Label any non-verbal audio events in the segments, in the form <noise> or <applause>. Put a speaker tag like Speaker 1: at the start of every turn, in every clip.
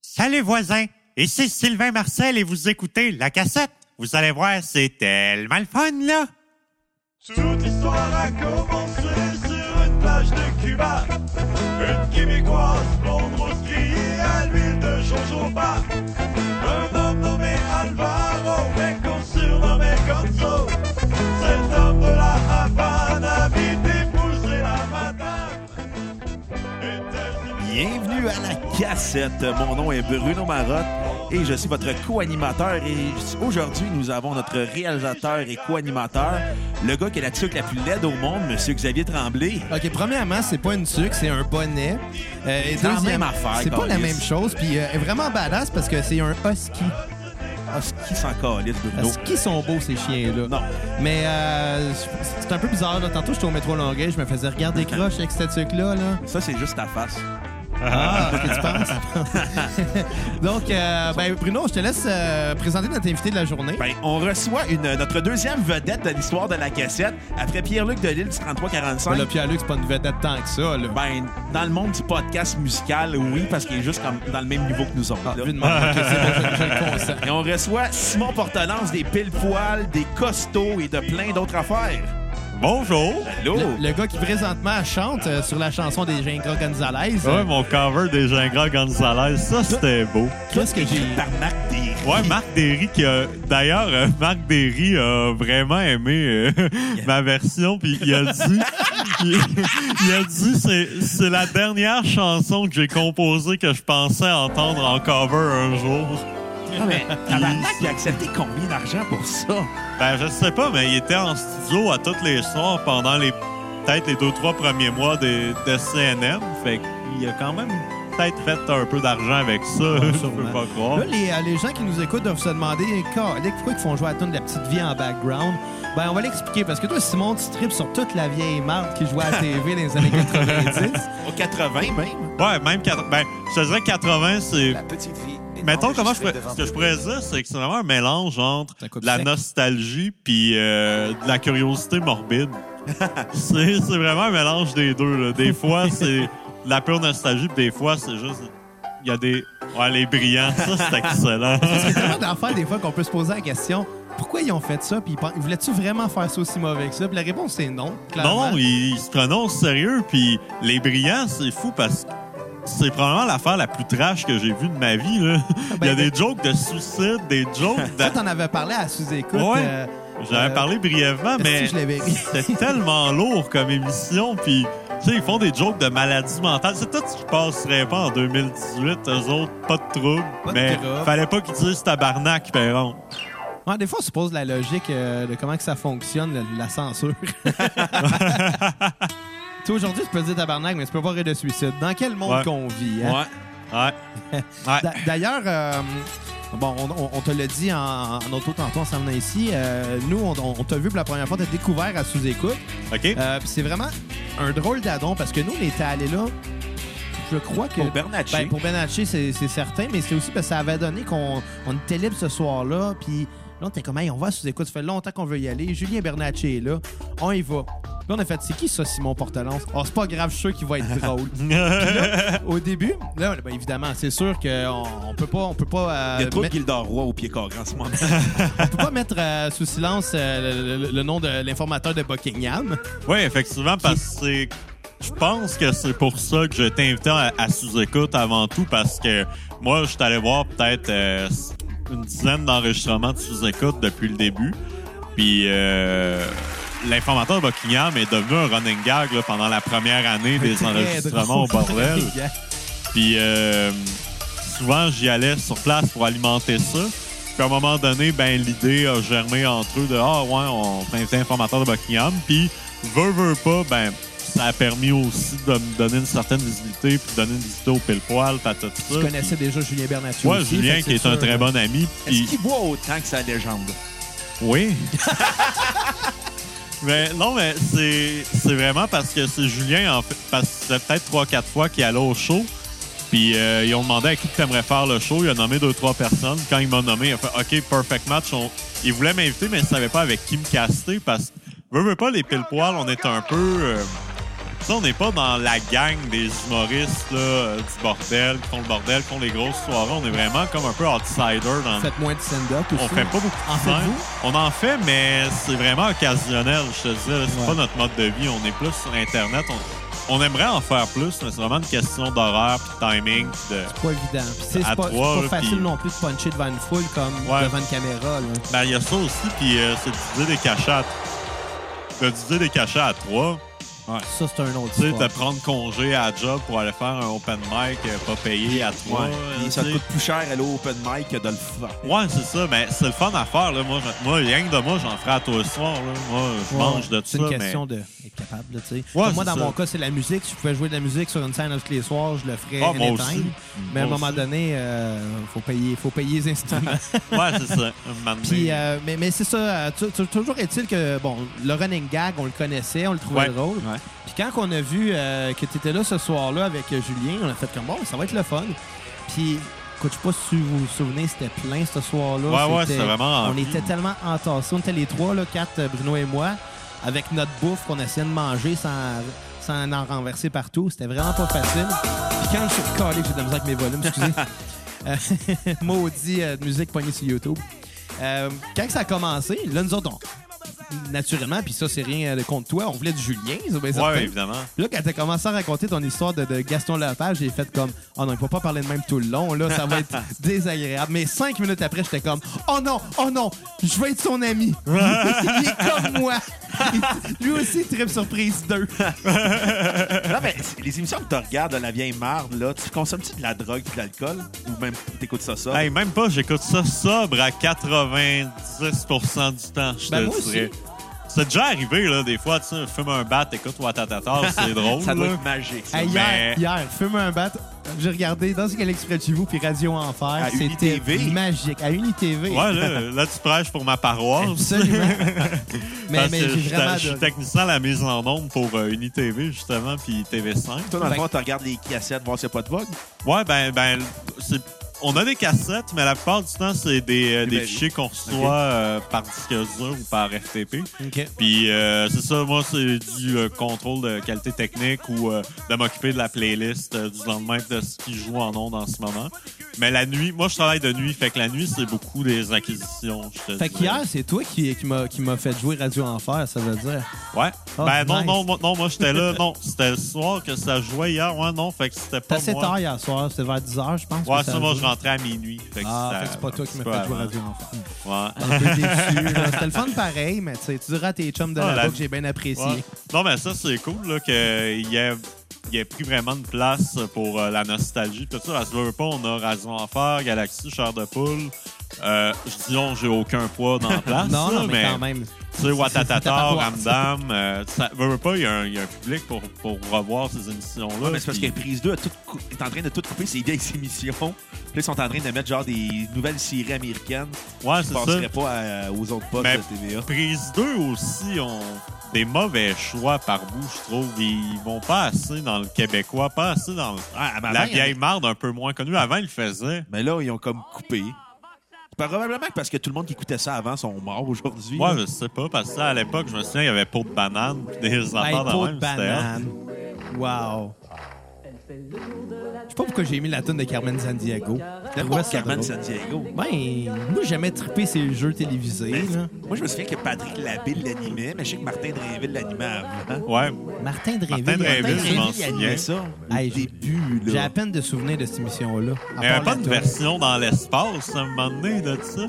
Speaker 1: Salut voisins, ici Sylvain Marcel et vous écoutez La Cassette. Vous allez voir, c'est tellement le fun là.
Speaker 2: Toute l'histoire a commencé sur une plage de Cuba. Une québécoise blonde rose grillée à l'huile de jojoba. Un homme nommé Alvaro, mais qu'on surnommait Gonzo. Cet homme de la Havane avait épousé la madame. Était-
Speaker 3: Bienvenue à la cassette. Mon nom est Bruno Marotte et je suis votre co-animateur. Et aujourd'hui, nous avons notre réalisateur et co-animateur, le gars qui a la tuque la plus laide au monde, Monsieur Xavier Tremblay.
Speaker 4: OK, premièrement, c'est pas une tuque, c'est un bonnet. Euh, et
Speaker 3: C'est la
Speaker 4: deuxième-
Speaker 3: même affaire,
Speaker 4: C'est pas la
Speaker 3: Carlis.
Speaker 4: même chose. Puis euh, elle est vraiment badass parce que c'est un husky.
Speaker 3: Ah, ce qui s'en calisse, Bruno.
Speaker 4: Husky sont beaux, ces chiens-là.
Speaker 3: Non.
Speaker 4: Mais euh, c'est un peu bizarre. Là. Tantôt, j'étais au métro Longueuil, je me faisais regarder croche avec cette tuque-là. Là.
Speaker 3: Ça, c'est juste ta face.
Speaker 4: Ah, qu'est-ce que tu
Speaker 3: <laughs>
Speaker 4: penses? Donc, euh, ben, Bruno, je te laisse euh, présenter notre invité de la journée.
Speaker 3: Ben, on reçoit une, notre deuxième vedette de l'histoire de la cassette après Pierre-Luc de Lille du 3345.
Speaker 4: Ben, là, Pierre-Luc, c'est pas une vedette tant que ça. Là.
Speaker 3: Ben, dans le monde du podcast musical, oui, parce qu'il est juste comme dans le même niveau que nous autres. là.
Speaker 4: Ah, Vu de même, ok, c'est bon, je- je
Speaker 3: <laughs>
Speaker 4: le consens.
Speaker 3: Et on reçoit Simon Portelance des pile poils, des costauds et de plein d'autres affaires.
Speaker 1: Bonjour.
Speaker 3: Allô?
Speaker 4: Le, le gars qui présentement chante euh, sur la chanson des Gingras Gonzalez. euh,
Speaker 1: Ouais, mon cover des Gingras Gonzalez, ça c'était beau.
Speaker 4: Qu'est-ce que j'ai.
Speaker 3: Par Marc Derry.
Speaker 1: Ouais, Marc Derry qui a... D'ailleurs, euh, Marc Derry a vraiment aimé euh, ma version, puis il a <laughs> dit... Il, il a dit c'est c'est la dernière chanson que j'ai composée que je pensais entendre en cover un jour.
Speaker 3: Ah, mais tabarnak, il a accepté combien d'argent pour ça?
Speaker 1: Ben, je sais pas, mais il était en studio à toutes les soirs pendant les peut-être les deux, trois premiers mois de, de CNM. Fait qu'il a quand même peut-être fait un peu d'argent avec ça. <laughs> je peux pas croire.
Speaker 4: Là, les, euh, les gens qui nous écoutent doivent se demander Calique, pourquoi ils font jouer à la tune de la petite vie en background. Ben, on va l'expliquer parce que toi, Simon, tu tripes sur toute la vieille marque qui jouait à la TV dans les années 90.
Speaker 3: Au 80 même?
Speaker 1: Ouais, <laughs> même 80. Ben, je te dirais 80, Hein, c'est.
Speaker 5: La petite vie. est
Speaker 1: Mettons comment je
Speaker 5: enregistrée
Speaker 1: pourrais.
Speaker 5: devant
Speaker 1: Ce que
Speaker 5: public.
Speaker 1: je pourrais dire, c'est que c'est vraiment un mélange entre
Speaker 4: Ça coupe
Speaker 1: de la
Speaker 4: sec.
Speaker 1: nostalgie puis euh, de la
Speaker 5: <laughs>
Speaker 1: curiosité morbide. c'est c'est vraiment un mélange des deux. là. Des fois, c'est
Speaker 5: <laughs>
Speaker 1: de la pure nostalgie, puis des fois, c'est juste. Il y a des. Ouais, les brillants, ça,
Speaker 5: <laughs>
Speaker 1: c'est excellent.
Speaker 4: Parce qu'il y a tellement d'affaires des fois qu'on peut se poser la question pourquoi ils ont fait ça Puis ils pen- voulaient-tu vraiment faire ça aussi mauvais que ça Puis la réponse, c'est non. clairement.
Speaker 1: Non, non, ils ils se prononcent sérieux, puis les brillants, c'est fou parce que c'est probablement l'affaire la plus trash que j'ai vue de ma vie. Là.
Speaker 5: Ah,
Speaker 1: Il y a
Speaker 4: ben-
Speaker 1: des jokes de suicide, des
Speaker 5: <laughs>
Speaker 1: jokes de...
Speaker 4: Toi, t'en avais parlé à sous-écoute.
Speaker 1: Ouais.
Speaker 4: euh,
Speaker 1: J'en ai parlé brièvement,
Speaker 4: est-ce que
Speaker 1: mais
Speaker 4: je l'avais ri?
Speaker 1: c'est tellement lourd comme émission, puis tu sais, ils font des jokes de maladie mentale. C'est tout ce qui passerait pas en 2018, eux autres, pas de trouble,
Speaker 4: Pas de
Speaker 1: mais
Speaker 4: trouble.
Speaker 1: fallait pas qu'ils disent tabarnak, Perron.
Speaker 4: Ouais, des fois, on se pose la logique euh, de comment que ça fonctionne, le-
Speaker 1: <laughs>
Speaker 4: la censure. Toi, aujourd'hui, tu peux dire tabarnak, mais tu peux pas rire de suicide. Dans quel monde
Speaker 1: Ouais.
Speaker 4: qu'on vit? hein?
Speaker 1: Ouais. Ouais.
Speaker 4: D'a- D'ailleurs, euh, bon, on, on- on te l'a dit en, en auto tantôt en s'en venant ici. euh, nous, on, on- on t'a vu pour la première fois, t'as découvert à sous-écoute. <laughs>
Speaker 1: OK?
Speaker 4: Euh, puis c'est vraiment un drôle d'adon parce que nous, on était allés là, je crois que...
Speaker 3: Pour Bernatchez.
Speaker 4: Ben, pour Benatché, c'est c'est certain, mais c'est aussi parce que ça avait donné qu'on on était libre ce soir-là. Puis là, on était comme, Hey, on va sous écoute. Ça fait longtemps qu'on veut y aller. Julien Bernatché est là. On y va. Là, on a fait, c'est qui ça, Simon Portelance? Oh, c'est pas grave, je suis sûr qu'il va
Speaker 1: <laughs>
Speaker 4: être drôle. Au début, là, ben, évidemment, c'est sûr qu'on on peut pas, on peut pas, euh,
Speaker 3: Il y a trop de
Speaker 4: mettre-
Speaker 3: Gildor Roy au pied carré en ce moment.
Speaker 4: on peut pas mettre euh, sous silence euh, le, le- le nom de l'informateur de Buckingham.
Speaker 1: Oui, effectivement, parce que c'est- je pense que c'est pour ça que je t'ai invité à, à sous-écoute avant tout, parce que moi, je t'allais voir peut-être euh, une dizaine d'enregistrements de sous-écoute depuis le début. Puis euh, l'informateur Buckingham est devenu un running gag là, pendant la première année des
Speaker 4: <laughs> Très
Speaker 1: enregistrements au
Speaker 4: drôle.
Speaker 1: bordel. Puis euh, souvent, j'y allais sur place pour alimenter ça. Puis à un moment donné, ben l'idée a germé entre eux de Ah ouais, on est informateur de Buckingham. Puis veut, veut pas, ben ça a permis aussi de me donner une certaine visibilité, puis de donner une visibilité au pile poil, à tout ça.
Speaker 4: <laughs> Tu connaissais déjà Julien Bernatchez.
Speaker 1: Puis, ouais,
Speaker 4: aussi,
Speaker 1: Julien
Speaker 4: fait que
Speaker 1: qui est
Speaker 4: c'est
Speaker 1: un
Speaker 4: sûr, euh,
Speaker 1: très bon ami.
Speaker 3: Est-ce
Speaker 1: Puis
Speaker 3: qu'il boit autant que sa légende?
Speaker 1: Oui. <laughs> mais non, mais c'est, c'est vraiment parce que c'est Julien, en fait, parce que c'était peut-être trois, quatre fois qu'il allait au show. Puis euh, ils ont demandé à qui tu aimerais faire le show. Il a nommé deux, trois personnes. Quand il m'a nommé, il a fait OK, perfect match. On- Il voulait m'inviter, mais il savait pas avec qui me caster parce que, veux, veux pas, les pile poils on est un peu. euh, Tu sais, on n'est pas dans la gang des humoristes là, euh, du bordel, qui font le bordel, qui font les grosses soirées. On est vraiment comme un peu outsider dans
Speaker 4: Faites moins de stand-up aussi.
Speaker 1: on fait pas beaucoup de
Speaker 4: En
Speaker 1: scènes.
Speaker 4: faites-vous?
Speaker 1: On en fait, mais c'est vraiment occasionnel, je te disais. C'est
Speaker 4: Ouais.
Speaker 1: pas notre mode de vie. On est plus sur Internet. On, on aimerait en faire plus, mais c'est vraiment une question d'horaire puis de timing. puis De...
Speaker 4: pas évident. Puis, tu sais,
Speaker 1: À
Speaker 4: c'est pas, c'est
Speaker 1: trois,
Speaker 4: pas
Speaker 1: là,
Speaker 4: facile
Speaker 1: puis-
Speaker 4: non plus de puncher devant une foule comme
Speaker 1: Ouais.
Speaker 4: devant une caméra. Là.
Speaker 1: Ben, il y a ça aussi, puis euh, c'est d'utiliser des cachettes. De diviser des cachets à trois.
Speaker 4: Ça, c'est un autre
Speaker 1: Tu sais,
Speaker 4: histoire.
Speaker 1: de prendre congé à la job pour aller faire un open mic, euh, pas payé à trois.
Speaker 3: Ouais.
Speaker 1: euh,
Speaker 3: Puis ça te
Speaker 1: tu sais.
Speaker 3: coûte plus cher aller au open mic que de le faire.
Speaker 1: Ouais, c'est ça, mais c'est le fun à faire. Là. Moi, je- moi, rien que de moi, j'en ferai à toi le soir. Là. Moi, je
Speaker 4: Ouais,
Speaker 1: mange de tout ça.
Speaker 4: C'est une
Speaker 1: mais-
Speaker 4: question de d'être capable, là, tu sais.
Speaker 1: Ouais,
Speaker 4: Comme moi,
Speaker 1: c'est
Speaker 4: dans
Speaker 1: ça.
Speaker 4: mon cas, c'est la musique. Si je pouvais jouer de la musique sur une scène tous les soirs, je le ferais
Speaker 1: Ah, moi
Speaker 4: anytime.
Speaker 1: aussi.
Speaker 4: Mais à un
Speaker 1: Moi
Speaker 4: moment
Speaker 1: aussi.
Speaker 4: donné, il faut payer, faut payer les instruments.
Speaker 1: <laughs> Ouais, c'est ça. Un moment donné.
Speaker 4: Puis, euh, mais mais c'est ça. euh, tu- tu- toujours est-il que, bon, le running gag, on le connaissait, on le trouvait
Speaker 1: Ouais.
Speaker 4: drôle. Puis quand on a vu euh, que tu étais là ce soir-là avec euh, Julien, on a fait comme, bon, ça va être le fun. Puis, écoute, je sais pas si vous vous souvenez, c'était plein ce soir-là.
Speaker 1: Ouais, ouais,
Speaker 4: C'était-
Speaker 1: c'était vraiment
Speaker 4: On
Speaker 1: rempli.
Speaker 4: était tellement entassés. On était les trois, là, quatre, euh, Bruno et moi, avec notre bouffe qu'on essayait de manger sans, sans en renverser partout. C'était vraiment pas facile. Puis quand je suis calé, j'ai de la misère avec mes volumes, excusez.
Speaker 1: <laughs>
Speaker 4: Euh, <laughs> maudit euh, de musique poignée sur YouTube. Euh, quand que ça a commencé, là, nous autres, on- naturellement, puis ça, c'est rien euh, contre toi, on voulait du Julien, c'est bien certain.
Speaker 1: ouais, évidemment.
Speaker 4: Puis là, quand t'as commencé à raconter ton histoire de, de Gaston Lepage, j'ai fait comme « Oh non, il faut pas parler de même tout le long, là, ça
Speaker 1: <laughs>
Speaker 4: va être désagréable. » Mais cinq minutes après, j'étais comme « Oh non, oh non, je vais être son ami.
Speaker 1: <laughs>
Speaker 4: il est comme moi. Il- Lui aussi, il tripe surprise 2.
Speaker 3: Non, mais c'est- <laughs> les émissions que tu regardes, de la vieille marde, là, tu consommes-tu de la drogue et de l'alcool? Ou même t'écoutes ça ça?
Speaker 1: Hey, même pas, j'écoute ça sobre à 90% du temps, je te
Speaker 4: Ben, moi
Speaker 1: dirais.
Speaker 4: aussi.
Speaker 1: C'est déjà arrivé, là, des fois, tu sais, fume un bat, écoute
Speaker 4: <laughs>
Speaker 1: Watatata, c'est drôle.
Speaker 3: ça doit
Speaker 1: là.
Speaker 3: être magique. ça.
Speaker 4: Hey,
Speaker 1: Mais-
Speaker 4: hier, hier, fume un bat. J'ai regardé dans ce qu'elle exprès de chez vous, puis Radio Enfer.
Speaker 3: À
Speaker 4: C'était
Speaker 3: UniTV.
Speaker 4: magique. À UniTV.
Speaker 1: Ouais, là, là, tu prêches pour ma paroisse. <laughs>
Speaker 4: Absolument. mais
Speaker 1: Parce
Speaker 4: mais
Speaker 1: que je,
Speaker 4: j'ai
Speaker 1: suis-
Speaker 4: vraiment
Speaker 1: je suis
Speaker 4: adoré.
Speaker 1: technicien à la mise en ombre pour euh, UniTV, justement, puis TV5.
Speaker 3: Toi, dans le
Speaker 4: Ben-
Speaker 3: fond, tu regardes les cassettes, voir s'il n'y a pas de vogue.
Speaker 1: Ouais, ben, ben, c'est- on a des cassettes, mais la plupart du temps, c'est des, euh, des
Speaker 3: ben,
Speaker 1: fichiers qu'on reçoit
Speaker 3: ok.
Speaker 1: euh, par disque dur ou par FTP.
Speaker 4: Ok.
Speaker 1: Puis euh, c'est ça, moi, c'est du euh, contrôle de qualité technique ou euh, de m'occuper de la playlist euh, du lendemain de ce qui joue en ondes en ce moment. Mais la nuit, moi, je travaille de nuit, fait que la nuit, c'est beaucoup des acquisitions. je te dirais.
Speaker 4: Fait qu'hier, c'est toi qui, qui m'a qui m'a fait jouer Radio Enfer, ça veut dire.
Speaker 1: Ouais.
Speaker 4: Oh,
Speaker 1: ben non,
Speaker 4: nice.
Speaker 1: non, moi- non, moi, j'étais là.
Speaker 4: <laughs>
Speaker 1: non, c'était le soir que ça jouait hier. Ouais, non, fait que c'était
Speaker 4: C'était
Speaker 1: pas
Speaker 4: assez
Speaker 1: moi.
Speaker 4: tard hier soir, c'était vers 10h, je pense.
Speaker 1: Ouais,
Speaker 4: que
Speaker 1: ça,
Speaker 4: a
Speaker 1: moi,
Speaker 4: joué.
Speaker 1: je rentrais à minuit. Fait que
Speaker 4: Ah,
Speaker 1: c'était
Speaker 4: fait que c'est pas toi
Speaker 1: un
Speaker 4: qui m'as
Speaker 1: petit
Speaker 4: fait
Speaker 1: peu
Speaker 4: jouer
Speaker 1: avant. Ouais.
Speaker 4: Radio Enfer. Un peu déçu, là. C'était le fun pareil, mais tu sais, tu diras à tes chums de
Speaker 1: Ah,
Speaker 4: la
Speaker 1: la-
Speaker 4: que j'ai bien apprécié.
Speaker 1: Ouais. Non, mais ça, c'est cool là, qu'il ait, il ait pris vraiment une place pour euh, la nostalgie. Tout ça, parce que, veux, veux pas, on a Raison Enfer, Galaxy, Chair de Poule. Euh, je dis on, j'ai aucun poids
Speaker 3: <laughs>
Speaker 1: dans la place.
Speaker 4: Non,
Speaker 1: là,
Speaker 4: non, mais, quand même.
Speaker 1: Tu sais,
Speaker 4: <laughs>
Speaker 1: Watatata,
Speaker 4: c'est-
Speaker 1: Ramdam, euh, ça veux, veux pas, il y, a un- il y a un public pour, pour revoir ces émissions-là.
Speaker 3: Ouais, mais c'est parce que
Speaker 1: puis-
Speaker 3: Prise 2 a tout cou- est en train de tout couper ses vieilles <laughs> émissions. Puis là, ils sont en train de mettre genre des nouvelles séries américaines
Speaker 1: Ouais,
Speaker 3: qui
Speaker 1: c'est
Speaker 3: ne
Speaker 1: ça.
Speaker 3: passeraient pas à- aux autres postes
Speaker 1: Mais-
Speaker 3: de TVA.
Speaker 1: Prise 2 aussi ont des mauvais choix par bout, je trouve. Ils vont pas assez dans le québécois, pas assez dans le-
Speaker 3: Ah, mais
Speaker 1: la
Speaker 3: avant, il y
Speaker 1: vieille
Speaker 3: avait-
Speaker 1: marde un peu moins connue. Avant, ils le faisaient.
Speaker 3: Mais là, ils ont comme coupé. Probablement que parce que tout le monde qui écoutait ça avant sont morts aujourd'hui.
Speaker 1: Moi,
Speaker 3: là.
Speaker 1: je sais pas, parce que ça, à l'époque, je me souviens, il y avait peau de banane, puis des
Speaker 4: Hey,
Speaker 1: affaires
Speaker 4: peau
Speaker 1: de
Speaker 4: de
Speaker 1: même. Ah, hein, c'était-
Speaker 4: banane. Wow. Je sais pas pourquoi j'ai mis la tune de Carmen Sandiego.
Speaker 3: J'aime
Speaker 4: Ouais,
Speaker 3: pas
Speaker 4: c'est
Speaker 3: Carmen
Speaker 4: drôle.
Speaker 3: San Diego.
Speaker 4: Ben, moi, j'aimais triper ces jeux télévisés.
Speaker 1: Ben,
Speaker 4: là.
Speaker 3: Moi, je me souviens que Patrick Labille l'animait, mais je sais que Martin Drainville l'animait avant.
Speaker 1: Ouais.
Speaker 4: Martin Dréville.
Speaker 1: Martin Drainville, je
Speaker 4: Dréville,
Speaker 1: m'en
Speaker 3: il
Speaker 1: souviens.
Speaker 3: animait ça au
Speaker 4: Hey, j'ai-
Speaker 3: début.
Speaker 4: J'ai
Speaker 3: Là.
Speaker 4: à peine de souvenirs de cette émission-là. à
Speaker 1: Il n'y avait Euh,
Speaker 4: part
Speaker 1: pas
Speaker 4: la
Speaker 1: de
Speaker 4: toune.
Speaker 1: version dans l'espace, à un moment donné, de ça.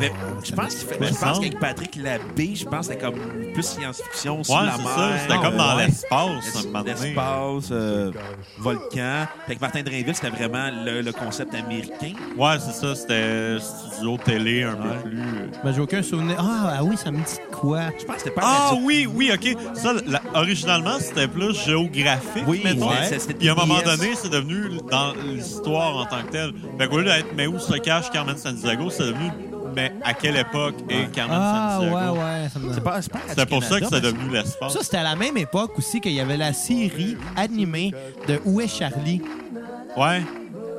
Speaker 3: Mais je pense qu'il fait-
Speaker 1: Mais
Speaker 3: je pense
Speaker 1: semble.
Speaker 3: qu'avec Patrick Labbé, je pense que c'était comme plus science-fiction sur
Speaker 1: Ouais,
Speaker 3: la
Speaker 1: c'est
Speaker 3: mer.
Speaker 1: ça. C'était comme dans
Speaker 3: euh,
Speaker 1: l'espace, à un moment donné.
Speaker 3: L'espace, euh, volcan. Fait que Martin Drainville, c'était vraiment le, le concept américain.
Speaker 1: Ouais, c'est ça. C'était studio télé un peu plus.
Speaker 4: Ben, j'ai aucun souvenir. Ah, ah oui, ça me dit de quoi?
Speaker 3: Je pense que c'était pas
Speaker 1: Ah
Speaker 3: radio-
Speaker 1: oui, oui, OK. Ça, la- originalement, c'était plus géographique,
Speaker 3: Oui,
Speaker 1: mettons.
Speaker 3: ouais, ça, c'était
Speaker 1: Puis à un moment
Speaker 3: yes.
Speaker 1: donné, c'est devenu dans l'histoire en tant que telle. Fait qu'au lieu d'être « Mais où se cache Carmen Sandiego », c'est devenu « Mais à quelle époque est Carmen
Speaker 4: Ah,
Speaker 1: Sandiego
Speaker 4: ouais, ouais. Ça me...
Speaker 3: C'est pas, c'est pas
Speaker 1: C'était pour ça que
Speaker 3: Radio-Canada,
Speaker 1: c'était
Speaker 3: mais
Speaker 1: devenu l'espace.
Speaker 4: Ça, c'était à la même époque aussi qu'il y avait la série animée de Où est Charlie?
Speaker 1: Ouais.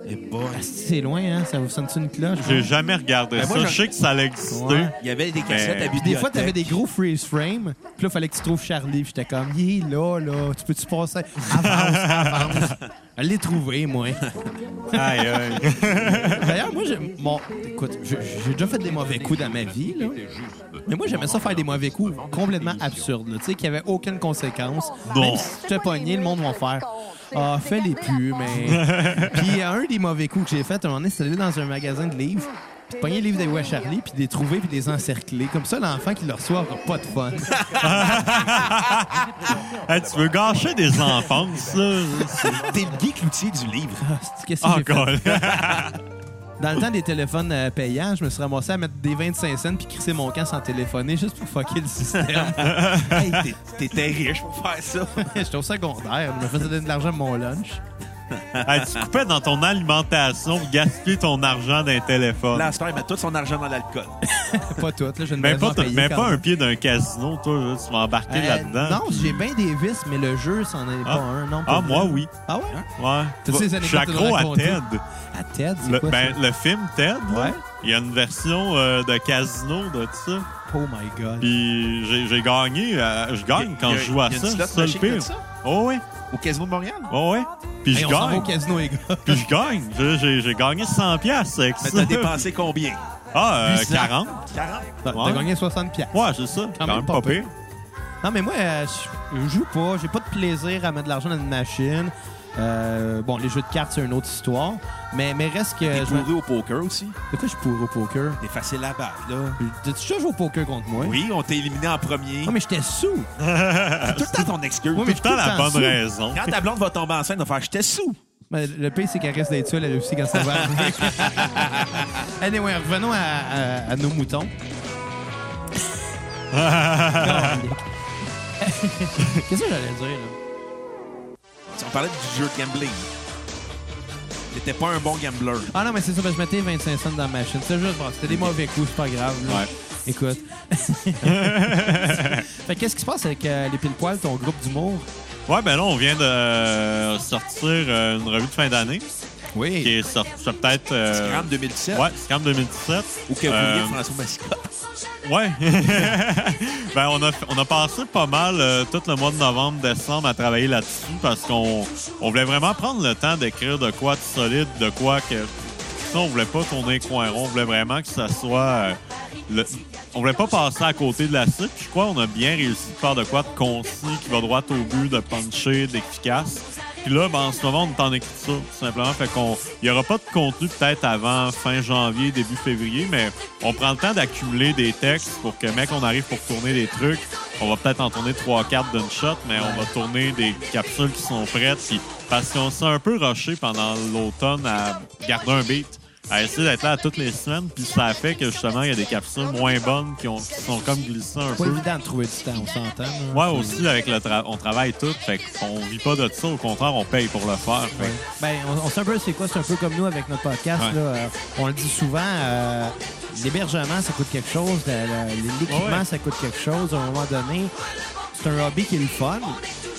Speaker 3: Et Eh boy.
Speaker 4: Asti, C'est loin, hein? Ça vous sonne-tu une cloche?
Speaker 1: J'ai jamais regardé
Speaker 3: Ben,
Speaker 1: ça.
Speaker 3: moi, je-
Speaker 1: je sais que ça allait exister.
Speaker 4: Ouais.
Speaker 3: Il y avait des cassettes
Speaker 1: Ben,
Speaker 3: à bibliothèque.
Speaker 4: Des fois,
Speaker 3: <laughs>
Speaker 4: t'avais des gros freeze frame. Puis là, fallait que tu trouves Charlie. Puis j'étais comme, il est là, là. Tu peux-tu passer? Avance, <laughs> avance. Je l'ai trouvé, moi.
Speaker 1: Aïe, aïe.
Speaker 4: D'ailleurs, moi, j'aime. Bon, écoute, je- j'ai déjà fait des mauvais coups dans ma vie, là. Mais moi, j'aimais ça faire des mauvais coups complètement absurdes, là. Tu sais, qui n'avaient aucune conséquence.
Speaker 1: Non.
Speaker 4: Même si tu te pogné, le monde va faire. Ah, fais les pubs, mais. puis euh, un des mauvais coups que j'ai fait, un moment donné, c'était d'aller dans un magasin de livres. Puis de pogner les livres d'Aïwa Charlie, puis de les trouver, puis de les encercler. Comme ça, l'enfant qui le reçoit aura pas de fun.
Speaker 1: Hey, tu veux gâcher des enfances, ça?
Speaker 3: T'es le Guy Cloutier du livre.
Speaker 4: Ah, c'est- Qu'est-ce que
Speaker 1: Oh,
Speaker 4: j'ai fait?
Speaker 1: God. <laughs>
Speaker 4: Dans le temps des téléphones euh, payants, je me suis ramassé à mettre des 25 cents puis crisser mon camp sans téléphoner juste pour fucker le
Speaker 3: <laughs>
Speaker 4: système.
Speaker 1: <laughs>
Speaker 3: Hey, t'es- t'étais riche pour faire ça.
Speaker 4: J'étais au secondaire, je me faisais donner de l'argent pour mon lunch.
Speaker 1: Hey, tu coupais dans ton alimentation pour gaspiller ton argent d'un téléphone.
Speaker 3: Lancer met tout son argent dans l'alcool.
Speaker 4: Pas tout, là, je ne
Speaker 1: Mais pas, mais pas un pied d'un casino, toi, là, tu vas embarquer là-dedans.
Speaker 4: Euh, Non,
Speaker 1: puis-
Speaker 4: j'ai bien des vices, mais le jeu, c'en est
Speaker 1: Ah.
Speaker 4: pas un. Non, pas
Speaker 1: Ah,
Speaker 4: vrai.
Speaker 1: moi, oui. Hein?
Speaker 4: Ah ouais?
Speaker 1: Ouais.
Speaker 4: Toutes ces
Speaker 1: Je suis
Speaker 4: anecdotes
Speaker 1: accro
Speaker 4: de
Speaker 1: à
Speaker 4: raconter.
Speaker 1: Ted.
Speaker 4: À Ted, c'est
Speaker 1: Le,
Speaker 4: quoi
Speaker 1: ben,
Speaker 4: ça?
Speaker 1: le film Ted, là,
Speaker 4: Ouais.
Speaker 1: il y a une version euh, de casino de ça.
Speaker 4: Oh my God.
Speaker 1: Puis j'ai- j'ai gagné. euh, je gagne <laughs> quand
Speaker 3: Il y a-
Speaker 1: je joue à
Speaker 3: il y a une
Speaker 1: ça.
Speaker 3: slot
Speaker 1: C'est ça le
Speaker 3: machine qui a
Speaker 1: pire.
Speaker 3: ça?
Speaker 1: Oh, oui.
Speaker 3: Au Casino de Montréal?
Speaker 1: <laughs> Oh, oui. Puis
Speaker 4: Hey,
Speaker 1: je
Speaker 4: on s'en va au
Speaker 1: gagne.
Speaker 4: casino, les gars.
Speaker 1: Puis je gagne. J'ai- J'ai j'ai gagné 100$ piastres avec
Speaker 3: Mais
Speaker 1: ça.
Speaker 3: t'as dépensé combien?
Speaker 1: <laughs> Ah, euh,
Speaker 4: 800.
Speaker 1: 40.
Speaker 3: 40.
Speaker 4: <laughs> T'as
Speaker 1: Ouais.
Speaker 4: gagné 60 piastres.
Speaker 1: Ouais, c'est ça. Quand, même pas pire.
Speaker 4: Non, mais moi, euh, je je joue pas. J'ai pas de plaisir à mettre de l'argent dans une machine. Euh, bon, les jeux de cartes, c'est une autre histoire. Mais, mais reste que.
Speaker 3: T'es
Speaker 4: je me-
Speaker 3: bourré au poker aussi.
Speaker 4: De quoi je suis pourri au poker?
Speaker 3: T'es facile à battre, là.
Speaker 4: T'as-tu déjà joué au poker contre moi?
Speaker 3: Oui, on t'a éliminé en premier.
Speaker 4: Non, mais j'étais sous.
Speaker 3: C'est <laughs> tout le temps ton excuse.
Speaker 1: Ah,
Speaker 4: Oui,
Speaker 1: Tout
Speaker 4: mais
Speaker 1: le temps la bonne
Speaker 4: sous.
Speaker 1: raison.
Speaker 3: Quand ta blonde va tomber enceinte, on va faire « J'étais sous!
Speaker 4: Mais le pire, c'est qu'elle reste d'être seule, elle aussi, quand ça
Speaker 1: <laughs>
Speaker 4: va arriver. anyway, revenons à, à- à
Speaker 1: <laughs>
Speaker 4: nos moutons. Qu'est-ce que j'allais dire, là? »
Speaker 3: On parlait du jeu de gambling. T'étais pas un bon gambler.
Speaker 4: Ah non, mais c'est ça, parce que je mettais 25 cents dans ma machine. C'est juste, bon, c'était des mauvais coups, c'est pas grave. là.
Speaker 1: Ouais. <laughs>
Speaker 4: Écoute. fait que qu'est-ce qui se passe avec euh, les pile-poils, ton groupe d'humour?
Speaker 1: Ouais, ben là, on vient de euh, sortir euh, une revue de fin d'année qui
Speaker 4: Oui.
Speaker 1: est sortie c'est peut-être. euh,
Speaker 3: Scram 2017.
Speaker 1: ouais, c'est quand même 2017.
Speaker 3: Ou que vous
Speaker 1: Euh,
Speaker 3: vouliez François Massicotte.
Speaker 1: Ouais. <laughs> ben, on a, fait- on a passé pas mal euh, tout le mois de novembre, décembre à travailler là-dessus parce qu'on on voulait vraiment prendre le temps d'écrire de quoi de solide, de quoi que. Ça, on voulait pas tourner coin rond. On voulait vraiment que ça soit. euh, le- on voulait pas passer à côté de la suite. Puis Je crois qu'on a bien réussi de faire de quoi de concis, qui va droit au but, de puncher, d'efficace. Puis là, ben, en ce moment, on est en écriture, tout simplement. Fait qu'on, il y aura pas de contenu peut-être avant fin janvier, début février, mais on prend le temps d'accumuler des textes pour que, mec, on arrive pour tourner des trucs. On va peut-être en tourner trois, quatre d'une shot, mais on va tourner des capsules qui sont prêtes. Puis, parce qu'on s'est un peu rushé pendant l'automne à garder un beat à essayer d'être là toutes les semaines, puis ça fait que justement, il y a des capsules moins bonnes qui, ont, qui sont comme glissées un
Speaker 4: Pas
Speaker 1: peu.
Speaker 4: évident de trouver du temps, on s'entend. là.
Speaker 1: Ouais, aussi, avec le tra- on travaille tout, fait qu'on vit pas de ça, au contraire, on paye pour le faire. fait que-
Speaker 4: Ouais. Ben, on, on sait un peu c'est quoi, c'est un peu comme nous avec notre podcast.
Speaker 1: Ouais.
Speaker 4: Là, Euh, on le dit souvent, euh, l'hébergement, ça coûte quelque chose, la- la- l'équipement,
Speaker 1: Ouais.
Speaker 4: ça coûte quelque chose. À un moment donné, c'est un hobby qui est le fun,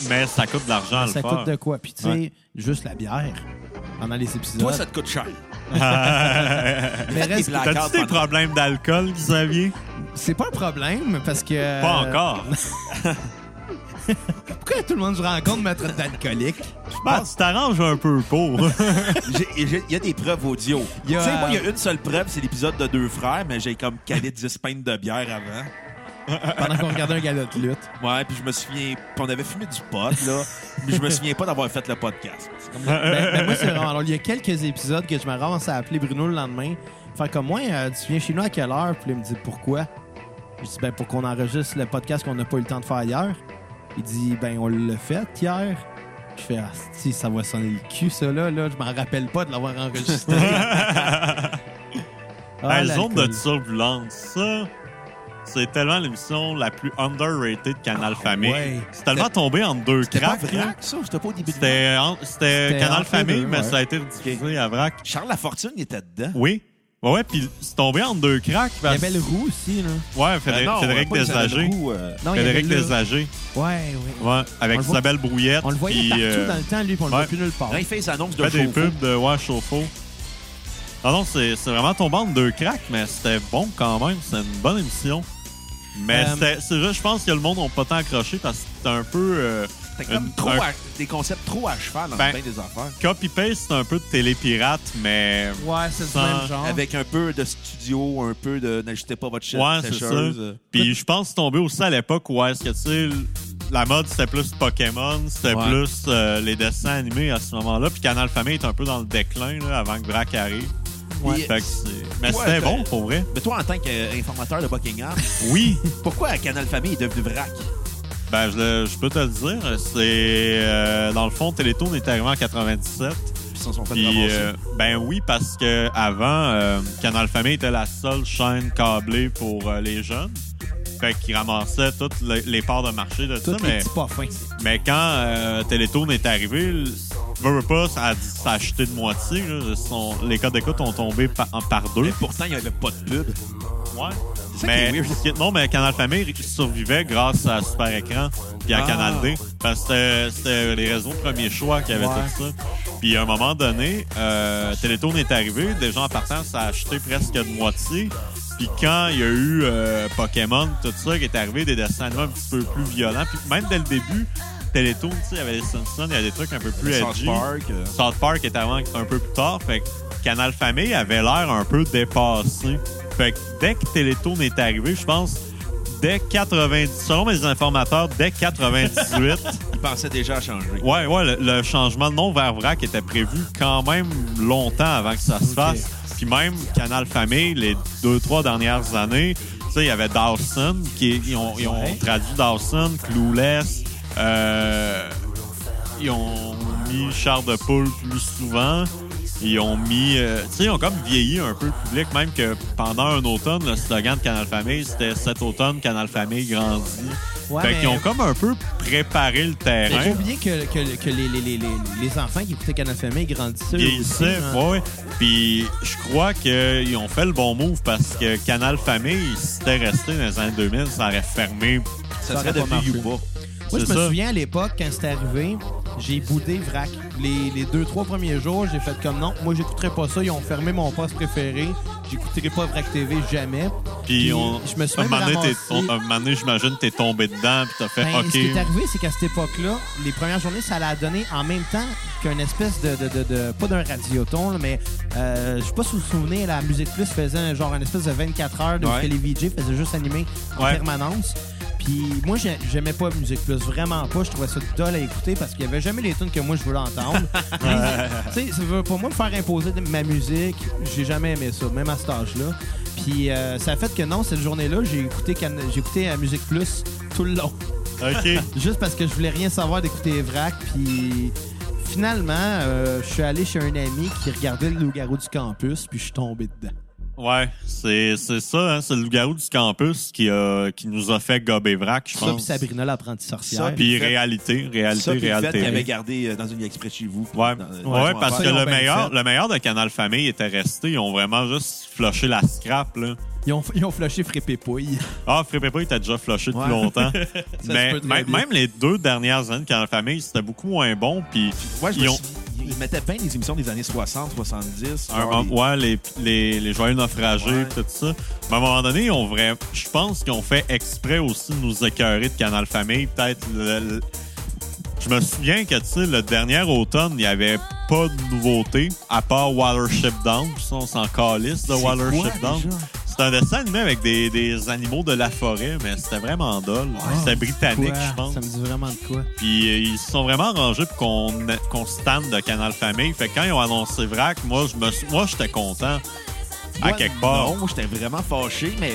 Speaker 1: Mais ça coûte de l'argent à Ah, le
Speaker 4: ça
Speaker 1: faire.
Speaker 4: coûte de quoi? Puis tu sais,
Speaker 1: Ouais.
Speaker 4: juste la bière pendant les épisodes.
Speaker 3: Toi, ça te coûte cher.
Speaker 4: Mais
Speaker 3: Faites des
Speaker 4: reste-
Speaker 3: blagues.
Speaker 1: T'as-tu des problèmes d'alcool, Xavier?
Speaker 4: c'est pas un problème parce que... euh,
Speaker 1: Pas
Speaker 4: <laughs>
Speaker 1: encore.
Speaker 4: Pourquoi tout le monde se rend compte de ma traite d'alcoolique?
Speaker 1: Ben, tu t'arranges un peu pour.
Speaker 3: J'ai- j'ai- Il y a des preuves audio.
Speaker 4: Il y
Speaker 3: Tu
Speaker 4: a,
Speaker 3: sais, moi, il y a
Speaker 4: euh,
Speaker 3: une seule preuve, c'est l'épisode de Deux Frères, mais j'ai comme calé 10 pintes de bière avant.
Speaker 4: Pendant qu'on regardait un galop de lutte.
Speaker 3: Ouais, puis je me souviens... puis on avait fumé du pot, là. mais je me souviens pas d'avoir fait le podcast. C'est comme-
Speaker 1: <laughs>
Speaker 4: Ben, ben, moi, c'est vraiment. Alors, il y a quelques épisodes que je me ramasse à appeler Bruno le lendemain. Faire comme moi, euh, tu viens chez nous à quelle heure? Puis là, il me dit pourquoi? Je dis, ben, pour qu'on enregistre le podcast qu'on n'a pas eu le temps de faire hier. Il dit, ben, on l'a fait hier. Je fais, ah, si, ça va sonner le cul, ça, là. là. Je m'en rappelle pas de l'avoir
Speaker 1: <laughs>
Speaker 4: enregistré. Ah,
Speaker 1: La zone de
Speaker 4: l'alcool.
Speaker 1: turbulence, ça... C'est tellement l'émission la plus underrated de Canal Famille.
Speaker 4: Ah, ouais.
Speaker 1: C'est tellement tombé entre deux
Speaker 3: C'était pas
Speaker 1: cracks. là.
Speaker 3: vrac, ça? C'était pas au début de
Speaker 1: C'était en- c'était
Speaker 4: C'était
Speaker 1: Canal
Speaker 4: entre
Speaker 1: Famille,
Speaker 4: les deux,
Speaker 1: mais
Speaker 4: ouais.
Speaker 1: ça a été diffusé à Vrac.
Speaker 3: Charles Lafortune il était dedans.
Speaker 1: Oui. Ouais, ouais, puis c'est tombé entre deux cracks.
Speaker 4: Il y
Speaker 1: parce-
Speaker 4: avait le roux aussi, là.
Speaker 1: Ouais,
Speaker 3: Ben
Speaker 1: Fédéric,
Speaker 3: non,
Speaker 1: Fédéric
Speaker 3: pas Isabelle
Speaker 1: Deslagers.
Speaker 3: Roux, euh,
Speaker 4: Non, il y avait
Speaker 1: Fédéric
Speaker 4: le-
Speaker 1: Deslagers.
Speaker 4: Ouais, ouais.
Speaker 1: Ouais,
Speaker 4: On
Speaker 1: avec
Speaker 4: le voit-
Speaker 1: Isabelle Brouillette.
Speaker 4: On le voyait
Speaker 1: puis,
Speaker 4: partout
Speaker 1: euh,
Speaker 4: dans le temps, lui, puis on le
Speaker 1: ouais.
Speaker 4: voit plus nulle part.
Speaker 3: Quand il fait ses annonces de
Speaker 1: fait des
Speaker 3: chauffe-eau.
Speaker 1: pubs de Ouais, chauffe-eau. Non, non, c'est c'est vraiment tombé entre deux cracks, mais c'était bon quand même. C'était une bonne émission. Mais
Speaker 4: Euh,
Speaker 1: c'était- c'est juste, je pense que le monde n'a pas tant accroché parce que c'était un peu. euh,
Speaker 3: C'était comme
Speaker 1: Une-
Speaker 3: trop
Speaker 1: un-
Speaker 3: à- des concepts trop à cheval dans
Speaker 1: Ben,
Speaker 3: le bain des affaires.
Speaker 1: Copy-paste, c'est un peu de télépirate, mais.
Speaker 4: Ouais, c'est le
Speaker 1: Sans-
Speaker 4: même genre.
Speaker 3: Avec un peu de studio, un peu de n'ajustez pas votre chaise euh.
Speaker 1: Ouais, c'est
Speaker 3: sécheuse.
Speaker 1: ça. <laughs> Puis je pense tomber aussi à l'époque où est-ce que, tu sais, l- la mode, c'était plus Pokémon, c'était
Speaker 3: Ouais.
Speaker 1: plus euh, les dessins animés à ce moment-là. Puis Canal Famille est un peu dans le déclin là, avant que Braque arrive.
Speaker 3: Ouais.
Speaker 1: Fait que c'est- Mais
Speaker 3: Ouais,
Speaker 1: c'était
Speaker 3: t'as-
Speaker 1: bon, pour vrai.
Speaker 3: Mais toi, en tant qu'informateur
Speaker 1: <laughs>
Speaker 3: de Buckingham, <laughs>
Speaker 1: Oui.
Speaker 3: pourquoi Canal Famille est devenu vrac?
Speaker 1: Ben, je, le- je peux te le dire. C'est. euh, dans le fond, Télétoon est arrivé en 97.
Speaker 3: Puis ils s'en sont fait
Speaker 1: Puis,
Speaker 3: ramasser.
Speaker 1: euh, ben oui, parce que avant, euh, Canal Famille était la seule chaîne câblée pour euh, les jeunes. Fait qu'ils ramassaient toutes les, les parts de marché de ça.
Speaker 4: Tous les
Speaker 1: Mais,
Speaker 4: petits pas fins.
Speaker 1: mais quand euh, Télétoon est arrivé, le- veux, veux pas, ça a, ça a chuté de moitié. là. Son- les codes d'écoute ont tombé par, en- par deux.
Speaker 3: Mais pourtant, il n'y avait pas de pub.
Speaker 1: Ouais.
Speaker 3: C'est ça
Speaker 1: Mais,
Speaker 3: qui est weird.
Speaker 1: ce qui- non, mais Canal Famille survivait grâce à Super Écran puis à
Speaker 3: Ah.
Speaker 1: Canal D. Parce que c'était- c'était les réseaux de premier choix qui avaient
Speaker 4: Ouais.
Speaker 1: tout ça. Puis à un moment donné, euh, Télétoon est arrivé. Déjà en partant, ça a acheté presque de moitié. Puis quand il y a eu euh, Pokémon, tout ça qui est arrivé, des dessins animés un petit peu plus violents. Puis même dès le début, Télétoon, tu sais, il y avait les Simpsons, il y a des trucs un peu plus
Speaker 3: South
Speaker 1: edgy.
Speaker 3: Park. euh,
Speaker 1: South Park est avant un peu plus tard, fait que Canal Famille avait l'air un peu dépassé. Fait que dès que Télétoon est arrivé, je pense, dès 90, selon mes informateurs, dès 98,
Speaker 3: Ils pensaient déjà à changer.
Speaker 1: ouais, ouais, le, le changement de nom vers Vrac était prévu quand même longtemps avant que ça se fasse. Puis même Canal Famille, les deux, trois dernières années, tu sais, il y avait Dawson, qui ils ont, ils ont
Speaker 4: Ouais.
Speaker 1: traduit Dawson, Clueless, euh, ils ont mis Char de Poule plus souvent. Ils ont mis. euh, tu sais, ils ont comme vieilli un peu le public, même que pendant un automne, le slogan de Canal Famille, c'était cet automne, Canal Famille grandit.
Speaker 4: Ouais,
Speaker 1: fait
Speaker 4: mais-
Speaker 1: qu'ils ont comme un peu préparé le
Speaker 4: Mais faut
Speaker 1: terrain.
Speaker 4: oublier que, que, que les, les, les, les, les enfants qui écoutaient Canal Famille grandissaient.
Speaker 1: Vieillissaient,
Speaker 4: aussi, hein.
Speaker 1: ouais. Puis je crois qu'ils ont fait le bon move parce que Canal Famille, si c'était resté dans les années 2000, ça aurait fermé.
Speaker 3: Ça, serait
Speaker 4: Ça aurait pas
Speaker 3: devenu
Speaker 4: marché.
Speaker 3: Youba.
Speaker 4: Moi, je
Speaker 1: C'est
Speaker 4: me
Speaker 1: ça.
Speaker 4: souviens à l'époque, quand c'est arrivé, j'ai boudé Vrac. Les, les deux, trois premiers jours, j'ai fait comme non. Moi, j'écouterai pas ça. Ils ont fermé mon poste préféré. J'écouterai pas Vrac TV jamais.
Speaker 1: Puis
Speaker 4: Puis
Speaker 1: on.
Speaker 4: je me suis
Speaker 1: un
Speaker 4: même
Speaker 1: moment donné, t'es-
Speaker 4: ramassé-
Speaker 1: un moment donné, j'imagine, t'es tombé dedans, puis t'as fait <laughs>
Speaker 4: Ben,
Speaker 1: OK.
Speaker 4: Ce qui est arrivé, c'est qu'à cette époque-là, les premières journées, ça l'a donné en même temps qu'un espèce de, de, de, de- pas d'un radioton, là, mais euh, je sais pas si vous vous souvenez, la Musique Plus faisait un, genre un espèce de 24 heures de
Speaker 3: Ouais.
Speaker 4: que les VJ faisaient juste animer en
Speaker 1: Ouais.
Speaker 4: permanence. Puis moi, j'ai- j'aimais pas Musique Plus, vraiment pas. Je trouvais ça dole à écouter parce qu'il y avait jamais les tunes que moi je
Speaker 1: <laughs>
Speaker 4: voulais entendre. Mais, tu sais, ça veut pas moi me faire imposer de- ma musique. J'ai jamais aimé ça, même à cet âge-là. Puis euh, ça a fait que non, cette journée-là, j'ai écouté, Can- j'ai écouté euh, Musique Plus tout le long.
Speaker 1: OK.
Speaker 4: Juste parce que je voulais rien savoir d'écouter Vrac, puis finalement, euh, je suis allé chez un ami qui regardait le loup-garou du campus, puis je suis tombé dedans.
Speaker 1: Ouais, c'est c'est ça, hein, c'est le loup-garou du campus qui, a, qui nous a fait gober vrac, je
Speaker 4: Ça, puis
Speaker 1: pense.
Speaker 4: Sabrina, l'apprentie
Speaker 3: Ça,
Speaker 4: sorcière.
Speaker 3: puis-
Speaker 1: Puis
Speaker 3: fait-
Speaker 1: réalité, réalité,
Speaker 3: Ça, puis le fait
Speaker 1: réalité.
Speaker 3: qu'il avait gardé euh, dans une vie exprès de chez vous.
Speaker 1: Ouais,
Speaker 3: Dans- euh, dans-
Speaker 1: ouais,
Speaker 3: dans-
Speaker 1: parce
Speaker 4: ça,
Speaker 1: que
Speaker 4: ils ont
Speaker 1: le
Speaker 4: bien
Speaker 1: meilleur,
Speaker 4: fait.
Speaker 1: le meilleur de Canal Famille était resté. Ils ont vraiment juste flushé la scrap, là.
Speaker 4: Ils ont, ils ont flashé Frépé Pouille.
Speaker 1: Ah, Frépé Pouille était déjà flushé depuis
Speaker 3: Ouais. <laughs>
Speaker 1: longtemps.
Speaker 4: se
Speaker 1: Mais
Speaker 4: peut très
Speaker 1: même,
Speaker 4: bien.
Speaker 1: même les deux dernières années de Canal Famille, c'était beaucoup moins bon. Puis
Speaker 3: Moi, je me
Speaker 1: ils ont-
Speaker 3: suis- ils mettaient bien des émissions des années 60, 70.
Speaker 1: un
Speaker 3: genre
Speaker 1: moment-
Speaker 3: les-
Speaker 1: ouais, les, les, les joyeux naufragés,
Speaker 3: Ouais.
Speaker 1: pis tout ça. Mais à un moment donné, ils ont vrai, je pense qu'ils ont fait exprès aussi de nous écœurer de Canal Famille. Peut-être. le- le- Je me souviens que, tu sais, le dernier automne, il n'y avait pas de nouveauté, à part Watership Down. Puis ça, on s'en calisse de
Speaker 3: C'est quoi,
Speaker 1: Watership Down.
Speaker 3: déjà?
Speaker 1: C'est un dessin animé avec des, des animaux de la forêt, mais c'était vraiment dole. c'était Ah, britannique,
Speaker 4: Quoi?
Speaker 1: je pense.
Speaker 4: Ça me dit vraiment de quoi.
Speaker 1: Puis euh, ils se sont vraiment rangés pour qu'on qu'on se tanne de Canal Famille. Fait que quand ils ont annoncé Vrac, moi je me suis- moi j'étais content à
Speaker 3: Moi,
Speaker 1: quelque part.
Speaker 3: Non, moi, j'étais vraiment fâché, mais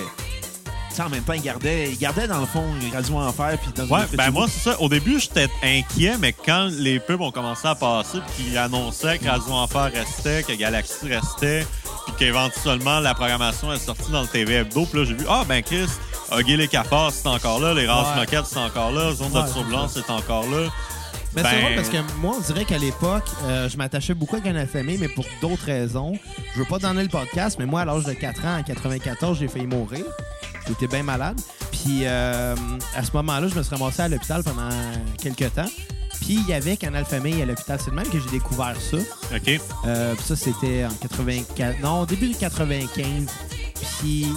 Speaker 3: tu sais, en même temps, il gardait, il gardait dans le fond Radio Enfer. Puis dans une
Speaker 1: Ouais,
Speaker 3: vie près de
Speaker 1: ben
Speaker 3: chez
Speaker 1: moi
Speaker 3: vous.
Speaker 1: c'est ça. Au début j'étais inquiet, mais quand les pubs ont commencé à passer, puis qu'ils annonçaient que Radio Enfer restait, que Galaxy restait, puis qu'éventuellement la programmation est sortie dans le TV Hebdo, puis là j'ai vu ah ben Chris, Huggy les cafards c'est encore là, les races
Speaker 4: Ouais.
Speaker 1: moquettes c'est encore là, Zone
Speaker 4: Ouais,
Speaker 1: de
Speaker 4: c'est
Speaker 1: turbulence c'est encore là.
Speaker 4: Mais c'est
Speaker 1: Ben-
Speaker 4: drôle parce que moi, on dirait qu'à l'époque, euh, je m'attachais beaucoup à Gun FME, mais pour d'autres raisons. Je veux pas donner le podcast, mais moi, à l'âge de 4 ans, en 94, j'ai failli mourir. J'étais bien malade. Puis euh, à ce moment-là, je me suis ramassé à l'hôpital pendant quelques temps. Puis il y avait Canal Famille à l'hôpital. C'est le même que j'ai découvert ça.
Speaker 1: OK.
Speaker 4: Euh, puis ça, c'était en 84. Non, début de 95. Puis,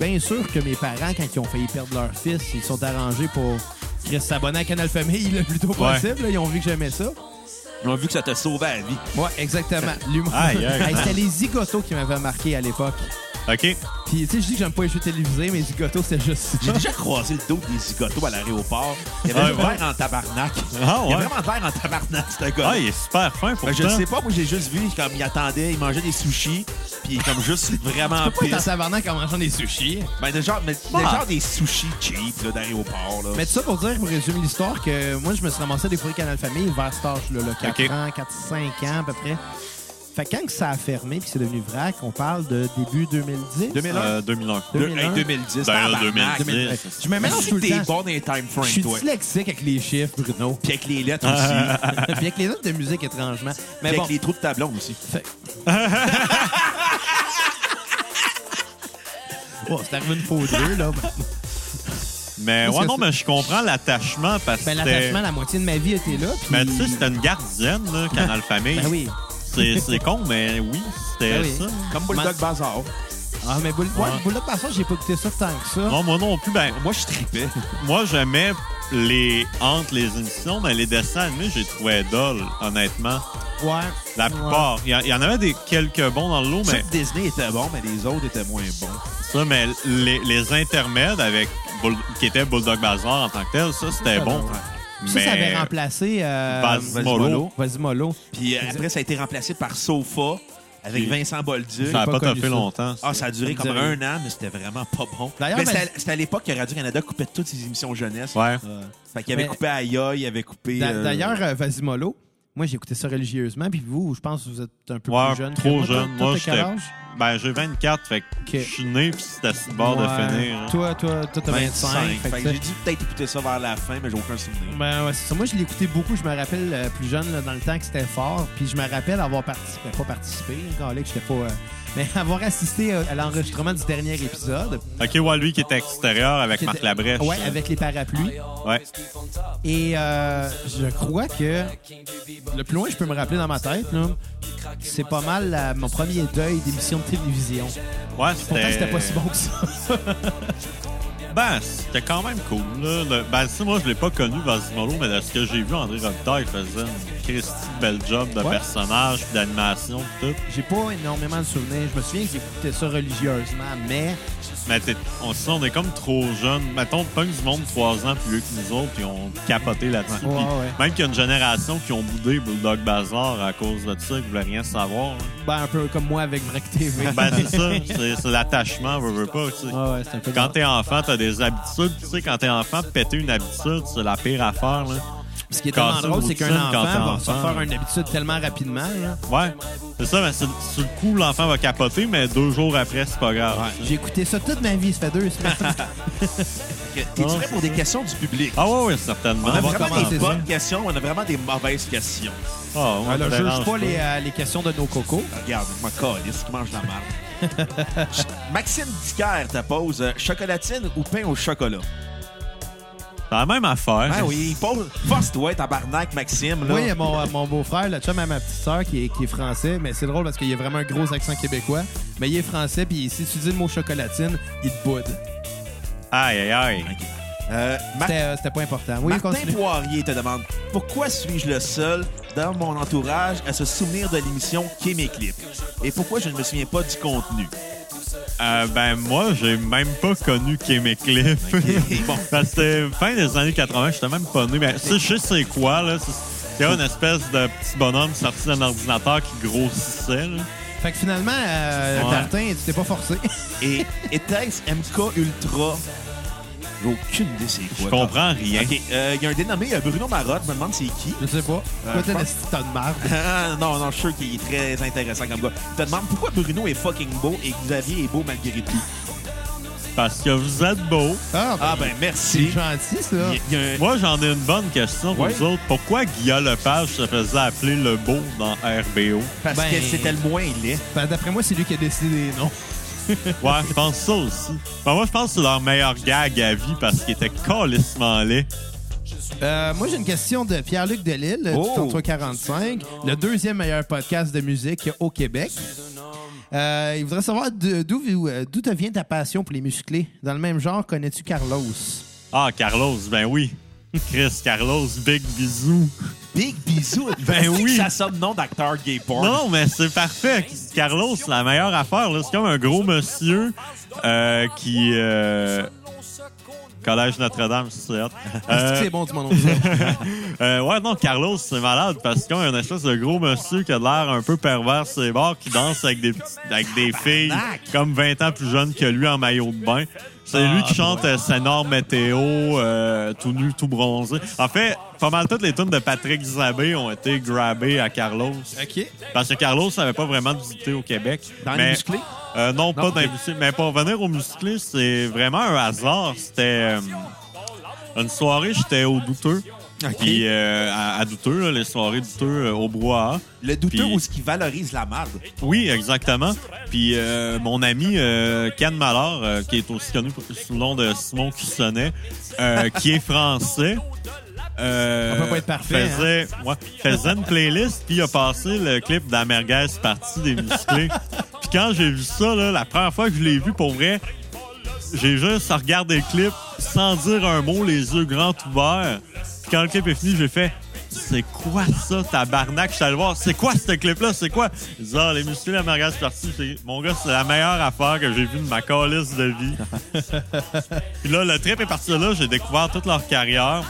Speaker 4: bien sûr que mes parents, quand ils ont failli perdre leur fils, ils se sont arrangés pour qu'ils s'abonnent à Canal Famille le plus tôt possible. là. Ils ont vu que j'aimais ça.
Speaker 3: Ils ont vu que ça te sauvait la vie.
Speaker 4: Ouais, exactement. <laughs> L'humour.
Speaker 1: Aïe, aïe.
Speaker 4: Hey, c'était les zigotos qui m'avaient marqué à l'époque.
Speaker 1: OK.
Speaker 4: Puis, tu sais, je dis que j'aime pas les jeux télévisés, mais zigotos, c'était juste
Speaker 3: J'ai
Speaker 4: ça.
Speaker 3: déjà croisé le dos des zigotos à l'aéroport. Il y avait
Speaker 1: Ah,
Speaker 3: un
Speaker 1: ouais.
Speaker 3: verre en tabarnak.
Speaker 1: Ah,
Speaker 3: Il
Speaker 1: ouais.
Speaker 3: y a vraiment un verre en tabarnak, ce gars.
Speaker 1: Ah, il est super fin pour
Speaker 3: Ben, je sais pas, moi j'ai juste vu comme il attendait, il mangeait des sushis, puis comme juste vraiment
Speaker 4: Tu peux pas être en
Speaker 3: pisse.
Speaker 4: tabarnak en mangeant des sushis.
Speaker 3: Ben, le genre, mais, le
Speaker 1: Ah.
Speaker 3: genre des sushis cheap là, d'aéroport. Là.
Speaker 4: Mais tout ça pour dire, pour résumer l'histoire, que moi, je me suis ramassé à découvrir Canal Famille vers cet âge-là, là, 4
Speaker 1: Ok.
Speaker 4: ans, 4, 5 ans à peu près. Fait que quand que ça a fermé puis c'est devenu vrac, on parle de début 2010.
Speaker 3: 2001.
Speaker 1: Euh, 2001.
Speaker 3: De-
Speaker 4: 2001.
Speaker 3: hey, 2010.
Speaker 1: Ben,
Speaker 3: tabarnak.
Speaker 1: 2010.
Speaker 4: Ouais. Je me mélange
Speaker 3: Si
Speaker 4: tout le
Speaker 3: t'es
Speaker 4: temps.
Speaker 3: bon dans les time
Speaker 4: Je suis
Speaker 3: frames, toi.
Speaker 4: dyslexique avec les chiffres,
Speaker 1: <laughs>
Speaker 4: Bruno.
Speaker 3: Puis avec les lettres aussi.
Speaker 4: puis avec les notes de musique, étrangement. Mais
Speaker 3: Puis
Speaker 4: bon,
Speaker 3: avec les trous de tableau aussi.
Speaker 4: oh, c'est arrivé une fois ou
Speaker 1: <laughs>
Speaker 4: deux, là. Ben,
Speaker 1: Mais
Speaker 4: Qu'est-ce
Speaker 1: ouais,
Speaker 4: que
Speaker 1: non,
Speaker 4: c'est?
Speaker 1: mais je comprends l'attachement parce que.
Speaker 4: Ben,
Speaker 1: c'était-
Speaker 4: l'attachement, la moitié de ma vie était là. puis-
Speaker 1: Mais tu sais, c'était une gardienne, là, Canal Famille.
Speaker 4: Ben oui.
Speaker 1: C'est c'est con, mais oui, c'était
Speaker 4: Ben oui.
Speaker 1: ça.
Speaker 3: Comme Bulldog
Speaker 4: Man-
Speaker 3: Bazaar.
Speaker 4: Ah, mais Bullet
Speaker 1: Ouais.
Speaker 4: Passage, j'ai pas écouté ça tant que ça.
Speaker 1: Non, moi non plus. Ben,
Speaker 3: Moi, je tripais.
Speaker 1: moi, j'aimais les entre les émissions, mais les dessins animés, j'ai trouvé dol, honnêtement.
Speaker 4: Ouais.
Speaker 1: La plupart. Il y a- il y, en avait des quelques bons dans le lot, mais
Speaker 3: Sauf que Disney était bon, mais les autres étaient moins bons.
Speaker 1: ça, mais les, les intermèdes avec Bull- qui était Bulldog Bazaar en tant que tel, ça, c'était
Speaker 4: Ça,
Speaker 1: bon.
Speaker 4: ouais.
Speaker 1: Mais
Speaker 4: Puis Ça, ça avait remplacé. Euh,
Speaker 1: Vasimolo.
Speaker 4: Vasimolo.
Speaker 3: Puis euh, après, ça a été remplacé par Sofa avec
Speaker 1: Puis-
Speaker 3: Vincent Bolduc.
Speaker 1: ça n'a
Speaker 4: j'ai
Speaker 1: pas
Speaker 4: pas
Speaker 1: tapé
Speaker 4: connu ça.
Speaker 1: longtemps. ça.
Speaker 3: Ah, ça a duré comme
Speaker 4: Duré.
Speaker 3: un an, mais c'était vraiment pas bon.
Speaker 4: D'ailleurs,
Speaker 3: mais
Speaker 4: mais-
Speaker 3: c'était à- c'était à l'époque que Radio-Canada coupait toutes ses émissions jeunesse. Euh,
Speaker 1: Ouais.
Speaker 3: Fait qu'il avait
Speaker 4: Mais-
Speaker 3: coupé Aya, il avait coupé.
Speaker 4: D'a-
Speaker 3: euh,
Speaker 4: D'ailleurs, euh, Vasimolo, moi, j'ai écouté ça religieusement. Puis vous, je pense que vous êtes un peu
Speaker 1: Ouais,
Speaker 4: plus jeune. que
Speaker 1: trop
Speaker 4: moi. Toi,
Speaker 1: jeune.
Speaker 4: toi,
Speaker 1: Moi,
Speaker 4: t'as quel
Speaker 1: j'étais-
Speaker 4: âge?
Speaker 1: Ben, j'ai 24, fait que je suis né, puis c'était sur le bord de
Speaker 4: Ouais.
Speaker 1: finir. hein.
Speaker 4: Toi, toi, toi, t'as 25.
Speaker 3: 25.
Speaker 4: fait que
Speaker 3: Fait que
Speaker 4: t'as-
Speaker 3: j'ai dû peut-être écouter ça vers la fin, mais j'ai aucun souvenir.
Speaker 4: Ben ouais, c'est ça. Moi, je l'ai écouté beaucoup. Je me rappelle euh, plus jeune, là, dans le temps, que c'était fort. Puis je me rappelle avoir participé, pas participé, quand là, que j'étais pas. euh, mais <laughs> avoir assisté euh, à l'enregistrement du dernier épisode.
Speaker 1: OK, ouais, lui qui était extérieur avec
Speaker 4: qui
Speaker 1: Marc
Speaker 4: était-
Speaker 1: Labrèche. hein.
Speaker 4: Ouais, avec les parapluies.
Speaker 1: Ouais.
Speaker 4: Et euh, je crois que le plus loin que je peux me rappeler dans ma tête, là, c'est pas mal la- mon premier deuil d'émission de télévision.
Speaker 1: Ouais,
Speaker 4: Pourtant, c'était pas si bon que ça. <laughs>
Speaker 1: Ben, c'était quand même cool. Là. Le- Ben, si moi, je l'ai pas connu, Vasimolo, mais de ce que j'ai vu, André Robitaille faisait une Christy belle job de
Speaker 4: Ouais.
Speaker 1: personnage, puis d'animation, puis tout.
Speaker 4: J'ai pas énormément de souvenirs. Je me souviens que j'écoutais ça religieusement, mais
Speaker 1: Mais t'es- on, sinon, on est comme trop jeunes. Mettons, pas du monde 3 ans plus vieux que nous autres, puis on capoté là-dessus.
Speaker 4: Ouais,
Speaker 1: Puis
Speaker 4: ouais.
Speaker 1: Même qu'il y a une génération qui ont boudé Bulldog Bazar à cause de ça, qui voulaient rien savoir. hein.
Speaker 4: ben, un peu comme moi avec Vrac TV.
Speaker 1: <laughs> Ben, c'est
Speaker 4: <laughs>
Speaker 1: ça. C'est- C'est l'attachement, veux, veux pas. tu sais.
Speaker 4: Ah ouais, c'est un peu
Speaker 1: Quand t'es enfant, t'as des habitudes. Tu sais, quand t'es enfant, péter une habitude, c'est la pire affaire. Là.
Speaker 4: Ce qui est
Speaker 1: Quand
Speaker 4: tellement
Speaker 1: ça
Speaker 4: drôle,
Speaker 1: vous
Speaker 4: c'est qu'un
Speaker 1: sonne quand
Speaker 4: enfant
Speaker 1: t'es
Speaker 4: va se
Speaker 1: enfant.
Speaker 4: faire une habitude tellement rapidement. là.
Speaker 1: Ouais, c'est ça, mais sur, sur le coup, l'enfant va capoter, mais deux jours après, c'est pas grave.
Speaker 4: J'ai écouté ça toute ma vie, ça fait
Speaker 1: <laughs>
Speaker 4: deux semaines.
Speaker 3: Fait que T'es-tu prêt pour des questions du public?
Speaker 1: Ah ouais, ouais, certainement.
Speaker 3: On
Speaker 1: va
Speaker 3: a vraiment
Speaker 1: commencer.
Speaker 3: des
Speaker 4: commencer.
Speaker 3: bonnes questions, on a vraiment des mauvaises questions.
Speaker 1: Ah, on
Speaker 4: Alors,
Speaker 1: te
Speaker 4: je juge
Speaker 1: dérange
Speaker 4: pas les, euh, les questions de nos cocos.
Speaker 3: Regarde, moi, calisse qui mange de la merde.
Speaker 4: <laughs>
Speaker 3: Maxime Dicker te pose euh, chocolatine ou pain au chocolat?
Speaker 1: C'est la même affaire.
Speaker 3: Ah oui, pose- force-toi, tabarnak, Maxime. Là.
Speaker 4: Ben Oui, mon, euh, mon beau-frère, le chum à ma petite sœur qui est, qui est français, mais c'est drôle parce qu'il a vraiment un gros accent québécois. Mais il est français, puis si tu dis le mot chocolatine, il te boude.
Speaker 3: Bah.
Speaker 1: Aïe, aïe, aïe.
Speaker 3: Ok. Euh, Mar-
Speaker 4: C'était euh, c'était pas important. Oui,
Speaker 3: Martin
Speaker 4: continue.
Speaker 3: Poirier te demande Pourquoi suis-je le seul dans mon entourage à se souvenir de l'émission Clip Et pourquoi je ne me souviens pas du contenu
Speaker 1: Euh, ben, moi, j'ai même pas connu Québec Cliff.
Speaker 3: Ok, bon.
Speaker 1: <laughs> Parce que fin des années 80, j'étais même pas né. Mais tu sais, je sais c'est quoi, là. C'est- C'est une espèce de petit bonhomme sorti d'un ordinateur qui grossissait, là.
Speaker 4: Fait que finalement, euh,
Speaker 1: Ouais.
Speaker 4: Martin, tu t'es pas forcé.
Speaker 3: Et
Speaker 4: <laughs>
Speaker 3: était-ce MK Ultra J'ai aucune idée c'est quoi.
Speaker 1: Je comprends rien.
Speaker 3: Ok, euh, il y a un dénommé euh, Bruno Marotte, je me demande c'est qui.
Speaker 4: Je sais pas.
Speaker 3: je
Speaker 4: Toi, t'es
Speaker 3: pense-
Speaker 4: un esti de tas de marde.
Speaker 3: Ah, non, non, je suis sûr qu'il est très intéressant comme gars. Je te demande pourquoi Bruno est fucking beau et Xavier est beau malgré tout.
Speaker 1: parce que vous êtes beaux.
Speaker 4: Ah,
Speaker 1: Euh,
Speaker 3: Ah, ben
Speaker 4: c'est
Speaker 3: merci.
Speaker 4: gentil, ça.
Speaker 3: Il y a un-
Speaker 1: Moi, j'en ai une bonne question pour
Speaker 3: Ouais.
Speaker 1: vous autres. Pourquoi Guillaume Lepage se faisait appeler le beau dans RBO?
Speaker 3: Parce
Speaker 4: Ben-
Speaker 3: que c'était le moins
Speaker 1: <laughs>
Speaker 3: laid.
Speaker 4: Ben, D'après moi, c'est lui qui a décidé, non?
Speaker 1: Ouais, je pense ça aussi. Ben, moi, je pense que c'est leur meilleur gag à vie parce qu'il était calissement laid.
Speaker 4: Euh, moi, j'ai une question de Pierre-Luc Delille,
Speaker 3: Oh!
Speaker 4: tout en 345, le deuxième meilleur podcast de musique au Québec. Euh, il voudrait savoir de- d'où euh, d'où te vient ta passion pour les musclés. Dans le même genre, connais-tu Carlos?
Speaker 1: Ah, Carlos, ben oui. Chris, Carlos, big bisou.
Speaker 3: Big bisous.
Speaker 1: Ben oui.
Speaker 3: Ça sonne nom d'acteur gay porn.
Speaker 1: Non, mais c'est parfait. Carlos, c'est la meilleure affaire. là. C'est comme un gros monsieur euh, qui... euh, Collège Notre-Dame, c'est ça.
Speaker 4: Est-ce que
Speaker 1: Euh,
Speaker 4: C'est bon, tu
Speaker 1: <laughs>
Speaker 4: m'en as dit.
Speaker 1: Euh, ouais, non, Carlos, c'est malade parce qu'il y a un espèce de gros monsieur qui a l'air un peu pervers sur les bords qui danse avec des, petites- avec des filles comme 20 ans plus jeunes que lui en maillot de bain. C'est lui
Speaker 4: Ah,
Speaker 1: qui chante euh, Sénor Météo, euh, tout nu, tout bronzé. En fait, pas mal toutes les tunes de Patrick Zabé ont été grabées à Carlos.
Speaker 4: OK.
Speaker 1: Parce que Carlos n'avait pas vraiment de visité au Québec.
Speaker 4: Dans les
Speaker 1: Mais-
Speaker 4: musclés?
Speaker 1: Euh, non, pas
Speaker 4: ok.
Speaker 1: dans les musclés. Mais pour revenir aux musclés, c'est vraiment un hasard. C'était euh, une soirée, j'étais au douteux. Puis euh, à, à douteux, là, les soirées douteux euh, au brouhaha.
Speaker 3: Le douteux
Speaker 1: Puis-
Speaker 3: où ce qui valorise la marde.
Speaker 1: Oui, exactement. Puis euh, mon ami euh, Ken Mallard, euh, qui est aussi connu pour- sous le nom de Simon Cussonnet, euh, qui est français. euh,
Speaker 4: On peut pas être parfait, hein.
Speaker 1: Faisait, ouais, faisait une playlist, puis il a passé le clip d'Amerguez Partie des
Speaker 4: <laughs>
Speaker 1: musclés. puis quand j'ai vu ça, là, la première fois que je l'ai vu, pour vrai, j'ai juste regardé le clip sans dire un mot, les yeux grands ouverts. Puis quand le clip est fini, j'ai fait C'est quoi ça, tabarnak? Je suis allé voir, c'est quoi ce clip-là? C'est quoi? Ils disent, Ah, les musclés, la margasse partie. Mon gars, c'est la meilleure affaire que j'ai vue de ma calice de vie. Puis là, le trip est parti de là, j'ai découvert toute leur carrière.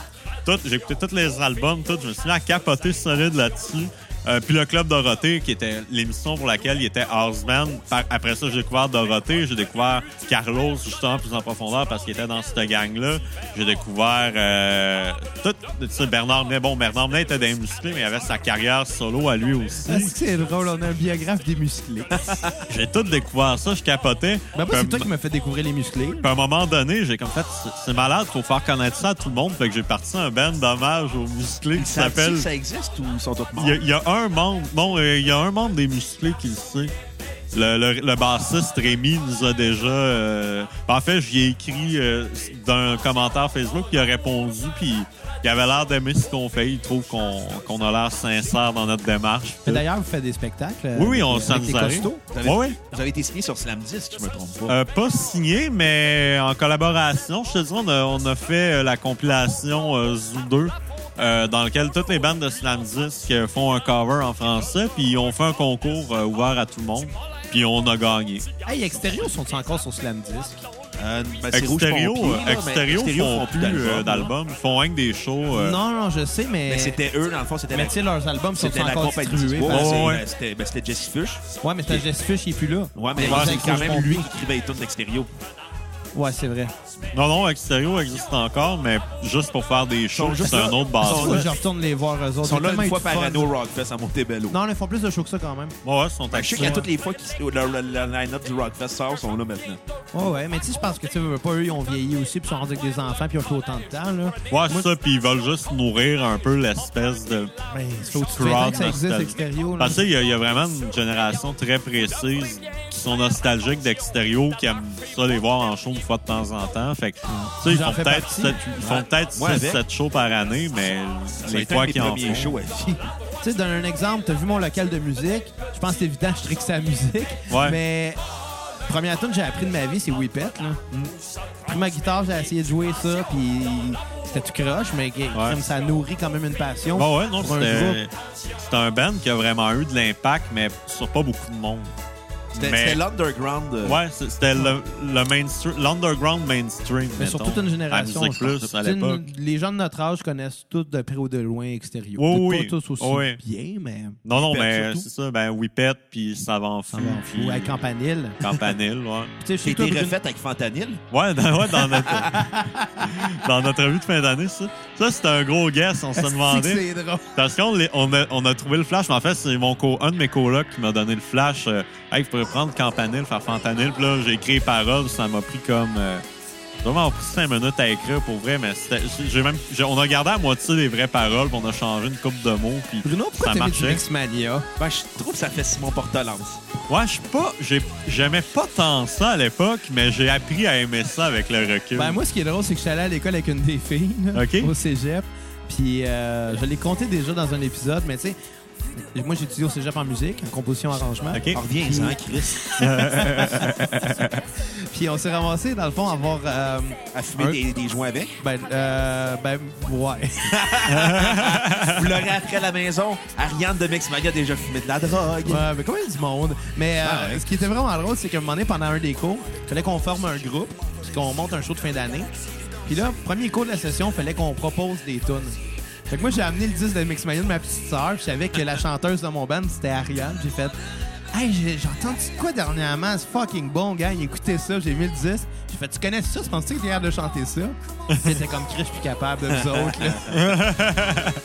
Speaker 1: Tout- j'ai écouté tous les albums, tout. Je me suis mis à capoter solide là-dessus. Euh, puis le Club Dorothée, qui était l'émission pour laquelle il était Horseman. Par- Après ça, j'ai découvert Dorothée, j'ai découvert Carlos, justement, plus en profondeur, parce qu'il était dans cette gang-là. J'ai découvert euh, tout. Tu sais, Bernard Menet. Bon, Bernard Menet était des musclé, mais il avait sa carrière solo à lui aussi.
Speaker 4: Est-ce que c'est drôle? On a un biographe des musclés.
Speaker 1: J'ai tout découvert ça, je capotais.
Speaker 4: Ben, moi, c'est
Speaker 1: Puis,
Speaker 4: toi qui m'as fait découvrir les musclés.
Speaker 1: puis à un moment donné, j'ai comme fait, c'est- c'est malade, faut faire connaître ça à tout le monde. Fait que j'ai parti un band d'hommage aux musclés qui
Speaker 3: Ça
Speaker 1: s'appelle.
Speaker 3: Ça existe ou ils sont tous morts?
Speaker 1: Il y a- il y, a un membre, bon, euh, il y a un membre des musclés qui le sait. Le, le- le bassiste Rémi nous a déjà. euh, en fait, j'y ai écrit euh, d'un commentaire Facebook, il a répondu, puis il avait l'air d'aimer ce qu'on fait. Il trouve qu'on qu'on a l'air sincère dans notre démarche.
Speaker 4: Mais D'ailleurs, vous faites des spectacles. euh,
Speaker 1: oui, oui, on
Speaker 4: avec
Speaker 1: s'en
Speaker 4: des
Speaker 1: nous arrive.
Speaker 4: costauds.
Speaker 3: Vous avez-
Speaker 1: Ouais, ouais.
Speaker 3: Vous avez été signé sur Slam Disc, je me trompe pas.
Speaker 1: Euh, pas signé, mais en collaboration. Je te dis, on a, on a fait euh, la compilation euh, Zoo 2, euh, dans lequel toutes les bandes de Slam Disc euh, font un cover en français, puis on fait un concours euh, ouvert à tout le monde, puis on a gagné.
Speaker 4: Hey, extérieurs sont encore sur Slam Disc?
Speaker 3: Euh, ben, c'est Rouge
Speaker 1: Extérieur,
Speaker 3: Pompier, là, mais
Speaker 1: extérieur
Speaker 3: Extérieur
Speaker 1: euh, font plus euh,
Speaker 3: d'album.
Speaker 1: d'albums, ils font rien que des shows. euh,
Speaker 4: Non, non, je sais, mais.
Speaker 3: Mais c'était eux, dans le fond, c'était
Speaker 4: Mais
Speaker 3: la,
Speaker 4: tu sais, leurs albums sont
Speaker 3: c'était la
Speaker 4: encore
Speaker 3: compagnie
Speaker 4: distribués.
Speaker 3: du bois.
Speaker 4: par-
Speaker 1: Ouais,
Speaker 3: C'est-
Speaker 1: ouais.
Speaker 3: ben, C'était ben, c'était Jesse Fuchs.
Speaker 4: Ouais, mais t'as Jess Fish, il est plus là.
Speaker 3: Ouais, mais
Speaker 4: Ouais,
Speaker 3: c'est
Speaker 4: c'est
Speaker 3: quand
Speaker 4: Rouge
Speaker 3: même
Speaker 4: Pompier.
Speaker 3: lui qui écrivait les tunes d'Extérieur.
Speaker 4: Ouais, c'est vrai.
Speaker 1: non, non, Extérieur existe encore, mais juste pour faire des shows,
Speaker 3: sont juste
Speaker 1: c'est un
Speaker 3: là.
Speaker 1: autre
Speaker 3: Ils sont
Speaker 1: base.
Speaker 4: Faut
Speaker 3: là.
Speaker 4: que je retourne les voir eux autres.
Speaker 3: Ah, Ils sont là
Speaker 4: Tellement
Speaker 3: une fois
Speaker 4: du
Speaker 3: par
Speaker 4: fun.
Speaker 3: année au Rockfest à Montebello.
Speaker 4: Non, ils font plus de shows que ça quand même.
Speaker 1: Ouais, ouais, ils sont
Speaker 3: Ben, je sais
Speaker 1: actifs.
Speaker 3: qu'il y a toutes les fois que le, le- le line-up du Rockfest sort, sont là maintenant.
Speaker 4: Ouais, ouais, mais tu sais, je pense que tu sais, veux, veux pas, eux, ils ont vieilli aussi, puis ils sont rendus avec des enfants, puis ils ont plus autant de temps, là.
Speaker 1: Ouais, c'est ça, puis ils veulent juste nourrir un peu l'espèce de
Speaker 4: Mais faut que tu
Speaker 1: Crowd
Speaker 4: que ça existe,
Speaker 1: nostalgie.
Speaker 4: extérieur, là.
Speaker 1: Parce qu'il y, a- il y a vraiment une génération très précise qui sont nostalgiques d'extérieur, qui aiment ça les voir en show une fois de temps en temps. Fait que, tu sais, ils
Speaker 4: J'en
Speaker 1: font
Speaker 4: fais
Speaker 1: peut-être
Speaker 4: partie.
Speaker 1: sept- ils font peut-être
Speaker 3: Moi, avec.
Speaker 1: 7 shows par année, mais les fois qu'ils en
Speaker 3: premiers
Speaker 1: font.
Speaker 3: shows à vie.
Speaker 4: Tu sais, donne un exemple, t'as vu mon local de musique. Je pense que c'est évident, je trique sa musique.
Speaker 1: Ouais.
Speaker 4: Mais première tune que j'ai appris de ma vie, c'est Whippet. Là. J'ai pris ma guitare, j'ai essayé de jouer ça, puis c'était tout croche, mais comme ça nourrit quand même une passion.
Speaker 3: Bah
Speaker 1: Bon, ouais, non,
Speaker 4: pour un
Speaker 1: c'était
Speaker 4: groupe.
Speaker 1: c'est un band qui a vraiment eu de l'impact, mais sur pas beaucoup de monde.
Speaker 3: C'était
Speaker 1: Mais-
Speaker 3: c'était l'underground. euh,
Speaker 1: Ouais, c'est- c'était le, le mainstream, l'underground mainstream.
Speaker 4: Mais sur
Speaker 1: mettons,
Speaker 4: toute une génération.
Speaker 1: À Musique
Speaker 4: je pense.
Speaker 1: Plus, à
Speaker 4: Tu sais,
Speaker 1: l'époque.
Speaker 4: Les gens de notre âge connaissent tous de près ou de loin extérieur.
Speaker 1: Oui,
Speaker 4: Peut-être
Speaker 1: oui.
Speaker 4: Pas tous aussi
Speaker 1: Oui.
Speaker 4: bien, mais.
Speaker 1: Non, non,
Speaker 4: Whippet,
Speaker 1: mais
Speaker 4: surtout.
Speaker 1: c'est ça, ben Whippet, puis Savant
Speaker 4: Ça
Speaker 1: Fou,
Speaker 4: va en fou.
Speaker 1: puis
Speaker 4: Avec Campanile.
Speaker 1: Campanile, ouais.
Speaker 4: Puis tu sais,
Speaker 3: J'ai
Speaker 4: chez
Speaker 3: été
Speaker 4: toi, Bruno-
Speaker 3: refaite avec Fantanil.
Speaker 1: Ouais, dans, ouais, dans notre dans notre revue de fin d'année, ça. Ça, c'était un gros guess, on se
Speaker 4: <laughs> Est-ce que
Speaker 1: demandait.
Speaker 4: C'est drôle.
Speaker 1: Parce qu'on l'est- on a, on a trouvé le flash, mais en fait, c'est mon co, un de mes colocs qui m'a donné le flash. Euh, hey, vous pourrez prendre Campanile, faire Fantanil. Puis là, j'ai écrit les paroles, ça m'a pris comme. Euh, vraiment pris cinq minutes à écrire pour vrai, mais c'était- j'ai- j'ai même, j'ai- on a gardé à moitié les vraies paroles, puis on a changé une coupe de mots, puis
Speaker 4: Bruno,
Speaker 1: ça
Speaker 4: pourquoi t'as mis du
Speaker 1: marchait.
Speaker 4: Mixmania?
Speaker 3: Ben, je trouve que ça fait Simon Portalance.
Speaker 1: Ouais, je suis pas. j'ai- J'aimais pas tant ça à l'époque, mais j'ai appris à aimer ça avec le recul.
Speaker 4: Ben, moi, ce qui est drôle, c'est que je suis allé à l'école avec une des filles là,
Speaker 1: OK.
Speaker 4: au cégep. Puis euh, je l'ai compté déjà dans un épisode, mais tu sais, moi, j'étudie au cégep en musique, en composition-arrangement.
Speaker 1: OK.
Speaker 3: On revient, ça, hein, Chris?
Speaker 4: Puis on s'est ramassé, dans le fond, à avoir. euh,
Speaker 3: À fumer
Speaker 4: Un-
Speaker 3: des, des joints avec.
Speaker 4: ben, euh, ben, ouais. <laughs>
Speaker 3: Vous l'aurez après à la maison. Ariane de Mixmaga a déjà fumé de la drogue.
Speaker 4: Ouais, mais comment il y a du monde? Mais euh,
Speaker 3: Ah ouais.
Speaker 4: ce qui était vraiment drôle, c'est qu'à un moment donné, pendant un des cours, il fallait qu'on forme un groupe, puis qu'on monte un show de fin d'année. Puis là, premier cours de la session, il fallait qu'on propose des tunes. Fait que moi, j'ai amené le 10 de Mixmania de ma petite sœur, puis je savais que la chanteuse de mon band, c'était Ariane. J'ai fait Hey, j'ai j'ai entendu de quoi dernièrement? C'est fucking bon, gars. Écoutez ça, j'ai mis le 10. J'ai fait Tu connais ça? Tu penses-tu que t'es capable de chanter ça? C'était comme Chris, je suis capable, là, vous autres. là.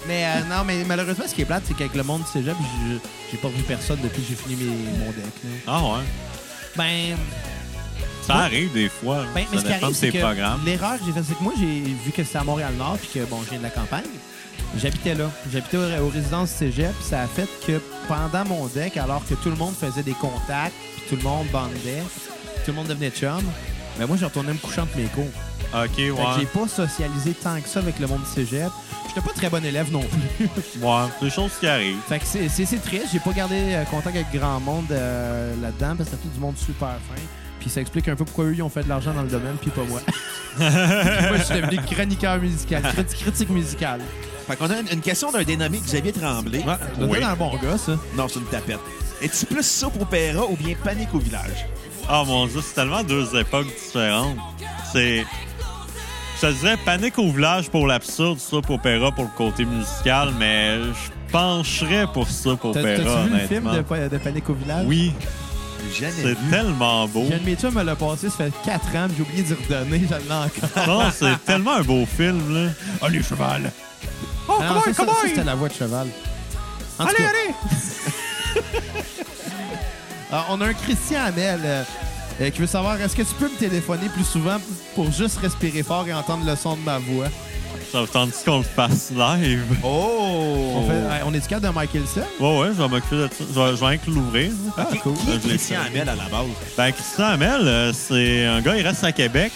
Speaker 4: Mais euh, non, mais malheureusement, ce qui est plate, c'est qu'avec le monde du cégep, je- j'ai pas vu personne depuis que j'ai fini mes, mon deck. là.
Speaker 1: Ah ouais.
Speaker 4: Ben,
Speaker 1: Ça arrive des fois. hein.
Speaker 4: ben, mais
Speaker 1: ça
Speaker 4: ce qui
Speaker 1: dépend
Speaker 4: arrive,
Speaker 1: de
Speaker 4: c'est
Speaker 1: tes
Speaker 4: que
Speaker 1: programmes.
Speaker 4: l'erreur que j'ai faite, c'est que moi, j'ai vu que c'était à Montréal-Nord puis que, bon, je viens de la campagne. J'habitais là. J'habitais au- aux résidences du cégep. puis Ça a fait que pendant mon deck, alors que tout le monde faisait des contacts, puis tout le monde bandait, tout le monde devenait chum, ben moi, je retournais me coucher entre mes cours.
Speaker 1: Ok, ouais.
Speaker 4: Fait que j'ai pas socialisé tant que ça avec le monde du cégep. J'étais pas très bon élève non plus.
Speaker 1: Ouais, des choses qui arrivent.
Speaker 4: Fait que c'est- c'est c'est triste. J'ai pas gardé euh, contact avec grand monde euh, là-dedans parce que c'était tout du monde super fin. Puis ça explique un peu pourquoi eux, ils ont fait de l'argent dans le domaine, puis pas moi.
Speaker 1: <laughs>
Speaker 4: moi, je suis devenu chroniqueur musical, criti- critique musicale.
Speaker 3: Fait qu'on a une, une question d'un dénommé Xavier Tremblay. Oh,
Speaker 4: Le
Speaker 1: Ah, Oui.
Speaker 4: donne un bon gars, ça.
Speaker 3: Non, c'est une tapette. Es-tu plus soupe opéra ou bien panique au village?
Speaker 1: Ah mon dieu, c'est tellement deux époques différentes. C'est. Je te dirais panique au village pour l'absurde, Soupe Opéra pour le côté musical, mais je pencherais pour Soupe
Speaker 4: T'as- T'as-tu
Speaker 1: Opéra,
Speaker 4: vu le film
Speaker 1: honnêtement.
Speaker 4: de, Pa- de Panique au village?
Speaker 1: Oui,
Speaker 3: Jamais
Speaker 1: c'est tellement beau.
Speaker 4: J'ai un de mes chums me l'a passé, ça fait 4 ans, puis j'ai oublié d'y redonner, j'en ai
Speaker 1: <laughs>
Speaker 4: encore.
Speaker 1: Non, c'est tellement un beau film, là.
Speaker 4: Ah,
Speaker 3: Allez, cheval!
Speaker 4: Oh, comment, comment? C'était la voix de cheval. allez, <laughs> allez! Ah, on a un Christian Amel euh, euh, qui veut savoir est-ce que tu peux me téléphoner plus souvent pour juste respirer fort et entendre le son de ma voix?
Speaker 1: Ça vous tente qu'on le fasse live?
Speaker 3: Oh!
Speaker 4: On, fait, euh, on est du cadre de Michelson?
Speaker 1: Ouais, ouais, je vais m'occuper de ça. Je vais, je vais rien que l'ouvrir.
Speaker 4: Ah, cool.
Speaker 3: Qui est
Speaker 1: Je l'ai
Speaker 3: Christian
Speaker 1: fait.
Speaker 3: Hamel à la base?
Speaker 1: Ben, Christian Hamel, euh, c'est un gars, il reste à Québec.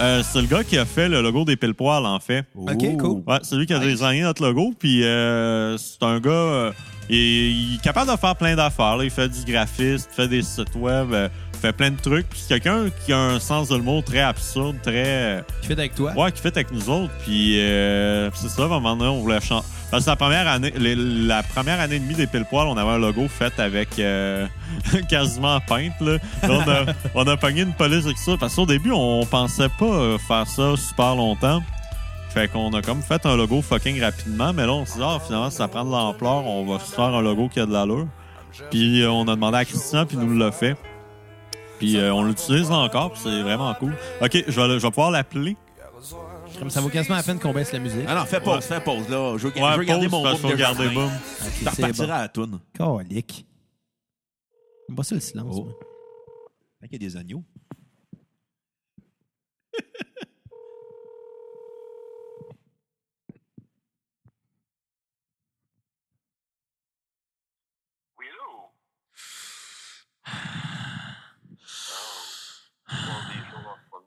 Speaker 1: Euh, c'est le gars qui a fait le logo des pile poils en fait.
Speaker 4: OK, cool.
Speaker 1: Ouais, c'est lui qui a designé notre logo. Puis euh, c'est un gars, euh, il, il est capable de faire plein d'affaires. là. Il fait du graphisme, il fait des sites web, euh, il fait plein de trucs. Puis c'est quelqu'un qui a un sens de l'humour très absurde, très. euh,
Speaker 4: Qui fait avec toi?
Speaker 1: Ouais, qui fait avec nous autres. Puis euh, c'est ça, à un moment donné, on voulait changer. Parce que la première année, les- la première année et demie des pile poils, on avait un logo fait avec euh, <laughs> quasiment peinte. Là. Là, on, a, <laughs> on a pogné une police avec ça. Parce qu'au début, on pensait pas euh, faire ça super longtemps. Fait qu'on a comme fait un logo fucking rapidement, mais là on s'est dit ah finalement si ça prend de l'ampleur, on va se faire un logo qui a de l'allure. Puis euh, on a demandé à Christian puis il nous l'a fait. Puis euh, on l'utilise encore, puis c'est vraiment cool. Ok, je vais, le- je vais pouvoir l'appeler.
Speaker 4: Comme ça vaut quasiment la peine qu'on baisse la musique.
Speaker 3: Ah non, fais pause, fais pause, là. Je veux, je veux
Speaker 1: Ouais,
Speaker 3: garder
Speaker 1: pause,
Speaker 3: mon
Speaker 1: parce
Speaker 3: boom
Speaker 1: qu'on
Speaker 3: de
Speaker 1: garde les
Speaker 3: jardin.
Speaker 1: booms.
Speaker 3: Tu
Speaker 4: c'est bon.
Speaker 3: repartiras à la toune.
Speaker 4: Colique. J'aime pas ça le silence.
Speaker 3: Oh.
Speaker 4: moi.
Speaker 3: Fait qu'il y a des agneaux.
Speaker 2: Oui, hello. Oh, des choses en fun.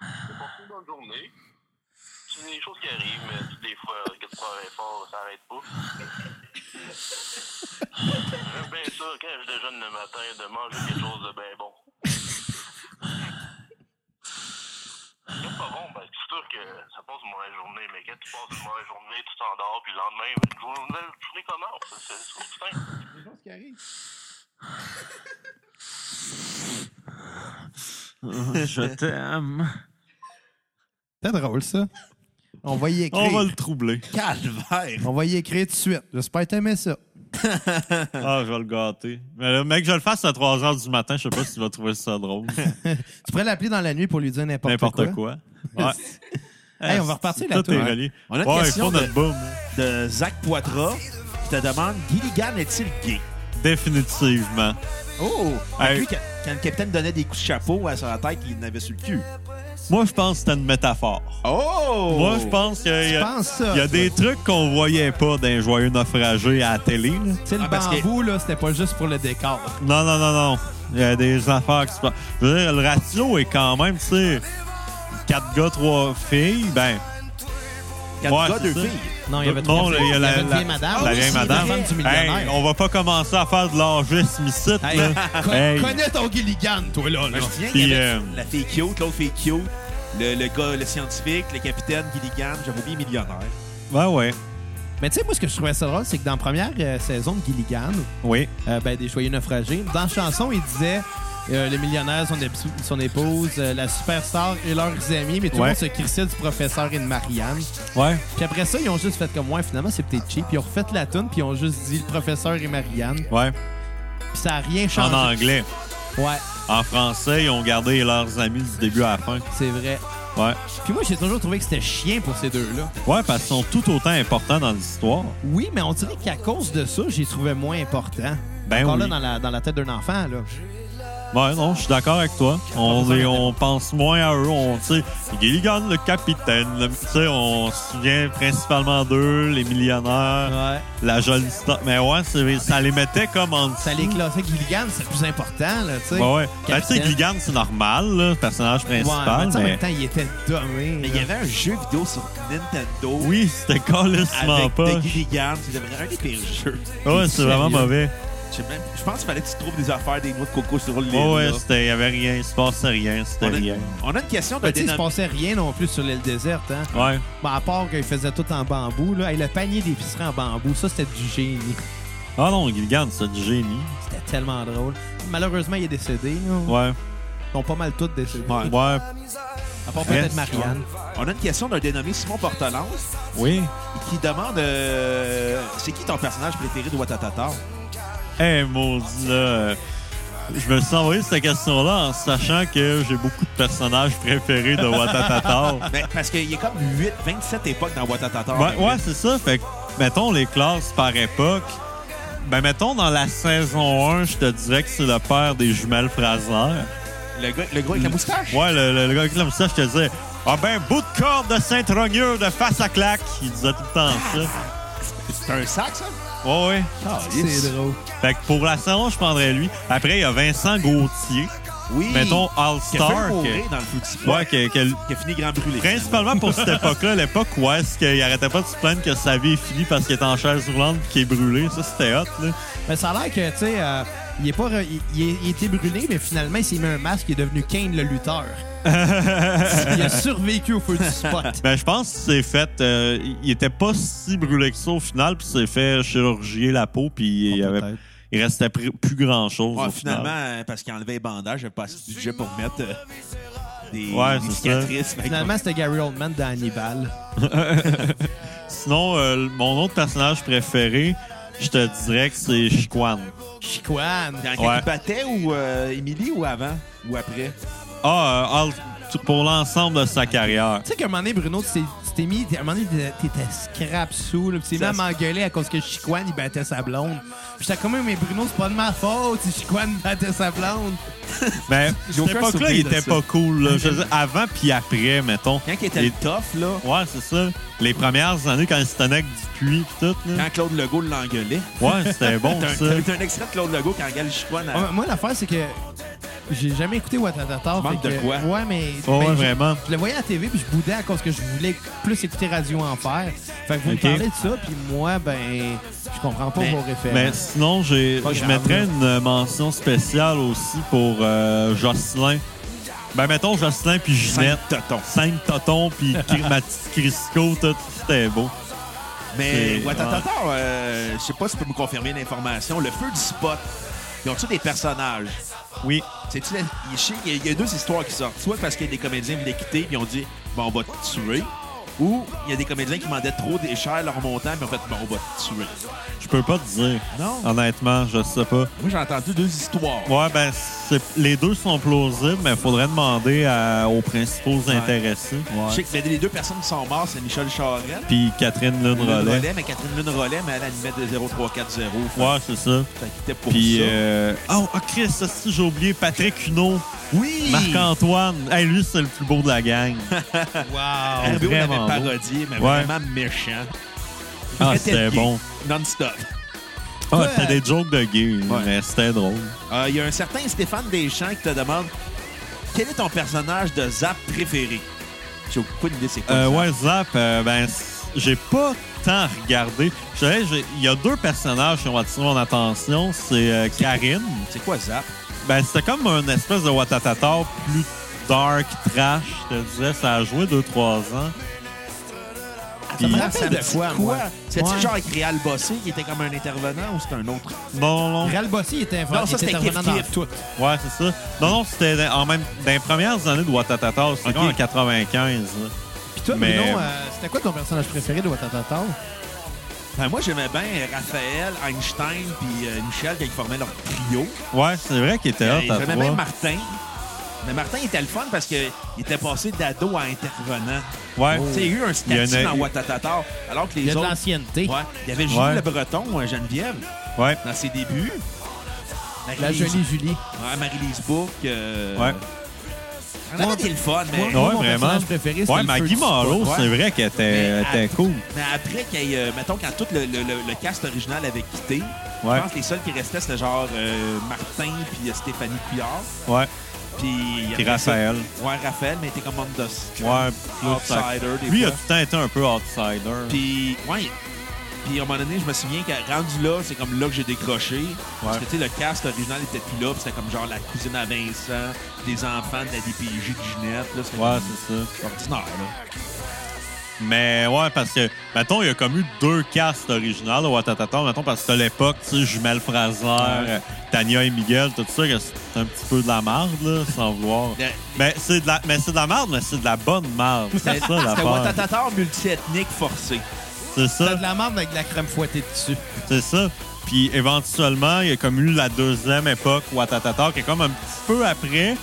Speaker 2: C'est passé une Ah. bonne journée. C'est des choses qui arrivent, mais toutes les fois que tu travailles fort, ça arrête pas. J'aime bien sûr, quand je déjeune le matin, de manger quelque chose de bien bon. C'est pas bon, ben, c'est sûr que ça passe une mauvaise journée, mais quand tu passes une mauvaise journée, tu t'endors, puis le lendemain, ben, une journée, une journée commence. C'est c'est tout simple.
Speaker 5: Je t'aime.
Speaker 4: C'est drôle, ça. On va y écrire.
Speaker 1: On va le troubler.
Speaker 3: Calvaire!
Speaker 4: On va y écrire tout de suite. J'espère que t'aimais ça.
Speaker 1: Ah, je vais le gâter. Mais le mec, je le fasse à 3 h du matin, je sais pas si tu vas trouver ça drôle.
Speaker 4: Tu pourrais l'appeler dans la nuit pour lui dire n'importe quoi.
Speaker 1: N'importe quoi. Ouais.
Speaker 4: Hey, on va repartir hein.
Speaker 1: Tout
Speaker 4: là-dessus.
Speaker 1: est relié.
Speaker 3: On a une
Speaker 1: ouais, il
Speaker 3: question
Speaker 1: faut
Speaker 3: de-
Speaker 1: notre boom.
Speaker 3: De Zach Poitras, qui te demande Gilligan est-il gay?
Speaker 1: Définitivement.
Speaker 3: Oh!
Speaker 1: Hey.
Speaker 3: Lui, quand, quand le capitaine donnait des coups de chapeau à sa tête, il en avait sur le cul.
Speaker 1: Moi, je pense que c'était une métaphore.
Speaker 3: Oh!
Speaker 1: Moi, je pense qu'il y
Speaker 4: Je
Speaker 1: a,
Speaker 4: pense ça.
Speaker 1: il y a
Speaker 4: toi.
Speaker 1: des trucs qu'on voyait pas d'un joyeux naufragé à la télé. là.
Speaker 4: Tu sais, le
Speaker 3: Ah, parce que-
Speaker 4: bambou, là, c'était pas juste pour le décor.
Speaker 1: Non, non, non, non. Il y a des affaires qui se passent. Je veux dire, le ratio est quand même, tu sais, 4 gars, 3 filles. Ben,
Speaker 3: Quatre
Speaker 1: Ouais,
Speaker 3: gars,
Speaker 1: c'est
Speaker 3: deux
Speaker 1: ça.
Speaker 3: filles.
Speaker 4: Non, il y avait
Speaker 1: Non,
Speaker 4: trois
Speaker 1: là,
Speaker 4: filles.
Speaker 1: il y a la-
Speaker 4: avait
Speaker 1: la-
Speaker 4: vieille madame.
Speaker 1: la
Speaker 4: Ah oui,
Speaker 1: vieille
Speaker 4: c'est vrai.
Speaker 1: madame.
Speaker 4: Femme du
Speaker 1: hey,
Speaker 4: millionnaire.
Speaker 1: on va pas commencer à faire de l'argisme ici.
Speaker 4: Hey,
Speaker 1: là.
Speaker 4: con-
Speaker 1: Hey.
Speaker 4: Connais ton Gilligan, toi, là. là.
Speaker 3: Ben, Je me souviens
Speaker 1: Puis,
Speaker 3: qu'il y avait
Speaker 1: euh,
Speaker 3: la fille cute, l'autre fille cute, le, le gars, le scientifique, le capitaine, Gilligan, j'avais oublié millionnaire.
Speaker 1: Ben, ouais.
Speaker 4: Mais tu sais, moi, ce que je trouvais ça drôle, c'est que dans la première euh, saison de Gilligan,
Speaker 1: Oui.
Speaker 4: euh, ben, des Joyeux Naufragés, dans la chanson, il disait euh, le millionnaire, son, ép- son épouse, euh, la superstar et leurs amis, mais tout
Speaker 1: Ouais.
Speaker 4: le monde se crissait du professeur et de Marianne.
Speaker 1: Ouais.
Speaker 4: Puis après ça, ils ont juste fait comme moi, finalement, c'est peut-être cheap. Ils ont refait la tune, puis ils ont juste dit le professeur et Marianne. Puis
Speaker 1: Ouais.
Speaker 4: ça a rien
Speaker 1: En
Speaker 4: changé.
Speaker 1: anglais.
Speaker 4: Ouais,
Speaker 1: En français, ils ont gardé leurs amis du début à la fin.
Speaker 4: c'est vrai.
Speaker 1: Ouais.
Speaker 4: Puis moi, j'ai toujours trouvé que c'était chien pour ces deux-là.
Speaker 1: Ouais, parce qu'ils sont tout autant importants dans l'histoire.
Speaker 4: Oui, mais on dirait qu'à cause de ça, j'ai trouvé moins important.
Speaker 1: Ben
Speaker 4: Encore
Speaker 1: oui.
Speaker 4: là, dans la, dans la tête d'un enfant, là.
Speaker 1: Ouais, non, je suis d'accord avec toi. On,
Speaker 4: Ah,
Speaker 1: est- on pense moins à eux. On, tu sais, Gilligan, le capitaine. le- Tu sais, on se souvient principalement d'eux, les millionnaires,
Speaker 4: Ouais.
Speaker 1: la jolie star. Mais ouais, c'est- ça les mettait comme en dessous.
Speaker 4: Ça les classait Gilligan, c'est le plus important, là, tu sais.
Speaker 1: Ouais, ouais. Ben, tu sais,
Speaker 4: Capitaine.
Speaker 1: Gilligan, c'est normal, là, le personnage
Speaker 4: Ouais, mais
Speaker 1: principal.
Speaker 4: tu sais, en
Speaker 1: mais...
Speaker 4: même temps, il était dommé.
Speaker 3: Mais il y avait un jeu vidéo sur Nintendo
Speaker 1: Oui, c'était calissement
Speaker 3: avec
Speaker 1: pas.
Speaker 3: de Gilligan, c'était vraiment un des pires jeux.
Speaker 1: Ouais, c'est vraiment
Speaker 4: Sérieux.
Speaker 1: mauvais.
Speaker 3: Je, sais même- je pense qu'il fallait que tu trouves des affaires, des noix de coco sur l'île.
Speaker 1: Ouais, ouais,
Speaker 3: là.
Speaker 1: c'était, il y avait rien, il se passait rien, c'était
Speaker 3: on, a,
Speaker 1: rien.
Speaker 3: on a une question de
Speaker 4: Mais Ben, tu sais, il se
Speaker 3: dénom-
Speaker 4: passait rien non plus sur l'île déserte, hein.
Speaker 1: Ouais.
Speaker 4: Ben, à part qu'ils faisaient tout en bambou, là. Et le panier d'épicerie en bambou, ça, c'était du génie.
Speaker 1: Ah non, Gilligan, c'est du génie.
Speaker 4: C'était tellement drôle. Malheureusement, il est décédé, là.
Speaker 1: Ouais.
Speaker 4: Ils sont pas mal tous décédés.
Speaker 3: Ouais.
Speaker 1: Ouais.
Speaker 4: À part peut-être
Speaker 1: Reste.
Speaker 4: Marianne.
Speaker 3: on a une question d'un dénommé Simon Portalance
Speaker 1: Oui.
Speaker 3: qui demande euh, c'est qui ton personnage préféré de Watatata?
Speaker 1: Eh, maudit, là. euh, Je me suis envoyé cette question-là en sachant que j'ai beaucoup de personnages préférés de
Speaker 4: <laughs>
Speaker 1: Watatata.
Speaker 3: Ben, parce qu'il y a comme 8, 27 époques dans Watatata.
Speaker 1: ouais, ouais, c'est ça. Fait que, mettons, les classes par époque. Ben, mettons, dans la saison 1, je te dirais que c'est le père des jumelles Fraser.
Speaker 3: Le, gars, le gars avec la moustache?
Speaker 1: Ouais, le, le, le gars avec la moustache, je te disais, ah ben, bout de corde de Saint-Rogneux de face à claque. Il disait tout le temps ça.
Speaker 3: C'est un sac, ça?
Speaker 1: Ouais, ouais.
Speaker 4: C'est drôle.
Speaker 1: Fait que pour la saison, je prendrais lui. Après, il y a Vincent Gauthier.
Speaker 3: Oui.
Speaker 1: Mettons,
Speaker 3: qui a
Speaker 1: All-Star.
Speaker 3: fait mourir
Speaker 1: que-
Speaker 3: dans le feu de cité.
Speaker 1: Ouais, que- que-
Speaker 3: Qui a fini grand brûlé.
Speaker 1: Principalement pour cette époque-là, l'époque où est-ce qu'il arrêtait pas de se plaindre que sa vie est finie parce qu'il est en chaise roulante et qu'il est brûlé. Ça, c'était hot, là.
Speaker 4: Mais ça a l'air que, tu sais, euh, il est pas. re- Il, il est- il était brûlé, mais finalement, il s'est mis un masque, il est devenu Kane
Speaker 3: <laughs>
Speaker 4: le lutteur. il a survécu au feu du spot.
Speaker 1: Ben, je pense que c'est fait. euh, il était pas si brûlé que ça au final, puis s'est fait chirurgier la peau, puis il, y avait-
Speaker 4: peut-être.
Speaker 1: il restait pr- plus grand-chose.
Speaker 3: Ouais,
Speaker 1: au final.
Speaker 3: finalement, euh, parce qu'il enlevait les bandages, j'avais pas assez de budget pour mettre euh, des,
Speaker 1: Ouais,
Speaker 3: des
Speaker 1: c'est ça.
Speaker 3: cicatrices.
Speaker 4: Finalement, c'était Gary Oldman dans Hannibal.
Speaker 1: Sinon, euh, mon autre personnage préféré, je te dirais que c'est Chiquan.
Speaker 4: Chiquan.
Speaker 3: Dans
Speaker 1: Ouais.
Speaker 3: il battait ou euh, Émilie ou avant ou après?
Speaker 1: Ah, euh, all- pour l'ensemble de sa carrière.
Speaker 4: Tu sais qu'à un moment donné, Bruno, tu t'es- tu t'es mis, à un moment donné, t'étais- t'étais scrap sous, là, pis tu t'es
Speaker 3: Ça
Speaker 4: même
Speaker 3: se-
Speaker 4: engueulé à cause que Chiquan, il battait sa blonde. Pis j'étais comme, mais Bruno, c'est pas de ma faute si Chiquan battait sa blonde.
Speaker 1: Mais
Speaker 3: J'ai
Speaker 1: Ben, cette
Speaker 3: aucun
Speaker 1: époque-là,
Speaker 3: souvenir
Speaker 1: il
Speaker 3: de
Speaker 1: était
Speaker 3: ça.
Speaker 1: pas cool. là. Je veux dire, avant puis après, mettons.
Speaker 3: Quand il était
Speaker 1: Les-
Speaker 3: le tough, là,
Speaker 1: Ouais, c'est ça. Les premières années, quand il se tenait avec du puits pis tout, là.
Speaker 3: quand Claude Legault l'engueulait.
Speaker 1: Ouais, c'était
Speaker 3: <laughs>
Speaker 1: bon,
Speaker 3: T'as un,
Speaker 1: ça.
Speaker 3: t'as un extrait de Claude Legault quand Gal Chicoine
Speaker 4: Ouais, Ah, Moi, l'affaire, c'est que j'ai jamais écouté Watatata.
Speaker 3: Manque
Speaker 4: fait que-
Speaker 3: de quoi?
Speaker 4: Ouais, mais.
Speaker 1: Oh,
Speaker 4: mais
Speaker 1: ouais,
Speaker 4: j'ai-
Speaker 1: vraiment.
Speaker 4: Je le voyais à la TV, puis je boudais à cause que je voulais plus écouter Radio Enfer. Fait que vous
Speaker 1: Ok.
Speaker 4: me parlez de ça, puis moi, ben, je comprends pas
Speaker 3: Mais-
Speaker 4: vos références.
Speaker 1: Mais sinon, j'ai,
Speaker 4: euh, Pas
Speaker 1: je
Speaker 4: grave,
Speaker 1: mettrais
Speaker 4: là.
Speaker 1: une mention spéciale aussi pour euh, Jocelyn. Ben, mettons Jocelyn puis Ginette.
Speaker 3: Toton.
Speaker 1: Cinq totons puis Cri- ma petite Crisco, tout, c'était beau.
Speaker 3: Mais
Speaker 1: C'est-
Speaker 3: Watatata, euh, je sais pas si tu peux me confirmer l'information. Le feu du spot, ils ont-tu des personnages?
Speaker 1: Oui.
Speaker 3: C'est-tu la- il- je sais qu'il y a- Il y a deux histoires qui sortent. Soit parce que des comédiens voulaient quitter puis ils ont dit « Bon, on va te tuer ». Ou il y a des comédiens qui demandaient trop des cher leur montant mais en fait « Bon, on va te tuer
Speaker 1: Je peux pas te dire.
Speaker 3: Non.
Speaker 1: Honnêtement, je sais pas. ».
Speaker 3: Moi, j'ai entendu deux histoires.
Speaker 1: Ouais, ben, c- c'est- les deux sont plausibles, mais il faudrait demander à- aux principaux intéressés.
Speaker 3: Je sais que mais les deux personnes qui sont mortes, c'est Michel Charette.
Speaker 1: Puis Catherine Lune
Speaker 3: Lune
Speaker 1: Rollet.
Speaker 3: Rollet, mais Catherine Lune Rollet, mais elle animait de 0340.
Speaker 1: Ouais, c'est ça.
Speaker 3: Fait qu'elle était pour
Speaker 1: Puis,
Speaker 3: ça.
Speaker 1: euh... oh, oh, Chris, ça, si j'ai oublié Patrick Huneau,
Speaker 3: oui!
Speaker 1: Marc-Antoine. Hey, lui, c'est le plus beau de la
Speaker 3: <laughs>
Speaker 1: gang.
Speaker 4: Wow.
Speaker 3: RBO l'avait
Speaker 1: vraiment beau.
Speaker 3: parodié, mais
Speaker 1: Ouais.
Speaker 3: vraiment méchant.
Speaker 1: Ah,
Speaker 3: Très
Speaker 1: c'était
Speaker 3: gay,
Speaker 1: bon.
Speaker 3: Non-stop.
Speaker 1: Ah, c'était des jokes de gay,
Speaker 3: Ouais.
Speaker 1: mais c'était drôle.
Speaker 3: Euh, Il y a un certain Stéphane Deschamps qui te demande quel est ton personnage de Zap préféré? J'ai aucune idée c'est quoi.
Speaker 1: Euh,
Speaker 3: Zap.
Speaker 1: ouais, Zap, euh, ben, c- j'ai pas tant regardé. Je dirais, j'ai- il y a deux personnages qui ont attiré mon attention. C'est euh, Karine.
Speaker 3: C'est quoi Zap?
Speaker 1: Ben, c'était comme un espèce de Watatata plus dark, trash. Je te disais, ça a joué 2-3 ans. Puis-
Speaker 4: me rappelle de
Speaker 3: dit
Speaker 4: quoi, moi?
Speaker 3: C'était-tu
Speaker 4: Ouais.
Speaker 3: genre avec Réal Bossé qui était comme un intervenant ou c'était un autre?
Speaker 1: non, non,
Speaker 4: Réal Bossy était vraiment
Speaker 3: Non, ça, c'était Kif Kif.
Speaker 4: tout.
Speaker 1: non. Ouais, c'est ça. Non, non, c'était dans- en même dans les premières années de Watatata. C'était
Speaker 3: Ok.
Speaker 1: comme en 95. là.
Speaker 4: Puis toi,
Speaker 1: Mais-
Speaker 4: Bruno, euh, c'était quoi ton personnage préféré de Watatata?
Speaker 3: Ben, moi, j'aimais bien Raphaël, Einstein puis euh, Michel quand ils formaient leur trio.
Speaker 1: Ouais, c'est vrai qu'il était hot
Speaker 3: Euh,
Speaker 1: à
Speaker 3: J'aimais
Speaker 1: Ah, trois.
Speaker 3: bien Martin. Mais Martin était le fun parce qu'il était passé d'ado à intervenant.
Speaker 1: Ouais.
Speaker 3: Tu sais, il y a eu un
Speaker 1: Oh. Il y
Speaker 3: statut
Speaker 1: en a-
Speaker 3: dans Watatata, alors que
Speaker 4: Il y a
Speaker 3: les
Speaker 4: de
Speaker 3: autres...
Speaker 4: l'ancienneté.
Speaker 3: Ouais. Il y avait Julie
Speaker 1: Ouais.
Speaker 3: Le Breton, euh, Geneviève,
Speaker 1: Ouais.
Speaker 3: dans ses débuts.
Speaker 4: La
Speaker 3: Marie-Lise-
Speaker 4: jolie Julie.
Speaker 3: Ouais, Marie-Lise Book. euh,
Speaker 1: Ouais.
Speaker 3: On avait des le fun, mais...
Speaker 4: Moi,
Speaker 1: Ouais,
Speaker 4: mon
Speaker 1: vraiment.
Speaker 4: personnage préféré, c'était
Speaker 1: Ouais,
Speaker 4: le feu
Speaker 1: Maggie
Speaker 4: du spot.
Speaker 1: Marlowe,
Speaker 3: ouais.
Speaker 1: c'est vrai qu'elle était,
Speaker 3: Mais
Speaker 1: était
Speaker 3: à-
Speaker 1: cool.
Speaker 3: Mais après, qu'il y ait, euh, mettons, quand tout le, le- le- le cast original avait quitté,
Speaker 1: Ouais.
Speaker 3: je pense que les seuls qui restaient, c'était genre euh, Martin puis euh, Stéphanie Couillard.
Speaker 1: Ouais.
Speaker 3: Puis il y
Speaker 1: Puis
Speaker 3: avait
Speaker 1: Raphaël.
Speaker 3: ça- Ouais, Raphaël, mais il était comme on the
Speaker 1: Ouais, plus
Speaker 3: outsider des
Speaker 1: Lui, il a
Speaker 3: fois.
Speaker 1: tout le temps été un peu outsider.
Speaker 3: Puis, ouais. Puis à un moment donné, je me souviens que rendu là, c'est comme là que j'ai décroché. Parce que, tu sais, le cast original était plus là. Puis c'était comme genre la cousine à Vincent, des enfants de la DPJ de Ginette. Là, c'était
Speaker 1: ouais,
Speaker 3: comme-
Speaker 1: c'est ça.
Speaker 3: c'est ordinaire, là.
Speaker 1: Mais ouais, parce que, mettons, il y a comme eu deux castes originales à Watatata. Mettons, parce que à l'époque, tu sais, Jumelle Fraser, euh, Tania et Miguel, tout ça, que c'est un petit peu de la marde, là, sans vouloir.
Speaker 3: Le-
Speaker 1: mais c'est de la mais c'est de la marde, mais c'est de la bonne marde. C'est ça,
Speaker 3: Ah,
Speaker 1: la
Speaker 3: C'était Watatata multiethnique forcé.
Speaker 1: C'est ça.
Speaker 4: T'as de la marde avec de la crème fouettée dessus.
Speaker 1: C'est ça. Puis éventuellement, il y a comme eu la deuxième époque, Watatata, qui est comme un petit peu après,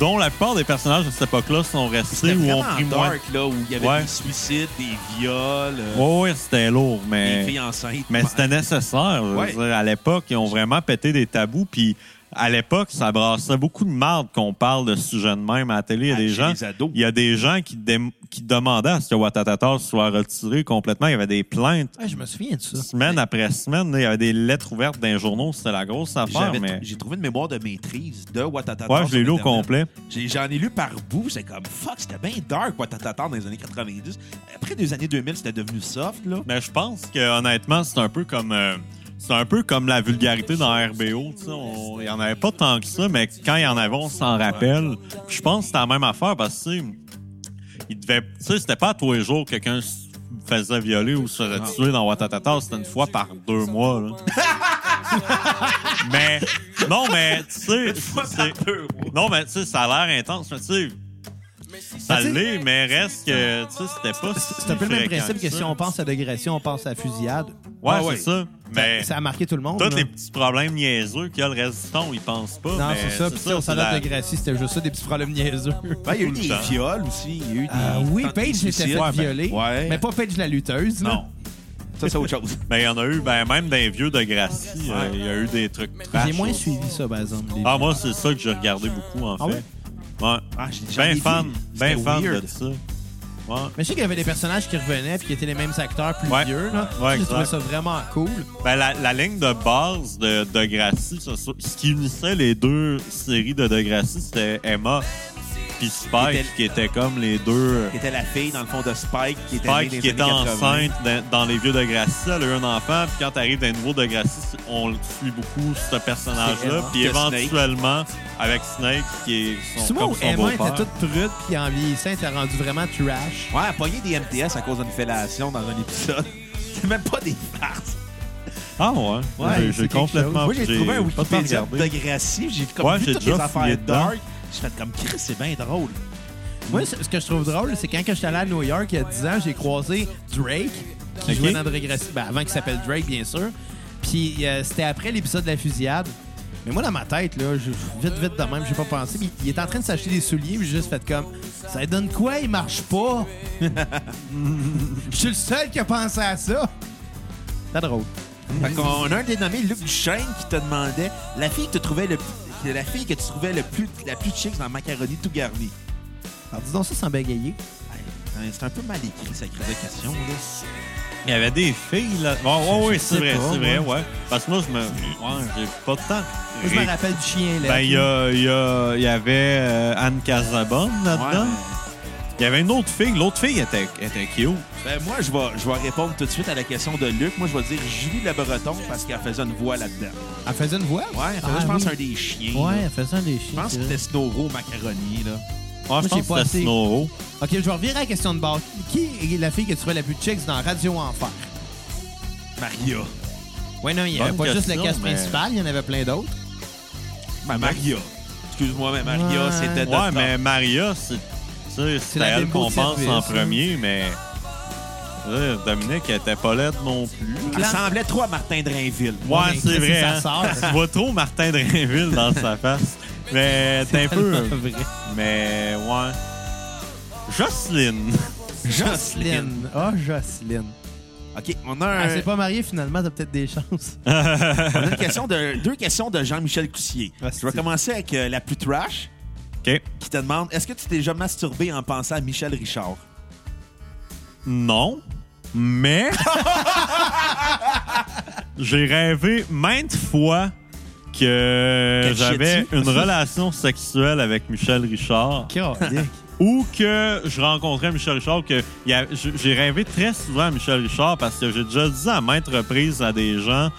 Speaker 1: dont la plupart des personnages de cette époque-là sont restés
Speaker 3: C'était
Speaker 1: ou ont
Speaker 3: vraiment
Speaker 1: pris moins.
Speaker 3: dark, là, où il y avait
Speaker 1: Ouais.
Speaker 3: des suicides, des viols, euh,
Speaker 1: Ouais, ouais, c'était lourd,
Speaker 3: des
Speaker 1: mais,
Speaker 3: filles enceintes.
Speaker 1: mais c'était nécessaire. je veux
Speaker 3: Ouais.
Speaker 1: dire, à l'époque, ils ont vraiment pété des tabous. Puis à l'époque, ça brassait beaucoup de marde qu'on parle de ce sujet de même à la télé. Il y a des
Speaker 3: Ah, Chez
Speaker 1: gens.
Speaker 3: les ados.
Speaker 1: Il y a des gens qui, dé- qui demandaient à ce que Watatata soit retiré complètement. Il y avait des plaintes
Speaker 3: Ah,
Speaker 4: Ouais, je me souviens de ça.
Speaker 1: semaine après semaine. là. Il y avait des lettres ouvertes dans les journaux. C'était la grosse affaire.
Speaker 3: J'avais-
Speaker 1: Mais...
Speaker 3: J'ai trouvé une mémoire de maîtrise de Watatata.
Speaker 1: Ouais, je l'ai
Speaker 3: sur
Speaker 1: lu au
Speaker 3: Internet.
Speaker 1: complet.
Speaker 3: J'ai- J'en ai lu par bout. C'est comme, fuck, c'était bien dark, Watatata, dans les années 90. Après les années 2000, c'était devenu soft, là.
Speaker 1: Mais je pense que honnêtement, c'est un peu comme euh, c'est un peu comme la vulgarité dans RBO. tu sais, on- Il n'y en avait pas tant que ça, mais quand il y en avait, on s'en rappelle. Puis Je pense que c'est la même affaire parce que tu sais, il devait. Tu sais, c'était pas à tous les jours que quelqu'un se faisait violer ou se faisait tuer dans Watatata, c'était une fois par deux mois. là. mais non, mais tu sais, c'est- non, mais tu sais, ça a l'air intense, mais tu sais. Ça
Speaker 4: Mais tu sais-
Speaker 1: l'est, mais reste que, tu sais, c'était pas.
Speaker 4: C'est un peu le même principe que si on
Speaker 1: pense
Speaker 4: pense à l'agression, on pense à la fusillade.
Speaker 1: Ouais,
Speaker 3: Ah
Speaker 1: c'est
Speaker 3: ouais.
Speaker 1: ça. Mais
Speaker 4: Ça a marqué tout le monde.
Speaker 1: tous
Speaker 4: là.
Speaker 1: les petits problèmes niaiseux qu'il y a le reste du temps, ils pensent pas.
Speaker 4: Non,
Speaker 1: mais
Speaker 4: c'est ça. Puis ça, on
Speaker 1: c'est
Speaker 4: s'en
Speaker 1: la-
Speaker 4: de Gracie, c'était juste ça, des petits problèmes niaiseux.
Speaker 3: Ben, il y a eu
Speaker 1: Tout le
Speaker 4: <laughs>
Speaker 3: des
Speaker 1: temps.
Speaker 3: viols aussi. Il y a eu des.
Speaker 4: Ah oui,
Speaker 3: tentatives
Speaker 4: Paige
Speaker 3: de
Speaker 4: s'était
Speaker 3: suicide.
Speaker 4: fait violer.
Speaker 3: Ouais.
Speaker 4: Mais pas Paige la lutteuse. là.
Speaker 3: Non. Ça, c'est
Speaker 4: <laughs>
Speaker 3: autre chose.
Speaker 1: Mais il y en a eu, ben, même dans les vieux de Gracie, euh, il y a eu des trucs trash.
Speaker 4: J'ai moins
Speaker 1: là.
Speaker 4: suivi ça, par exemple. les-
Speaker 1: Ah, moi, c'est ça que j'ai regardé beaucoup, en
Speaker 4: Ah
Speaker 1: fait. Ouais.
Speaker 3: Ah, j'ai- j'en ai
Speaker 1: Ben
Speaker 3: vu.
Speaker 1: fan, ben
Speaker 3: C'était
Speaker 1: fan
Speaker 3: weird.
Speaker 1: de ça. Ouais.
Speaker 4: Mais je sais qu'il y avait des personnages qui revenaient puis qui étaient les mêmes acteurs plus
Speaker 1: Ouais.
Speaker 4: vieux. Là.
Speaker 1: Ouais,
Speaker 4: J'ai
Speaker 1: exact.
Speaker 4: trouvé ça vraiment cool.
Speaker 1: Ben, la, la ligne de base de de Gracie, ce- ce ce qui unissait les deux séries de de Gracie, c'était Emma puis Spike,
Speaker 3: Était-
Speaker 1: qui étaient comme les deux.
Speaker 3: Qui était la fille, dans le fond, de Spike, qui était née
Speaker 1: Père
Speaker 3: dans les
Speaker 1: qui était
Speaker 3: années 80.
Speaker 1: enceinte dans, dans les vieux de Gracie, elle a eu un enfant, puis quand t'arrives dans les nouveaux de Gracie, on le suit beaucoup, ce
Speaker 4: C'est
Speaker 1: personnage-là,
Speaker 4: Emma.
Speaker 1: puis
Speaker 3: Que Snake.
Speaker 1: éventuellement, avec Snake, qui est son,
Speaker 4: C'est moi
Speaker 1: comme
Speaker 4: où
Speaker 1: son
Speaker 4: Emma
Speaker 1: beau-père.
Speaker 4: était toute prude puis en vieillissant, elle était rendue vraiment trash.
Speaker 3: Ouais, elle a pogné des MTS à cause d'une fellation dans un épisode. <laughs> C'est même pas des farces.
Speaker 1: Ah ouais,
Speaker 4: Ouais,
Speaker 1: J'ai-
Speaker 4: c'est
Speaker 1: j'ai
Speaker 4: quelque
Speaker 1: complètement...
Speaker 4: chose.
Speaker 3: Moi, j'ai trouvé un
Speaker 1: pas tant
Speaker 3: Wikipédia de
Speaker 1: regardé.
Speaker 3: Gracie. J'ai comme
Speaker 1: Ouais,
Speaker 3: vu
Speaker 1: j'ai
Speaker 3: toutes
Speaker 1: déjà
Speaker 3: les
Speaker 1: fouillé
Speaker 3: affaires
Speaker 1: dedans.
Speaker 3: dark. J'ai fait comme, Chris, c'est bien drôle.
Speaker 4: Moi, ce ce que je trouve drôle, c'est quand que j'étais allé à New York il y a 10 ans, j'ai croisé Drake, qui
Speaker 1: Ok.
Speaker 4: jouait dans Drake Gracie. Ben, avant qu'il s'appelle Drake, bien sûr. Puis euh, c'était après l'épisode de la fusillade. Mais moi, dans ma tête, là, je- vite, vite de même, j'ai pas pensé. Puis il est en train de s'acheter des souliers, puis j'ai juste fait comme ça donne quoi, il marche pas. <laughs> Je suis le seul qui a pensé à ça. C'est drôle.
Speaker 3: Fait qu'on a un dénommé Luc Duchesne qui te demandait la fille que tu trouvais le p- la fille que tu trouvais le plus la plus chic dans macaroni tout garni.
Speaker 4: Alors, disons ça sans bégayer.
Speaker 3: Hey, C'est un peu mal écrit sa crise de question là.
Speaker 1: Il y avait des filles là. Bon, ouais,
Speaker 4: Je-
Speaker 1: ouais,
Speaker 4: je
Speaker 1: c'est
Speaker 4: sais
Speaker 1: vrai,
Speaker 4: pas,
Speaker 1: c'est vrai,
Speaker 4: moi.
Speaker 1: ouais. Parce que moi, je me. Ouais, j'ai pas de temps.
Speaker 4: Moi, je me rappelle du chien, là.
Speaker 1: Ben, il y, a- il y, a- il y avait euh, Anne Casabonne là-dedans. Il y avait une autre fille. L'autre fille était, était cute.
Speaker 3: Ben moi je vais je vais répondre tout de suite à la question de Luc. Moi je vais dire Julie Le Breton parce qu'elle faisait une voix là-dedans.
Speaker 4: Elle faisait une voix?
Speaker 3: Ouais, elle faisait,
Speaker 4: Ah,
Speaker 3: je pense
Speaker 4: oui.
Speaker 3: un des chiens.
Speaker 4: Ouais,
Speaker 3: là.
Speaker 4: elle faisait un des
Speaker 3: Je
Speaker 4: chiens.
Speaker 3: pense
Speaker 4: c'est
Speaker 3: que
Speaker 4: vrai.
Speaker 3: c'était Snoro Macaroni là.
Speaker 1: Ouais, je
Speaker 4: j'ai
Speaker 1: pense
Speaker 4: pas
Speaker 1: que
Speaker 4: assez.
Speaker 1: c'était Snorro.
Speaker 4: Ok, je vais revenir à la question de base. Qui est la fille que tu trouvais la plus chicks dans Radio Enfer?
Speaker 3: Maria.
Speaker 4: Ouais, non, il y avait
Speaker 1: Bonne
Speaker 4: pas juste le
Speaker 1: question,
Speaker 4: cast
Speaker 1: mais-
Speaker 4: principal, il y en avait plein d'autres.
Speaker 3: Ma Maria. Excuse-moi mais Maria
Speaker 4: Ouais.
Speaker 3: c'était notre
Speaker 1: Ouais, mais Maria, c'est tu sais, c'est
Speaker 4: la
Speaker 1: à elle
Speaker 4: bimbo
Speaker 1: qu'on
Speaker 4: de
Speaker 1: pense en
Speaker 4: service, hein.
Speaker 1: premier, mais. euh, Dominique, elle était pas laide non plus.
Speaker 3: Elle semblait trop à Martin Drainville.
Speaker 1: Ouais,
Speaker 4: Ah, mais
Speaker 1: c'est
Speaker 4: ça, c'est
Speaker 1: vrai.
Speaker 4: sa
Speaker 1: hein.
Speaker 4: sœur.
Speaker 1: Tu vois trop Martin Drainville dans sa face.
Speaker 4: <laughs>
Speaker 1: Mais t'es un peu.
Speaker 4: tellement vrai.
Speaker 1: Mais ouais. Jocelyne.
Speaker 4: Jocelyne. Ah, Jocelyne.
Speaker 3: <laughs> OK, on a un-
Speaker 4: Elle s'est pas mariée finalement, t'as peut-être
Speaker 1: <laughs>
Speaker 4: des chances.
Speaker 3: On a une question de, deux questions de Jean-Michel Coussier.
Speaker 4: Ah,
Speaker 3: Je vais
Speaker 4: c'est-
Speaker 3: commencer avec euh, la plus trash
Speaker 1: OK.
Speaker 3: qui te demande est-ce que tu t'es déjà masturbé en pensant à Michel Richard
Speaker 1: Non,
Speaker 4: <laughs>
Speaker 1: mais j'ai rêvé maintes fois que
Speaker 3: Qu'elle
Speaker 1: j'avais
Speaker 3: chiait-tu?
Speaker 1: une relation sexuelle avec Michel Richard
Speaker 4: Calique.
Speaker 1: ou que je rencontrais Michel Richard. que il y a- j- J'ai rêvé très souvent à Michel Richard parce que j'ai déjà dit à maintes reprises à des gens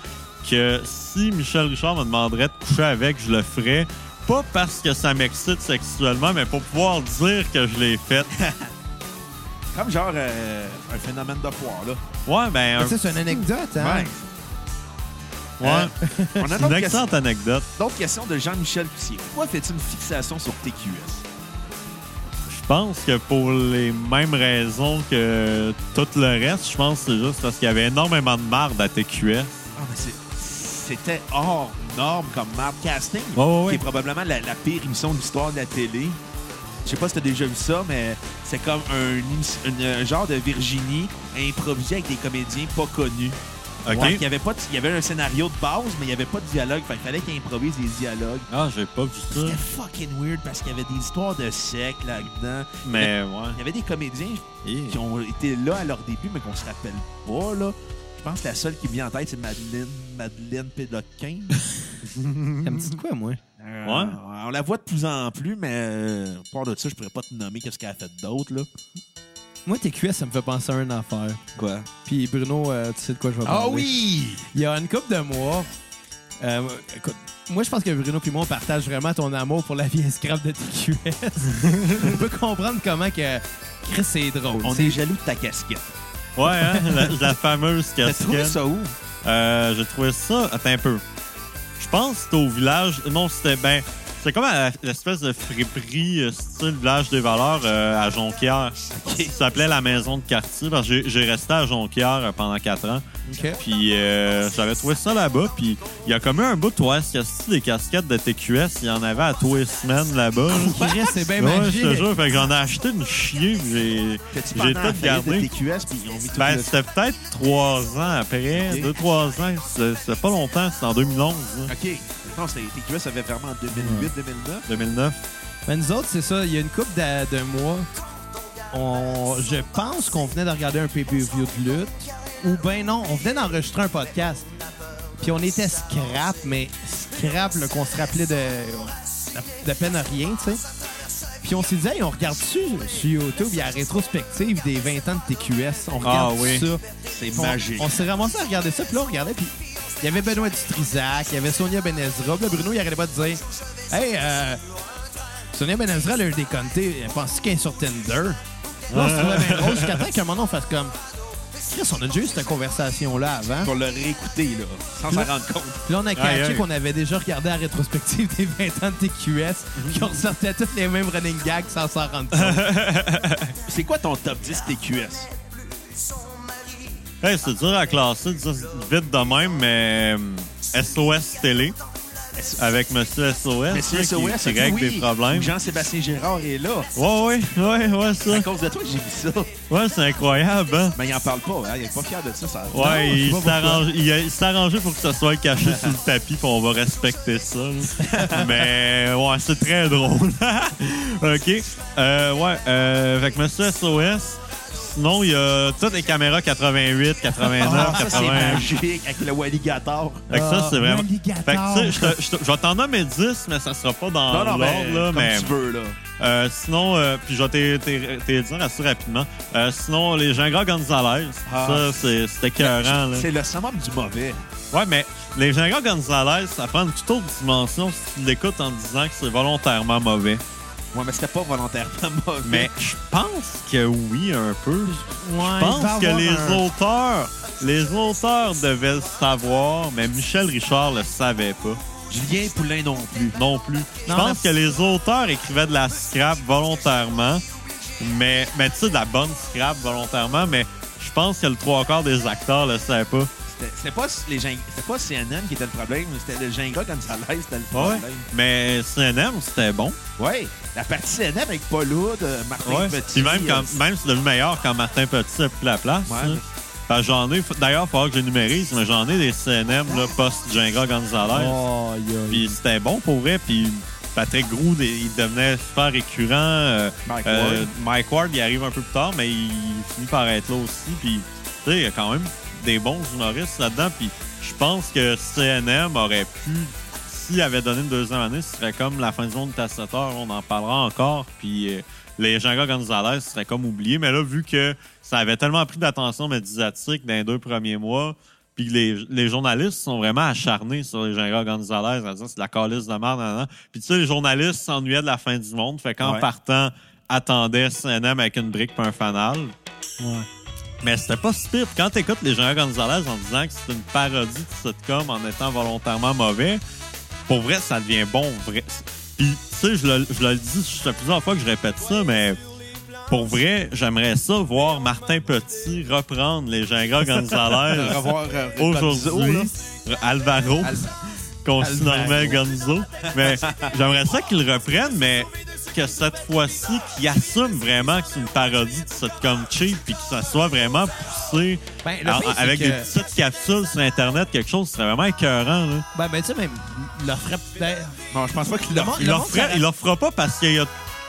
Speaker 1: que si Michel Richard me demanderait de coucher avec, je le ferais. Pas parce que ça m'excite sexuellement, mais pour pouvoir dire que je l'ai
Speaker 4: <laughs>
Speaker 1: fait.
Speaker 3: Comme genre euh, un phénomène de foire, là.
Speaker 1: Ouais, ben, un-
Speaker 4: Mais ça, c'est une anecdote, hein? Euh,
Speaker 1: ouais.
Speaker 3: On a
Speaker 1: C'est une
Speaker 3: d'autres questions,
Speaker 1: excellente anecdote.
Speaker 3: d'autres questions de Jean-Michel Coussier. Pourquoi fais-tu une fixation sur TQS
Speaker 1: Je pense que pour les mêmes raisons que tout le reste, je pense que c'est juste parce qu'il y avait énormément de marde à TQS.
Speaker 3: Ah, mais c'est- C'était hors norme comme marque casting,
Speaker 1: Ouais, ouais, ouais.
Speaker 3: qui est probablement la, la pire émission de l'histoire de la télé. Je sais pas si t'as déjà vu ça, mais c'est comme un, émis- une- un genre de Virginie improvisée avec des comédiens pas connus.
Speaker 1: OK?
Speaker 3: Ouais, il, y avait pas de- il y avait un scénario de base, mais il n'y avait pas de dialogue. Fait qu'il fallait qu'il improvise des dialogues.
Speaker 1: Ah, j'ai pas vu ça.
Speaker 3: C'était fucking weird parce qu'il y avait des histoires de siècles là-dedans.
Speaker 1: Mais
Speaker 3: Il
Speaker 1: ouais.
Speaker 3: y avait des comédiens qui ont été là à leur début, mais qu'on se rappelle pas. Là. Je pense que la seule qui me vient en tête, c'est Madeleine, Madeleine Pédoquin.
Speaker 1: <laughs>
Speaker 4: Elle me dit de quoi, moi?
Speaker 3: Euh,
Speaker 1: Ouais.
Speaker 3: On la voit de plus en plus, mais euh, à part de ça, je pourrais pas te nommer qu'est-ce qu'elle a fait d'autre. là.
Speaker 4: Moi, tes cuisses, ça me fait penser à une affaire.
Speaker 3: Quoi?
Speaker 4: Puis Bruno, euh, tu sais de quoi je vais parler.
Speaker 3: Ah oui!
Speaker 4: Il y a une couple de mois, euh, écoute, moi, je pense que Bruno puis moi, on partage vraiment ton amour pour la vieille scrap
Speaker 3: <laughs>
Speaker 4: de TQS. on peut comprendre comment que Chris, c'est drôle.
Speaker 3: On
Speaker 4: C'est-
Speaker 3: est jaloux de ta casquette.
Speaker 1: Ouais, hein? la, la fameuse
Speaker 3: T'as trouvé
Speaker 1: casquette.
Speaker 3: ça où?
Speaker 1: Euh, j'ai trouvé ça. Attends un peu. Je pense que c'était au village. Non, c'était ben. C'est comme à la- l'espèce de friperie euh, style village des valeurs euh, à Jonquière. Ça s'appelait la maison de quartier. parce que j'ai- j'ai resté à Jonquière euh, pendant quatre ans.
Speaker 4: Ok.
Speaker 1: Puis euh, j'avais trouvé ça là-bas. Puis il y a comme eu un bout de ouais, c'est style des casquettes de TQS. Il y en avait à tous les semaines là-bas.
Speaker 4: Chris, c'est bien
Speaker 1: Ouais, je
Speaker 4: magique.
Speaker 1: te jure, fait que j'en ai acheté une chier, puis j'ai
Speaker 3: T'as-tu
Speaker 1: j'ai
Speaker 3: pendant la
Speaker 1: tout
Speaker 3: faillite de
Speaker 1: gardé.
Speaker 3: TQS, puis ils ont mis tout
Speaker 1: Ben,
Speaker 3: le-
Speaker 1: c'était peut-être trois ans après,
Speaker 3: Ok.
Speaker 1: deux, trois ans. C'est c'est pas longtemps, c'est en 2011, hein,
Speaker 3: OK. Non, c'était TQS, ça avait vraiment en 2008, 2009.
Speaker 1: 2009.
Speaker 4: Ben, nous autres, c'est ça. Il y a une couple d'a- de, mois, on, je pense qu'on venait de regarder un pay-per-view de lutte. Ou ben non, on venait d'enregistrer un podcast. Puis on était scrap, mais scrap, là, qu'on se rappelait de, de, de peine à rien, tu sais. Puis on s'est dit, hey, on regarde dessus sur YouTube, il y a la rétrospective des 20 ans de TQS. On regarde
Speaker 1: Ah oui.
Speaker 4: ça.
Speaker 3: C'est
Speaker 4: Puis on-
Speaker 3: magique.
Speaker 4: On, s'est ramassé à regarder ça, puis là, on regardait, puis il y avait Benoît Dutrisac, il y avait Sonia Benezra, puis là, Bruno, il arrêtait pas de dire Hey, euh, Sonia Benezra, elle a eu des comptés, elle pense qu'elle est sur Tinder. Puis Là, on se trouvait
Speaker 1: Euh.
Speaker 4: bien drôle jusqu'à temps qu'à un moment, on fasse comme Chris, on a déjà eu cette conversation-là avant.
Speaker 3: Pour le réécouter, là, sans s'en rendre compte.
Speaker 4: Puis là, on a
Speaker 1: Aïe,
Speaker 4: catché
Speaker 1: aïe.
Speaker 4: qu'on avait déjà regardé la rétrospective des 20 ans de
Speaker 1: Mhm.
Speaker 4: TQS, qui ressortait tous les mêmes running gags sans s'en
Speaker 1: <laughs>
Speaker 4: rendre compte.
Speaker 3: C'est quoi ton top 10 TQS?
Speaker 1: Hey, c'est dur à classer, dire vite de même, mais euh, SOS Télé. avec Monsieur SOS,
Speaker 3: Monsieur
Speaker 1: hein,
Speaker 3: SOS,
Speaker 1: qui, qui règle
Speaker 3: ah oui,
Speaker 1: des problèmes.
Speaker 3: Jean-Sébastien Gérard est là.
Speaker 1: Ouais, ouais, ouais, ouais, ça.
Speaker 3: C'est à cause de toi que j'ai vu ça.
Speaker 1: Ouais, c'est incroyable, hein?
Speaker 3: Mais il n'en parle pas. hein. Il n'est pas fier de ça. ça...
Speaker 1: Ouais, il s'arrange- il a- il s'est arrangé pour que ça soit
Speaker 3: <laughs>
Speaker 1: caché sous le tapis, puis on va respecter ça. là. Mais ouais, c'est très drôle. <laughs> OK. Euh, ouais, euh, fait que Monsieur SOS, sinon, il y a toutes les caméras 88, 89,
Speaker 3: Ah, ça, c'est
Speaker 1: 80.
Speaker 3: magique avec le Walligator.
Speaker 1: Fait que ça, c'est vraiment.
Speaker 4: Alligator.
Speaker 1: Fait que, tu sais, je te- je te- je vais t'en nommer 10, mais ça sera pas dans
Speaker 3: Non,
Speaker 1: l'ordre,
Speaker 3: non, mais
Speaker 1: là,
Speaker 3: comme
Speaker 1: mais.
Speaker 3: tu veux, là.
Speaker 1: Euh, sinon, euh, puis je vais t'é- t'é- t'é dire assez rapidement. Euh, sinon, les Gingras Gonzalez,
Speaker 3: Ah.
Speaker 1: ça, c'est- c'était écœurant. là.
Speaker 3: C'est le summum du mauvais.
Speaker 1: Ouais, mais les Gingras Gonzalez, ça prend une toute autre dimension si tu l'écoutes en disant que c'est volontairement mauvais.
Speaker 3: Ouais, mais c'était pas volontairement <laughs> mauvais.
Speaker 1: Mais
Speaker 4: <laughs>
Speaker 1: je pense que oui, un peu. Je pense que les
Speaker 4: autres.
Speaker 1: auteurs, les auteurs devaient le savoir, mais Michel Richard le savait pas.
Speaker 3: Julien Poulain non plus.
Speaker 1: non plus. Je
Speaker 4: Non,
Speaker 1: pense que
Speaker 4: mais-
Speaker 1: les auteurs écrivaient de la scrap volontairement, mais, mais tu sais, de la bonne scrap volontairement, mais je pense que le trois quarts des acteurs le savaient pas.
Speaker 3: C'était- C'était pas, les Ging- c'était pas CNN qui était le problème, c'était le Gingra quand ça l'aise, c'était le
Speaker 1: Ouais.
Speaker 3: problème.
Speaker 1: Mais CNM, c'était bon.
Speaker 3: Ouais. La partie CNN avec Paul Hood, euh, Martin
Speaker 1: Ouais. Puis
Speaker 3: Petit.
Speaker 1: même, quand,
Speaker 3: euh,
Speaker 1: même c'est devenu meilleur quand Martin Petit a pris la place.
Speaker 3: Ouais.
Speaker 1: hein. Parce que j'en ai, d'ailleurs, il faudra que je numérise, mais j'en ai des CNM là, post-Jenga Gonzalez.
Speaker 4: Oh,
Speaker 1: Puis c'était bon pour vrai. Puis Patrick Groux, des- il devenait super récurrent. Euh,
Speaker 3: Mike
Speaker 1: euh,
Speaker 3: Ward.
Speaker 1: Mike Ward, il arrive un peu plus tard, mais il finit par être là aussi. Puis, tu sais, il y a quand même des bons humoristes là-dedans. Puis je pense que CNM aurait pu, s'il avait donné une deuxième année, ce serait comme la fin du monde est à 7 heures. On en parlera encore. Puis euh, les Jean-Gars Gonzalez seraient comme oubliés. Mais là, vu que ça avait tellement pris d'attention médiatique dans les deux premiers mois, puis les, les journalistes sont vraiment acharnés sur les Jean-Gars Gonzalez en disant c'est de la calice de merde. nan, nan. Puis tu sais, les journalistes s'ennuyaient de la fin du monde. Fait qu'en
Speaker 3: Ouais.
Speaker 1: partant, attendaient CNM avec une brique puis un fanal.
Speaker 4: Ouais.
Speaker 1: Mais c'était pas si pire. Puis Quand t'écoutes les Jean-Gars Gonzalez en disant que c'est une parodie de sitcom en étant volontairement mauvais, pour vrai, ça devient bon. Vrai. Puis tu sais, je le, je le dis, je fais plusieurs fois que je répète ça, mais pour vrai, j'aimerais ça voir Martin Petit reprendre les Jean-Gras Gonzalez
Speaker 4: <laughs>
Speaker 3: euh, revoir euh, Gonzo, là.
Speaker 1: aujourd'hui. Alvaro,
Speaker 3: Al-
Speaker 1: qu'on
Speaker 3: Alvaro.
Speaker 1: surnommait Gonzo. Mais j'aimerais ça qu'il le reprenne, mais que cette fois-ci, qu'il assume vraiment que c'est une parodie de sitcom cheap puis que ça soit vraiment poussé
Speaker 4: Ben, le
Speaker 1: en-
Speaker 4: pire, c'est
Speaker 1: avec
Speaker 4: que-
Speaker 1: des petites capsules sur Internet, quelque chose, ce serait vraiment écœurant. Là.
Speaker 4: Ben, ben, tu sais, même, leur ferait peut-être.
Speaker 3: Non, je pense pas qu'il
Speaker 4: Le
Speaker 3: l'a.
Speaker 4: monde-
Speaker 1: Il leur
Speaker 4: monde
Speaker 1: fera-
Speaker 4: s'arrête.
Speaker 1: il leur fera pas parce qu'il y a.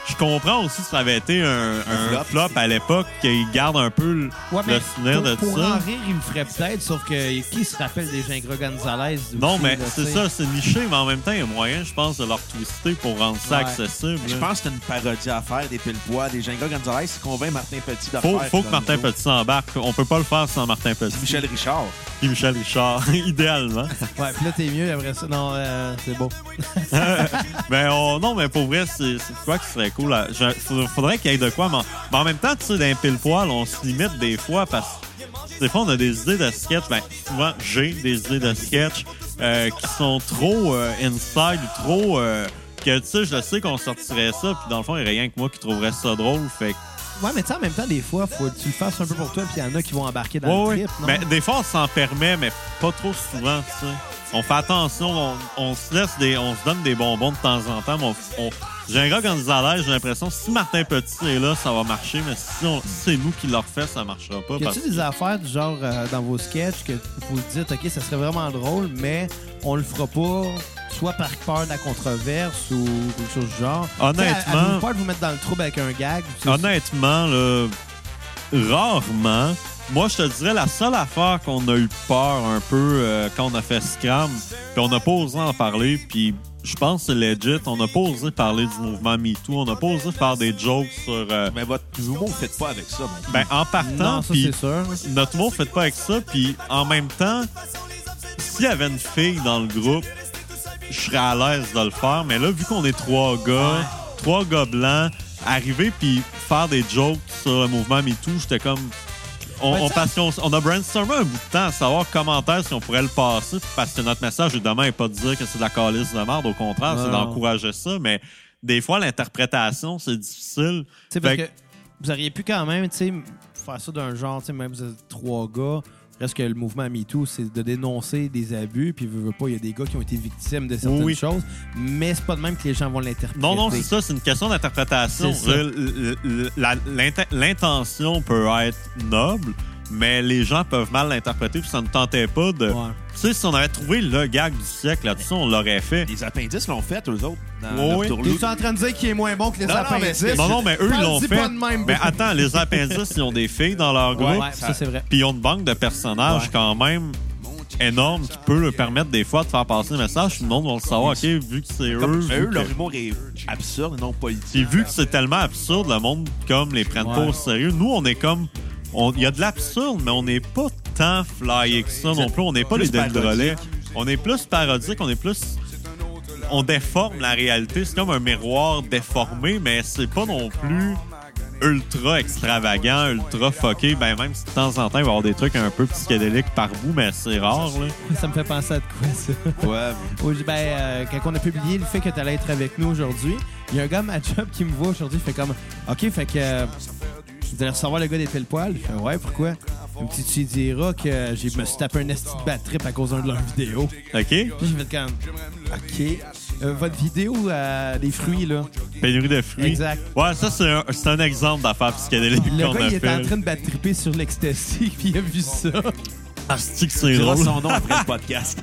Speaker 1: Je comprends aussi que ça avait été un, un
Speaker 3: flop.
Speaker 1: flop. à l'époque, qu'il garde un peu le,
Speaker 4: Ouais, mais
Speaker 1: le souvenir
Speaker 4: pour,
Speaker 1: de
Speaker 4: pour en
Speaker 1: ça.
Speaker 4: rire, il me ferait peut-être, sauf que qui se rappelle des Gingras Gonzalez?
Speaker 1: Non,
Speaker 4: aussi,
Speaker 1: mais
Speaker 4: là,
Speaker 1: c'est
Speaker 4: tu sais?
Speaker 1: ça, c'est niché, mais en même temps, il y a moyen, je pense, de leur twister pour rendre ça
Speaker 4: Ouais.
Speaker 1: accessible.
Speaker 3: Je
Speaker 1: là.
Speaker 3: pense que c'est une parodie à faire des pile-poids, des Gingra Gonzalez, c'est convainc Martin Petit de
Speaker 1: Faut,
Speaker 3: faire
Speaker 1: faut que
Speaker 3: Gonzo.
Speaker 1: Martin Petit s'embarque. On peut pas le faire sans Martin Petit.
Speaker 3: Michel Richard.
Speaker 1: Et Michel Richard, <laughs> idéalement.
Speaker 4: Ouais, puis là, t'es mieux après ça. Non, euh, c'est beau.
Speaker 1: mais Euh, ben, on- non, mais pour vrai, c'est c'est quoi qui serait cool? là? Je- faudrait- faudrait qu'il y ait de quoi. Mais en, mais en même temps, tu sais, d'un pile poil, on se limite des fois parce que des fois, on a des idées de sketch. Ben, souvent, j'ai des idées de sketch euh, qui sont trop euh, inside ou trop. euh, que tu sais, je le sais qu'on sortirait ça, puis dans le fond, il n'y a rien que moi qui trouverait ça drôle. Fait que
Speaker 4: Ouais, mais tu sais, en même temps, des fois, faut que tu le fasses un peu pour toi, puis il y en a qui vont embarquer dans
Speaker 1: Ouais,
Speaker 4: le
Speaker 1: ouais. Ben,
Speaker 4: trip, non?
Speaker 1: Mais des fois, on s'en permet, mais pas trop souvent, tu sais. On fait attention, on, on se laisse des, on se donne des bonbons de temps en temps. mais On, on, j'ai un gars quand à l'aise, j'ai l'impression que si Martin Petit est là, ça va marcher, mais si, on- si c'est nous qui le refait, ça marchera pas.
Speaker 4: Y
Speaker 1: parce
Speaker 4: a-tu des affaires du genre euh, dans vos sketchs que vous vous dites, OK, ça serait vraiment drôle, mais on le fera pas, soit par peur de la controverse ou quelque chose du genre?
Speaker 1: Honnêtement-
Speaker 4: Tu sais, avez-vous peur de vous mettre dans le trouble avec un gag? Tu sais,
Speaker 1: Honnêtement, là, rarement. Moi, je te dirais, la seule affaire qu'on a eu peur un peu euh, quand on a fait Scram, puis on n'a pas osé en parler, puis je pense que c'est legit, on n'a pas osé parler du mouvement MeToo, on n'a pas osé faire des jokes sur... euh,
Speaker 3: Mais votre humour, vous faites pas avec ça. mon
Speaker 1: ben, en
Speaker 4: Non,
Speaker 1: partant,
Speaker 4: ça,
Speaker 1: puis
Speaker 4: c'est sûr.
Speaker 1: notre mot, faites pas avec ça, puis en même temps, s'il y avait une fille dans le groupe, je serais à l'aise de le faire, mais là, vu qu'on est trois gars, trois gars blancs, arriver puis faire des jokes sur le mouvement MeToo, j'étais comme... On,
Speaker 4: Ben,
Speaker 1: on-
Speaker 4: ça-
Speaker 1: parce qu'on on a brainstormé un bout de temps à savoir comment est-ce qu'on pourrait le passer, parce que notre message, évidemment, n'est pas de dire que c'est de la calice de merde, au contraire, c'est
Speaker 4: Non.
Speaker 1: d'encourager ça, mais des fois, l'interprétation, c'est difficile.
Speaker 4: Tu sais, parce
Speaker 1: Fait
Speaker 4: que vous auriez pu quand même, tu sais, faire ça d'un genre, tu sais, même vous êtes trois gars, Reste que le mouvement MeToo, c'est de dénoncer des abus, puis veux, veux pas, il y a des gars qui ont été victimes de certaines
Speaker 1: Oui.
Speaker 4: choses, mais c'est pas de même que les gens vont l'interpréter.
Speaker 1: Non, non, c'est ça, c'est une question d'interprétation.
Speaker 4: C'est ça.
Speaker 1: Le- le- la- l'inten- L'intention peut être noble, mais les gens peuvent mal l'interpréter, puis ça ne tentait pas de.
Speaker 4: Ouais.
Speaker 1: Tu sais, si on avait trouvé le gag du siècle là-dessus, on l'aurait fait.
Speaker 3: Les appendices l'ont fait, eux autres, dans
Speaker 1: Oui,
Speaker 3: leur
Speaker 1: oui.
Speaker 3: tourlou.
Speaker 4: T'es-tu en train de dire qu'il est moins bon que les
Speaker 3: Non, non, mais
Speaker 4: appendices?
Speaker 3: c'est-
Speaker 1: Non, non, mais eux, ils
Speaker 4: Parle-y
Speaker 1: l'ont
Speaker 4: pas
Speaker 1: fait.
Speaker 4: de même.
Speaker 1: Mais attends, les appendices, ils ont des filles dans leur
Speaker 4: Ouais,
Speaker 1: groupe.
Speaker 4: ça, c'est vrai. <laughs>
Speaker 1: Puis ils ont une banque de personnages
Speaker 4: Ouais.
Speaker 1: quand même énorme qui peut leur permettre des fois de faire passer le message. Tout le monde va le savoir, OK, vu que c'est
Speaker 3: Comme-
Speaker 1: eux.
Speaker 3: mais
Speaker 1: vu
Speaker 3: eux,
Speaker 1: que-
Speaker 3: leur humour est absurde, non politique.
Speaker 1: Puis vu que c'est tellement absurde, le monde comme les prennent pas
Speaker 4: Ouais.
Speaker 1: au sérieux. Nous, on est comme. on- Il y a de l'absurde, mais on n'est pas tant flyé que ça non plus. On n'est pas
Speaker 3: Plus
Speaker 1: les Denis
Speaker 3: parodique.
Speaker 1: Drolet. On est plus parodique, on est plus. On déforme la réalité. C'est comme un miroir déformé, mais c'est pas non plus ultra extravagant, ultra fucké. Ben, même si de temps en temps, il va y avoir des trucs un peu psychédéliques par bout, mais c'est rare, là.
Speaker 4: Ça me fait penser à de quoi, ça?
Speaker 3: Ouais,
Speaker 4: Au- ben, euh, quand on a publié le fait que t'allais être avec nous aujourd'hui, il y a un gars à ma job qui me voit aujourd'hui, il fait comme OK, fait que euh, vous allez recevoir le gars des pile poil. Je fais Ouais, pourquoi? Un petit tu lui diras que j'ai- je me suis tapé un esti de bad trip à cause d'un de leurs vidéos.
Speaker 1: OK?
Speaker 4: Puis j'ai fait comme OK. Euh, votre vidéo euh, des fruits, là.
Speaker 1: Pénurie de fruits.
Speaker 4: Exact.
Speaker 1: Ouais, ça, c'est un, c'est un exemple d'affaire psychédélique
Speaker 4: Le
Speaker 1: qu'on
Speaker 4: gars,
Speaker 1: a
Speaker 4: il était en
Speaker 1: fait.
Speaker 4: train de bad tripper sur l'ecstasy, <laughs> puis il a vu ça.
Speaker 1: Asti que c'est
Speaker 3: on dira
Speaker 1: drôle.
Speaker 3: son nom après le
Speaker 1: <laughs>
Speaker 3: podcast.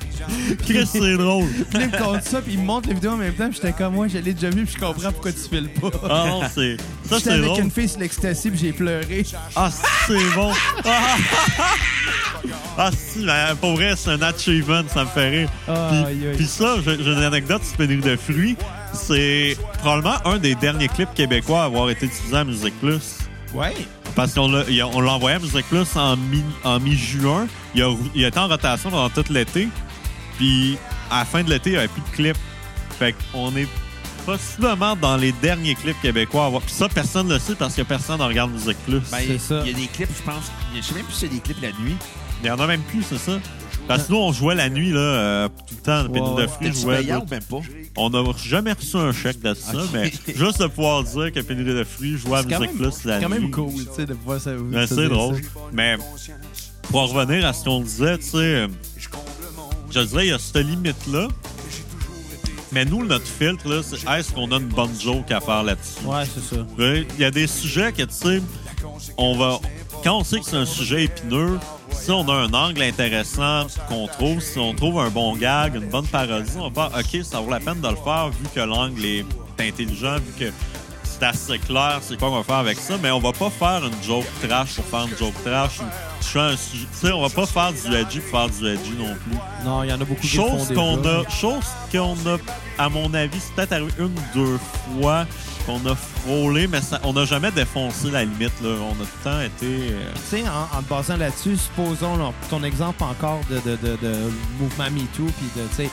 Speaker 1: Chris, c'est drôle.
Speaker 4: Puis il me compte ça, puis il me montre la vidéo en même temps, puis j'étais comme Moi, je l'ai déjà vu, puis je comprends pourquoi tu files pas.
Speaker 1: Ah
Speaker 4: <laughs>
Speaker 1: non, c'est. Ça,
Speaker 4: J'étais
Speaker 1: c'est
Speaker 4: avec
Speaker 1: drôle.
Speaker 4: une fille sur l'ecstasy, puis j'ai pleuré.
Speaker 1: Ah, c'est bon. Ah, ah, si, ben, pour vrai, c'est un achievement, ça me fait rire.
Speaker 4: Aïe,
Speaker 1: Puis-
Speaker 4: aïe.
Speaker 1: Puis ça, j'ai j'ai une anecdote sur Pénurie de fruits. C'est probablement un des derniers clips québécois à avoir été diffusé à Musique Plus.
Speaker 4: Ouais.
Speaker 1: Parce qu'on l'a il a- on l'a envoyé à Musique Plus en mi- en mi-juin. il, a, il a été en rotation pendant tout l'été. Puis à la fin de l'été, il n'y avait plus de clip. Fait qu'on est possiblement dans les derniers clips québécois à avoir. Puis ça, personne ne le sait parce que personne ne regarde Musique Plus.
Speaker 3: Ben,
Speaker 4: C'est
Speaker 3: il-
Speaker 4: ça.
Speaker 3: Il y a des clips, je pense. Je sais même plus s'il y a des clips la nuit.
Speaker 1: Il n'y en a même plus, c'est ça? Parce que nous, on jouait la nuit, là, euh, tout le temps, le Pénurie
Speaker 4: Ouais,
Speaker 1: de
Speaker 4: ouais.
Speaker 1: fruits
Speaker 3: T'es-tu
Speaker 1: jouait.
Speaker 3: payant ou même pas?
Speaker 1: On n'a jamais reçu un chèque de ça,
Speaker 3: Ok.
Speaker 1: mais juste de pouvoir dire que Pénurie de fruits jouait à
Speaker 4: C'est quand
Speaker 1: Musique
Speaker 4: même,
Speaker 1: Plus la
Speaker 4: c'est quand
Speaker 1: nuit.
Speaker 4: même cool, tu sais, de pouvoir ça.
Speaker 1: Ben,
Speaker 4: ça
Speaker 1: c'est
Speaker 4: dire
Speaker 1: drôle. Mais pour en revenir à ce qu'on disait, tu sais, euh, je dirais, il y a cette limite-là. Mais nous, notre filtre, là, c'est est-ce qu'on a une bonne joke à faire là-dessus?
Speaker 4: ça. Ouais, c'est ça.
Speaker 1: Ouais, Il y a des sujets que, tu sais, on va. Quand on sait que c'est un sujet épineux, si on a un angle intéressant qu'on trouve, si on trouve un bon gag, une bonne parodie, on va faire OK, ça vaut la peine de le faire vu que l'angle est intelligent, vu que c'est assez clair, c'est quoi qu'on va faire avec ça, mais on va pas faire une joke trash pour faire une joke trash. ou toucher un sujet- Tu sais, on va pas faire du edgy pour faire du edgy non plus.
Speaker 4: Non, il y en a beaucoup qui le font
Speaker 1: Chose
Speaker 4: déjà.
Speaker 1: qu'on a, chose qu'on a, à mon avis, c'est peut-être arrivé une ou deux fois qu'on a frôlé, mais ça- on n'a jamais défoncé la limite. Là. On a tout le temps été. euh,
Speaker 4: Tu sais, en, en te basant là-dessus, supposons là, ton exemple encore de, de, de, de mouvement MeToo, puis de, tu sais,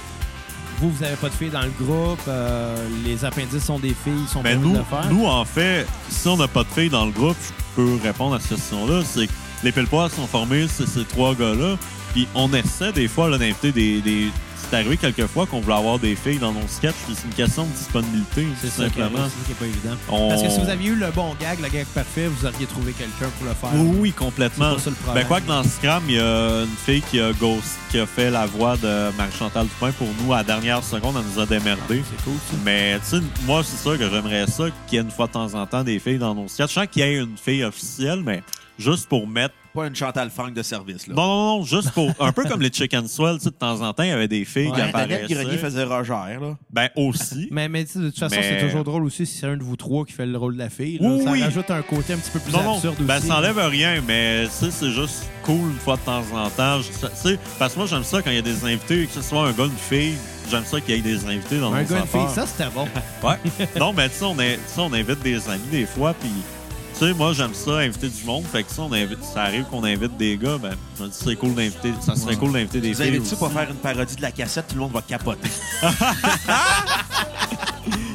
Speaker 4: vous, vous avez pas de filles dans le groupe, euh, les appendices sont des filles, ils sont
Speaker 1: Mais
Speaker 4: pas
Speaker 1: Ben, nous,
Speaker 4: de le faire.
Speaker 1: nous, en fait, si on n'a pas de filles dans le groupe, je peux répondre à cette question-là. C'est que les Pellepois sont formés, c'est ces trois gars-là. Puis on essaie des fois là, d'inviter des. des- c'est arrivé quelques fois qu'on voulait avoir des filles dans nos sketchs, puis c'est une question de disponibilité,
Speaker 4: c'est
Speaker 1: tout
Speaker 4: ça qui est
Speaker 1: simplement.
Speaker 4: c'est ça qui est pas évident.
Speaker 1: On-
Speaker 4: Parce que si vous aviez eu le bon gag, le gag parfait, vous auriez trouvé quelqu'un pour le faire.
Speaker 1: Oui, oui, complètement.
Speaker 4: C'est pas ça le problème.
Speaker 1: ben, quoi que dans Scram, il y a une fille qui a, ghost, qui a fait la voix de Marie-Chantal Dupin pour nous à la dernière seconde. Elle nous a démerdé.
Speaker 4: C'est cool, ça.
Speaker 1: Mais tu sais, moi, c'est sûr que j'aimerais ça qu'il y ait une fois de temps en temps des filles dans nos sketchs. Je sens qu'il y ait une fille officielle, mais juste pour mettre.
Speaker 3: Pas une Chantal Franck de service, là.
Speaker 1: Non, non, non, juste pour. Un peu comme les Chicken Swell, tu sais, de temps en temps, il y avait des filles qui
Speaker 3: Ouais, Daniel Grenier
Speaker 1: apparaissaient.
Speaker 3: faisait Roger, là.
Speaker 1: Ben,
Speaker 3: <laughs>
Speaker 1: aussi.
Speaker 4: Mais, mais tu sais, de toute façon,
Speaker 1: Mais-
Speaker 4: c'est toujours drôle aussi si c'est un de vous trois qui fait le rôle de la fille. là.
Speaker 1: Oui,
Speaker 4: ça
Speaker 1: oui.
Speaker 4: rajoute un côté un petit peu plus
Speaker 1: Non, non,
Speaker 4: absurde
Speaker 1: ben,
Speaker 4: aussi.
Speaker 1: ça enlève rien, mais tu sais, c'est juste cool une fois de temps en temps. Je- ça- tu sais, parce que moi, j'aime ça quand il y a des invités, que ce soit un gars, une fille, j'aime ça qu'il y ait des invités dans
Speaker 4: Un
Speaker 1: nos
Speaker 4: gars, une fille,
Speaker 1: affaires.
Speaker 4: ça, c'était <laughs> bon.
Speaker 1: <laughs> non, mais tu sais, on, est- tu sais, on invite des amis des fois, puis tu sais, moi, j'aime ça, inviter du monde, fait que si on invite, ça arrive qu'on invite des gars, ben, je me dis, c'est cool d'inviter, ça serait cool d'inviter des
Speaker 3: Vous
Speaker 1: filles
Speaker 3: invitez-tu
Speaker 1: aussi.
Speaker 3: pour faire une parodie de la cassette, tout le monde va capoter.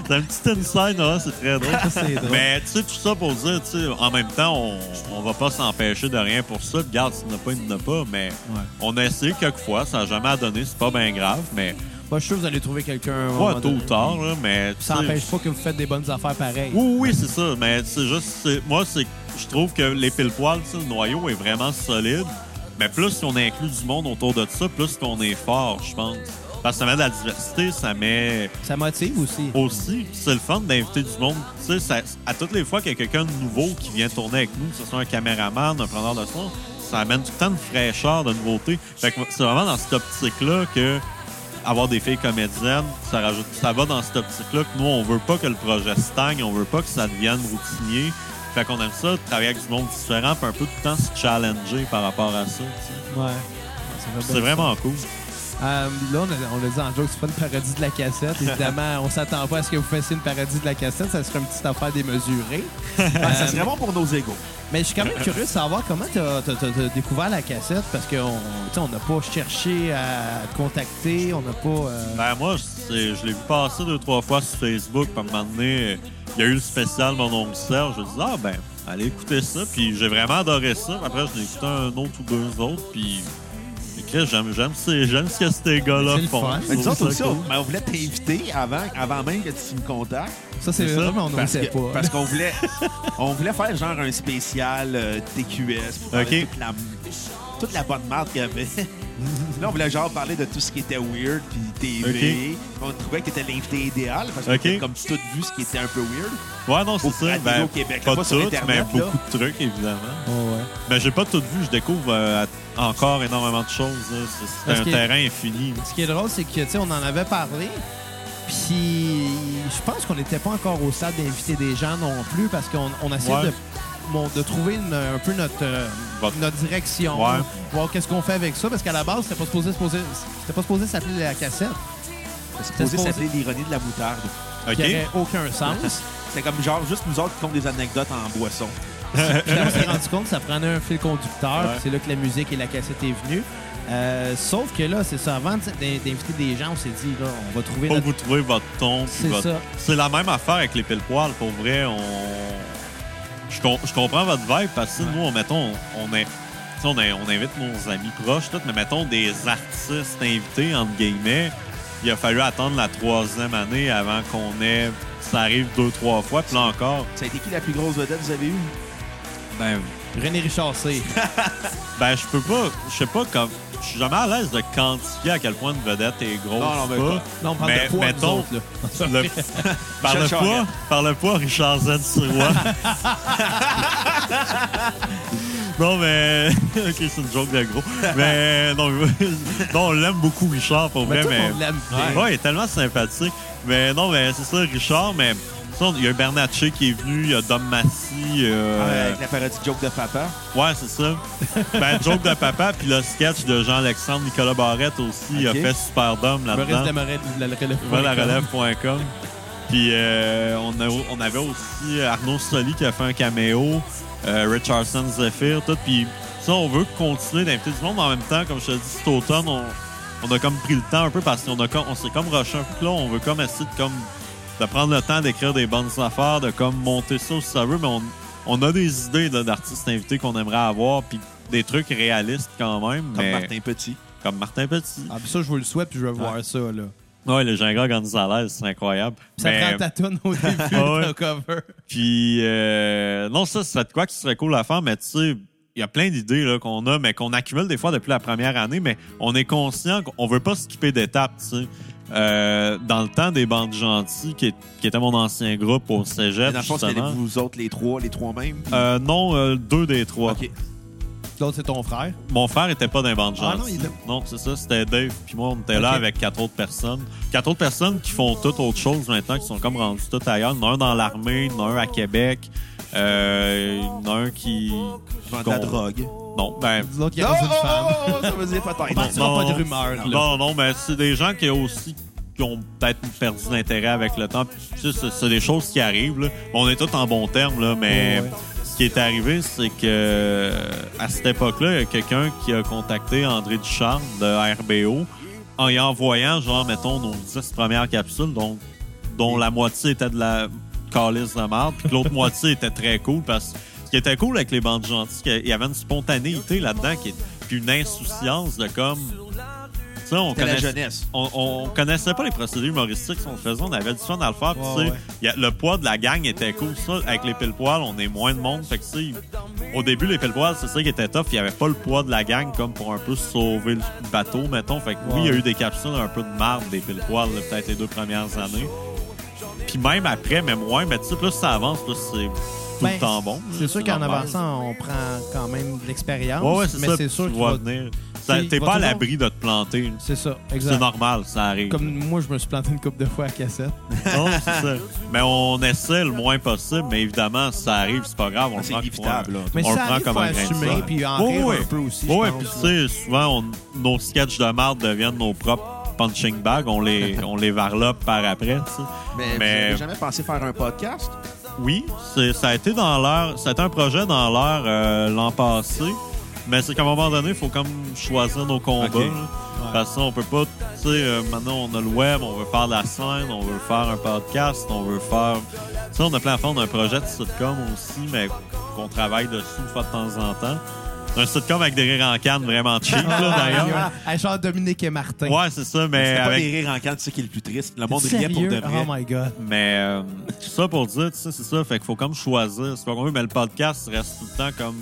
Speaker 1: C'est un petit inside, là, c'est très drôle.
Speaker 4: Ça, c'est drôle.
Speaker 1: Mais tu sais, tout ça pour dire, tu sais, en même temps, on, on va pas s'empêcher de rien pour ça. Regarde, s'il n'y en a pas, il n'y en a pas. Mais
Speaker 4: Ouais.
Speaker 1: on a essayé quelques fois, ça n'a jamais donné, c'est pas bien grave. Mais
Speaker 4: Moi, je suis sûr que vous allez trouver quelqu'un. à un
Speaker 1: pas
Speaker 4: moment
Speaker 1: tôt ou
Speaker 4: donné.
Speaker 1: tard, là, mais. tu
Speaker 4: Ça
Speaker 1: sais,
Speaker 4: n'empêche pas que vous faites des bonnes affaires pareilles.
Speaker 1: Oui, oui, c'est ça. Mais c'est juste, c'est- moi, c'est, je trouve que les pile poils, tu sais, le noyau est vraiment solide. Mais plus qu'on inclut du monde autour de ça, plus qu'on est fort, je pense. Parce que ça met de la diversité, ça met
Speaker 4: Ça motive aussi.
Speaker 1: aussi. Puis C'est le fun d'inviter du monde. Tu sais, ça- à toutes les fois qu'il y a quelqu'un de nouveau qui vient tourner avec nous, que ce soit un caméraman, un preneur de son, ça amène tout le temps de fraîcheur, de nouveauté. Fait que c'est vraiment dans cette optique-là que avoir des filles comédiennes, ça rajoute, ça va dans cette optique-là que nous, on veut pas que le projet stagne, on veut pas que ça devienne routinier. Fait qu'on aime ça, travailler avec du monde différent, puis un peu tout le temps se challenger par rapport à ça. tu sais.
Speaker 4: Ouais.
Speaker 1: Puis
Speaker 4: Ben,
Speaker 1: C'est vraiment cool.
Speaker 4: Euh, là, on a, on l'a dit en joke, c'est pas une parodie de la cassette. <laughs> Évidemment, on s'attend pas à ce que vous fassiez une parodie de la cassette. Ça serait une petite affaire <laughs> démesurée. Euh,
Speaker 3: Ah, ça serait bon pour nos égaux.
Speaker 4: Mais je suis quand même curieux de savoir comment t'as t'as- t'as- t'as découvert la cassette parce qu'on n'a pas cherché à te contacter, on n'a pas. euh,
Speaker 1: Ben moi, c'est- je l'ai vu passer deux, trois fois sur Facebook. Puis à un moment donné, euh, il y a eu le spécial Mon oncle Serge. Je me ah ben, allez écouter ça. Puis j'ai vraiment adoré ça. Puis Après, je l'ai écouté un autre ou deux autres. Puis mais Chris, j'aime, j'aime, ces- j'aime ce que ces gars-là
Speaker 4: C'est le
Speaker 1: font.
Speaker 4: fun.
Speaker 1: Je
Speaker 3: Mais nous
Speaker 1: trouve
Speaker 3: autres aussi,
Speaker 1: cool.
Speaker 3: on, mais on voulait t'inviter avant, avant même que tu me contactes.
Speaker 4: ça, c'est
Speaker 1: c'est ça,
Speaker 4: vrai, mais on ne
Speaker 3: Parce
Speaker 4: sait
Speaker 3: que-
Speaker 4: pas.
Speaker 3: parce qu'on voulait, <laughs> on voulait faire genre un spécial euh, TQS pour parler
Speaker 1: Ok.
Speaker 3: de toute, la, toute la bonne marque qu'il y <laughs> avait. Là, on voulait genre parler de tout ce qui était weird, puis TV.
Speaker 1: Ok.
Speaker 3: On trouvait que t'étais l'invité idéal, parce que
Speaker 1: Ok.
Speaker 3: t'as comme tout vu ce qui était un peu weird.
Speaker 1: Ouais, non, c'est
Speaker 3: Au- à
Speaker 1: ça.
Speaker 3: la
Speaker 1: Ben,
Speaker 3: télé au Québec,
Speaker 1: pas
Speaker 3: pas
Speaker 1: tout,
Speaker 3: sur Internet,
Speaker 1: mais
Speaker 3: là.
Speaker 1: beaucoup de trucs, évidemment.
Speaker 4: Oh, <laughs> ouais.
Speaker 1: Mais j'ai pas tout vu. Je découvre euh, à- encore énormément de choses. là. C'est, c'est
Speaker 4: Parce
Speaker 1: un
Speaker 4: que-
Speaker 1: terrain infini. là.
Speaker 4: Ce qui est drôle, c'est que, tu sais, on en avait parlé. Puis, je pense qu'on n'était pas encore au stade d'inviter des gens non plus parce qu'on on essayait
Speaker 1: Ouais.
Speaker 4: de, bon, de trouver une- un peu notre, euh,
Speaker 1: Votre-
Speaker 4: notre direction.
Speaker 1: Ouais.
Speaker 4: Voir qu'est-ce qu'on fait avec ça. Parce qu'à la base, c'était pas supposé, supposé- c'était pas supposé s'appeler la cassette.
Speaker 3: C'est
Speaker 4: supposé
Speaker 3: supposé s'appeler l'ironie de la moutarde.
Speaker 1: OK?
Speaker 4: Qui n'avait aucun sens.
Speaker 3: C'est comme genre juste nous autres qui comptent des anecdotes en boisson.
Speaker 4: Puis là, on s'est rendu compte que ça prenait un fil conducteur.
Speaker 1: Ouais.
Speaker 4: puis C'est là que la musique et la cassette est venue. Euh, sauf que là, c'est ça. Avant d'in- d'inviter des gens, on s'est dit, là, on va trouver
Speaker 1: Pas
Speaker 4: notre...
Speaker 1: vous trouver votre ton. puis
Speaker 4: C'est
Speaker 1: votre-
Speaker 4: ça.
Speaker 1: C'est la même affaire avec les pile poils Pour vrai, on... je, com- je comprends votre vibe parce que nous, on, mettons, on, est... tu sais, on, est- on invite nos amis proches, tout, mais mettons des artistes invités, entre guillemets. Il a fallu attendre la troisième année avant qu'on ait. Ça arrive deux, trois fois, puis là encore.
Speaker 3: Ça a été qui la plus grosse vedette que vous avez eue?
Speaker 1: Ben,
Speaker 4: René Richard C.
Speaker 1: ben je peux pas. Je sais pas comme. Je suis jamais à l'aise de quantifier à quel point une vedette est grosse.
Speaker 3: Non, non, mais
Speaker 1: ou pas.
Speaker 3: pas.
Speaker 4: Non, on parle
Speaker 1: Mais
Speaker 4: de poids, nous
Speaker 1: mettons-
Speaker 4: autres, là.
Speaker 1: Le- par, le
Speaker 3: Michel
Speaker 1: poids,
Speaker 3: Charette.
Speaker 1: par le poids, Richard Z. Sirois. non, mais. <laughs> ok, c'est une joke de gros. Mais non, non, on l'aime beaucoup, Richard, pour
Speaker 4: Mais
Speaker 1: vrai.
Speaker 4: tout le
Speaker 1: Mais,
Speaker 4: monde l'aime bien.
Speaker 1: Ouais, il est tellement sympathique. Mais non, mais c'est ça, Richard. Mais ça, on- il y a Bernatchez qui est venu, il y a Dom Massy. euh,
Speaker 3: Avec la parodie joke de papa.
Speaker 4: Ah
Speaker 1: Ouais, c'est ça. Ben, joke de papa, puis le sketch de Jean-Alexandre Nicolas Barrette aussi. Il a
Speaker 3: Ok.
Speaker 1: fait Superdome là-dedans.
Speaker 4: Maurice Desmarais, la relève.
Speaker 1: Voilà, relève.com. Puis euh, on, a- on avait aussi Arnaud Soli qui a fait un caméo, euh, Richardson Zephyr, tout. Puis ça, on veut continuer d'inviter du monde, mais en même temps, comme je te dis, cet automne, on, on a comme pris le temps un peu parce qu'on a comme- on s'est comme rushé un peu. Puis Là, on veut comme essayer de, comme, de prendre le temps d'écrire des bonnes affaires, de comme monter ça si ça veut, mais on, on a des idées là, d'artistes invités qu'on aimerait avoir, puis des trucs réalistes quand même.
Speaker 3: Comme
Speaker 1: mais-
Speaker 3: Martin Petit.
Speaker 1: Comme Martin Petit.
Speaker 4: Ah, puis ça, je vous le souhaite, puis je veux voir ça, là.
Speaker 1: Ouais, le Gingra Gonzalez, c'est incroyable.
Speaker 4: Ça
Speaker 1: Mais-
Speaker 4: prend ta toune au début
Speaker 1: <laughs> Ah ouais.
Speaker 4: de ton cover.
Speaker 1: Puis, euh, non, ça, c'est de quoi qui serait cool à faire, mais tu sais, il y a plein d'idées là, qu'on a, mais qu'on accumule des fois depuis la première année, mais on est conscient qu'on veut pas skipper d'étapes, tu sais. Euh, dans le temps des bandes gentilles, qui, est- qui était mon ancien groupe au
Speaker 3: Mais
Speaker 1: cégep,
Speaker 3: Dans le fond, c'était
Speaker 1: justement.
Speaker 3: vous autres, les trois, les trois mêmes.
Speaker 1: Euh, non, euh, deux des trois.
Speaker 3: OK.
Speaker 4: L'autre, c'est ton frère.
Speaker 1: Mon frère était pas dans les bandes
Speaker 4: Ah non,
Speaker 1: gentilles.
Speaker 4: il était-
Speaker 1: non, c'est ça, c'était Dave. Puis moi, on était là
Speaker 4: Ok.
Speaker 1: avec quatre autres personnes. Quatre autres personnes qui font toutes autre chose maintenant, qui sont comme rendues tout ailleurs. Il y en a un dans l'armée, il y en a un à Québec, euh, il y en a un qui...
Speaker 3: Vendre de la
Speaker 1: qu'on-
Speaker 3: drogue.
Speaker 1: Non, ben...
Speaker 4: L'autre, il a
Speaker 3: Non,
Speaker 4: pas une femme.
Speaker 1: <laughs>
Speaker 3: oh, ça veut dire peut-être.
Speaker 4: On partira pas de rumeurs, là.
Speaker 1: Non, non, mais c'est des gens qui ont aussi qui ont peut-être perdu l'intérêt avec le temps. Puis, tu sais, C'est c'est des choses qui arrivent. là. On est tous en bon terme, là, mais
Speaker 4: Ouais, ouais.
Speaker 1: ce qui est arrivé, c'est que à cette époque-là, il y a quelqu'un qui a contacté André Ducharme de RBO en y envoyant, genre, mettons, nos 10 premières capsules, donc, dont la moitié était de la calice de marde, puis que l'autre <laughs> moitié était très cool, parce que ce qui était cool avec les bandes gentilles, c'est qu'il y avait une spontanéité là-dedans, qui est- puis une insouciance de comme... Tu sais, on
Speaker 3: C'était la
Speaker 1: connaissait-
Speaker 3: jeunesse.
Speaker 1: on, on connaissait pas les procédés humoristiques qu'on faisait, on avait du fun à le faire. puis
Speaker 4: Ouais,
Speaker 1: tu sais,
Speaker 4: ouais.
Speaker 1: y a- le poids de la gang était cool. Ça, avec les pile poils on est moins de monde. Fait que, tu sais, au début, les pèlebois, c'est ça qui était tough. Il n'y avait pas le poids de la gang comme pour un peu sauver le bateau, mettons. Fait que oui, il y a eu des capsules un peu de marde des pèlebois, peut-être les deux premières années. Puis même après, même moins, mais tu sais, plus ça avance, plus c'est tout
Speaker 4: Ben,
Speaker 1: le temps bon.
Speaker 4: C'est sûr qu'en
Speaker 1: normal.
Speaker 4: avançant, on prend quand même de l'expérience.
Speaker 1: Ouais, ouais, c'est
Speaker 4: mais
Speaker 1: ça.
Speaker 4: c'est sûr
Speaker 1: tu
Speaker 4: que tu
Speaker 1: vois
Speaker 4: vas-
Speaker 1: venir.
Speaker 4: tu
Speaker 1: Ça-
Speaker 4: sais,
Speaker 1: T'es
Speaker 4: il va
Speaker 1: pas à
Speaker 4: toujours-
Speaker 1: l'abri de te planter.
Speaker 4: C'est ça,
Speaker 1: C'est
Speaker 4: exact.
Speaker 1: normal, ça arrive.
Speaker 4: Comme moi, je me suis planté une coupe de fois à cassette.
Speaker 1: Non, c'est ça. Mais on essaie le moins possible, mais évidemment, si ça arrive, c'est pas grave. On le
Speaker 3: C'est
Speaker 1: prend pour un-
Speaker 3: inévitable, là.
Speaker 4: Mais
Speaker 1: on
Speaker 4: ça
Speaker 1: le prend
Speaker 4: arrive,
Speaker 1: comme
Speaker 4: faut
Speaker 1: un grain de
Speaker 4: assumer,
Speaker 1: sable.
Speaker 4: puis en
Speaker 1: Oui,
Speaker 4: rire
Speaker 1: oui.
Speaker 4: un peu aussi, je
Speaker 1: Oui,
Speaker 4: pense,
Speaker 1: puis tu sais, souvent, on- nos sketchs de marde deviennent nos propres punching bags. On les, on les varlope par après, tu sais.
Speaker 3: Mais,
Speaker 1: Mais- Euh,
Speaker 3: vous avez jamais pensé faire un podcast?
Speaker 1: Oui, c'est- ça a été dans l'heure. C'était un projet dans l'heure euh, l'an passé. Mais c'est qu'à un moment donné, il faut comme choisir nos combats.
Speaker 3: Ok.
Speaker 1: là. Parce qu'on peut pas. Tu sais, euh, maintenant, on a le web, on veut faire de la scène, on veut faire un podcast, on veut faire. Tu sais, on a plein à faire. On a un projet de sitcom aussi, mais qu'on travaille dessus une fois de temps en temps. Un sitcom avec des rires en canne vraiment cheap, là,
Speaker 3: <laughs>
Speaker 1: d'ailleurs.
Speaker 4: Ah, genre Dominique et Martin.
Speaker 1: Ouais, c'est ça, mais
Speaker 3: C'est pas
Speaker 1: avec
Speaker 3: des rires en canne, c'est ça qui est le plus triste. Le monde riait
Speaker 4: Sérieux?
Speaker 3: pour de vrai.
Speaker 4: Oh my God.
Speaker 1: Mais euh, tout ça pour dire, tu sais, c'est ça. Fait qu'il faut comme choisir. C'est pas qu'on veut, mais le podcast reste tout le temps comme.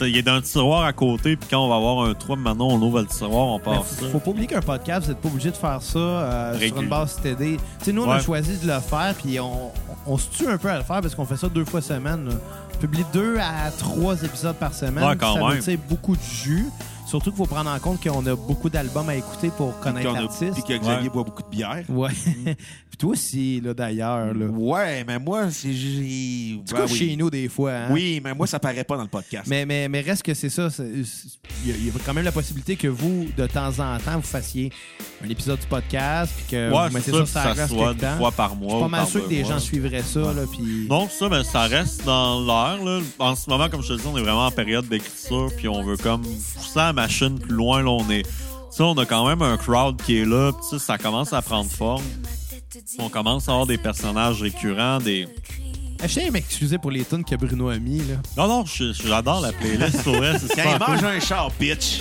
Speaker 1: Il est dans un tiroir à côté, puis quand on va avoir un trou, maintenant on ouvre le tiroir, on
Speaker 3: Ah,
Speaker 4: Mais
Speaker 1: part ça.
Speaker 4: faut, faut pas oublier qu'un podcast, vous n'êtes pas obligé de faire ça euh, sur
Speaker 1: Régulier.
Speaker 4: une base TD. Tu sais, nous, on a
Speaker 1: Ouais.
Speaker 4: choisi de le faire, puis on, on se tue un peu à le faire parce qu'on fait ça deux fois semaine. là. On publie deux à trois épisodes par semaine.
Speaker 1: Ouais, quand
Speaker 4: ça
Speaker 1: même.
Speaker 4: nous tire beaucoup de jus. Surtout qu'il faut prendre en compte qu'on a beaucoup d'albums à écouter pour
Speaker 3: Puis
Speaker 4: connaître
Speaker 3: qu'on a-
Speaker 4: l'artiste.
Speaker 3: Puis que Xavier boit beaucoup de bière.
Speaker 4: Ouais. <laughs> puis toi aussi, là, d'ailleurs. Là.
Speaker 3: Ouais, mais moi, c'est. j'ai-
Speaker 4: Tu
Speaker 3: Ben
Speaker 4: couches
Speaker 3: oui.
Speaker 4: chez nous des fois. hein?
Speaker 3: Oui, mais moi, ça paraît pas dans le podcast.
Speaker 4: Mais, mais, mais reste que c'est ça. c'est- Il y, a- il y a quand même la possibilité que vous, de temps en temps, vous fassiez un épisode du podcast, puis que
Speaker 1: Ouais,
Speaker 4: vous
Speaker 1: c'est ça,
Speaker 4: mettez ça,
Speaker 1: puis
Speaker 4: sur la
Speaker 1: ça
Speaker 4: glace
Speaker 1: se voit
Speaker 4: quelque temps.
Speaker 1: une fois par mois.
Speaker 4: Je suis pas
Speaker 1: ou
Speaker 4: mal
Speaker 1: par
Speaker 4: sûr que
Speaker 1: deux
Speaker 4: des
Speaker 1: mois.
Speaker 4: gens suivraient ça. Là, puis...
Speaker 1: Non, c'est ça, mais ça reste dans l'air. là. En ce moment, comme je te dis, on est vraiment en période d'écriture, puis on veut comme pousser la machine plus loin. Là, on est. Tu sais, on a quand même un crowd qui est là, puis tu sais, ça commence à prendre forme. On commence à avoir des personnages récurrents, des.
Speaker 4: Eh, Je tiens à m'excuser pour les tunes que Bruno a mis. Là.
Speaker 1: Non, non, je- j'adore la playlist, pour vrai, c'est
Speaker 3: Quand
Speaker 1: super
Speaker 3: il
Speaker 1: cool.
Speaker 3: mange un char, bitch!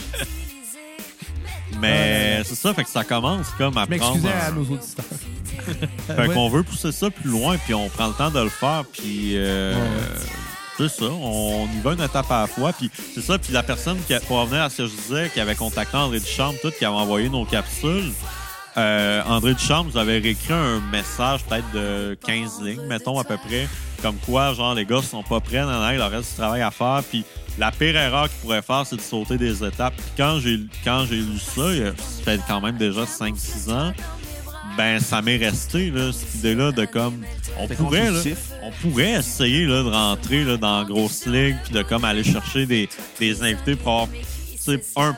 Speaker 1: Mais c'est ça, fait que ça commence comme à
Speaker 4: Je
Speaker 1: prendre.
Speaker 4: m'excusais à nos auditeurs.
Speaker 1: Fait
Speaker 4: Ouais.
Speaker 1: qu'on veut pousser ça plus loin, puis on prend le temps de le faire, puis euh, c'est ça, on y va une étape à la fois, puis c'est ça, puis la personne qui, a- pour revenir à ce que je disais, qui avait contacté André Duchamp, tout, qui avait envoyé nos capsules, euh, André Duchamp nous avait réécrit un message peut-être de 15 lignes, mettons à peu près, comme quoi, genre, les gars sont pas prêts, nan, nan, il leur reste du travail à faire, puis la pire erreur qu'ils pourraient faire, c'est de sauter des étapes. Puis quand j'ai quand j'ai lu ça, il y a- ça fait quand même déjà 5-6 ans, ben ça m'est resté là, cette idée-là de comme on
Speaker 3: Fait
Speaker 1: pourrait là,
Speaker 3: constructif.
Speaker 1: on pourrait essayer là, de rentrer là, dans la grosse ligue puis de comme aller chercher des, des invités pour avoir tu sais, un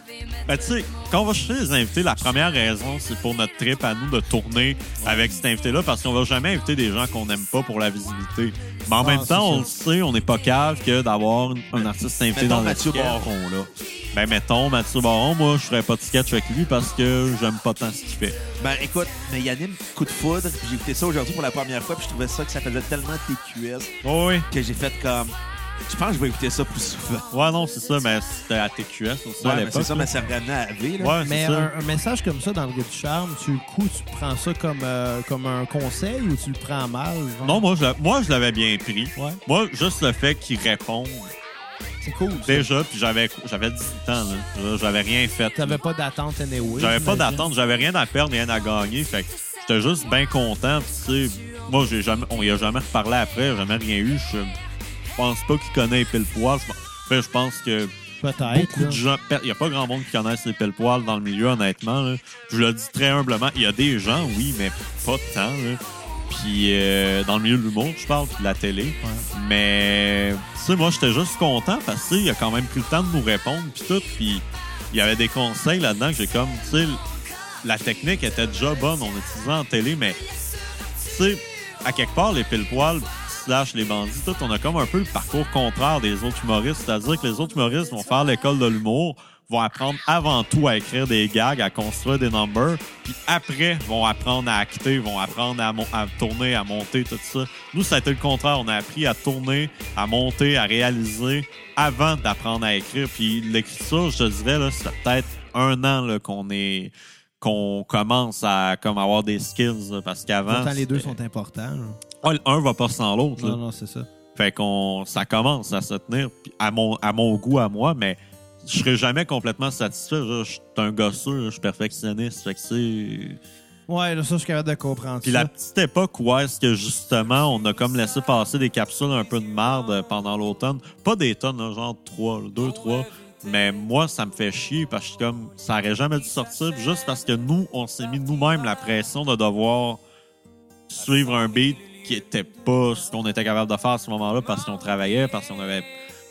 Speaker 1: ben, tu sais, quand on va chercher des invités, la première raison, c'est pour notre trip à nous de tourner avec cet invité-là, parce qu'on va jamais inviter des gens qu'on n'aime pas pour la visibilité. Mais en
Speaker 4: Ah,
Speaker 1: même temps,
Speaker 4: c'est
Speaker 1: on le sait, on n'est pas cave que d'avoir un artiste invité
Speaker 3: Mettons
Speaker 1: dans le
Speaker 3: Mathieu
Speaker 1: sketch.
Speaker 3: Baron, là.
Speaker 1: Ben, mettons, Mathieu Baron, moi, je ferais pas de sketch avec lui parce que j'aime pas tant ce qu'il fait.
Speaker 3: Ben écoute, mais il anime Coup de foudre, puis j'ai écouté ça aujourd'hui pour la première fois, puis je trouvais ça que ça faisait tellement TQS
Speaker 1: oui.
Speaker 3: que j'ai fait comme. Je pense que je vais écouter ça plus souvent.
Speaker 1: Ouais, non, c'est ça, mais c'était à TQS aussi à
Speaker 3: Ouais, mais c'est
Speaker 1: l'époque.
Speaker 3: ça, mais ça revenait à V, là.
Speaker 1: Ouais,
Speaker 4: Mais
Speaker 1: <laughs> c'est ça.
Speaker 4: un, un message comme ça dans le du charme, tu, le coup, tu prends ça comme, euh, comme un conseil ou tu le prends mal? genre?
Speaker 1: Non, moi, je l'a- moi, je l'avais bien pris.
Speaker 4: Ouais.
Speaker 1: Moi, juste le fait qu'il réponde,
Speaker 4: C'est cool. ça.
Speaker 1: déjà, puis j'avais j'avais 18 ans, là. Je- J'avais rien fait.
Speaker 4: T'avais pas d'attente anyway.
Speaker 1: J'avais pas
Speaker 4: j'imagine.
Speaker 1: d'attente, j'avais rien à perdre, rien à gagner. Fait que j'étais juste bien content. Puis, tu sais, moi, j'ai jamais, on y a jamais reparlé après, jamais rien eu. Je je pense pas qu'il connaît les pile poil. Je pense que
Speaker 4: Peut-être.
Speaker 1: beaucoup
Speaker 4: là.
Speaker 1: de gens. Il n'y a pas grand monde qui connaissent les pile poils dans le milieu, honnêtement. là. Je le dis très humblement. Il y a des gens, oui, mais pas tant. là. Puis euh, dans le milieu de l'humour, je parle, puis de la télé. Mais tu sais, moi, j'étais juste content parce que tu sais, il a quand même pris le temps de nous répondre, puis tout. Puis il y avait des conseils là-dedans que j'ai comme, tu sais, la technique était déjà bonne, on utilisait en télé, mais tu sais, à quelque part, les pile-poils slash les bandits, tout, on a comme un peu le parcours contraire des autres humoristes. C'est-à-dire que les autres humoristes vont faire l'école de l'humour, vont apprendre avant tout à écrire des gags, à construire des numbers, puis après, vont apprendre à acter, vont apprendre à, mon- à tourner, à monter, tout ça. Nous, ça a été le contraire. On a appris à tourner, à monter, à réaliser avant d'apprendre à écrire. Puis l'écriture, je te dirais, là, c'est peut-être un an là, qu'on est qu'on commence à comme avoir des skills là, parce qu'avant
Speaker 4: Pourtant, les deux
Speaker 1: c'était-
Speaker 4: sont importants. là.
Speaker 1: ah, un va pas sans l'autre. là.
Speaker 4: Non, non, c'est ça.
Speaker 1: Fait qu'on, ça commence à se tenir puis à mon, à mon goût, à moi, mais je serai jamais complètement satisfait. Je je suis un gosseux, je suis perfectionniste. Fait que c'est.
Speaker 4: Ouais, là, ça, je suis capable de comprendre.
Speaker 1: Puis
Speaker 4: ça.
Speaker 1: la petite époque où est-ce que justement on a comme laissé passer des capsules un peu de marde pendant l'automne, pas des tonnes, là, genre trois, là, deux, trois. Mais moi, ça me fait chier parce que je suis comme ça aurait jamais dû sortir juste parce que nous, on s'est mis nous-mêmes la pression de devoir suivre un beat qui était pas ce qu'on était capable de faire à ce moment-là parce qu'on travaillait, parce qu'on avait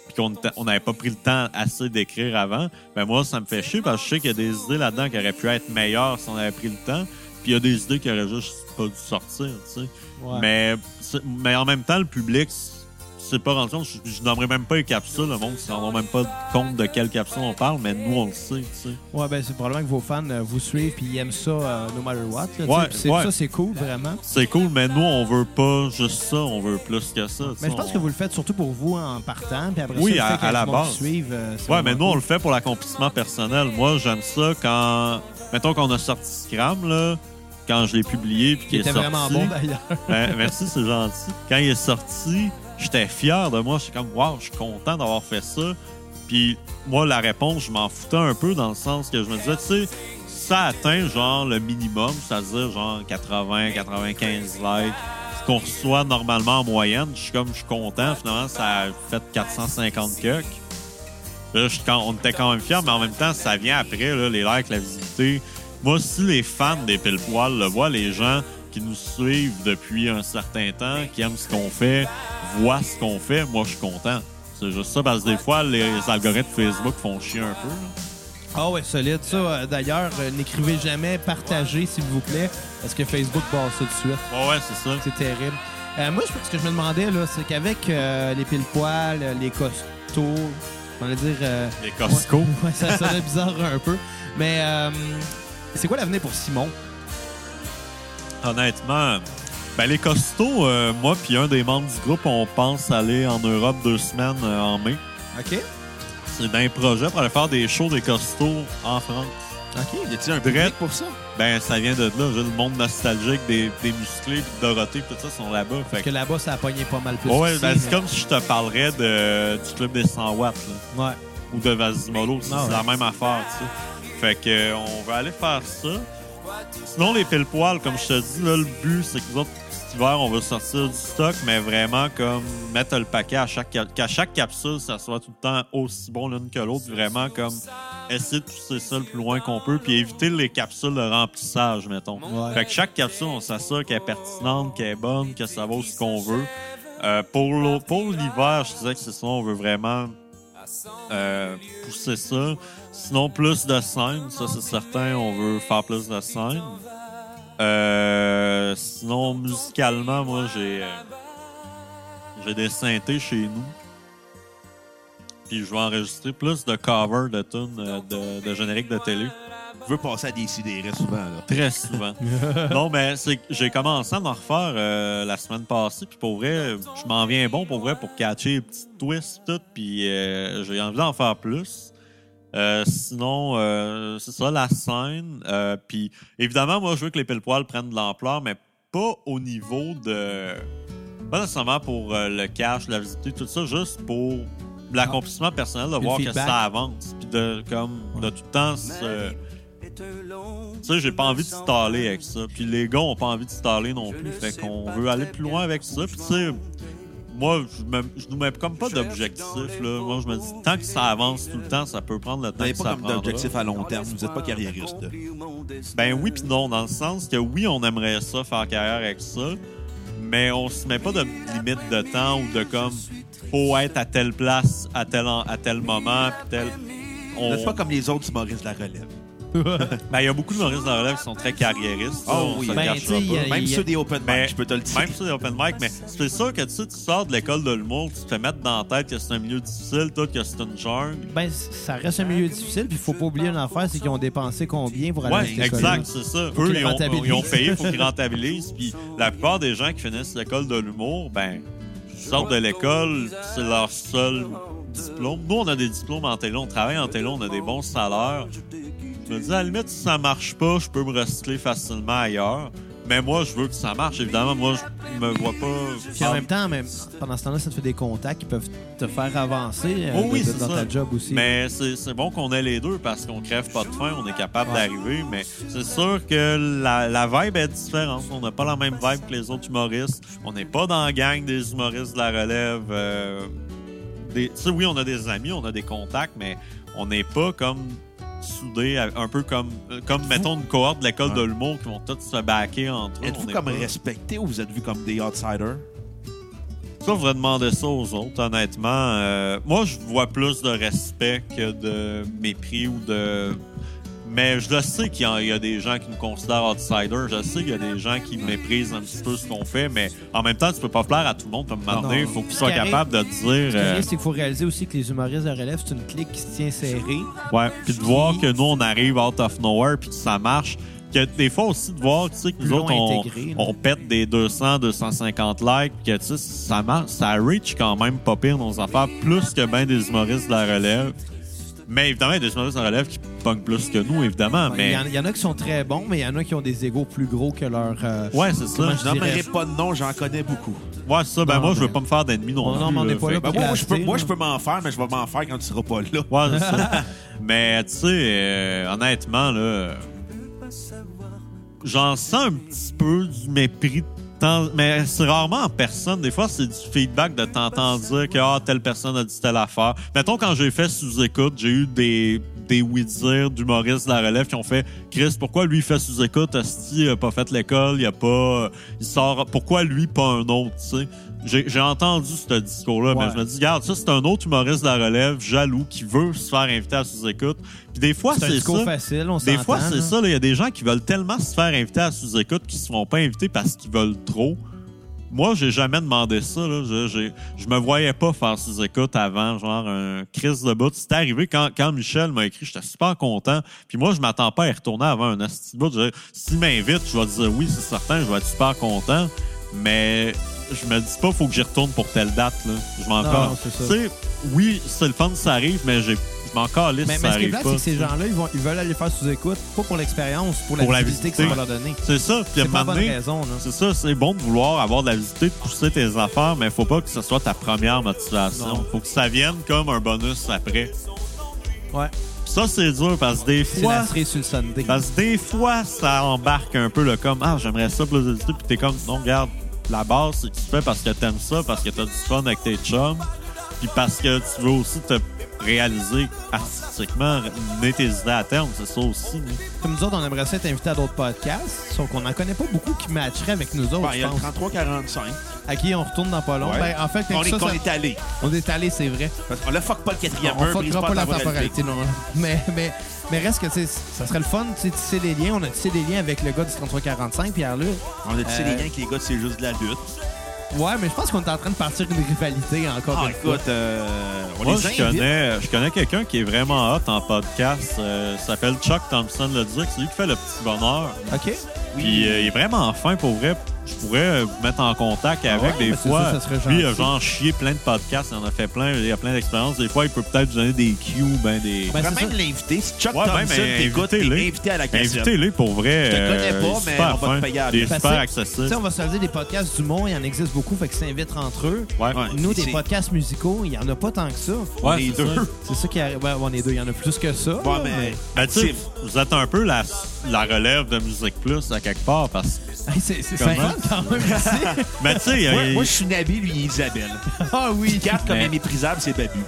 Speaker 1: puis qu'on était- on n'avait pas pris le temps assez d'écrire avant, ben moi, ça me fait chier parce que je sais qu'il y a des idées là-dedans qui auraient pu être meilleures si on avait pris le temps, puis il y a des idées qui auraient juste pas dû sortir, tu sais.
Speaker 4: Ouais.
Speaker 1: Mais, c'est- mais en même temps, le public s- s'est pas rendu compte. Je, je nommerai même pas les capsules. Le monde ne s'en rend même pas compte de quelles capsules on parle, mais nous, on le sait, tu sais.
Speaker 4: Ouais, ben c'est probablement que vos fans euh, vous suivent puis ils aiment ça euh, no matter what. là, tu sais,
Speaker 1: Ouais,
Speaker 4: puis c'est-
Speaker 1: ouais.
Speaker 4: Ça, c'est cool, vraiment.
Speaker 1: C'est cool, mais nous, on veut pas juste ça. On veut plus que ça. tu
Speaker 4: Mais
Speaker 1: sais,
Speaker 4: je pense
Speaker 1: on-
Speaker 4: que vous le faites surtout pour vous en partant, puis après
Speaker 1: Oui,
Speaker 4: ça,
Speaker 1: à-
Speaker 4: le
Speaker 1: à
Speaker 4: fait que
Speaker 1: la
Speaker 4: le monde
Speaker 1: base.
Speaker 4: suive, euh, c'est
Speaker 1: Ouais, mais nous,
Speaker 4: vraiment
Speaker 1: on
Speaker 4: cool.
Speaker 1: le fait pour l'accomplissement personnel. Moi, j'aime ça quand. Mettons qu'on a sorti Scram, là. Quand je l'ai publié puis
Speaker 4: Qui
Speaker 1: qu'il est
Speaker 4: était
Speaker 1: sorti.
Speaker 4: vraiment bon, d'ailleurs.
Speaker 1: <laughs> Ben, merci, c'est gentil. Quand il est sorti, j'étais fier de moi. J'étais comme, wow, je suis content d'avoir fait ça. Puis moi, la réponse, je m'en foutais un peu dans le sens que je me disais, tu sais, ça atteint genre le minimum, c'est-à-dire genre 80, 95 likes, ce qu'on reçoit normalement en moyenne. Je suis comme, je suis content. Finalement, ça a fait 450 cucks. Là, je- quand- on était quand même fiers, mais en même temps, ça vient après, là, les likes, la visibilité. Moi, si les fans des pile poil le voient, les gens qui nous suivent depuis un certain temps, qui aiment ce qu'on fait, voient ce qu'on fait, moi, je suis content. C'est juste ça, parce que des fois, les algorithmes Facebook font chier un peu. là.
Speaker 4: Ah ouais, solide. Ça, euh, d'ailleurs, euh, n'écrivez jamais, partagez, s'il vous plaît, parce que Facebook barre ça de suite.
Speaker 1: Ouais, ouais, c'est ça.
Speaker 4: C'est terrible. Euh, moi, je pense que je me demandais, là, c'est qu'avec euh, les pile poils, les costauds, on va dire. euh,
Speaker 1: Les Costco.
Speaker 4: ouais, ça sonnait bizarre un peu. Mais euh, c'est quoi l'avenir pour Simon?
Speaker 1: Honnêtement, ben, les costauds, euh, moi puis un des membres du groupe, on pense aller en Europe deux semaines euh, en mai.
Speaker 4: OK.
Speaker 1: C'est d'un projet pour aller faire des shows des costauds en France.
Speaker 4: OK.
Speaker 3: Y a-t-il un
Speaker 1: Drette.
Speaker 3: public pour ça?
Speaker 1: Ben, ça vient de là. J'ai le monde nostalgique des, des musclés, puis de Dorothée, puis tout ça, sont là-bas. Fait
Speaker 4: Parce que euh,
Speaker 1: que,
Speaker 4: là-bas, ça a pogné pas mal plus.
Speaker 1: ouais,
Speaker 4: qu'ici,
Speaker 1: ben, c'est
Speaker 4: mais-
Speaker 1: comme si je te parlerais de, du club des 100 watts, là,
Speaker 4: Ouais.
Speaker 1: ou de Vasimolo. C'est
Speaker 4: Ah ouais.
Speaker 1: la même affaire, tu sais. Fait que, euh, on va aller faire ça. Sinon, les pile poils comme je te dis, là, le but, c'est que nous autres, cet hiver, on va sortir du stock, mais vraiment comme mettre le paquet à chaque, cap- qu'à chaque capsule, ça soit tout le temps aussi bon l'une que l'autre. Vraiment comme essayer de pousser ça le plus loin qu'on peut, puis éviter les capsules de remplissage, mettons.
Speaker 4: Ouais.
Speaker 1: Fait que chaque capsule, on s'assure qu'elle est pertinente, qu'elle est bonne, que ça vaut ce qu'on veut. Euh, pour l'au- pour l'hiver, je disais que c'est ça, on veut vraiment euh, pousser ça. Sinon, plus de scènes, ça c'est certain, on veut faire plus de scènes. Euh, sinon, musicalement, moi j'ai euh, j'ai des synthés chez nous. Puis je vais enregistrer plus de covers de tunes euh, de, de génériques de télé.
Speaker 3: Je veux passer à des sidérés souvent, là.
Speaker 1: Très souvent. non, mais c'est que j'ai commencé à m'en refaire euh, la semaine passée, puis pour vrai, je m'en viens bon pour vrai pour catcher les petits twists tout, puis euh, j'ai envie d'en faire plus. Euh, sinon, euh, c'est ça la scène. Euh, puis évidemment, moi, je veux que les pile poils prennent de l'ampleur, mais pas au niveau de. Pas nécessairement pour euh, le cash, la visite, tout ça, juste pour l'accomplissement personnel de
Speaker 4: Le
Speaker 1: voir
Speaker 4: feedback.
Speaker 1: que ça avance, puis de, comme, de tout le temps se. Tu sais, j'ai pas envie de staller avec ça. Puis les gars ont pas envie de staller non plus. Fait qu'on veut aller plus loin avec ça. Puis tu sais, moi, je, me, je nous mets comme pas d'objectif. là. Moi, je me dis, tant que ça avance tout le temps, ça peut prendre le temps
Speaker 3: Vous n'avez
Speaker 1: que
Speaker 3: pas
Speaker 1: ça
Speaker 3: comme
Speaker 1: prendra.
Speaker 3: d'objectif à long terme. Vous n'êtes pas carriériste. là.
Speaker 1: Ben oui puis non, dans le sens que oui, on aimerait ça, faire carrière avec ça, mais on se met pas de limite de temps ou de comme faut être à telle place, à tel, en- à tel moment, puis tel...
Speaker 3: Vous
Speaker 1: On...
Speaker 3: n'êtes pas comme les autres humoristes de la relève.
Speaker 1: Ben, il y a beaucoup de Maurice dans la relève qui sont très carriéristes.
Speaker 3: Ah
Speaker 1: là, on
Speaker 3: oui.
Speaker 1: se le
Speaker 4: Ben,
Speaker 1: cachera
Speaker 4: tu sais, il y a-
Speaker 1: pas.
Speaker 3: Même
Speaker 4: il-
Speaker 3: ceux des open
Speaker 1: Mais-
Speaker 3: mic, je peux te le dire.
Speaker 1: Même sur des open mic, mais c'est sûr que tu, sais, tu sors de l'école de l'humour, tu te mets dans la tête que c'est un milieu difficile, toi, que c'est une jungle.
Speaker 4: Ben, c- ça reste un milieu difficile, puis faut pas oublier une affaire, c'est qu'ils ont dépensé combien pour aller à
Speaker 1: Ouais,
Speaker 4: cette école-là.
Speaker 1: exact, c'est ça. Eux,
Speaker 4: qu'ils
Speaker 1: ils ont,
Speaker 4: rentabilisent.
Speaker 1: ils ont payé pour qu'ils rentabilisent. Puis la plupart des gens qui finissent l'école de l'humour, ben, ils sortent de l'école, c'est leur seul diplôme. Nous, on a des diplômes en télé, on travaille en télé, on a des bons salaires. Je me dis, à la limite, si ça marche pas, je peux me recycler facilement ailleurs. Mais moi, je veux que ça marche. Évidemment, moi, je me vois pas.
Speaker 4: Puis en même temps, même, pendant ce temps-là, ça te fait des contacts qui peuvent te faire avancer euh,
Speaker 1: Oh oui,
Speaker 4: de-
Speaker 1: c'est
Speaker 4: dans
Speaker 1: ça.
Speaker 4: ta job aussi.
Speaker 1: Mais c'est c'est bon qu'on ait les deux parce qu'on crève pas de faim, on est capable d'arriver. Mais c'est sûr que la, la vibe est différente. On n'a pas la même vibe que les autres humoristes. On n'est pas dans la gang des humoristes de la relève. euh, des- tu sais, oui, on a des amis, on a des contacts, mais on n'est pas comme soudés, à- un peu comme, euh, comme mettons, une cohorte de l'école de l'humour qui vont tous se baquer entre eux. On
Speaker 3: Êtes-vous
Speaker 1: n'est
Speaker 3: comme
Speaker 1: pas-
Speaker 3: respecté ou vous êtes vu comme des outsiders?
Speaker 1: Ça, je vais demander ça aux autres, honnêtement. Euh, moi, je vois plus de respect que de mépris ou de. Mais je le sais qu'il y a- il y a des gens qui nous considèrent outsiders. Je sais qu'il y a des gens qui méprisent un petit peu ce qu'on fait, mais en même temps, tu peux pas plaire à tout le monde. Puis À un
Speaker 4: Ah
Speaker 1: moment donné, il
Speaker 4: non.
Speaker 1: faut qu'ils soient
Speaker 4: Ce qui arrive-
Speaker 1: capables de dire. euh,
Speaker 4: Ce qui est bien, c'est qu'il faut réaliser aussi que les humoristes de relève, c'est une clique qui se tient serrée.
Speaker 1: euh, ouais. Puis de voir que nous, on arrive out of nowhere, puis que ça marche. Que des fois aussi, de voir tu sais, que nous
Speaker 4: Plus
Speaker 1: autres, on,
Speaker 4: intégré, là.
Speaker 1: on pète des 200, 250 likes, que tu sais, ça marche, ça reach quand même pas pire nos affaires, plus que ben des humoristes de la relève. Mais évidemment, il y a des humoristes de la relève qui pognent plus que nous, évidemment,
Speaker 4: Il
Speaker 1: mais...
Speaker 4: y, en- il y en a qui sont très bons, mais il y en a qui ont des égos plus gros que leur. euh,
Speaker 1: Ouais, c'est ça.
Speaker 4: Comment
Speaker 1: Non,
Speaker 4: je
Speaker 3: Non,
Speaker 4: dirais-
Speaker 3: mais pas de nom, j'en connais beaucoup.
Speaker 1: Ouais, c'est ça. Ben
Speaker 4: Non,
Speaker 1: moi, je veux
Speaker 4: mais-
Speaker 1: pas me faire d'ennemis non,
Speaker 4: Non,
Speaker 1: plus.
Speaker 4: non, mais on
Speaker 1: là,
Speaker 4: n'est pas
Speaker 1: fait
Speaker 4: là
Speaker 1: que-
Speaker 3: Ben, moi, moi, je peux,
Speaker 4: Placer,
Speaker 3: moi,
Speaker 4: là.
Speaker 3: je peux m'en faire, mais je vais m'en faire quand tu seras pas là.
Speaker 1: Ouais,
Speaker 4: <laughs>
Speaker 1: c'est ça. Mais tu sais, euh, honnêtement, là, euh, j'en sens un petit peu du mépris. de temps- Mais c'est rarement en personne. Des fois, c'est du feedback de t'entendre dire que ah, telle personne a dit telle affaire. Mettons, quand j'ai fait sous-écoute, j'ai eu des, des oui-dire d'humoristes de la relève qui ont fait Chris, pourquoi lui il fait sous-écoute Asti il a pas fait l'école, il a pas. Il sort. Pourquoi lui, pas un autre, tu sais? J'ai j'ai entendu ce discours-là, mais
Speaker 4: Ouais.
Speaker 1: je me dis, regarde, ça, c'est un autre humoriste de la relève, jaloux, qui veut se faire inviter à sous-écoute. Puis des fois,
Speaker 4: C'est un
Speaker 1: c'est
Speaker 4: discours
Speaker 1: ça.
Speaker 4: facile, on
Speaker 1: Des
Speaker 4: s'entend,
Speaker 1: fois, c'est
Speaker 4: là.
Speaker 1: ça. là. Il y a des gens qui veulent tellement se faire inviter à sous-écoute qu'ils ne se font pas inviter parce qu'ils veulent trop. Moi, j'ai jamais demandé ça. Là. Je, j'ai- je me voyais pas faire sous-écoute avant, genre un crise de bout. C'était arrivé quand, quand Michel m'a écrit, j'étais super content. Puis moi, je m'attends pas à y retourner avant un asti de bout. Je- S'il m'invite, je vais dire oui, c'est certain, je vais être super content. Mais je me dis pas, faut que j'y retourne pour telle date. Là. Je m'en
Speaker 4: Non,
Speaker 1: calisse.
Speaker 4: non, c'est ça.
Speaker 1: Tu sais, oui, c'est le fun, ça arrive, mais j'ai- je m'en calisse, ça
Speaker 4: Mais, mais ce qui est
Speaker 1: arrive
Speaker 4: plate,
Speaker 1: pas.
Speaker 4: c'est que ces
Speaker 1: tu sais.
Speaker 4: gens-là, ils, vont- ils veulent aller faire sous écoute, pas pour l'expérience, pour la
Speaker 1: Pour la
Speaker 4: visibilité que ça
Speaker 1: visiter.
Speaker 4: va leur donner.
Speaker 1: C'est ça. Puis à un
Speaker 4: C'est pas
Speaker 1: moment
Speaker 4: une bonne
Speaker 1: donné,
Speaker 4: raison. Là.
Speaker 1: C'est ça, c'est bon de vouloir avoir de la visite, de pousser tes affaires, mais faut pas que ce soit ta première motivation.
Speaker 4: Non.
Speaker 1: Faut que ça vienne comme un bonus après.
Speaker 4: Ouais.
Speaker 1: Puis ça, c'est dur parce que des
Speaker 4: C'est la
Speaker 1: fois,
Speaker 4: cerise sur le Sunday.
Speaker 1: parce que des fois, ça embarque un peu le comme ah j'aimerais ça plus de visite, puis t'es comme non regarde la base c'est que tu fais parce que t'aimes ça, parce que t'as du fun avec tes chums, puis parce que tu veux aussi te réaliser artistiquement, mener tes idées à terme, c'est ça aussi. là.
Speaker 4: Comme nous autres, on aimerait ça être invités à d'autres podcasts, sauf qu'on n'en connaît pas beaucoup qui matcheraient avec nous autres,
Speaker 3: Ben, il y
Speaker 4: je
Speaker 3: a le
Speaker 4: pense.
Speaker 3: 33-45.
Speaker 4: À qui on retourne dans pas long.
Speaker 3: Ouais.
Speaker 4: Ben, en fait,
Speaker 3: On
Speaker 4: avec
Speaker 3: est,
Speaker 4: ça, ça-
Speaker 3: qu'on est allé.
Speaker 4: on est allé, c'est vrai.
Speaker 3: Parce qu'on le fuck pas le quatrième
Speaker 4: on
Speaker 3: mur, brise
Speaker 4: fuckera pas la
Speaker 3: ta moralité.
Speaker 4: temporalité, non. <laughs> Mais, mais, mais reste que, tu sais, ça serait le fun, tu sais, tisser des liens. On a tissé des liens avec le gars du 3345, Pierre-Luc.
Speaker 3: On a dit, c'est les
Speaker 4: Euh,
Speaker 3: liens avec les gars, c'est juste de la lutte.
Speaker 4: Ouais, mais je pense qu'on est en train de partir une rivalité encore
Speaker 3: Ah,
Speaker 4: une fois.
Speaker 3: écoute, euh, on
Speaker 1: Moi,
Speaker 3: les
Speaker 1: je
Speaker 3: invite.
Speaker 1: connais, je connais quelqu'un qui est vraiment hot en podcast. euh, il s'appelle Chuck Thompson le Duc. C'est lui qui fait le petit bonheur.
Speaker 4: OK?
Speaker 1: Puis euh, il est vraiment fin pour vrai. Je pourrais euh, vous mettre en contact avec
Speaker 4: ouais,
Speaker 1: des
Speaker 4: ben, c'est
Speaker 1: fois.
Speaker 4: ça, ça serait
Speaker 1: lui, il a
Speaker 4: gentil.
Speaker 1: genre chié plein de podcasts. Il en a fait plein. Il a plein d'expériences. Des fois, il peut peut-être vous donner des cues, ben des.
Speaker 4: Ben,
Speaker 3: On
Speaker 4: c'est
Speaker 3: pourrait
Speaker 4: ça.
Speaker 3: même l'inviter. Si Chuck
Speaker 1: Ouais, ben,
Speaker 3: Thompson
Speaker 1: ben,
Speaker 3: t'écoute, t'es
Speaker 1: invitez-le.
Speaker 3: invité à la cassette.
Speaker 1: Invitez-les pour vrai.
Speaker 3: Je te
Speaker 1: euh,
Speaker 3: connais pas,
Speaker 1: il est
Speaker 3: mais
Speaker 1: super
Speaker 3: on va te
Speaker 1: fin.
Speaker 3: payer avec.
Speaker 1: Il est
Speaker 4: Parce
Speaker 1: super
Speaker 4: que, Tu sais,
Speaker 1: accessible.
Speaker 4: on va se le dire, des podcasts du monde, il en existe beaucoup, fait qu'ils s'invitent entre eux.
Speaker 1: Ouais.
Speaker 3: Ouais.
Speaker 4: Nous, des
Speaker 3: C'est-
Speaker 4: podcasts musicaux, il n'y en a pas tant que ça.
Speaker 1: Ouais,
Speaker 3: les
Speaker 1: c'est
Speaker 3: deux.
Speaker 1: ça.
Speaker 4: C'est ça qui arrive. Ouais, on est deux, il y en a plus que ça.
Speaker 3: Ouais,
Speaker 4: là,
Speaker 3: mais.
Speaker 1: Ben, tu sais,
Speaker 3: actif.
Speaker 1: vous êtes un peu la, la relève de Musique Plus à quelque part parce
Speaker 3: <laughs>
Speaker 1: que.
Speaker 4: Hey, c'est c'est
Speaker 1: Comment?
Speaker 4: fun quand même ici.
Speaker 1: Mais tu sais,
Speaker 3: Moi,
Speaker 1: il-
Speaker 3: moi, je suis Nabi, lui, il est Isabelle.
Speaker 1: <laughs>
Speaker 4: ah oui.
Speaker 3: Garde comme
Speaker 1: Mais-
Speaker 3: un méprisable, c'est Babu.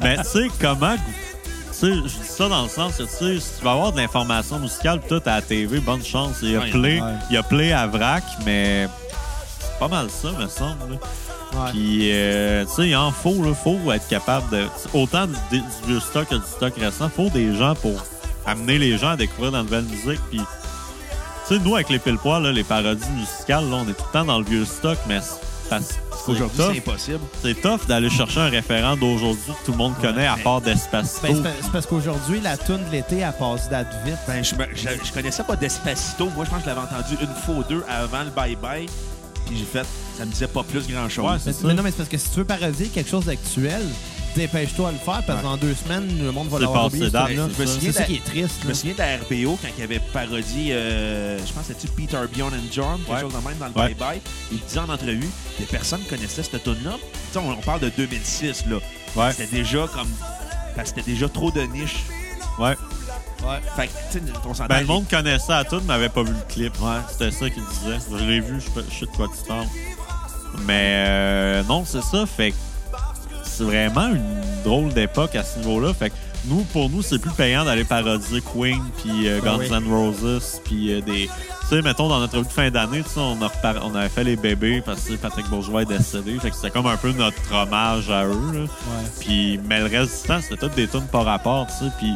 Speaker 1: Mais tu sais, comment. que- Tu sais, je dis ça dans le sens que tu sais, si tu vas avoir de l'information musicale, tout à la TV, bonne chance. Il y a
Speaker 3: Ouais.
Speaker 1: Play,
Speaker 4: Ouais.
Speaker 1: il y a Play à Vrac, mais c'est pas mal ça, me semble. là.
Speaker 4: Ouais.
Speaker 1: Puis, euh, tu sais, en faut, là, faut être capable de. Autant du, du vieux stock que du stock récent, faut des gens pour amener les gens à découvrir la nouvelle musique. Puis, tu sais, nous, avec les pile poils les parodies musicales, là, on est tout le temps dans le vieux stock, mais c'est parce que c'est
Speaker 3: Aujourd'hui,
Speaker 1: tough.
Speaker 3: c'est impossible.
Speaker 1: C'est tough d'aller chercher un référent d'aujourd'hui que tout le monde connaît à
Speaker 3: mais-
Speaker 1: part d'Espacito.
Speaker 4: Ben, c'est pa- c'est parce qu'aujourd'hui, la toune de l'été, elle passe date vite.
Speaker 3: Ben, je, me- je, je connaissais pas Despacito. Moi, je pense que je l'avais entendu une fois ou deux avant le bye-bye. Puis j'ai fait, ça me disait pas plus grand-chose.
Speaker 1: Ouais, c'est
Speaker 4: Mais,
Speaker 1: ça.
Speaker 4: mais non, mais c'est parce que si tu veux parodier quelque chose d'actuel, dépêche-toi à le faire parce que
Speaker 3: Ouais.
Speaker 4: dans deux semaines, le monde va
Speaker 1: C'est
Speaker 4: l'avoir
Speaker 1: passé
Speaker 4: oublié. ce
Speaker 1: date,
Speaker 4: film-là.
Speaker 1: c'est ça.
Speaker 4: C'est ça qui est triste.
Speaker 3: Je
Speaker 4: là.
Speaker 3: me souviens de la RPO quand il avait parodié, euh, je pense que c'était Peter Bjorn and John, quelque
Speaker 1: Ouais.
Speaker 3: chose de même dans le
Speaker 1: Ouais.
Speaker 3: bye-bye. Il disait en entrevue que personne connaissait cette tune-là. Tu sais, On, on parle de 2006, là.
Speaker 1: Ouais.
Speaker 3: C'était déjà comme. Parce que c'était déjà trop de niche.
Speaker 1: Ouais.
Speaker 3: Fait que, tu sais, on s'entend.
Speaker 1: Ben,
Speaker 3: les-
Speaker 1: le monde connaissait à tout, mais n'avait pas vu le clip.
Speaker 3: Ouais.
Speaker 1: C'était ça qu'il disait. Je l'ai vu, je, je sais de quoi tu parles. Mais euh, non, c'est ça. Fait que c'est vraiment une drôle d'époque à ce niveau-là. Fait que nous, pour nous, c'est plus payant d'aller parodier Queen, puis euh, Guns
Speaker 4: oui.
Speaker 1: N' Roses, puis euh, des... Tu sais, mettons, dans notre fin d'année, tu sais, on, a repar- on avait fait les bébés parce que Patrick Bourgeois est décédé. Fait que c'était comme un peu notre hommage à eux. là. Puis, mais le reste du temps, c'était toutes des tunes par rapport, tu sais. Puis,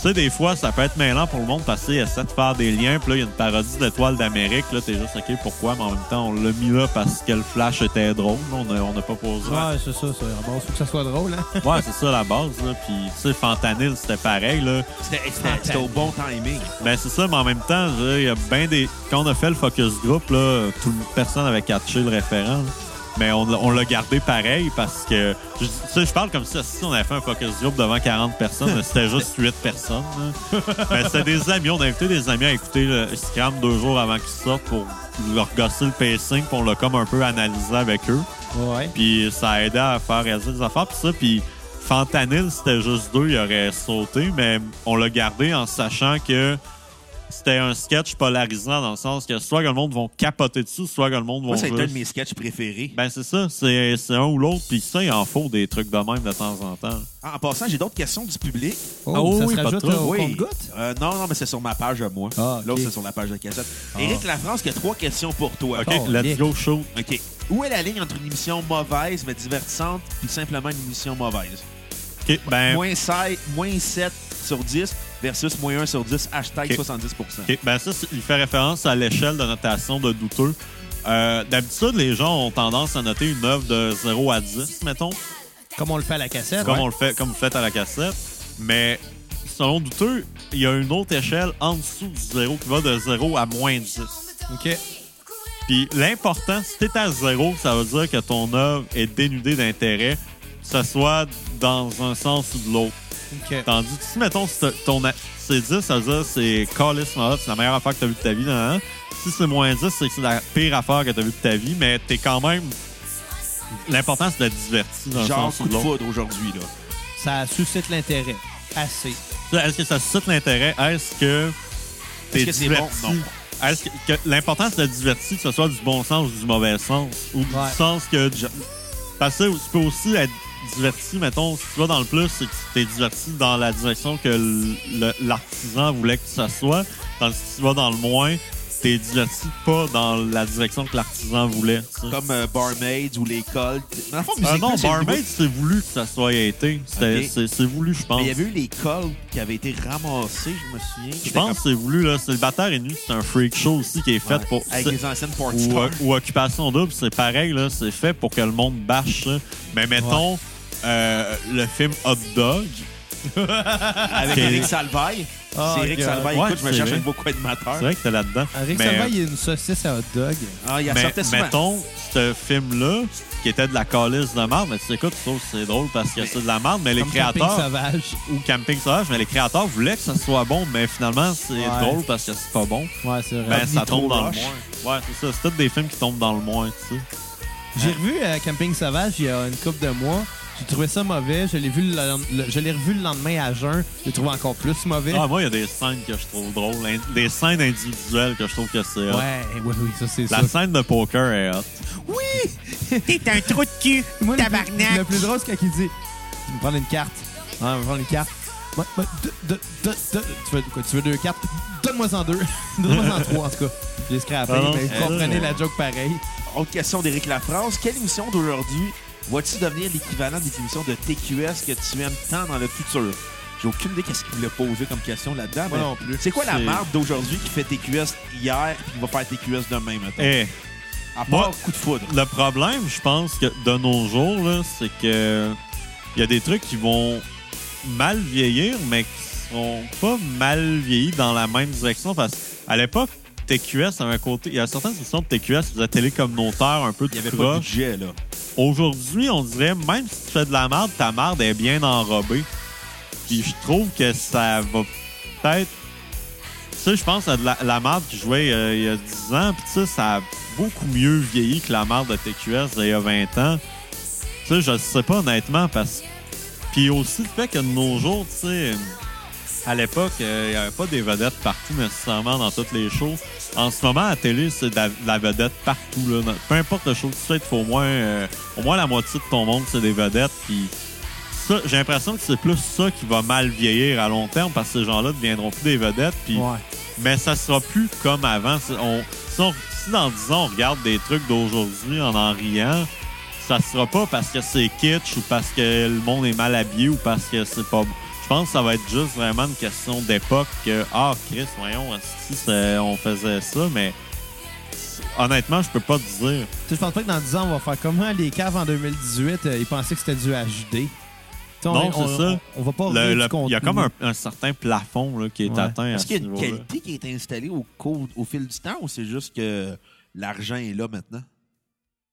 Speaker 1: tu sais, des fois, ça peut être mêlant pour le monde parce qu'il essaie de faire des liens. Puis là, il y a une parodie d'étoiles d'Amérique. Là, t'es juste, OK, pourquoi? Mais en même temps, on l'a mis là parce que le flash était drôle. là. On n'a on n'a pas posé.
Speaker 4: Ouais, c'est ça. ça. Bon, faut que ça soit drôle. Hein?
Speaker 1: Ouais, c'est ça la base. Là. Puis, tu sais, Fentanyl, c'était pareil. Là.
Speaker 3: C'était- C'était c'était au bon timing.
Speaker 1: Ben, c'est ça, mais en même temps, je veux dire, il y a bien des. Quand on a fait le focus group, là, tout... personne n'avait catché le référent. là. Mais on, l'a- on l'a gardé pareil parce que. Je, tu sais, je parle comme ça, si on avait fait un focus group devant 40 personnes, mais c'était juste 8 personnes. là. Mais c'était des amis, on a invité des amis à écouter le Scram deux jours avant qu'ils sortent pour leur gosser le pacing, puis on l'a comme un peu analysé avec eux.
Speaker 4: Ouais.
Speaker 1: Puis ça a aidé à faire réaliser des affaires. Puis ça, puis Fentanyl, c'était juste deux, il aurait sauté, mais on l'a gardé en sachant que c'était un sketch polarisant dans le sens que soit que le monde vont capoter dessus, soit que le monde vont
Speaker 3: Moi, c'est un de
Speaker 1: juste...
Speaker 3: mes sketchs préférés.
Speaker 1: Ben c'est ça, c'est c'est un ou l'autre. Puis ça, il en faut des trucs de même de temps en temps.
Speaker 3: Ben, En passant, j'ai d'autres questions du public.
Speaker 4: Oh,
Speaker 1: Ah oui,
Speaker 4: ça
Speaker 1: oui,
Speaker 4: se
Speaker 1: pas
Speaker 4: rajoute
Speaker 1: trop.
Speaker 4: là, au
Speaker 3: oui.
Speaker 4: compte-goutte?
Speaker 3: Euh, non, non, mais c'est sur ma page à moi.
Speaker 4: Ah, ok. Ah.
Speaker 3: L'autre, c'est sur la page de cassette. Éric Lafrance, qui a trois questions pour toi.
Speaker 1: OK,
Speaker 4: Oh,
Speaker 1: let's
Speaker 4: Nick.
Speaker 1: go show.
Speaker 3: OK. Où est la ligne entre une émission mauvaise mais divertissante puis simplement une émission mauvaise?
Speaker 1: OK, ben,
Speaker 3: Moins, 16 moins 7 sur 10 versus moins 1 sur 10, hashtag
Speaker 1: Ok.
Speaker 3: 70
Speaker 1: OK, ben ça, c'est- il fait référence à l'échelle de notation de douteux. Euh, D'habitude, les gens ont tendance à noter une œuvre de 0 à 10, mettons.
Speaker 4: Comme on le fait à la cassette. hein.
Speaker 1: comme on le fait, comme vous faites à la cassette. Mais selon douteux, il y a une autre échelle en dessous du zéro qui va de 0 à moins 10.
Speaker 4: OK.
Speaker 1: Puis l'important, si t'es à zéro, ça veut dire que ton œuvre est dénudée d'intérêt, que ce soit dans un sens ou de l'autre.
Speaker 4: OK.
Speaker 1: Tandis que si, mettons, si t'as- ton a- c'est 10, ça veut dire que c'est Callis c'est la meilleure affaire que t'as vue de ta vie. nan, nan. Si c'est moins 10, c'est que c'est la pire affaire que t'as vue de ta vie, mais t'es quand même. L'important, c'est de la divertir dans un
Speaker 3: Genre
Speaker 1: sens ou de
Speaker 3: coup de
Speaker 1: l'autre.
Speaker 3: foudre aujourd'hui, là.
Speaker 4: Ça suscite l'intérêt. Assez.
Speaker 1: Ça, Est-ce que ça suscite l'intérêt? Est-ce que t'es
Speaker 3: Est-ce que c'est
Speaker 1: diverti?
Speaker 3: bon? Non.
Speaker 1: Est-ce que, que l'important c'est de divertir, que ce soit du bon sens ou du mauvais sens, ou
Speaker 4: Ouais.
Speaker 1: du sens que parce que tu peux aussi être diverti, mettons, si tu vas dans le plus, c'est que tu es diverti dans la direction que l- le- l'artisan voulait que ça soit, tandis que si tu vas dans le moins, t'es diverti pas dans la direction que l'artisan voulait. tu sais.
Speaker 3: Comme euh, Barmaids ou les Colts. Dans le fond,
Speaker 1: Ah
Speaker 3: musicalement,
Speaker 1: non,
Speaker 3: c'est le
Speaker 1: Barmaid,
Speaker 3: nouveau-
Speaker 1: c'est voulu que ça soit été. C'était-
Speaker 3: Ok.
Speaker 1: C'est c'est voulu, je pense.
Speaker 3: Mais il y avait eu les Colts qui avaient été ramassés, je me souviens.
Speaker 1: Je pense que c'est voulu, là. C'est le batteur et nu, c'est un freak show aussi qui est fait pour.
Speaker 3: Avec
Speaker 1: c'est-
Speaker 3: les anciennes parties.
Speaker 1: Ou, ou Occupation Double, c'est pareil, là. C'est fait pour que le monde bâche ça. Mais mettons, euh, le film Hot Dog.
Speaker 3: <laughs> Avec
Speaker 1: c'est-
Speaker 3: Eric Salvaille.
Speaker 4: Ah,
Speaker 3: c'est Eric
Speaker 4: God.
Speaker 3: Salvaille.
Speaker 1: Ouais,
Speaker 3: Écoute, je me
Speaker 1: c'est
Speaker 3: cherche un
Speaker 1: vrai.
Speaker 3: nouveau co-animateur.
Speaker 1: C'est vrai que t'es là-dedans.
Speaker 4: Avec
Speaker 1: Mais, euh,
Speaker 4: ça, il y a une saucisse à hot dog.
Speaker 3: Ah, il y a
Speaker 1: mais
Speaker 3: sortait souvent.
Speaker 1: mettons, ce film-là, qui était de la calice de merde, mais tu sais quoi, tu trouves que c'est drôle parce que
Speaker 3: Mais-
Speaker 1: c'est de la merde, mais les
Speaker 4: Comme camping
Speaker 1: créateurs.
Speaker 4: sauvage.
Speaker 1: Ou Camping Sauvage, mais les créateurs voulaient que ça soit bon, mais finalement, c'est
Speaker 4: Ouais.
Speaker 1: drôle parce que c'est pas bon.
Speaker 4: Ouais, c'est vrai.
Speaker 1: Ben, ça
Speaker 3: Nitro
Speaker 1: tombe dans
Speaker 3: Rush.
Speaker 1: le moins. Ouais, c'est ça. C'est tous des films qui tombent dans le moins, tu sais.
Speaker 4: J'ai revu euh, Camping Sauvage il y a une couple de mois. J'ai trouvé ça mauvais. Je l'ai vu le, le- je l'ai revu le lendemain à jeun. J'ai trouvé encore plus mauvais.
Speaker 1: Ah, moi, il y a des scènes que je trouve drôles. in- Des scènes individuelles que je trouve que c'est hot.
Speaker 4: ouais, eh oui, oui, ça c'est ça.
Speaker 1: ben, La scène de poker est hot.
Speaker 6: T'es un trou de cul,
Speaker 4: Moi, le plus-
Speaker 6: tabarnak.
Speaker 4: Le plus drôle, c'est quand il dit Tu me prends une carte. Ouais, on va prendre une carte. Ouais, ouais, deux- deux- deux- deux- tu, veux, quoi, tu veux deux cartes Donne-moi en deux. <laughs> Donne-moi en trois, en tout cas. J'ai scrappé,
Speaker 1: Ah non,
Speaker 4: mais
Speaker 1: c'est
Speaker 4: vous comprenez
Speaker 1: ça.
Speaker 4: la joke pareil.
Speaker 3: Autre question d'Éric Lafrance. Quelle émission d'aujourd'hui va-t-il devenir l'équivalent des émissions de TQS que tu aimes tant dans le futur? J'ai aucune idée qu'est-ce qu'il voulait poser comme question là-dedans.
Speaker 4: Moi
Speaker 3: mais
Speaker 4: non plus.
Speaker 3: C'est quoi la
Speaker 1: C'est-
Speaker 3: marque d'aujourd'hui qui fait TQS hier et qui va faire TQS demain, maintenant?
Speaker 1: Eh,
Speaker 3: à part
Speaker 1: moi-
Speaker 3: coup de foudre.
Speaker 1: le problème, je pense, que de nos jours, là, c'est que il y a des trucs qui vont mal vieillir, mais qui seront pas mal vieillis dans la même direction. Parce qu'à l'époque, TQS avait un côté. Il y a certaines émissions de TQS qui faisaient télé communautaire un peu
Speaker 3: Il
Speaker 1: de
Speaker 3: n'y avait pas de
Speaker 1: croche.
Speaker 3: budget, là.
Speaker 1: aujourd'hui, on dirait, même si tu fais de la merde, ta merde est bien enrobée. Puis je trouve que ça va peut-être. Tu sais, je pense à de la, la merde qui jouait euh, il y a 10 ans, puis ça, ça a beaucoup mieux vieilli que la merde de TQS d'il y a 20 ans. Tu sais, je sais pas honnêtement, parce Puis aussi le fait que de nos jours, tu sais, à l'époque, euh, il n'y avait pas des vedettes partout nécessairement dans toutes les shows. En ce moment, à la télé, c'est de la, de la vedette partout. Là. Dans- Peu importe le show que tu fais, il faut au moins, euh, au moins la moitié de ton monde, c'est des vedettes. Puis ça, j'ai l'impression que c'est plus ça qui va mal vieillir à long terme parce que ces gens-là deviendront plus des vedettes. Puis
Speaker 4: Ouais.
Speaker 1: mais ça sera plus comme avant. Si, on, si, on- si dans 10 ans, on regarde des trucs d'aujourd'hui en en riant, ça sera pas parce que c'est kitsch ou parce que le monde est mal habillé ou parce que c'est pas... bon. Je pense que ça va être juste vraiment une question d'époque que, ah, Chris, voyons, si on faisait ça, mais c'est- honnêtement, je peux pas te dire.
Speaker 4: Tu sais, Je pense pas que dans 10 ans, on va faire comme hein, les caves en 2018, euh, ils pensaient que c'était du HD. Tu sais, on-
Speaker 1: Non,
Speaker 4: on-
Speaker 1: c'est ça.
Speaker 4: On, on va pas
Speaker 1: Le-
Speaker 4: rire du
Speaker 1: le- Il y a
Speaker 4: contenu.
Speaker 1: comme un, un certain plafond là, qui est
Speaker 4: Oh, Ouais.
Speaker 1: atteint à
Speaker 3: Est-ce
Speaker 1: ce
Speaker 3: qu'il y a une
Speaker 1: niveau-là.
Speaker 3: qualité qui est installée au, cours- au fil du temps ou c'est juste que l'argent est là maintenant?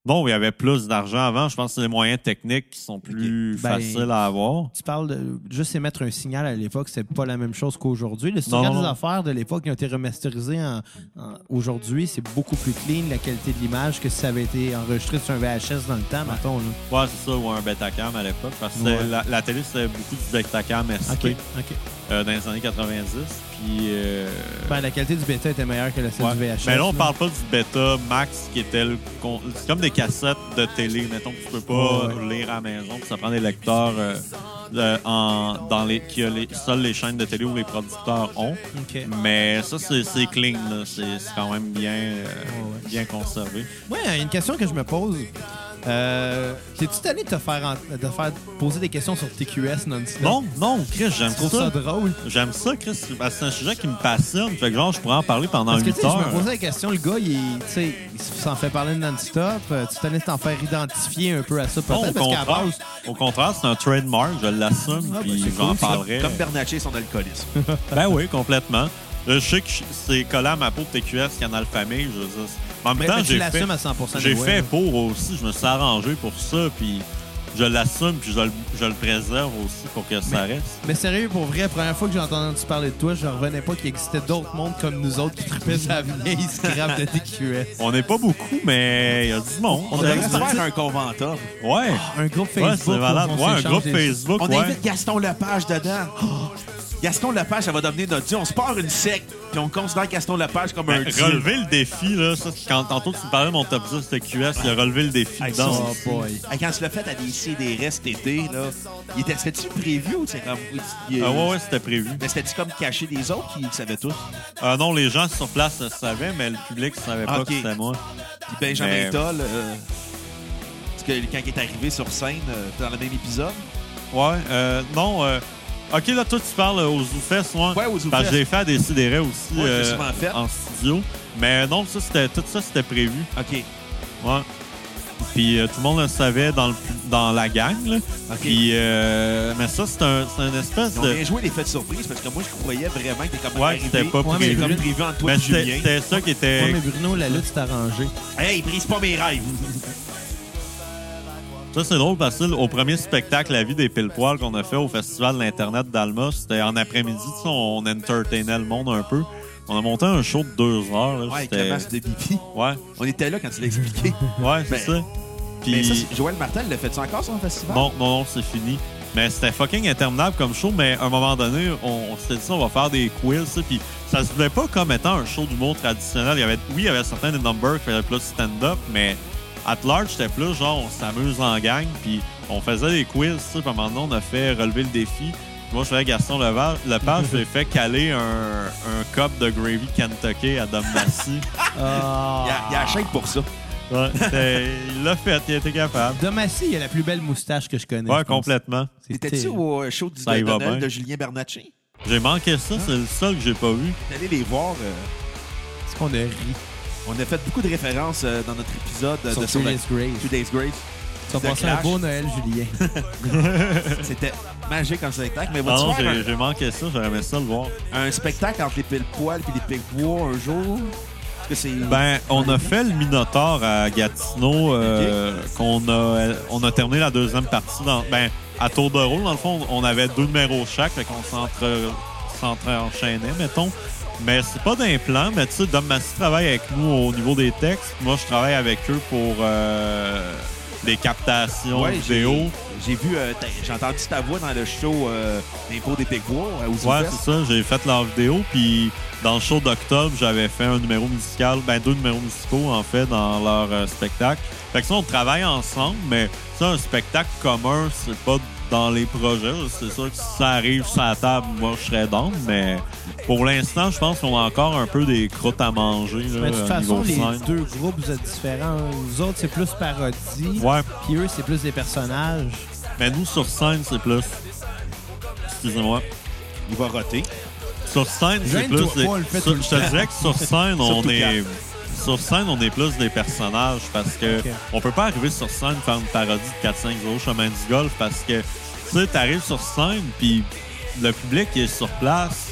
Speaker 1: Bon, il y avait plus d'argent avant. Je pense que c'est les moyens techniques qui sont plus
Speaker 4: Ben,
Speaker 1: faciles à avoir.
Speaker 4: Tu parles de juste émettre un signal à l'époque, c'est pas la même chose qu'aujourd'hui. Le
Speaker 1: Non,
Speaker 4: signal
Speaker 1: non,
Speaker 4: des
Speaker 1: non.
Speaker 4: affaires de l'époque qui ont été remasterisés en- en- aujourd'hui, c'est beaucoup plus clean la qualité de l'image que si ça avait été enregistré sur un VHS dans le temps, mettons. là.
Speaker 1: Ouais, c'est ça, ou un Betacam à l'époque, parce que c'était-
Speaker 4: Ouais.
Speaker 1: la, la télé, c'était beaucoup du Betacam SP
Speaker 4: ok.
Speaker 1: euh, dans les années 90. Puis, euh,
Speaker 4: Ben, la qualité du bêta était meilleure que la celle
Speaker 1: ouais.
Speaker 4: du VHS.
Speaker 1: Mais là, on parle pas du Beta Max, qui était le con- C'est comme des cassettes de télé, mettons, que tu peux pas
Speaker 4: Ouais,
Speaker 1: lire à la maison, puis ça prend des lecteurs euh, de- en- dans les... qui a les... seules les chaînes de télé ou les producteurs ont.
Speaker 4: Ok. Ouais,
Speaker 1: Mais ça, c'est c'est clean, là. C'est c'est quand même bien, euh,
Speaker 4: ouais.
Speaker 1: bien conservé.
Speaker 4: il y a une question que je me pose. Euh, T'es-tu tanné de te faire, en- de faire poser des questions sur TQS non-stop?
Speaker 1: Non, non, Chris, j'aime
Speaker 4: Je trouve
Speaker 1: ça.
Speaker 4: ça drôle.
Speaker 1: J'aime ça, Chris, parce que c'est un sujet qui me passionne. Fait que genre, je pourrais en parler pendant
Speaker 4: Parce que, tu
Speaker 1: 8
Speaker 4: sais, je
Speaker 1: heures.
Speaker 4: me posais la question, le gars, il, est- tu sais, il s'en fait parler non-stop. Euh, Tu t'en t'en faire identifier un peu à ça,
Speaker 1: Non,
Speaker 4: peut-être,
Speaker 1: au
Speaker 4: parce qu'à
Speaker 1: contraire,
Speaker 4: base...
Speaker 1: au contraire, c'est un trademark, je l'assume,
Speaker 4: Ah, ben,
Speaker 1: puis
Speaker 4: c'est
Speaker 1: j'en
Speaker 4: cool, ça.
Speaker 1: parlerai.
Speaker 3: Comme Bernatchez et son alcoolisme.
Speaker 1: Ben oui, complètement. Euh, Je sais que je- c'est collant à ma peau de TQS, Canal Famille, je veux dire. Mais en même
Speaker 4: Mais,
Speaker 1: temps,
Speaker 4: mais ben, tu
Speaker 1: j'ai fait,
Speaker 4: l'assumes à 100
Speaker 1: j'ai
Speaker 4: anyway,
Speaker 1: fait
Speaker 4: là.
Speaker 1: pour aussi, je me suis arrangé pour ça, puis je l'assume, puis je, le- je le préserve aussi pour que ça reste.
Speaker 4: Mais sérieux, pour vrai, la première fois que j'ai entendu parler de toi, je revenais pas qu'il existait d'autres mondes comme nous autres qui tripaient sa vieille scrap de TQS.
Speaker 1: On n'est pas beaucoup, mais il y a du monde.
Speaker 4: On
Speaker 3: On
Speaker 4: devrait
Speaker 3: devrait
Speaker 4: se
Speaker 3: se
Speaker 4: faire
Speaker 3: faire un conventum.
Speaker 1: Ouais.
Speaker 4: Un groupe
Speaker 1: Ouais,
Speaker 4: Facebook.
Speaker 1: c'est valable.
Speaker 4: où on
Speaker 1: Ouais, un
Speaker 4: s'échange
Speaker 1: groupe
Speaker 4: des-
Speaker 1: Facebook,
Speaker 3: On
Speaker 1: ouais. Oh.
Speaker 3: invite Gaston Lepage dedans. Gaston Lepage, ça va devenir notre Dieu. On se part une secte, puis on considère Gaston Lepage comme un
Speaker 1: Ben,
Speaker 3: dieu.
Speaker 1: relever le défi, là. Ça, c'est quand, tantôt, tu me parlais de mon top 10 de QS, il a relevé le défi
Speaker 3: Hey,
Speaker 1: dedans.
Speaker 4: Oh boy.
Speaker 3: Hey, Quand tu l'as fait à des CDR cet été, là, il était, c'était-tu prévu ou c'est comme. il-
Speaker 1: Ah ouais, ouais, c'était prévu.
Speaker 3: Mais c'était-tu comme caché des autres qui le savaient tous?
Speaker 1: Ah non, les gens sur place le savaient, mais le public ne savait pas
Speaker 3: Ok.
Speaker 1: que c'était moi.
Speaker 3: Puis Benjamin
Speaker 1: Mais-
Speaker 3: Toll, euh, parce que quand il est arrivé sur scène euh, dans le même épisode,
Speaker 1: Ouais, euh, non. euh, ok, là, toi, tu parles euh, aux Zoufest, moi.
Speaker 3: Ouais, aux
Speaker 1: Parce que
Speaker 3: Zoufest.
Speaker 1: j'ai fait à des sidérés aussi
Speaker 3: Ouais, je l'ai
Speaker 1: euh,
Speaker 3: souvent fait.
Speaker 1: en studio. Mais non, ça, c'était, tout ça, c'était prévu.
Speaker 3: OK,
Speaker 1: Ouais. Puis euh, tout le monde le savait dans, le, pu- dans la gang. Là.
Speaker 3: OK.
Speaker 1: Puis, euh, mais ça, c'est un, c'est un espèce
Speaker 3: ils ont
Speaker 1: de.
Speaker 3: bien joué l'effets de surprise parce que moi, je croyais vraiment que t'es comme
Speaker 1: Ouais,
Speaker 3: arrivé.
Speaker 1: c'était pas
Speaker 3: Ouais, mais
Speaker 1: prévu.
Speaker 3: comme prévu entre toi
Speaker 1: Mais
Speaker 3: et
Speaker 1: c'était,
Speaker 3: Julien.
Speaker 1: c'était ça qui était.
Speaker 4: Ouais, mais Bruno, la lutte s'est arrangée.
Speaker 3: Hey, brise pas mes rêves!
Speaker 1: Ça, c'est drôle parce que au premier spectacle, La vie des pile-poils qu'on a fait au Festival de l'Internet d'Alma, c'était en après-midi, tu sais, on entertainait le monde un peu. On a monté un show de deux heures. Là,
Speaker 3: Ouais, avec
Speaker 1: c'était...
Speaker 3: le masque de Bibi.
Speaker 1: ouais,
Speaker 3: On était là quand tu l'as expliqué.
Speaker 1: ouais, c'est
Speaker 3: Mais-
Speaker 1: ça. Puis,
Speaker 3: Mais ça, c'est- Joël Martel, le fait-tu encore son festival?
Speaker 1: non, non, non, c'est fini. Mais c'était fucking interminable comme show, mais à un moment donné, on, on s'était dit, on va faire des quiz, ça, puis ça se voulait pas comme étant un show d'humour traditionnel. Il y avait, oui, il y avait certains des numbers qui faisaient plus stand-up, mais at large, c'était plus genre, on s'amuse en gang, puis on faisait des quiz, ça, puis à un moment donné, on a fait relever le défi. Moi, je faisais Gaston Leva- Lepage, j'ai fait caler un, un cup de gravy Kentucky à Dom Massy.
Speaker 4: Ah.
Speaker 3: Il y a, il y a la chaîne pour ça.
Speaker 1: Ouais, c'était- il l'a fait, il était capable.
Speaker 4: Domassi, il a la plus belle moustache que je connais.
Speaker 1: Ouais,
Speaker 4: je pense.
Speaker 1: complètement.
Speaker 4: C'est
Speaker 3: T'étais-tu
Speaker 4: terrible.
Speaker 3: au euh, show du
Speaker 1: Ça y
Speaker 3: de,
Speaker 1: va
Speaker 3: Noël
Speaker 1: bien.
Speaker 3: de Julien Bernatchez?
Speaker 1: J'ai manqué ça, c'est le seul que j'ai pas vu.
Speaker 3: T'es allé les voir. euh,
Speaker 4: Est-ce qu'on a ri
Speaker 3: on a fait beaucoup de références euh, dans notre épisode euh,
Speaker 4: sur
Speaker 3: de
Speaker 4: Two Days
Speaker 3: Two
Speaker 4: Grace?
Speaker 3: Days Grace.
Speaker 4: Tu as
Speaker 3: The
Speaker 4: passé un hein?
Speaker 3: Clash.
Speaker 4: beau Noël, Julien.
Speaker 1: <laughs>
Speaker 3: C'était magique comme spectacle, mais
Speaker 1: Ah
Speaker 3: vas-tu
Speaker 1: non,
Speaker 3: faire
Speaker 1: j'ai- j'ai manqué ça, j'aurais aimé ça le voir.
Speaker 3: un, un spectacle entre les pile-poils et les pile-bois un jour? que c'est.
Speaker 1: Ben, on a fait le Minotaur à Gatineau, euh, qu'on a, on a terminé la deuxième partie. Dans, ben, à tour de rôle, dans le fond, on avait deux numéros chaque, fait qu'on s'entre- s'entre-enchaînait, mettons. Mais c'est pas d'un plan, mais tu sais, Dom Massy travaille avec nous au niveau des textes. Moi, je travaille avec eux pour euh, les captations
Speaker 3: Ouais, j'ai-
Speaker 1: vidéo.
Speaker 3: J'ai vu, euh, t'as- j'ai entendu ta voix dans le show euh, d'Impôt des Pécois euh, aux
Speaker 1: Ouais,
Speaker 3: Zoufest.
Speaker 1: c'est ça. J'ai fait leur vidéo. Puis dans le show d'octobre, j'avais fait un numéro musical, ben deux numéros musicaux en fait dans leur euh, spectacle. Fait que ça, on travaille ensemble, mais ça, un spectacle commun, c'est pas dans les projets. C'est sûr que si ça arrive sur la table, moi, je serais down, mais pour l'instant, je pense qu'on a encore un peu des croûtes à manger là,
Speaker 4: Mais de toute
Speaker 1: au
Speaker 4: façon,
Speaker 1: Euh, niveau
Speaker 4: les
Speaker 1: scène.
Speaker 4: deux groupes, vous êtes différents. Vous autres, c'est plus parodie.
Speaker 1: Ouais,
Speaker 4: Puis eux, c'est plus des personnages.
Speaker 1: mais nous, sur scène, c'est plus... Excusez-moi.
Speaker 3: Il va roter.
Speaker 1: Sur scène, c'est
Speaker 4: Gêne-toi
Speaker 1: plus. des-
Speaker 4: pas, le fait
Speaker 1: sur-
Speaker 4: tout le
Speaker 1: je te
Speaker 4: temps.
Speaker 1: dirais que sur
Speaker 4: <laughs>
Speaker 1: scène, on
Speaker 3: Surtout
Speaker 1: est. Sur scène, on est plus des personnages parce que
Speaker 4: Ok.
Speaker 1: on peut pas arriver sur scène faire une parodie de 4-5-0 chemin du golf parce que tu sais, t'arrives sur scène puis le public est sur place,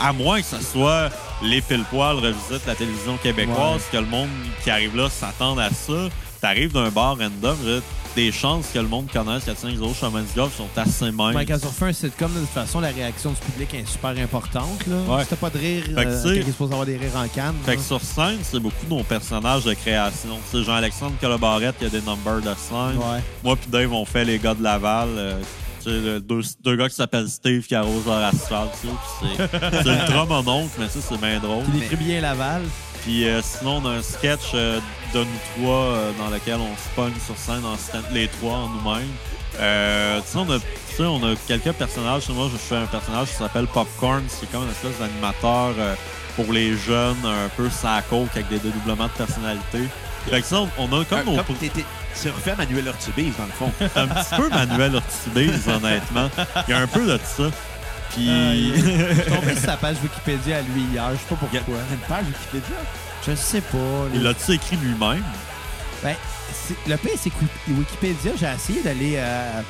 Speaker 1: à moins que ce soit les pile poil revisite la télévision québécoise, que le monde qui arrive là s'attende à ça. T'arrives d'un bar random, là, des chances que le monde connaisse 4-5-0 chemin du golf sont assez minces.
Speaker 4: Ouais, quand on refait un sitcom, de toute façon, la réaction du public est super importante. Là.
Speaker 1: Ouais.
Speaker 4: Si t'as pas de rire,
Speaker 1: Fait que tu sais-
Speaker 4: euh, quand il est supposé avoir des rires en canne.
Speaker 1: Fait que
Speaker 4: là.
Speaker 1: sur scène, c'est beaucoup nos personnages de création. C'est Jean-Alexandre Colobarette, il y a des numbers de scène.
Speaker 4: Ouais.
Speaker 1: Moi puis Dave, on fait les gars de Laval. euh, tu sais, le- deux, deux gars qui s'appellent Steve qui arrosent leur asphalte. tu sais, puis C'est
Speaker 4: <laughs>
Speaker 1: c'est ultra mon oncle, mais ça, c'est bien drôle.
Speaker 4: Puis les bien Laval.
Speaker 1: Puis euh, sinon, on a un sketch euh, de nous trois euh, dans lequel on se pogne sur scène en stand- les trois en nous-mêmes. Euh, tu sais, on a, tu sais, on a quelques personnages. Moi, je fais un personnage qui s'appelle Popcorn. C'est comme une espèce d'animateur euh, pour les jeunes, un peu saco avec des dédoublements de personnalité. Fait que ça, on on a Ah, comme nos...
Speaker 3: Comme, comme t'étais- c'est refait Manuel Ortubise, dans le fond.
Speaker 1: un petit peu Manuel Ortubise, honnêtement. Il y a un peu de ça. Puis...
Speaker 4: Je suis tombé sur sa page Wikipédia à lui hier. Je sais pas
Speaker 3: Il y a
Speaker 4: pourquoi.
Speaker 3: une page Wikipédia.
Speaker 4: Je sais pas. là.
Speaker 1: <laughs> Il l'a-tu écrit lui-même?
Speaker 4: Ben, c'est- le pire, c'est que Wik- Wikipédia, j'ai essayé d'aller euh,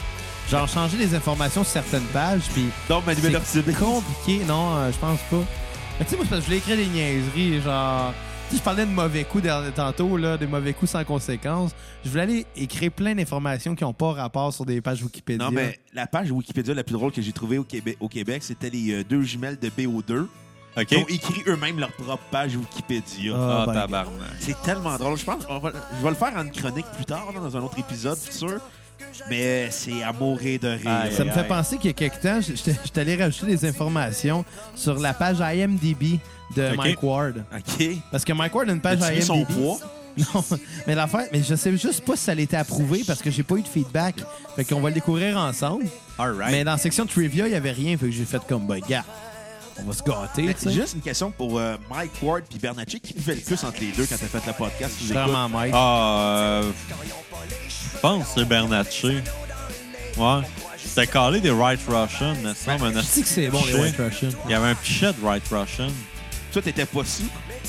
Speaker 4: genre changer les informations sur certaines pages, puis
Speaker 3: Donc, Manuel
Speaker 4: c'est
Speaker 3: Ortubise.
Speaker 4: compliqué. Non, euh, je pense pas. Mais tu sais, moi, c'est parce que je voulais écrire des niaiseries, genre... Tu sais, je parlais de mauvais coups derni- tantôt, là, des mauvais coups sans conséquences. Je voulais aller écrire plein d'informations qui n'ont pas rapport sur des pages Wikipédia.
Speaker 3: Non, mais la page Wikipédia la plus drôle que j'ai trouvée au Québec, au Québec c'était les euh, deux jumelles de BO2
Speaker 1: OK.
Speaker 3: qui ont écrit eux-mêmes leur propre page Wikipédia.
Speaker 4: Ah, ben,
Speaker 1: tabarnak.
Speaker 3: C'est tellement drôle. Je pense on va- je vais le faire en une chronique plus tard, là, dans un autre épisode futur. Mais c'est à mourir de rire.
Speaker 1: Aïe,
Speaker 4: Ah, Ça me fait
Speaker 1: aïe.
Speaker 4: penser qu'il y a quelque temps, je j'étais j'étais allé rajouter des informations sur la page IMDB de
Speaker 1: Ok.
Speaker 4: Mike Ward.
Speaker 3: OK.
Speaker 4: Parce que Mike Ward a une page
Speaker 3: As-tu mis
Speaker 4: IMDb.
Speaker 3: son poids?
Speaker 4: <laughs> Non, mais l'affaire, mais je sais juste pas si ça l'était approuvé parce que j'ai pas eu de feedback. Fait qu'on va le découvrir ensemble.
Speaker 1: All right.
Speaker 4: Mais dans la section trivia, il y avait rien. Fait que j'ai fait comme, bah, gars, on va se gâter, tu
Speaker 3: C'est
Speaker 4: sais.
Speaker 3: Ben, juste une question pour euh, Mike Ward puis Bernatchez. Qui buvait le plus entre les deux quand t'as fait le podcast? Tu nous écoutes?
Speaker 4: Vraiment, Mike.
Speaker 1: Ah, euh, je pense que c'est Bernatchez. Ouais. C'était calé des Right Russian, mais ça me semble, un
Speaker 4: Je sais que c'est bon, les
Speaker 1: pichet.
Speaker 4: White Russians.
Speaker 1: Il y avait un pichet de Right Russian.
Speaker 3: Toi, t'étais pas sous.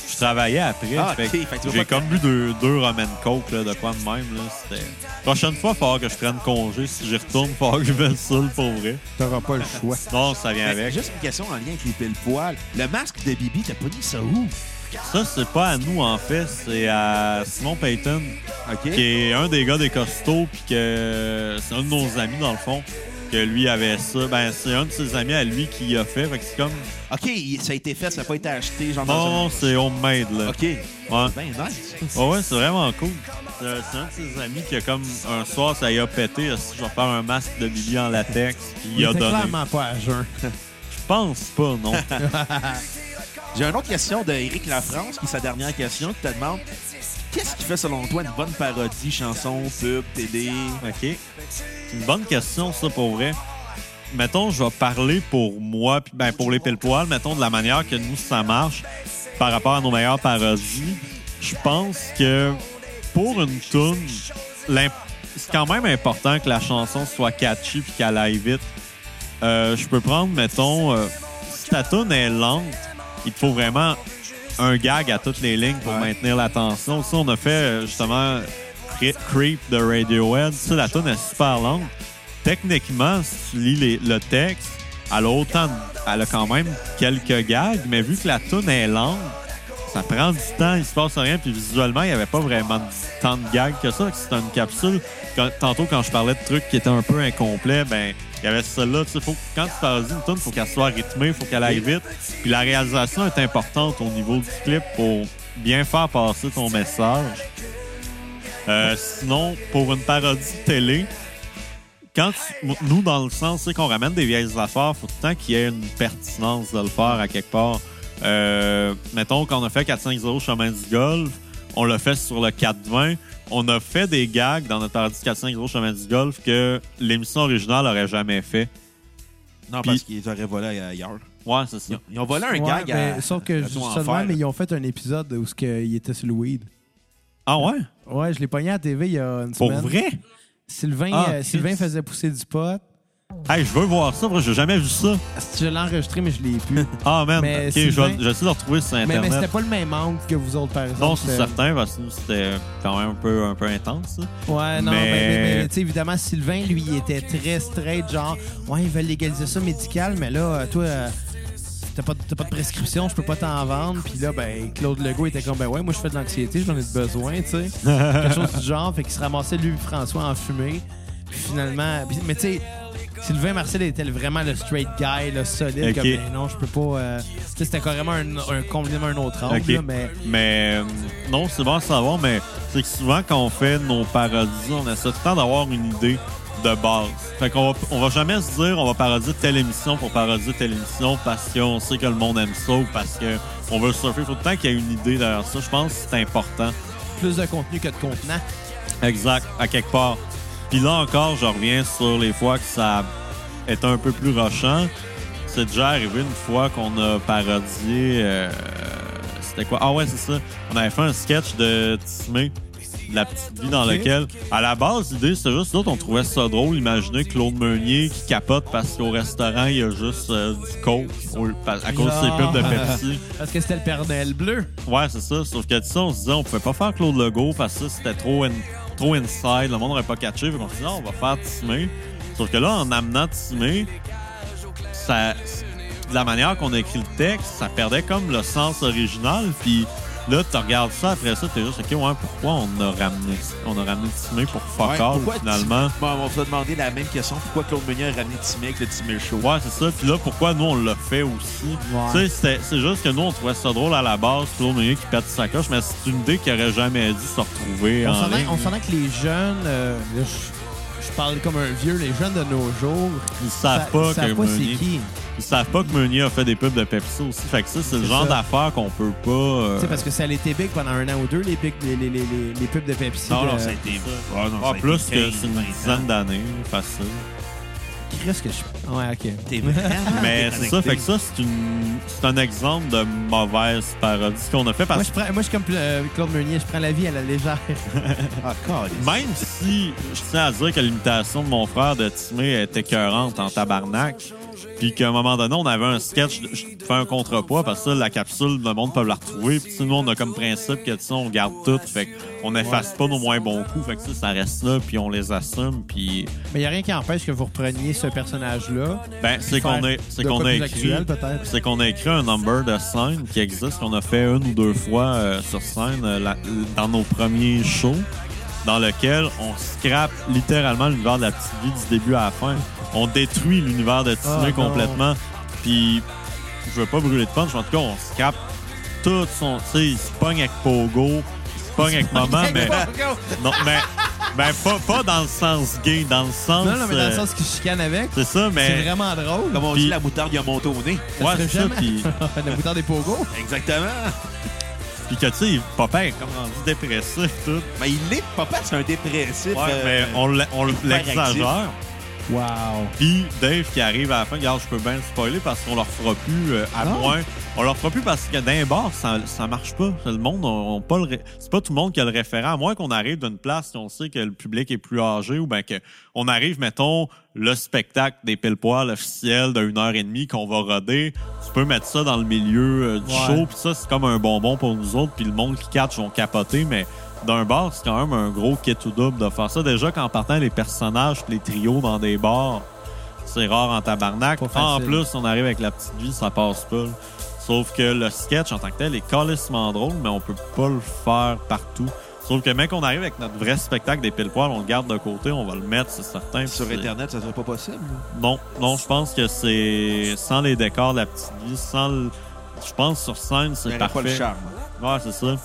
Speaker 1: Je travaillais après.
Speaker 3: Ah,
Speaker 1: fait
Speaker 3: ok.
Speaker 1: que
Speaker 3: Fait que tu vas
Speaker 1: J'ai
Speaker 3: pas-
Speaker 1: comme bu deux, deux Roman Coke là, de quoi de même. Là. C'était- Prochaine fois, il va falloir que je prenne congé. Si j'y retourne, il va falloir que je me saoule pour vrai.
Speaker 4: T'auras pas le choix.
Speaker 1: Non, ça vient
Speaker 3: Mais
Speaker 1: avec.
Speaker 3: Juste une question en lien avec les pile poils. Le masque de Bibi, t'as pas dit ça où?
Speaker 1: Ça, c'est pas à nous, en fait. C'est à Simon Payton.
Speaker 3: OK.
Speaker 1: qui est un des gars des costauds, puis que c'est un de nos amis, dans le fond, que lui avait ça. Ben, c'est un de ses amis à lui qui a fait. Fait que c'est comme.
Speaker 3: OK, il- ça a été fait, ça n'a pas été acheté. Genre dans
Speaker 1: Non,
Speaker 3: un-
Speaker 1: c'est homemade, là.
Speaker 3: OK.
Speaker 1: Ouais.
Speaker 3: Ben, nice.
Speaker 1: Ouais, ouais, c'est vraiment cool. C'est c'est un de ses amis qui a comme un soir, ça y a pété. Si je vais faire un masque de Billy en latex, puis il a
Speaker 4: était
Speaker 1: donné.
Speaker 4: clairement pas à jeun.
Speaker 1: Je pense pas, non.
Speaker 3: J'ai une autre question d'Éric Lafrance, qui est sa dernière question, qui te demande qu'est-ce qui fait, selon toi, une bonne parodie, chanson, pub, télé?
Speaker 1: OK. C'est une bonne question, ça, pour vrai. Mettons, je vais parler pour moi, puis ben, pour les pile poils mettons, de la manière que nous, ça marche par rapport à nos meilleures parodies. Je pense que pour une tune, l'im- c'est quand même important que la chanson soit catchy puis qu'elle aille vite. Euh, je peux prendre, mettons, euh, si ta tune est lente, il te faut vraiment un gag à toutes les lignes pour maintenir l'attention. Ça, on a fait euh, justement Cre- Creep de Radiohead. Ça, la tune est super lente. Techniquement, si tu lis les- le texte, elle a autant, de- elle a quand même quelques gags, mais vu que la tune est lente, ça prend du temps, il se passe rien, puis visuellement, il n'y avait pas vraiment de- tant de gags que ça, que c'était une capsule. Quand- tantôt, quand je parlais de trucs qui étaient un peu incomplets, ben il y avait celle-là. tu sais, faut- Quand tu parodies une tune, il faut qu'elle soit rythmée, il faut qu'elle aille vite. Puis la réalisation est importante au niveau du clip pour bien faire passer ton message. Euh, sinon, pour une parodie de télé, quand tu- m- nous, dans le sens, c'est qu'on ramène des vieilles affaires, faut tout le temps qu'il y ait une pertinence de le faire à quelque part. Euh, mettons qu'on a fait 450 Chemin du Golf, on l'a fait sur le 420. On a fait des gags dans notre parodie 450 Chemin du Golf que l'émission originale aurait jamais fait.
Speaker 3: Non,
Speaker 1: Puis-
Speaker 3: parce qu'ils auraient volé ailleurs.
Speaker 1: Ouais, c'est ça.
Speaker 3: Ils ont, ils ont volé un
Speaker 4: Ouais,
Speaker 3: gag
Speaker 4: ben,
Speaker 1: euh,
Speaker 3: à-
Speaker 4: sauf que
Speaker 3: à
Speaker 4: je
Speaker 3: tout en
Speaker 4: seulement,
Speaker 3: faire.
Speaker 4: mais ils ont fait un épisode où ce que- il était sur le weed.
Speaker 1: Ah ouais?
Speaker 4: Ouais, je l'ai pogné à la TV il y a une
Speaker 1: Pour
Speaker 4: semaine.
Speaker 1: vrai?
Speaker 4: Sylvain,
Speaker 1: Ah,
Speaker 4: euh,
Speaker 1: Chris.
Speaker 4: Sylvain faisait pousser du pot.
Speaker 1: Hey, je veux voir ça, parce que j'ai jamais vu ça.
Speaker 4: Je l'ai enregistré, mais je l'ai <laughs> plus.
Speaker 1: Ah man,
Speaker 4: Mais
Speaker 1: ok, je vais
Speaker 4: Sylvain-
Speaker 1: je vais essayer de le retrouver sur
Speaker 4: mais
Speaker 1: Internet.
Speaker 4: mais c'était euh, pas le même angle que vous autres, par exemple.
Speaker 1: Non, c'est
Speaker 4: C'était-
Speaker 1: certain, parce que nous, c'était quand même un peu, un peu intense. ça.
Speaker 4: Ouais,
Speaker 1: Mais-
Speaker 4: non, ben, mais, mais- mais, tu sais, évidemment, Sylvain, lui, il était très straight, genre, ouais, ils veulent légaliser ça médical, mais là, euh, toi, euh, t'as pas, de- t'as pas de prescription, je peux pas t'en vendre. Puis là, ben, Claude Legault était comme, ben ouais, moi, je fais de l'anxiété, j'en ai de besoin,
Speaker 1: <laughs>
Speaker 4: tu sais. Quelque chose du genre, fait qu'il se ramassait, lui, et François, en fumée. Puis finalement, puis- mais tu sais, Sylvain Marcel était vraiment le straight guy, le solide,
Speaker 1: Ok.
Speaker 4: comme, ben non, je peux pas. euh, tu sais, c'était carrément un, un compliment, un autre angle,
Speaker 1: Ok.
Speaker 4: là, mais.
Speaker 1: Mais euh, non, c'est bon à savoir, mais c'est que souvent quand on fait nos parodies, on essaie tout le temps d'avoir une idée de base. Fait qu'on va, on va jamais se dire on va parodier telle émission pour parodier telle émission parce qu'on sait que le monde aime ça ou parce que on veut surfer. Faut tout le temps qu'il y ait une idée derrière ça. Je pense que c'est important.
Speaker 4: plus de contenu que de contenant.
Speaker 1: Exact, à quelque part. Puis là encore, je reviens sur les fois que ça est un peu plus rochant. C'est déjà arrivé une fois qu'on a parodié. euh, C'était quoi Ah ouais, c'est ça. On avait fait un sketch de Tismé, de la petite vie dans
Speaker 4: Ok.
Speaker 1: lequel, à la base, l'idée, c'était juste d'autres, on trouvait ça drôle. Imaginez Claude Meunier qui capote parce qu'au restaurant, il y a juste euh, du coke au- à cause de ses pubs de Pepsi.
Speaker 4: <laughs> Parce que c'était le Père Noël bleu.
Speaker 1: Ouais, c'est ça. Sauf que ça, on se disait, on pouvait pas faire Claude Legault parce que ça, c'était trop, in- trop inside. Le monde n'aurait pas catché. Fait qu'on se dit, non, on va faire Tismé. Sauf que là, en amenant Tismé, ça, de la manière qu'on a écrit le texte, ça perdait comme le sens original. Puis là, tu regardes ça après ça, t'es juste, OK, ouais, pourquoi on a ramené, on a ramené Tismé pour
Speaker 3: Ouais,
Speaker 1: fuck all,
Speaker 3: pourquoi Tim-
Speaker 1: finalement?
Speaker 3: Bon, on va se demander la même question. Pourquoi Claude Meunier a ramené Timé avec le Timé Show?
Speaker 1: Ouais, c'est ça. Puis là, pourquoi nous, on l'a fait aussi? Tu sais, c'était- c'est juste que nous, on trouvait ça drôle à la base, Claude Meunier qui pète sa coche, mais c'est une idée qu'il aurait jamais dû se retrouver
Speaker 4: On
Speaker 1: en
Speaker 4: s'entend
Speaker 1: ligne.
Speaker 4: on s'entend que les jeunes, euh, là, je, je parle comme un vieux, les jeunes de nos jours,
Speaker 1: Ils savent
Speaker 4: sa-
Speaker 1: pas
Speaker 4: savent
Speaker 1: que
Speaker 4: pas c'est
Speaker 1: Meunier...
Speaker 4: qui.
Speaker 1: Ils savent pas que Meunier a fait des pubs de Pepsi aussi. Fait que ça, c'est le
Speaker 4: C'est
Speaker 1: genre
Speaker 4: ça.
Speaker 1: d'affaires qu'on peut pas... euh,
Speaker 4: Tu sais, parce que ça a été big pendant un an ou deux, les, pics- les, les, les, les- les pubs de Pepsi. euh,
Speaker 3: Non, non,
Speaker 4: de-
Speaker 3: ça a été. Ah, non,
Speaker 1: ah,
Speaker 3: ça a
Speaker 1: plus
Speaker 3: été
Speaker 1: que
Speaker 3: 15,
Speaker 1: c'est une
Speaker 3: 20 ans.
Speaker 1: dizaine d'années, facile.
Speaker 4: Qu'est-ce que je. Ouais, OK.
Speaker 3: T'es
Speaker 4: <laughs>
Speaker 3: vraiment
Speaker 1: Mais c'est ça,
Speaker 3: déconnecté.
Speaker 1: fait que ça, c'est une... c'est un exemple de mauvaise parodie qu'on a fait. Parce
Speaker 4: Moi, je, prends- moi, je suis comme euh, Claude Meunier, je prends la vie à la légère.
Speaker 1: <laughs>
Speaker 3: Ah, calé.
Speaker 1: Même si je tiens à dire que l'imitation de mon frère de Timé était écœurante en tabarnak, puis qu'à un moment donné, on avait un sketch, je fais un contrepoids, parce que ça, la capsule, le monde peut la retrouver, puis tu sais, nous, on a comme principe que, tu sais, on garde tout, fait qu'on efface pas nos moins bons coups, fait que ça, ça reste là, puis on les assume, puis
Speaker 4: Mais il n'y a rien qui empêche que vous repreniez ce personnage-là.
Speaker 1: ben, c'est qu'on a, c'est
Speaker 4: De
Speaker 1: qu'on
Speaker 4: quoi
Speaker 1: a
Speaker 4: plus
Speaker 1: écrit...
Speaker 4: actuel, peut-être.
Speaker 1: C'est qu'on a écrit un number de scène qui existe, qu'on a fait une ou deux fois euh, sur scène euh, la- dans nos premiers shows, dans lequel on scrape littéralement l'univers de la petite vie du début à la fin. On détruit l'univers de Timé
Speaker 4: Ah, non.
Speaker 1: complètement. Puis, je veux pas brûler de punch, mais en tout cas, on scrape tout son. Tu sais, il se pogne avec Pogo, il se pogne avec
Speaker 4: <laughs>
Speaker 1: Maman, mais. Non, mais. Ben, pas, pas dans le sens gay, dans le sens.
Speaker 4: Non, non, mais dans le
Speaker 1: euh,
Speaker 4: sens qu'il chicane avec,
Speaker 1: C'est ça,
Speaker 4: c'est
Speaker 1: mais.
Speaker 4: vraiment drôle.
Speaker 3: Comme on
Speaker 1: Puis-
Speaker 3: dit, la moutarde, il a monté au nez.
Speaker 1: Ouais,
Speaker 4: serait
Speaker 1: c'est ça,
Speaker 4: jamais- <laughs>
Speaker 1: puis-
Speaker 4: la moutarde des pogos.
Speaker 3: Exactement.
Speaker 1: Puis que, tu sais, papa est comme rendu dépressif, tout.
Speaker 3: Mais il est. Papa, c'est un dépressif.
Speaker 1: Ouais,
Speaker 3: euh,
Speaker 1: mais on l'a- on l'exagère.
Speaker 3: hyperactif.
Speaker 4: Wow.
Speaker 1: Puis Dave qui arrive à la fin, regarde, je peux bien le spoiler parce qu'on leur fera plus euh, à
Speaker 4: Non.
Speaker 1: moins. On leur fera plus parce que d'un bar, ça, ça marche pas. Le monde, on, on pas le ré- c'est pas tout le monde qui a le référent. À moins qu'on arrive d'une place qu'on sait que le public est plus âgé ou bien que on arrive, mettons, le spectacle des pile poils officiel de une heure et demie qu'on va roder. Tu peux mettre ça dans le milieu euh, du
Speaker 4: Ouais.
Speaker 1: show. Puis ça, c'est comme un bonbon pour nous autres. Puis le monde qui catch vont capoter, mais d'un bar, c'est quand même un gros kit ou double de faire ça. Déjà qu'en partant les personnages, puis les trios dans des bars, c'est rare en tabarnak.
Speaker 4: Pas
Speaker 1: En
Speaker 4: facile.
Speaker 1: plus, on arrive avec la petite vie, ça passe pas. là. Sauf que le sketch en tant que tel est calissement drôle, mais on peut pas le faire partout. Sauf que, mec, on arrive avec notre vrai spectacle des pile poils, on le garde de côté, on va le mettre, c'est certain. puis
Speaker 3: Sur
Speaker 1: c'est-
Speaker 3: Internet, ça serait pas possible.
Speaker 1: Non, non, je pense que c'est sans les décors, la petite vie, sans le... Je pense sur scène,
Speaker 3: Il n'y
Speaker 1: c'est
Speaker 3: aurait pas le
Speaker 1: parfait.
Speaker 3: charme.
Speaker 1: Ouais, c'est ça.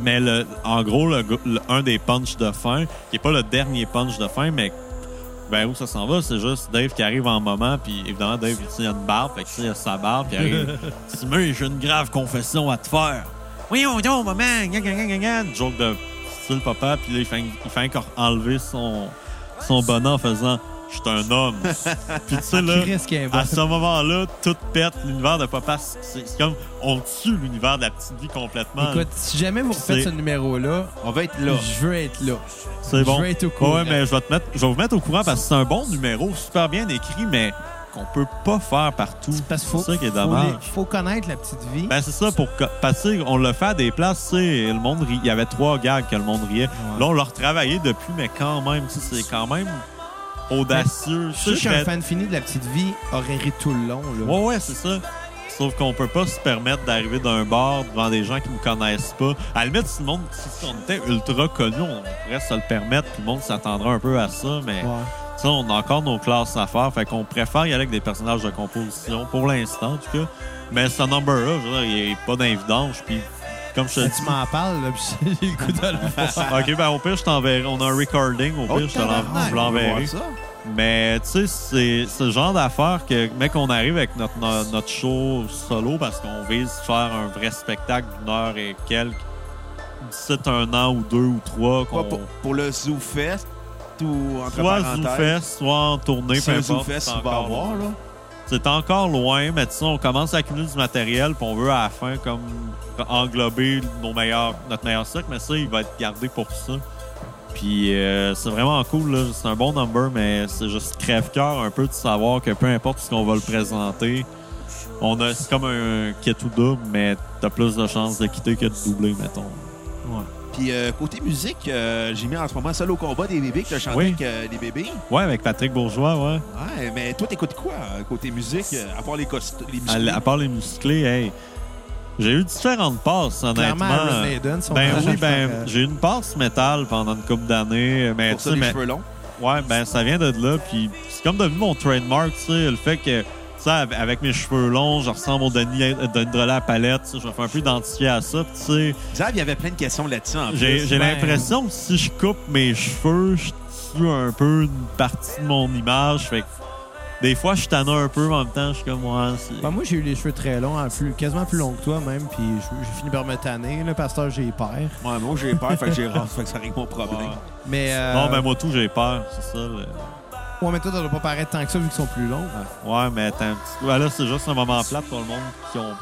Speaker 1: Mais le, en gros, le, le- un des punchs de fin, qui est pas le dernier punch de fin, mais ben où ça s'en va, c'est juste Dave qui arrive en moment, puis évidemment, Dave, tu sais, il a une barbe, fait que tu sais, il a sa barbe, puis il arrive. Timu, j'ai une grave confession à te faire. Voyons donc, maman, gna, gna, gna, gna, gna. Joke de style papa, puis là, il fait, il fait encore enlever son, son bonnet en faisant Je suis un homme. puis tu sais,
Speaker 4: <laughs>
Speaker 1: là.
Speaker 4: Chris qui est bon.
Speaker 1: À ce moment-là, tout pète. L'univers de Papa, c'est- c'est comme on tue l'univers de la petite vie complètement.
Speaker 4: Écoute, si jamais vous refaites
Speaker 1: C'est-
Speaker 4: ce numéro-là,
Speaker 3: On va être là.
Speaker 4: je veux être là.
Speaker 1: c'est bon.
Speaker 4: je vais être au courant.
Speaker 1: Ouais, mais je vais, te mettre, je vais vous mettre au courant parce que c'est un bon numéro, super bien écrit, mais qu'on peut pas faire partout.
Speaker 4: Parce qu'il faut,
Speaker 1: C'est ça qui est
Speaker 4: faut
Speaker 1: dommage.
Speaker 4: les- faut connaître la petite vie.
Speaker 1: Ben, c'est ça, pour co- passer, on le fait à des places, tu sais, le monde rit. Il y avait trois gags que le monde riait. Là, on l'a retravaillé depuis, mais quand même, tu sais, c'est quand même audacieux.
Speaker 4: je sais
Speaker 1: Tu sais,
Speaker 4: qu'un
Speaker 1: je fais-
Speaker 4: fan fini de la petite vie aurait ri tout le long. Là.
Speaker 1: Ouais, ouais, c'est ça. Sauf qu'on peut pas se permettre d'arriver d'un bar devant des gens qui nous connaissent pas. À la limite, si le monde, si si on était ultra connu, on pourrait se le permettre, puis le monde s'attendrait un peu à ça, mais
Speaker 4: Ouais.
Speaker 1: tu sais, on a encore nos classes à faire, fait qu'on préfère y aller avec des personnages de composition, pour l'instant, en tout cas. Mais ce number-là, je veux dire, il est pas d'invidence, puis comme je te
Speaker 4: Ben,
Speaker 1: dis...
Speaker 4: tu m'en parles, là, puis <laughs> j'ai le goût de le
Speaker 1: <laughs>
Speaker 4: voir.
Speaker 1: OK, ben au pire, je t'enverrai. On a un recording, au pire, je te l'en- je l'enverrai. Mais tu sais, c'est ce genre d'affaire que, mec, on arrive avec notre, no- notre show solo parce qu'on vise faire un vrai spectacle d'une heure et quelques. D'ici un an ou deux ou trois.
Speaker 3: Quoi,
Speaker 1: qu'on
Speaker 3: pour, pour le Zoo Fest ou entre
Speaker 1: Soit
Speaker 3: parenthèses.
Speaker 1: Zoufest, soit en tournée,
Speaker 3: C'est
Speaker 1: peu
Speaker 3: un Zoo
Speaker 1: importe.
Speaker 3: Fest,
Speaker 1: c'est
Speaker 3: il va
Speaker 1: encore-
Speaker 3: avoir, là.
Speaker 1: C'est encore loin, mais tu sais, on commence à accumuler du matériel, puis on veut à la fin comme englober nos meilleurs, notre meilleur sac, mais ça, il va être gardé pour ça. Puis euh, c'est vraiment cool, là. c'est un bon number, mais c'est juste crève-cœur un peu de savoir que peu importe ce qu'on va le présenter, on a c'est comme un kit ou double, mais t'as plus de chances de quitter que de doubler, mettons.
Speaker 3: Puis euh, côté musique, euh, j'ai mis en ce moment Solo Combat des bébés que t'as chanté
Speaker 1: Oui.
Speaker 3: avec euh, les bébés.
Speaker 1: Ouais, avec Patrick Bourgeois, ouais.
Speaker 3: Ouais, mais toi, t'écoutes quoi euh, côté musique, euh, à part les, cost- les
Speaker 1: À,
Speaker 3: muscles?
Speaker 1: l- à part les musclés, hey. J'ai eu différentes passes, honnêtement.
Speaker 4: Clairement, Iron Maiden, son
Speaker 1: Ben
Speaker 4: projet,
Speaker 1: oui, ben
Speaker 4: euh,
Speaker 1: j'ai eu une passe métal pendant une couple d'années, mais
Speaker 3: Pour
Speaker 1: tu
Speaker 3: ça,
Speaker 1: sais,
Speaker 3: les
Speaker 1: mais-
Speaker 3: cheveux longs.
Speaker 1: ouais, ben ça vient de là, puis c'est comme devenu mon trademark, tu sais, le fait que, tu sais, av- avec mes cheveux longs, je ressemble au Denis, euh, Denis Drolet à la palette, tu sais, je me fais un peu identifier à ça, puis tu sais,
Speaker 3: Xav, il y avait plein de questions là-dessus. en plus.
Speaker 1: j'ai j'ai
Speaker 4: ben-
Speaker 1: l'impression que si je coupe mes cheveux, je tue un peu une partie de mon image, fait que des fois je suis tanné un peu, mais en même temps je suis comme, ouais, c'est-
Speaker 4: ben, moi, j'ai eu les cheveux très longs, en plus- quasiment plus longs que toi, même, puis je- j'ai fini par me tanner. Le pasteur, j'ai peur.
Speaker 3: Ouais, moi, j'ai peur, fait que j'ai <laughs> rare, fait que ça règle mon problème.
Speaker 1: Ouais.
Speaker 4: Mais, euh,
Speaker 1: Non, ben moi tout, j'ai peur, c'est ça. le-
Speaker 4: ouais, mais toi, t'as pas paraître tant que ça, vu qu'ils sont plus longs.
Speaker 1: Ouais, mais attends un petit peu. Ah, Là, c'est juste un moment plat pour le monde qui, ont...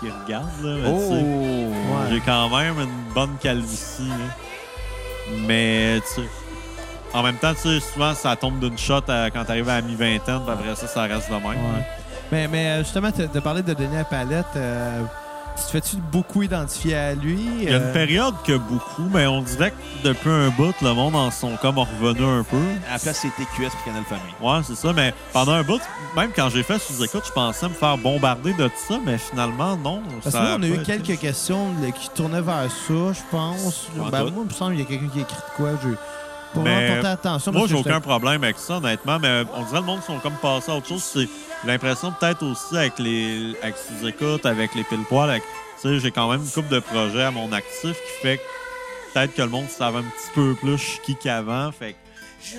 Speaker 1: qui, qui regarde. Là, mais tu sais,
Speaker 3: Oh!
Speaker 4: Oh, Ouais.
Speaker 1: J'ai quand même une bonne calvitie. là. Mais, tu sais, en même temps, tu sais, souvent, ça tombe d'une shot à- quand t'arrives à la mi-vingtaine, puis après ça, ça reste de même. hein.
Speaker 4: Ouais. Mais, mais euh, justement, de, de parler de Denis à Palette, euh, tu te fais-tu beaucoup identifier à lui? Euh,
Speaker 1: Il y a une période que beaucoup, mais on dirait que depuis un bout, le monde en sont comme revenu un peu.
Speaker 3: À la place, c'est TQS pour Canal Famille.
Speaker 1: Ouais, c'est ça, mais pendant un bout, même quand j'ai fait sous-écoute, je pensais me faire bombarder de tout ça, mais finalement, non.
Speaker 4: Parce que
Speaker 1: ça
Speaker 4: nous, on a eu
Speaker 1: pas été.
Speaker 4: quelques questions là, qui tournaient vers ça, je pense.
Speaker 3: Pas
Speaker 4: Ben,
Speaker 3: toutes.
Speaker 4: moi, il me semble qu'il y a quelqu'un qui a écrit de quoi. Je... Pour
Speaker 1: Mais
Speaker 4: vraiment porter attention.
Speaker 1: Moi,
Speaker 4: parce
Speaker 1: j'ai
Speaker 4: que
Speaker 1: aucun problème avec ça, honnêtement, mais on dirait le monde sont comme passés à autre chose. C'est l'impression peut-être aussi avec les avec sous écoutes, avec les pile poils. avec- Tu sais, j'ai quand même une couple de projets à mon actif qui fait que peut-être que le monde savait un petit peu plus je suis qui qu'avant. Fait que tu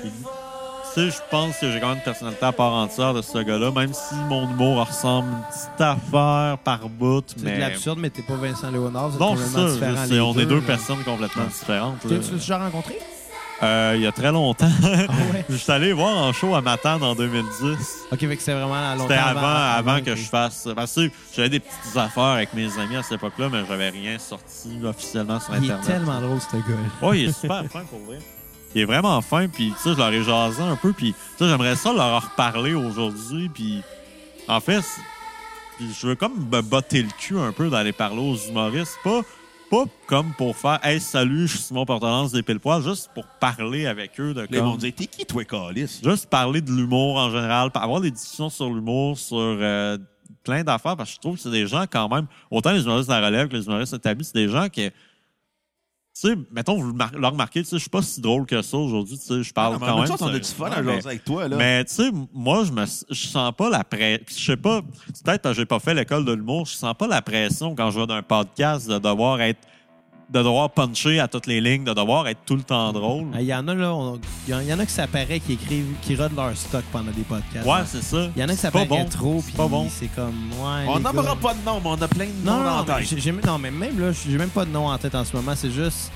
Speaker 1: sais, je pense que j'ai quand même une personnalité à part entière de ce gars-là, même si mon humour ressemble une petite affaire par bout,
Speaker 4: C'est de
Speaker 1: mais
Speaker 4: l'absurde, mais t'es pas Vincent Léonard. c'est
Speaker 1: non, c'est
Speaker 4: complètement
Speaker 1: ça.
Speaker 4: différent,
Speaker 1: c'est-
Speaker 4: les
Speaker 1: on est deux
Speaker 4: là.
Speaker 1: personnes complètement différentes.
Speaker 4: Tu
Speaker 1: là.
Speaker 4: l'as- tu l'as déjà rencontré?
Speaker 1: Euh, il y a très longtemps.
Speaker 4: Ah ouais.
Speaker 1: <laughs> Je suis allé voir en show à Matane en 2010.
Speaker 4: Ok, fait que c'est vraiment à longtemps. Ah
Speaker 1: C'était avant, avant, que
Speaker 4: ok.
Speaker 1: je fasse. Parce que j'avais des petites affaires avec mes amis à cette époque-là, mais j'avais rien sorti officiellement sur
Speaker 4: Il
Speaker 1: Internet.
Speaker 4: est tellement drôle, ce gars.
Speaker 1: Ouais, il est super fin pour vrai. Il est vraiment fin, puis tu sais, je leur ai jasé un peu, puis tu sais, j'aimerais ça leur en reparler aujourd'hui, puis en fait, c'est- puis je veux comme me botter le cul un peu d'aller parler aux humoristes, pas, pas comme pour faire « Hey, salut, je suis Simon Portelance des Pile-Poils », juste pour parler avec eux de
Speaker 3: Les
Speaker 1: comme-
Speaker 3: vont dire, t'es qui, toi, Calis?
Speaker 1: Juste parler de l'humour en général, pa- avoir des discussions sur l'humour, sur euh, plein d'affaires parce que je trouve que c'est des gens quand même, autant les humoristes de la relève que les humoristes établis, c'est des gens qui, tu sais, mettons, vous le mar- leur remarquez, tu sais, je suis pas si drôle que ça aujourd'hui, tu sais, je parle
Speaker 3: Ah, mais en
Speaker 1: quand
Speaker 3: même
Speaker 1: même.
Speaker 3: temps, on a du
Speaker 1: ça-
Speaker 3: fun
Speaker 1: Ouais,
Speaker 3: à
Speaker 1: mais-
Speaker 3: jaser avec toi, là.
Speaker 1: mais tu sais, moi, je me je sens pas la pression. Je sais pas, c'est peut-être parce que j'ai pas fait l'école de l'humour, je sens pas la pression quand je vais d'un podcast de devoir être de devoir puncher à toutes les lignes, de devoir être tout le temps drôle.
Speaker 4: Ah, Il y en a, là, on- il y en- il y en a qui s'apparaît, qui écrivent, qui rodent leur stock pendant des podcasts.
Speaker 1: Ouais, c'est ça.
Speaker 4: Il y en a qui
Speaker 1: C'est pas
Speaker 4: s'apparaît
Speaker 1: bon.
Speaker 4: trop,
Speaker 1: C'est
Speaker 4: puis
Speaker 1: pas bon.
Speaker 4: c'est comme, ouais.
Speaker 3: on
Speaker 4: les gars.
Speaker 3: n'aimera pas de nom, mais on a plein de
Speaker 4: Non,
Speaker 3: noms
Speaker 4: non,
Speaker 3: en
Speaker 4: mais
Speaker 3: tête.
Speaker 4: j'ai- j'ai- non, mais même là, j'ai même pas de nom en tête en ce moment. C'est juste,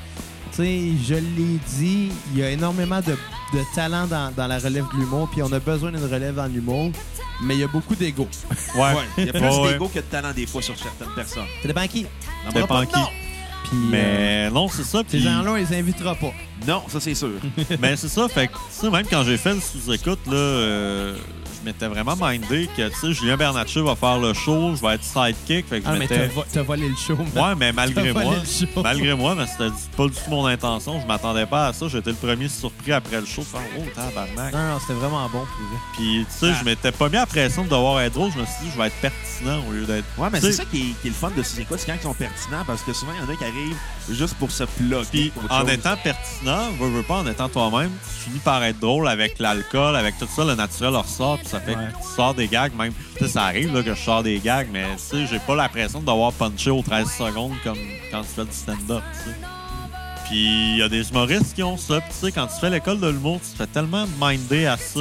Speaker 4: tu sais, je l'ai dit, il y a énormément de, de talent dans, dans la relève de l'humour, puis on a besoin d'une relève dans l'humour, mais il y a beaucoup d'ego.
Speaker 1: Ouais.
Speaker 3: Ouais, Il y a plus
Speaker 1: Ouais, ouais.
Speaker 3: d'ego que de talent des fois sur certaines personnes.
Speaker 4: Ça dépend qui.
Speaker 3: On
Speaker 1: Dépend
Speaker 3: n'aimera pas de
Speaker 1: qui.
Speaker 3: nom.
Speaker 4: Puis, euh,
Speaker 1: Mais non, c'est ça.
Speaker 4: ces
Speaker 1: Puis,
Speaker 4: gens-là, on les invitera pas.
Speaker 3: Non, ça c'est sûr.
Speaker 1: mais c'est ça. Fait que, tu sais, même quand j'ai fait le sous-écoute, là, euh, je m'étais vraiment mindé que, tu sais, Julien Bernatchez va faire le show, je vais être sidekick. Fait que je
Speaker 4: Ah, mais
Speaker 1: m'étais.
Speaker 4: t'as vo- t'as volé le show. man.
Speaker 1: Ouais, mais malgré
Speaker 4: T'as volé
Speaker 1: moi,
Speaker 4: le show.
Speaker 1: malgré moi, mais c'était du- pas du tout mon intention. Je m'attendais pas à ça. J'étais le premier surpris après le show. de faire, oh, tabarnak.
Speaker 4: Non, non, c'était vraiment bon. pour vrai.
Speaker 1: Puis, tu sais, je m'étais pas mis la pression de devoir être drôle. Je me suis dit, je vais être pertinent au lieu d'être.
Speaker 3: Ouais, mais
Speaker 1: Tu
Speaker 3: c'est
Speaker 1: sais,
Speaker 3: ça qui est, qui est le fun de ces écoutes, c'est quand ils sont pertinents, parce que souvent, il y en a qui arrivent juste pour se bloquer.
Speaker 1: Puis, en étant pertinent, veux, veux pas, en étant toi-même, tu finis par être drôle avec l'alcool, avec tout ça, le naturel ressort, puis ça fait
Speaker 4: Ouais.
Speaker 1: que tu sors des gags, même. Tu sais, ça arrive là, que je sors des gags, mais tu sais, j'ai pas l'impression de devoir puncher aux 13 secondes comme quand tu fais du stand-up, tu sais. Puis, il y a des humoristes qui ont ça, puis tu sais, quand tu fais l'école de l'humour, tu te fais tellement minder à ça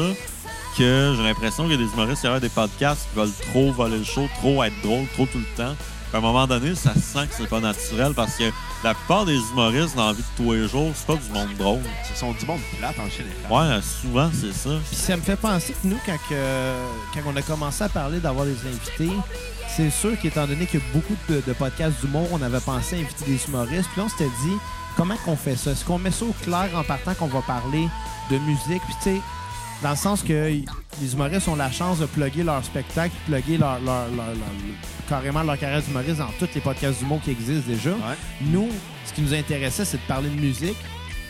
Speaker 1: que j'ai l'impression qu'il y a des humoristes qui des podcasts qui veulent trop voler le show, trop être drôle, trop tout le temps. Puis à un moment donné, ça se sent que c'est pas naturel parce que la plupart des humoristes dans la vie de tous les jours, c'est pas du monde drôle.
Speaker 3: Ce sont du monde plate en général.
Speaker 1: Ouais, souvent, c'est ça.
Speaker 4: Puis ça me fait penser que nous, quand, que- quand on a commencé à parler d'avoir des invités, c'est sûr qu'étant donné qu'il y a beaucoup de, de podcasts d'humour, on avait pensé inviter des humoristes. Puis là, on s'était dit, comment qu'on fait ça? Est-ce qu'on met ça au clair en partant qu'on va parler de musique? Puis tu sais, dans le sens que y- les humoristes ont la chance de plugger leur spectacle, puis plugger leur, leur- leur- leur- leur- carrément leur carrière d'humoriste dans tous les podcasts d'humour qui existent déjà.
Speaker 3: Ouais.
Speaker 4: Nous, ce qui nous intéressait, c'est de parler de musique.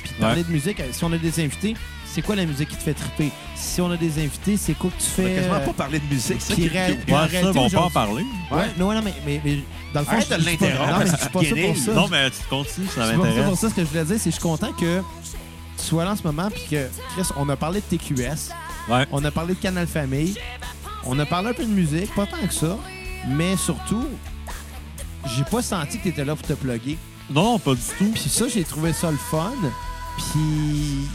Speaker 4: Puis de parler de musique, euh, si on a des invités, c'est quoi la musique qui te fait triper? Si on a des invités, c'est quoi que tu
Speaker 3: On a
Speaker 4: fais?
Speaker 3: quasiment
Speaker 4: euh,
Speaker 3: pas parlé de musique, ça
Speaker 4: qui
Speaker 3: qui
Speaker 4: ré-
Speaker 3: est
Speaker 4: Mais en
Speaker 1: Ouais, ça,
Speaker 4: réalité,
Speaker 1: ils vont pas en
Speaker 4: aujourd'hui-
Speaker 1: parler.
Speaker 4: Ouais, non, non, mais, mais- mais dans le fond,
Speaker 3: Arrête
Speaker 4: je
Speaker 3: de
Speaker 4: je suis pas-
Speaker 3: l'interrompre,
Speaker 4: Non, mais je
Speaker 3: ça
Speaker 4: suis
Speaker 3: te
Speaker 4: pas ça pour
Speaker 3: guérit.
Speaker 4: ça.
Speaker 1: Non, mais tu continues, ça
Speaker 4: C'est pour- c'est
Speaker 1: m'intéresse.
Speaker 4: pour ça que je voulais dire, c'est que je suis content que tu sois là en ce moment, puis que, Chris, on a parlé de TQS,
Speaker 1: Ouais.
Speaker 4: on a parlé de Canal Famille, on a parlé un peu de musique, pas tant que ça, mais surtout, j'ai pas senti que t'étais là pour te plugger.
Speaker 1: Non, non, pas du tout.
Speaker 4: Puis ça, j'ai trouvé ça le fun. Puis,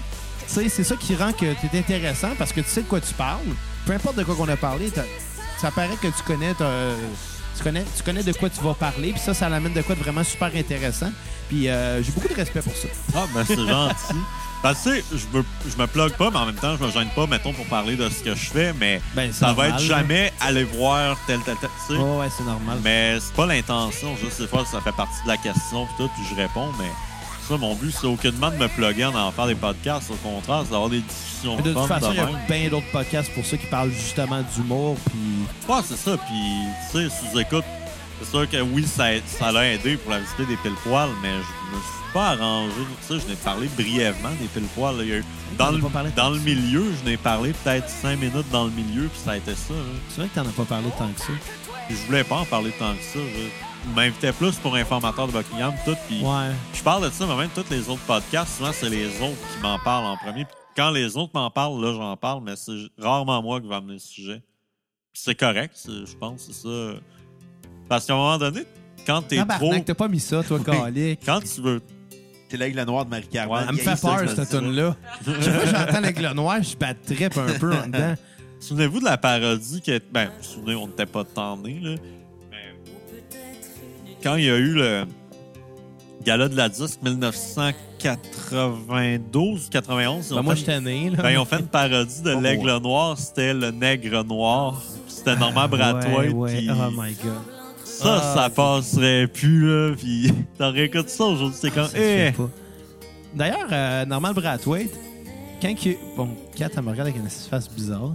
Speaker 4: tu sais, c'est ça qui rend que t'es intéressant parce que tu sais de quoi tu parles. Peu importe de quoi qu'on a parlé, t'as- ça paraît que tu connais, t'as- tu connais, tu connais de quoi tu vas parler. Puis ça, ça l'amène de quoi de vraiment super intéressant. Puis euh, j'ai beaucoup de respect pour ça.
Speaker 1: Ah, ben c'est gentil. Parce que, tu sais, je, veux- je me plug pas, mais en même temps, je me gêne pas, mettons, pour parler de ce que je fais, mais
Speaker 4: Ben, c'est
Speaker 1: ça va
Speaker 4: normal,
Speaker 1: être
Speaker 4: là.
Speaker 1: jamais aller voir tel, tel, tel, tu sais.
Speaker 4: Oh, Ouais, ouais, c'est normal.
Speaker 1: Mais c'est pas l'intention, juste des fois ça fait partie de la question puis tout, puis je réponds, mais ça mon but c'est aucunement de me plugger en en faire des podcasts, au contraire, c'est d'avoir des discussions
Speaker 4: Mais de toute
Speaker 1: fun
Speaker 4: façon, il y a
Speaker 1: même.
Speaker 4: bien d'autres podcasts pour ceux qui parlent justement d'humour. Puis,
Speaker 1: Ouais, c'est ça, puis tu sais, sous écoute, c'est sûr que oui, ça ça l'a aidé pour la visite des pile poils, mais je me suis pas arrangé pour ça, je n'ai parlé brièvement des pile poils.
Speaker 4: On
Speaker 1: Dans,
Speaker 4: a
Speaker 1: le,
Speaker 4: pas parlé de
Speaker 1: dans le
Speaker 4: ça.
Speaker 1: milieu, je n'ai parlé peut-être cinq minutes dans le milieu, puis ça a été ça. là.
Speaker 4: c'est vrai que t'en as pas parlé tant que ça.
Speaker 1: Puis je voulais pas en parler tant que ça. Je je m'invitais plus pour informateur de Buckingham, tout, puis
Speaker 4: Ouais.
Speaker 1: Je parle de ça, mais même tous les autres podcasts, souvent, c'est les autres qui m'en parlent en premier. Puis quand les autres m'en parlent, là, j'en parle, mais c'est rarement moi qui vais amener le sujet. Puis c'est correct, c'est- je pense, c'est ça. Parce qu'à un moment donné, quand t'es trop.
Speaker 4: Tabarnak, t'as pas mis ça, toi, calique.
Speaker 1: Quand tu veux.
Speaker 3: T'es l'aigle noir de Marie-Carmen.
Speaker 1: Ouais,
Speaker 4: Elle me
Speaker 3: Gay,
Speaker 4: fait
Speaker 3: ça,
Speaker 4: peur,
Speaker 3: je
Speaker 4: cette
Speaker 3: le dis,
Speaker 4: tune-là. Chaque fois que j'entends avec le noir, je battrais un peu en dedans.
Speaker 1: Souvenez-vous de la parodie que. Ben, vous vous souvenez, on n'était pas tant nés, là. Mais Quand il y a eu le gala de la disque 1992-91,
Speaker 4: Ben, moi, j'étais né, là.
Speaker 1: Ben, ils ont fait une parodie de
Speaker 3: Oh,
Speaker 1: l'aigle noir, c'était le nègre noir. C'était Norman Brathwaite.
Speaker 4: Ouais, ouais.
Speaker 1: puis
Speaker 4: Oh my God.
Speaker 1: Ça,
Speaker 4: Ah,
Speaker 1: ça
Speaker 4: c'est-
Speaker 1: passerait plus, là. Puis t'en réécoutes ça aujourd'hui, c'est comme.
Speaker 4: Ça se fait
Speaker 1: Eh!
Speaker 4: pas. D'ailleurs, euh, Norman Brathwaite, quand il y a eu... Bon, Kat, elle me regarde avec une face bizarre.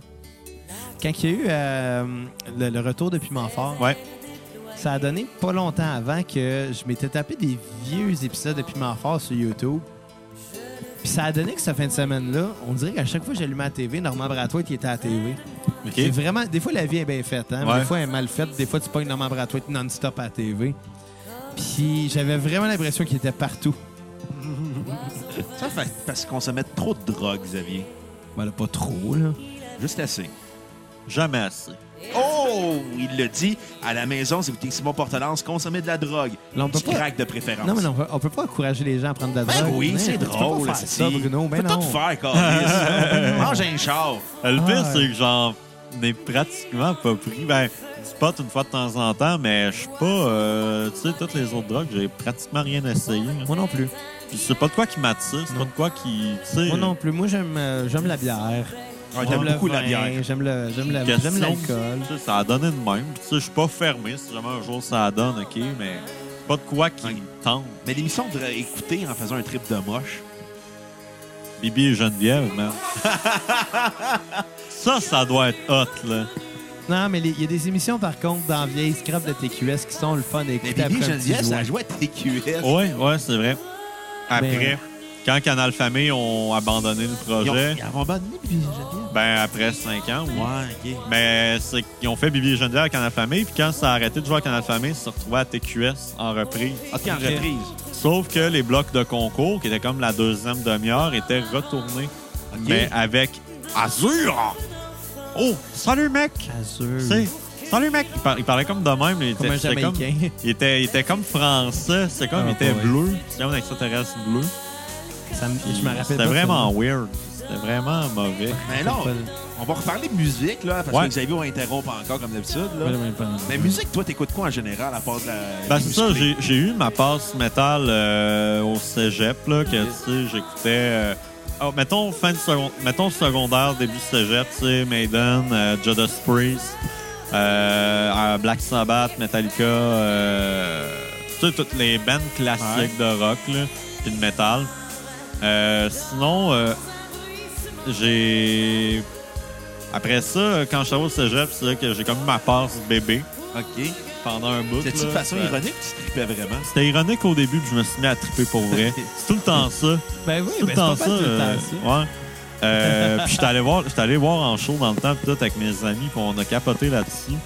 Speaker 4: Quand il y a eu euh, le, le retour de Piment Fort,
Speaker 1: Ouais.
Speaker 4: ça a donné pas longtemps avant que je m'étais tapé des vieux épisodes de Piment Fort sur YouTube. Puis ça a donné que cette fin de semaine-là, on dirait qu'à chaque fois que j'allumais la TV, Norman Brathwaite il était à la TV.
Speaker 1: OK.
Speaker 4: C'est vraiment. Des fois, la vie est bien faite. Hein?
Speaker 1: Ouais.
Speaker 4: Des fois, elle est mal faite. Des fois, tu pognes dans ma bratouille non-stop à la TV. Puis j'avais vraiment l'impression qu'il était partout.
Speaker 3: Ça fait parce qu'on se met trop de drogue, Xavier.
Speaker 4: Ben là, pas trop, là.
Speaker 3: Juste assez.
Speaker 1: Jamais assez.
Speaker 3: Oh! Il le dit. À la maison, si vous écoutez Simon Portelance, consommez de la drogue.
Speaker 4: Là, on peut
Speaker 3: Petit
Speaker 4: pas-
Speaker 3: crack de préférence.
Speaker 4: Non, mais non, on peut, on peut pas encourager les gens à prendre de la
Speaker 3: Ben
Speaker 4: drogue.
Speaker 3: oui,
Speaker 4: Mais
Speaker 3: c'est
Speaker 4: tu peux pas
Speaker 3: drôle,
Speaker 4: faire ça,
Speaker 3: c'est-tu.
Speaker 4: Bruno. Ben
Speaker 3: Faut
Speaker 4: non.
Speaker 3: tout faire,
Speaker 4: <laughs>
Speaker 3: câlisse. Mange un char.
Speaker 1: Le pire,
Speaker 4: Ah.
Speaker 1: c'est que j'en ai pratiquement pas pris. Ben, du pot une fois de temps en temps, mais je suis pas. euh, tu sais, toutes les autres drogues, j'ai pratiquement rien essayé. hein.
Speaker 4: Moi non plus.
Speaker 1: Puis c'est pas de quoi qui m'attire, c'est pas de quoi qui. Tu sais,
Speaker 4: Moi non plus. Moi, j'aime euh, j'aime la bière.
Speaker 3: Ouais,
Speaker 4: J'aime
Speaker 3: J'aime
Speaker 4: le
Speaker 3: beaucoup la
Speaker 4: vin,
Speaker 3: bière.
Speaker 4: J'aime le- j'aime la-
Speaker 1: question,
Speaker 4: j'aime l'alcool.
Speaker 1: tu sais, Ça a donné de même. Puis, Tu sais, je suis pas fermé. Si jamais un jour ça donne, OK, mais c'est pas de quoi qui
Speaker 3: Ouais.
Speaker 1: me tente.
Speaker 3: Mais l'émission, on devrait écouter en faisant un trip de moche.
Speaker 1: Bibi et Geneviève, man. ça, ça doit être hot, là.
Speaker 4: Non, mais les- il y a des émissions, par contre, dans vieilles scrap de TQS qui sont le fun à
Speaker 3: Mais
Speaker 4: écouter
Speaker 3: Bibi
Speaker 4: après un petit
Speaker 3: Geneviève, ça
Speaker 4: joint.
Speaker 3: joue à TQS.
Speaker 1: Ouais, ouais, c'est vrai. Après,
Speaker 4: Mais, euh,
Speaker 1: quand Canal Famille ont abandonné le
Speaker 3: Ils ont,
Speaker 1: projet,
Speaker 3: ils ont abandonné Bibi Geneviève.
Speaker 1: ben après 5 ans, oui.
Speaker 3: Ouais, OK.
Speaker 1: Mais c'est qu'ils ont fait Bibi et Geneviève à Canal Famille, puis quand ça a arrêté de jouer à Canal Famille, ils se retrouvaient à TQS en reprise.
Speaker 3: OK, en reprise.
Speaker 1: Sauf que les blocs de concours, qui étaient comme la deuxième demi-heure, étaient retournés.
Speaker 3: OK.
Speaker 1: Mais avec Azur! Oh, salut mec!
Speaker 4: Azur.
Speaker 1: Tu sais, Salut mec! Il, par- il parlait comme de même. Il était,
Speaker 4: Comme un
Speaker 1: c'était
Speaker 4: Jamaïcain.
Speaker 1: comme- il, était, il était comme français. C'est comme,
Speaker 4: Ah,
Speaker 1: il était
Speaker 4: ouais.
Speaker 1: bleu. C'était un extraterrestre bleu.
Speaker 4: Ça me-
Speaker 1: Puis
Speaker 4: je me rappelle
Speaker 1: C'était
Speaker 4: pas de
Speaker 1: vraiment
Speaker 4: ça.
Speaker 1: weird. C'était vraiment mauvais.
Speaker 3: Mais non, on va reparler musique, là, parce
Speaker 1: Ouais.
Speaker 3: que Xavier, on interrompt encore comme d'habitude. là.
Speaker 4: Ouais, ouais, ouais.
Speaker 3: Mais musique, toi, t'écoutes quoi en général à part de la.
Speaker 1: Ben,
Speaker 3: la
Speaker 1: c'est
Speaker 3: musique
Speaker 1: ça,
Speaker 3: clé?
Speaker 1: j'ai j'ai eu ma passe métal euh, au cégep, là, que, tu sais, j'écoutais... euh, oh, mettons, fin de second- mettons secondaire, début cégep, tu sais, Maiden, euh, Judas Priest, euh, euh, Black Sabbath, Metallica, euh, tu sais, toutes les bandes classiques de rock, là, puis de métal. Euh, sinon, euh, j'ai... Après ça, quand j'étais au cégep, c'est là que j'ai comme eu ma passe bébé
Speaker 3: OK.
Speaker 1: pendant un bout.
Speaker 3: C'était-tu de
Speaker 1: là.
Speaker 3: façon
Speaker 1: Ça-
Speaker 3: ironique ou tu trippais vraiment?
Speaker 1: c'était ironique au début, puis je me suis mis à triper pour
Speaker 4: <laughs>
Speaker 1: vrai. C'est tout le temps ça.
Speaker 4: Ben oui,
Speaker 1: C'est tout
Speaker 4: ben, c'est
Speaker 1: le
Speaker 4: pas
Speaker 1: temps
Speaker 4: mal
Speaker 1: ça.
Speaker 4: tout le
Speaker 1: euh,
Speaker 4: temps ça.
Speaker 1: ouais. Euh, puis j'étais allé voir, j'étais allé voir en show dans le temps, puis tout avec mes amis, puis on a capoté là-dessus.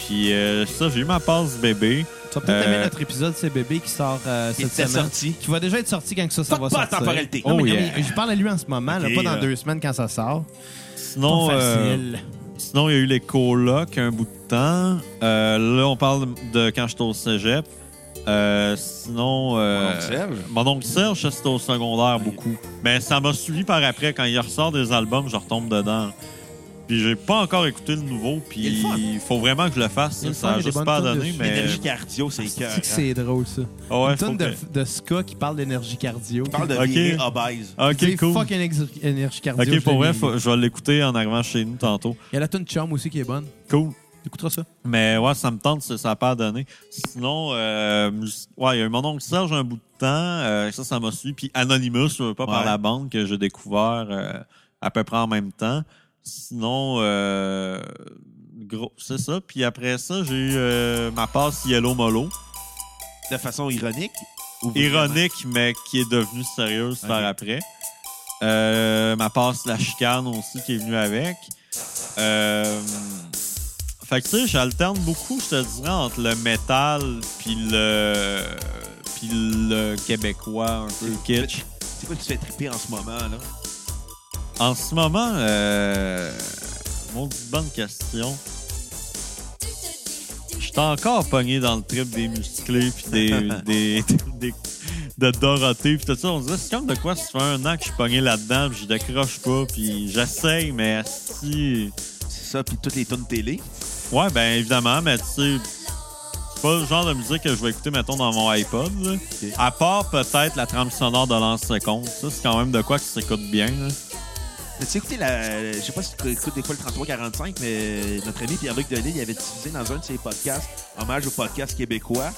Speaker 1: Puis euh, ça, j'ai eu ma passe bébé.
Speaker 4: Tu vas peut-être aimer
Speaker 1: Euh,
Speaker 4: notre épisode C'est bébé qui sort euh,
Speaker 3: Il
Speaker 4: cette
Speaker 3: était
Speaker 4: semaine.
Speaker 3: sorti.
Speaker 4: Qui va déjà être sorti quand que ça, ça
Speaker 3: Pas
Speaker 4: va
Speaker 3: de pas à
Speaker 4: sortir.
Speaker 3: temporalité.
Speaker 4: Non, mais,
Speaker 1: Oh
Speaker 4: non,
Speaker 1: yeah.
Speaker 4: mais je parle à lui en ce moment, là,
Speaker 1: Ok,
Speaker 4: pas dans
Speaker 1: euh,
Speaker 4: deux semaines quand ça sort.
Speaker 1: Sinon,
Speaker 4: Pas
Speaker 1: euh,
Speaker 4: facile.
Speaker 1: sinon il y a eu les colocs un bout de temps. Euh, là, on parle de quand j'étais au cégep. Euh, sinon. euh,
Speaker 3: Mon oncle Serge.
Speaker 1: Mon oncle Serge, ça, c'était au secondaire beaucoup. Mais Ben, ça m'a suivi par après. Quand il ressort des albums, je retombe dedans. Puis j'ai pas encore écouté le nouveau. Puis
Speaker 3: Il est le fun.
Speaker 1: il faut vraiment que je le fasse.
Speaker 4: Il est
Speaker 1: Ça, ça a
Speaker 4: le fun, il y a des
Speaker 1: juste
Speaker 4: bonnes
Speaker 1: pas
Speaker 4: tunes
Speaker 1: donné.
Speaker 4: dessus.
Speaker 1: Mais
Speaker 3: Énergie cardio,
Speaker 1: Euh,
Speaker 3: c'est cœur.
Speaker 4: C'est que c'est drôle, ça.
Speaker 1: Ah ouais,
Speaker 4: Une tonne
Speaker 1: faut
Speaker 4: de,
Speaker 1: que-
Speaker 4: de ska qui parle d'énergie cardio.
Speaker 3: Tu parles de
Speaker 1: Ok.
Speaker 3: virer obèse.
Speaker 4: C'est
Speaker 1: Ok, cool.
Speaker 4: fuck énergie énergie cardio.
Speaker 1: Ok,
Speaker 4: je l'ai
Speaker 1: pour vrai,
Speaker 4: mis.
Speaker 1: faut- je vais l'écouter en arrivant chez nous tantôt.
Speaker 4: Il y a la tune Chum aussi qui est bonne.
Speaker 1: Cool.
Speaker 4: T'écouteras ça.
Speaker 1: Mais ouais, ça me tente, ça n'a pas donné. Sinon, euh, mus- ouais, il y a eu mon oncle Serge un bout de temps. euh, ça, ça m'a suivi. Puis Anonymous, je veux pas par
Speaker 3: Ouais.
Speaker 1: la bande, que j'ai découvert euh, à peu près en même temps. Sinon, euh, gros, c'est ça. Puis après ça, j'ai eu euh, ma passe Yellow Molo.
Speaker 3: De façon ironique? ou vraiment?
Speaker 1: Ironique, mais qui est devenue sérieuse par
Speaker 3: Ok.
Speaker 1: après. Euh, ma passe La Chicane aussi, qui est venue avec. Euh, fait que tu sais, j'alterne beaucoup, je te dirais, entre le métal puis le... puis le québécois un peu kitsch.
Speaker 3: C'est quoi qui te fait triper en ce moment, là?
Speaker 1: En ce moment, euh... mon Dieu, bonne question. Je suis encore pogné dans le trip des musclés puis des, des, des- de Dorothée puis tout ça. On se dit, c'est comme de quoi ça fait un an que je suis pogné là-dedans puis je décroche pas puis j'essaye, mais si...
Speaker 3: C'est ça, puis toutes les tonnes télé.
Speaker 1: Ouais, ben évidemment, mais tu sais, c'est pas le genre de musique que je vais écouter, mettons, dans mon iPod. là. À part peut-être la trame sonore de Lance Seconde. Ça, c'est quand même de quoi qui s'écoute bien. là.
Speaker 3: T'as-tu écouté la. Je sais pas si tu écoutes des fois le 3345, mais notre ami Pierre-Luc Delis, il avait diffusé dans un de ses podcasts, hommage au podcast québécois,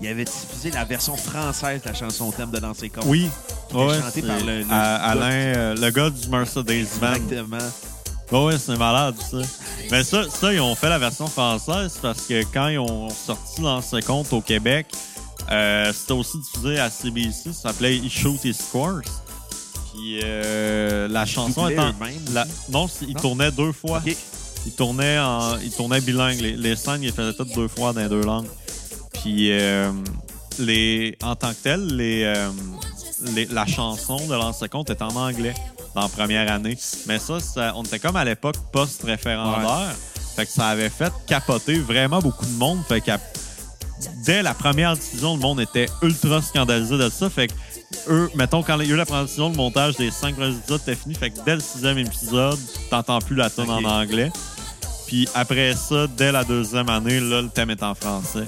Speaker 3: il avait diffusé la version française de la chanson thème de Lancer Compte.
Speaker 1: Oui.
Speaker 3: était chanté
Speaker 1: c'est-
Speaker 3: par le- le-
Speaker 1: à- Alain, euh, le gars du Mercedes Van.
Speaker 3: Exactement.
Speaker 1: Oui, ouais, c'est malade, ça. Mais ça, ça, ils ont fait la version française parce que quand ils ont sorti dans ce compte au Québec, euh, c'était aussi diffusé à CBC. Ça s'appelait He Shoot His Scores. Puis euh, la chanson
Speaker 3: doublait
Speaker 1: est en.
Speaker 3: eux-mêmes
Speaker 1: la- Non, c'est- ils
Speaker 3: Non?
Speaker 1: tournaient deux fois.
Speaker 3: OK.
Speaker 1: Il tournait, en, il tournait bilingue. Les, les scènes, il les faisait toutes deux fois dans les deux langues. Puis, euh, les, en tant que tel, les, euh, les- la chanson de Lance Compte est en anglais dans la première année. Mais ça, ça- on était comme à l'époque post-référendaire. Fait que ça avait fait capoter vraiment beaucoup de monde. Fait qu'à dès la première diffusion, le monde était ultra scandalisé de ça. Fait que eux, mettons, quand il y a eu la première diffusion, le montage des cinq premiers épisodes était fini. Fait que dès le sixième épisode, t'entends plus la tonne en
Speaker 3: Ok.
Speaker 1: anglais. Puis après ça, dès la deuxième année, là, le thème est en français.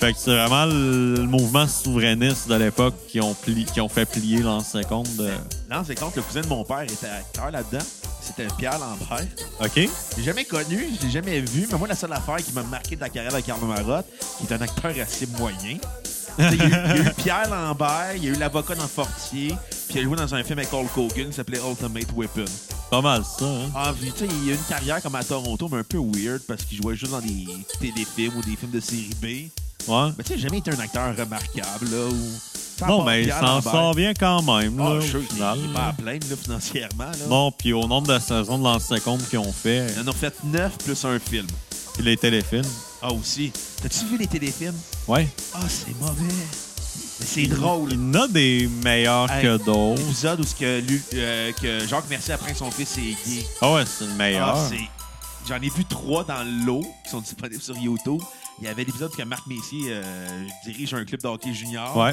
Speaker 1: Fait que c'est vraiment le mouvement souverainiste de l'époque qui ont, pli- qui ont fait plier euh, l'ancien compte de...
Speaker 3: Lance des comptes, le cousin de mon père était acteur là-dedans. C'était Pierre Lambert.
Speaker 1: OK?
Speaker 3: J'ai jamais connu, je l'ai jamais vu, mais moi, la seule affaire qui m'a marqué de la carrière de Carlo Marotte, qui est un acteur assez moyen. Tu sais, Il y, a eu- il y a eu Pierre Lambert, il y a eu l'avocat dans Fortier, puis il a joué dans un film avec Hulk Hogan qui s'appelait Ultimate Weapon.
Speaker 1: Pas mal ça, hein?
Speaker 3: Ah, puis, tu sais, il a eu une carrière comme à Toronto, mais un peu weird parce qu'il jouait juste dans des téléfilms ou des films de série B.
Speaker 1: Ouais.
Speaker 3: Mais tu sais, il a jamais été un acteur remarquable, là. Ou...
Speaker 1: Non, mais il s'en sort bien quand même,
Speaker 3: Ah,
Speaker 1: là,
Speaker 3: je
Speaker 1: au
Speaker 3: suis sûr qu'il
Speaker 1: final.
Speaker 3: est pas à plaindre, là, financièrement. Là.
Speaker 1: Non, puis au nombre de saisons de l'ancien compte qu'ils ont fait,
Speaker 3: Il en a fait neuf plus un film.
Speaker 1: puis les téléfilms.
Speaker 3: Ah, aussi. T'as-tu vu les téléfilms?
Speaker 1: Ouais.
Speaker 3: Ah, c'est mauvais. Mais c'est drôle.
Speaker 1: Il y en a des meilleurs
Speaker 3: Hey,
Speaker 1: que d'autres.
Speaker 3: L'épisode où ce que, Lu- euh, que Jacques Mercier apprend que son fils est gay.
Speaker 1: Ah ouais, c'est le meilleur.
Speaker 3: Ah, c'est- J'en ai vu trois dans l'eau qui sont disponibles sur YouTube. Il y avait l'épisode que Marc Messier euh, dirige un club de hockey junior.
Speaker 1: ouais.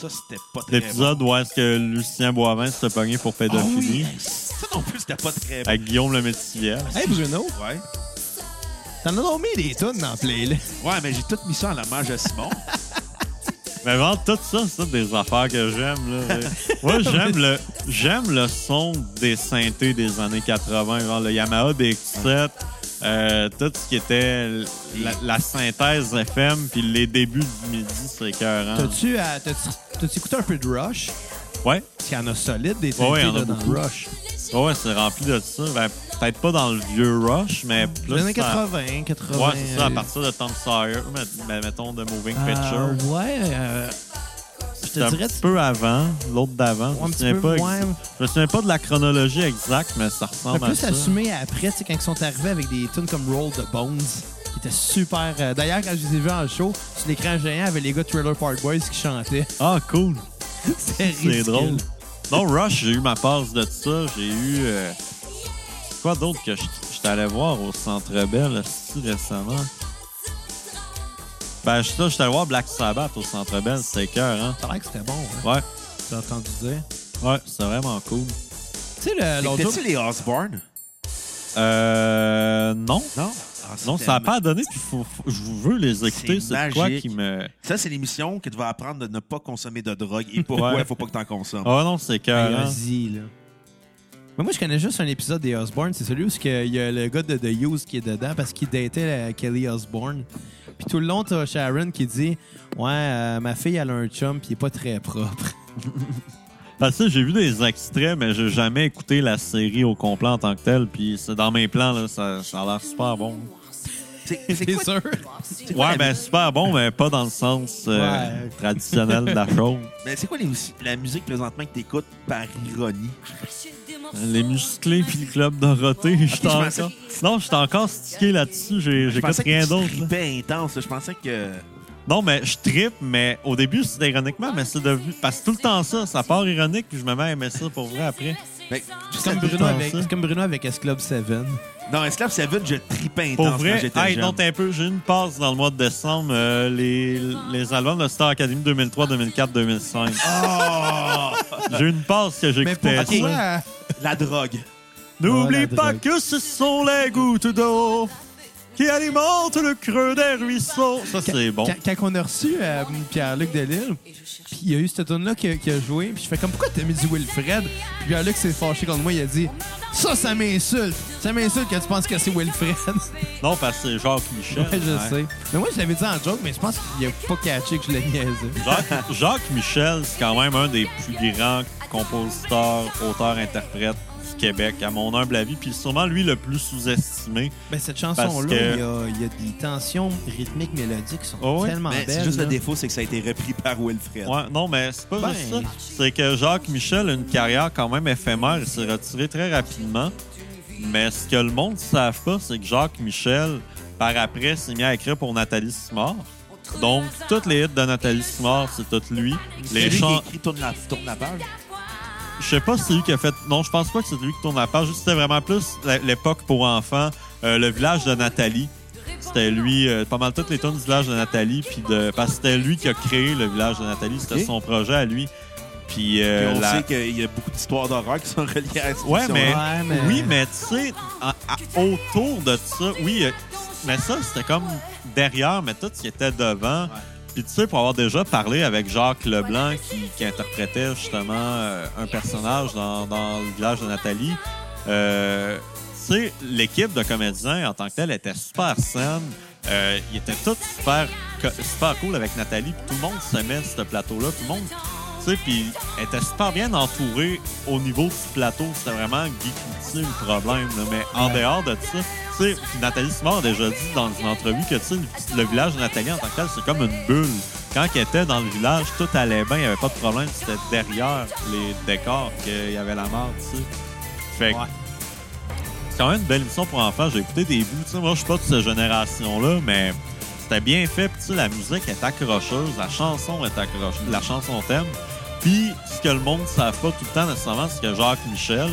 Speaker 3: Ça, c'était pas très bon.
Speaker 1: L'épisode où est-ce que Lucien Boivin se fait pogner pour
Speaker 3: Ah oui,
Speaker 1: pédophilie
Speaker 3: hey, Ça non plus, c'était pas très bon.
Speaker 1: avec Guillaume le Métivier.
Speaker 4: Hey Bruno,
Speaker 3: Ouais.
Speaker 4: t'en as nommé des tonnes dans la playlist.
Speaker 3: ouais, mais j'ai tout mis ça en hommage à Simon.
Speaker 1: Mais vraiment, tout ça, c'est toutes des affaires que j'aime.
Speaker 4: <laughs>
Speaker 1: là. Moi, j'aime le, j'aime le son des synthés des années 80, genre le Yamaha DX7, euh, tout ce qui était la, la synthèse FM, puis les débuts du midi, c'est écœurant.
Speaker 4: T'as-tu euh, t'as-tu- t'as-tu écouté un peu de Rush?
Speaker 1: Ouais.
Speaker 4: Parce qu'il y en a solide des
Speaker 1: Ouais,
Speaker 4: synthés
Speaker 1: ouais, il y en a
Speaker 4: là, dans
Speaker 1: beaucoup.
Speaker 4: Rush.
Speaker 1: Ouais, ouais, c'est rempli de ça. Ben, peut-être pas dans le vieux Rush, mais plus.
Speaker 4: Les années
Speaker 1: dans-
Speaker 4: 80, 80.
Speaker 1: Ouais, c'est ça, à
Speaker 4: euh,
Speaker 1: partir de Tom Sawyer, met- ben, mettons, de Moving
Speaker 4: euh,
Speaker 1: Picture.
Speaker 4: ouais, euh, je
Speaker 1: C'est
Speaker 4: te
Speaker 1: un
Speaker 4: dirais...
Speaker 1: petit peu avant, l'autre d'avant.
Speaker 4: Ouais, un
Speaker 1: je, me
Speaker 4: petit
Speaker 1: souviens
Speaker 4: peu,
Speaker 1: pas ex-
Speaker 4: ouais.
Speaker 1: je me souviens pas de la chronologie exacte, mais ça
Speaker 4: T'as
Speaker 1: ressemble à
Speaker 4: plus
Speaker 1: ça.
Speaker 4: assumé après, tu sais, quand ils sont arrivés avec des tunes comme Roll the Bones, qui étaient super. euh, D'ailleurs, quand je les ai vus en show, sur l'écran géant, avec les gars de Trailer Park Boys qui chantaient.
Speaker 1: Ah, cool.
Speaker 4: C'était
Speaker 1: C'est
Speaker 4: ridicule.
Speaker 1: drôle. Non, Rush, j'ai eu ma passe de ça. J'ai eu. euh, c'est quoi d'autre que je je t'allais voir au Centre Bell aussi récemment? Ben, je suis allé voir Black Sabbath au Centre Bell, c'était cœur, hein?
Speaker 4: Ça a l'air que c'était bon, hein,
Speaker 1: Ouais,
Speaker 4: j'ai entendu dire.
Speaker 1: ouais, c'est vraiment cool.
Speaker 4: Tu sais, le- l'autre jour,
Speaker 3: T'as-tu les Osborne?
Speaker 1: Euh. Non.
Speaker 3: Non. Ah,
Speaker 1: Non, ça n'a pas donné. puis faut- faut- je veux les écouter.
Speaker 3: C'est
Speaker 1: C'est de quoi
Speaker 3: magique.
Speaker 1: qui me.
Speaker 3: Ça, c'est l'émission que tu vas apprendre de ne pas consommer de drogue et pourquoi il
Speaker 1: Ouais.
Speaker 3: faut pas que t'en consommes.
Speaker 1: Ah non, c'est cœur. hein.
Speaker 4: euh, Vas-y, là. Mais moi, je connais juste un épisode des Osborne. C'est celui où c'est que il y a le gars de The Hughes qui est dedans parce qu'il datait la Kelly Osborne. Puis tout le long, t'as Sharon qui dit Ouais, euh, ma fille, elle a un chum, puis il est pas très propre.
Speaker 1: Parce que j'ai vu des extraits, mais j'ai jamais écouté la série au complet en tant que telle. Puis c'est dans mes plans, là, ça, ça a l'air super bon.
Speaker 3: C'est c'est
Speaker 4: T'es
Speaker 3: quoi
Speaker 4: sûr?
Speaker 3: C'est quoi
Speaker 1: Ouais,
Speaker 3: la-
Speaker 1: ben super bon, mais pas dans le sens euh,
Speaker 4: Ouais.
Speaker 1: traditionnel
Speaker 3: <laughs>
Speaker 1: de la chose.
Speaker 3: ben, c'est quoi les mus- la musique présentement que t'écoutes par ironie?
Speaker 1: Les musclés puis le club Dorothée, je suis
Speaker 3: je
Speaker 1: encore...
Speaker 3: pensais-
Speaker 1: Non, je suis encore stické là-dessus, j'ai-
Speaker 3: Je
Speaker 1: j'écoute
Speaker 3: pensais
Speaker 1: rien
Speaker 3: que
Speaker 1: d'autre.
Speaker 3: tu
Speaker 1: là.
Speaker 3: tripais intense. là. Je pensais que...
Speaker 1: Non, mais je trippe, mais au début, c'est ironiquement, mais c'est devenu... Parce que tout le temps ça, ça part ironique, puis je me mets à aimer ça pour vrai après.
Speaker 3: Ben,
Speaker 4: C'est comme, Bruno avec- c'est comme Bruno avec S-Club 7.
Speaker 3: non, Esclave Savage, je tripais
Speaker 1: Pour
Speaker 3: intense quand
Speaker 1: vrai,
Speaker 3: j'étais
Speaker 1: hey,
Speaker 3: jeune.
Speaker 1: non, t'es un peu. J'ai eu une passe dans le mois de décembre. euh, les, les albums de Star Academy 2003, 2004, 2005.
Speaker 4: Ah!
Speaker 1: J'ai eu une passe que j'écoutais. ça.
Speaker 3: La drogue.
Speaker 1: N'oublie
Speaker 4: Voilà,
Speaker 1: pas
Speaker 4: drogue.
Speaker 1: que ce sont les gouttes d'eau qui alimentent le creux des ruisseaux. Ça, c'est bon.
Speaker 4: Quand, quand on a reçu euh, Pierre-Luc Delisle, puis il y a eu cette tune là qui, a- qui a joué, puis je fais comme pourquoi t'as mis du Wilfred Puis Pierre-Luc s'est fâché contre moi, il a dit Ça, ça m'insulte Ça m'insulte que tu penses que c'est Wilfred. <laughs>
Speaker 1: Non, parce que c'est Jacques Michel.
Speaker 4: Ouais, je sais. Mais moi, je l'avais dit en joke, mais je pense qu'il a pas catché que je l'ai niaisé.
Speaker 1: Jacques, Jacques Michel, c'est quand même un des plus grands compositeurs, auteurs, interprètes du Québec, à mon humble avis, puis sûrement lui le plus sous-estimé.
Speaker 4: Mais cette
Speaker 1: Parce
Speaker 4: chanson-là, il
Speaker 1: que-
Speaker 4: y a- il y, a des tensions rythmiques, mélodiques qui sont
Speaker 1: Oh oui.
Speaker 4: tellement
Speaker 3: Ben, c'est
Speaker 4: belles.
Speaker 3: juste le
Speaker 4: là.
Speaker 3: défaut, c'est que ça a été repris par Wilfred.
Speaker 1: Ouais, non, mais c'est pas
Speaker 4: Ben.
Speaker 1: juste ça. C'est que Jacques Michel a une carrière quand même éphémère. Il s'est retiré très rapidement. Mais ce que le monde ne savent pas, c'est que Jacques Michel, par après, s'est mis à écrire pour Nathalie Simard. Donc, toutes les hits de Nathalie Simard, c'est tout lui.
Speaker 3: C'est
Speaker 1: Les
Speaker 3: lui qui
Speaker 1: chants.
Speaker 3: écrit tourne la, tourne la page.
Speaker 1: Je sais pas si c'est lui qui a fait. Non, je pense pas que c'est lui qui tourne la page. C'était vraiment plus la- l'époque pour enfants. Euh, le village de Nathalie. C'était lui, euh, pas mal toutes les tunes du village de Nathalie. Puis de... Parce que c'était lui qui a créé le village de Nathalie. C'était
Speaker 3: Ok.
Speaker 1: son projet à lui. Puis,
Speaker 3: Puis
Speaker 1: euh,
Speaker 3: on
Speaker 1: la-
Speaker 3: sait qu'il y a beaucoup d'histoires d'horreur qui sont reliées à cette
Speaker 1: Ouais, mais,
Speaker 4: Ouais, mais-
Speaker 1: oui, mais tu sais, à- à- autour de ça, oui, euh, mais ça, c'était comme derrière, mais tout ce qui était devant. Puis tu sais, pour avoir déjà parlé avec Jacques Leblanc, qui, qui interprétait justement euh, un personnage dans, dans le village de Nathalie, euh, tu sais, l'équipe de comédiens en tant que telle était super saine. Euh, ils étaient tous super, co- super cool avec Nathalie. Puis Tout le monde s'aimait ce plateau-là. Tout le monde, tu sais, puis elle était super bien entourée au niveau du plateau. C'était vraiment Guy Cloutier le problème. là. Mais en dehors de ça, tu sais, puis Nathalie Simard a déjà dit dans une entrevue que, tu sais, le- le village de Nathalie en tant que tel, c'est comme une bulle. Quand elle était dans le village, tout allait bien. Il n'y avait pas de problème. C'était derrière les décors qu'il y avait la mort, tu sais. Fait que
Speaker 4: Ouais.
Speaker 1: c'est quand même une belle émission pour enfants. J'ai écouté des bouts. Tu sais, moi, je suis pas de cette génération-là, mais c'était bien fait. Puis, tu sais, la musique est accrocheuse, la chanson est accrocheuse, la chanson thème. Puis, ce que le monde ne savent pas tout le temps nécessairement, c'est que Jacques Michel,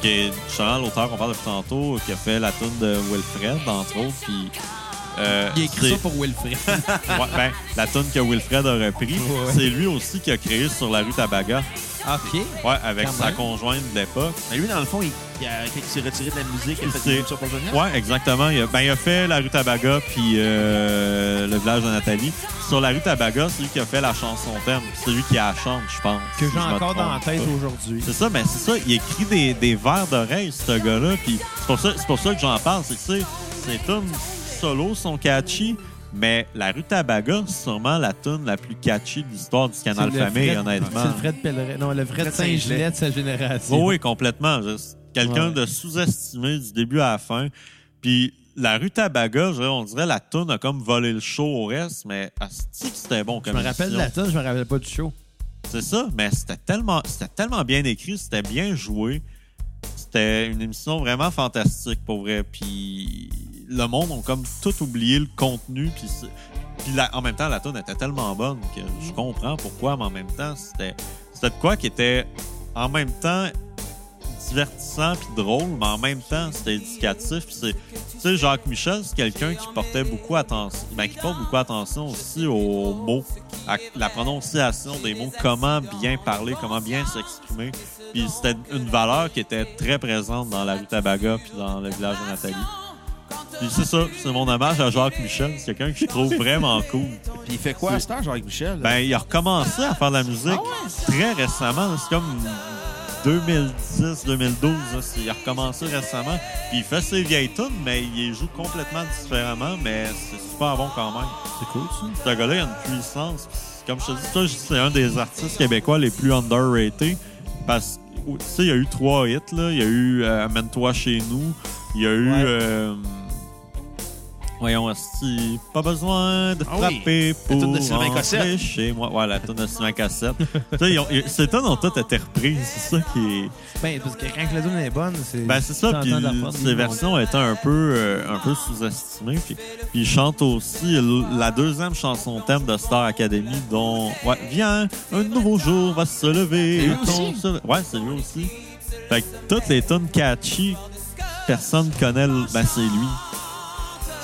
Speaker 1: qui est justement l'auteur qu'on parle depuis tantôt, qui a fait la tune de Wilfred, entre autres, puis. euh,
Speaker 4: Il a écrit ça
Speaker 1: c'est-
Speaker 4: pour <laughs> Wilfred.
Speaker 1: Ouais, ben, la tune que Wilfred a repris,
Speaker 4: Ouais.
Speaker 1: c'est lui aussi qui a créé sur la rue Tabaga,
Speaker 4: Ah, OK.
Speaker 1: ouais, avec
Speaker 4: Quand
Speaker 1: sa
Speaker 4: même.
Speaker 1: conjointe de l'époque.
Speaker 3: Mais lui, dans le fond, il, il a- quand il s'est retiré de la musique, il a
Speaker 1: Il
Speaker 3: fait
Speaker 1: s'est-
Speaker 3: des émissions pour venir.
Speaker 1: Ouais, exactement. Il a, ben, il a fait la rue Tabaga puis euh, le village de Nathalie. Sur la rue Tabaga, c'est lui qui a fait la chanson thème. C'est lui qui la chante, je pense.
Speaker 4: Que
Speaker 1: si
Speaker 4: j'ai
Speaker 1: je me
Speaker 4: encore dans la
Speaker 1: trompe
Speaker 4: tête
Speaker 1: pas.
Speaker 4: aujourd'hui.
Speaker 1: C'est ça, mais c'est ça. Il écrit des, des vers d'oreille, ce gars-là. Puis c'est pour ça, c'est pour ça que j'en parle. C'est que tu sais, ses tunes solo sont catchy, mais la rue Tabaga, c'est sûrement la tune la plus catchy de l'histoire du Canal
Speaker 4: C'est le
Speaker 1: Famille,
Speaker 4: Fred-
Speaker 1: honnêtement.
Speaker 4: C'est le Fred Pellerin. Non, le Fred
Speaker 3: Fred
Speaker 4: Saint-Gilet de sa génération.
Speaker 1: Oh Oui, oui, complètement. Je- c'est Quelqu'un
Speaker 4: Ouais.
Speaker 1: de sous-estimé du début à la fin. Puis la rue Tabaga, je dirais, on dirait la toune a comme volé le show au reste, mais asti que c'était bon
Speaker 4: Je
Speaker 1: comme
Speaker 4: me rappelle de
Speaker 1: émission.
Speaker 4: la tune, je me rappelle pas du show.
Speaker 1: C'est ça, mais c'était tellement, c'était tellement bien écrit, c'était bien joué. C'était une émission vraiment fantastique pour vrai. Puis le monde ont comme tout oublié le contenu. Puis, c'est- puis la- en même temps, la tune était tellement bonne que je comprends pourquoi, mais en même temps, c'était, c'était de quoi qui était en même temps divertissant puis drôle, mais en même temps, c'était éducatif. Puis c'est, tu sais, Jacques Michel, c'est quelqu'un qui portait beaucoup attention, ben, qui porte beaucoup attention aussi aux mots, à la prononciation des mots, comment bien parler, comment bien s'exprimer. Puis c'était une valeur qui était très présente dans la rue Tabaga puis dans le village de Nathalie. Puis c'est ça, c'est mon hommage à Jacques Michel. C'est quelqu'un que je trouve vraiment cool.
Speaker 3: Puis il fait quoi à cette heure, Jacques Michel?
Speaker 1: Ben, il a recommencé à faire de la musique
Speaker 4: Ah
Speaker 1: très récemment. C'est comme 2010, 2012. là. C'est- Il a recommencé récemment. Puis il fait ses vieilles tunes, mais il les joue complètement différemment. Mais c'est super bon quand même.
Speaker 4: C'est cool, ça.
Speaker 1: Ce gars-là, il a une puissance. Puis Comme je te dis, ça, je- c'est un des artistes québécois les plus underrated. Parce que, tu sais, il y a eu trois hits. Là. Il y a eu euh, Amène-toi chez nous. Il y a eu.
Speaker 4: Ouais.
Speaker 1: euh, Voyons, asti, pas besoin de
Speaker 3: Ah oui.
Speaker 1: frapper
Speaker 3: La toune
Speaker 1: pour
Speaker 3: de Sylvain
Speaker 1: entrer
Speaker 3: Cossette.
Speaker 1: chez moi. Ouais, la toune de Sylvain Cossette. tu sais, ils ont- ils- ces tonnes ont toutes été reprises. C'est ça qui est...
Speaker 4: Ben, parce que rien que la tune est bonne, c'est.
Speaker 1: Ben, c'est ça,
Speaker 4: t'entends
Speaker 1: puis
Speaker 4: de la porte,
Speaker 1: ces
Speaker 4: ils
Speaker 1: versions étaient un peu, euh, un peu sous-estimées. Puis, puis ils chantent aussi l- la deuxième chanson thème de Star Academy, dont ouais, Viens, un nouveau jour va se lever.
Speaker 3: lui
Speaker 1: un ton
Speaker 3: aussi?
Speaker 1: se- Ouais, c'est lui aussi. Fait que toutes les tunes catchy, personne connaît. le- Ben, c'est lui.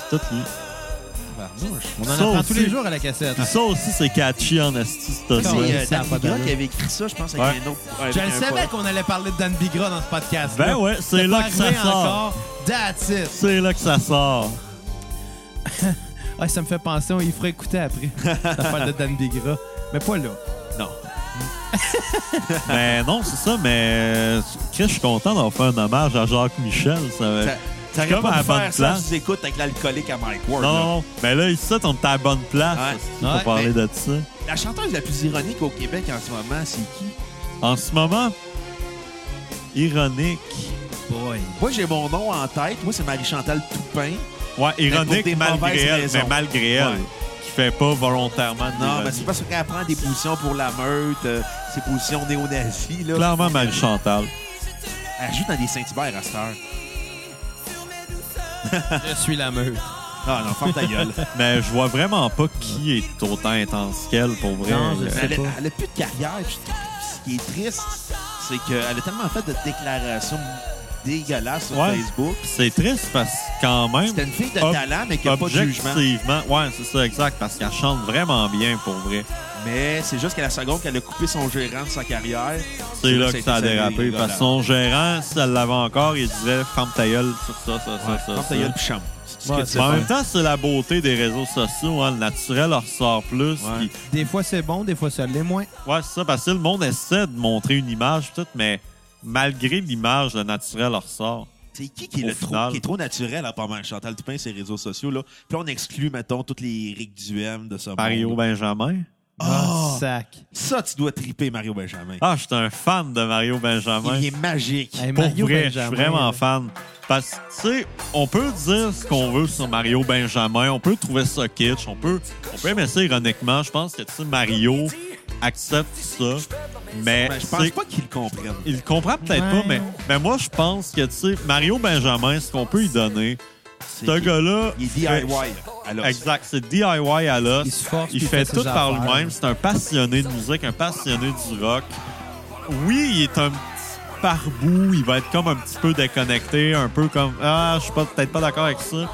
Speaker 1: C'est tout lui.
Speaker 4: On en
Speaker 1: Ça
Speaker 4: apprend
Speaker 1: aussi.
Speaker 4: tous les jours à la cassette.
Speaker 1: Puis ça aussi, c'est catchy en esti, cette
Speaker 4: Quand
Speaker 3: c'est
Speaker 1: tune-là.
Speaker 4: même,
Speaker 3: euh,
Speaker 4: ça a
Speaker 3: Danny
Speaker 4: pas
Speaker 3: Gras
Speaker 4: d'allure.
Speaker 3: qui avait écrit ça, je pense, avec
Speaker 1: Ouais.
Speaker 3: un autre.
Speaker 4: Je
Speaker 3: avec
Speaker 4: le
Speaker 3: un
Speaker 4: savais
Speaker 3: pote.
Speaker 4: qu'on allait parler de Dan Bigra dans ce podcast.
Speaker 1: Ben ouais, c'est là que ça sort.
Speaker 4: That's it.
Speaker 1: C'est là que ça sort.
Speaker 4: Ouais, ça me fait penser, on y fera
Speaker 1: <laughs>
Speaker 4: écouter après. Ça parle de Dan Bigra. Mais pas là.
Speaker 1: Non. mais non, c'est ça, mais euh, Chris, je suis content d'avoir fait un hommage à Jacques Michel. Ça,
Speaker 3: Ça-
Speaker 1: c'est
Speaker 3: T'aurais
Speaker 1: comme à
Speaker 3: pas
Speaker 1: la
Speaker 3: pu
Speaker 1: bonne
Speaker 3: faire ça
Speaker 1: place.
Speaker 3: si tu écoutes avec l'alcoolique à Mike Ward.
Speaker 1: non,
Speaker 3: là.
Speaker 1: non, mais là, ici, on est à la bonne place
Speaker 3: Ouais.
Speaker 1: hostie, pour
Speaker 4: Ouais,
Speaker 1: parler de ça.
Speaker 3: La chanteuse la plus ironique au Québec en ce moment, c'est qui?
Speaker 1: En ce moment, ironique.
Speaker 4: Boy.
Speaker 3: Moi, j'ai mon nom en tête. Moi, c'est Marie-Chantal Toupin.
Speaker 1: Ouais,
Speaker 3: pour
Speaker 1: ironique
Speaker 3: des
Speaker 1: malgré
Speaker 3: mauvaises
Speaker 1: elle,
Speaker 3: raisons.
Speaker 1: mais malgré elle,
Speaker 3: Ouais.
Speaker 1: qui fait pas volontairement de
Speaker 3: Non, mais
Speaker 1: l'ironie.
Speaker 3: c'est parce qu'elle prend des positions pour la meute, euh, ses positions néo-nazis. là.
Speaker 1: Clairement Marie-Chantal.
Speaker 3: Elle joue dans des Saint-Hubert à cette heure.
Speaker 4: Je suis la meuf.
Speaker 3: Ah non, ferme ta
Speaker 1: <laughs>
Speaker 3: gueule.
Speaker 1: Mais je vois vraiment pas qui est autant intense qu'elle, pour vrai.
Speaker 4: Non, je
Speaker 1: Euh,
Speaker 4: sais.
Speaker 3: elle, a,
Speaker 4: pas.
Speaker 3: elle a plus de carrière. puis ce qui est triste, c'est qu'elle a tellement fait de déclarations dégueulasses sur
Speaker 1: Ouais.
Speaker 3: Facebook.
Speaker 1: C'est triste parce que quand même...
Speaker 3: C'était une fille de
Speaker 1: ob-
Speaker 3: talent, mais qui n'a pas de jugement.
Speaker 1: Objectivement, ouais, c'est ça, exact, parce qu'elle chante vraiment bien, pour vrai.
Speaker 3: Mais c'est juste qu'à la seconde qu'elle a coupé son gérant de sa carrière.
Speaker 1: C'est là que
Speaker 3: été
Speaker 1: ça a
Speaker 3: sa
Speaker 1: dérapé.
Speaker 3: vie,
Speaker 1: Parce que
Speaker 3: là.
Speaker 1: son gérant, si elle l'avait encore, il disait ferme ta gueule sur ça, ça, ça, ça.
Speaker 3: Ouais, ferme
Speaker 1: ça.
Speaker 3: ta gueule, puis chante. C'est ce que
Speaker 4: Ouais,
Speaker 3: tu
Speaker 4: c'est
Speaker 1: Mais en
Speaker 3: fais.
Speaker 1: même temps, c'est la beauté des réseaux sociaux. hein. Le naturel en ressort plus.
Speaker 3: Ouais.
Speaker 1: puis-
Speaker 4: Des fois, c'est bon, des fois, ça l'est moins.
Speaker 1: Ouais, c'est ça. Parce que le monde essaie de montrer une image, tout, mais malgré l'image, le naturel en ressort.
Speaker 3: C'est qui qui est,
Speaker 1: Au
Speaker 3: le trop,
Speaker 1: final.
Speaker 3: qui est trop naturel à part mal Chantal Toupin et ses réseaux sociaux? Là. Puis là, on exclut, mettons, toutes les Rick Duhem de ce
Speaker 1: Mario
Speaker 3: monde.
Speaker 1: Benjamin.
Speaker 3: Ah!
Speaker 4: Sac.
Speaker 3: Ça, tu dois triper Mario Benjamin.
Speaker 1: Ah, je suis un fan de Mario Benjamin.
Speaker 3: Il est magique.
Speaker 4: Hey,
Speaker 1: Pour
Speaker 4: Mario
Speaker 1: vrai,
Speaker 4: Benjamin,
Speaker 1: je suis vraiment
Speaker 4: là.
Speaker 1: fan. Parce que, tu sais, on peut dire ce qu'on veut sur Mario Benjamin, on peut trouver ça kitsch, on peut, on peut aimer ça ironiquement. Je pense que, tu sais, Mario accepte ça, mais
Speaker 3: Mais Ben, je
Speaker 1: tu
Speaker 3: pense
Speaker 1: sais,
Speaker 3: pas qu'il le comprenne.
Speaker 1: il le comprend peut-être
Speaker 4: Ouais.
Speaker 1: pas, mais, mais moi, je pense que, tu sais, Mario Benjamin, ce qu'on peut lui donner,
Speaker 3: C'est
Speaker 1: ce gars-là... euh,
Speaker 3: Il est
Speaker 1: fait-
Speaker 3: DIY. Alors,
Speaker 1: Exact, c'est DIY à l'os.
Speaker 4: Il se force,
Speaker 1: Il
Speaker 4: puis
Speaker 1: fait
Speaker 4: ses
Speaker 1: tout par
Speaker 4: affaires.
Speaker 1: lui-même. C'est un passionné de musique, un passionné du rock. Oui, il est un petit par-bout. Il va être comme un petit peu déconnecté, un peu comme Ah, je suis pas- peut-être pas d'accord avec ça.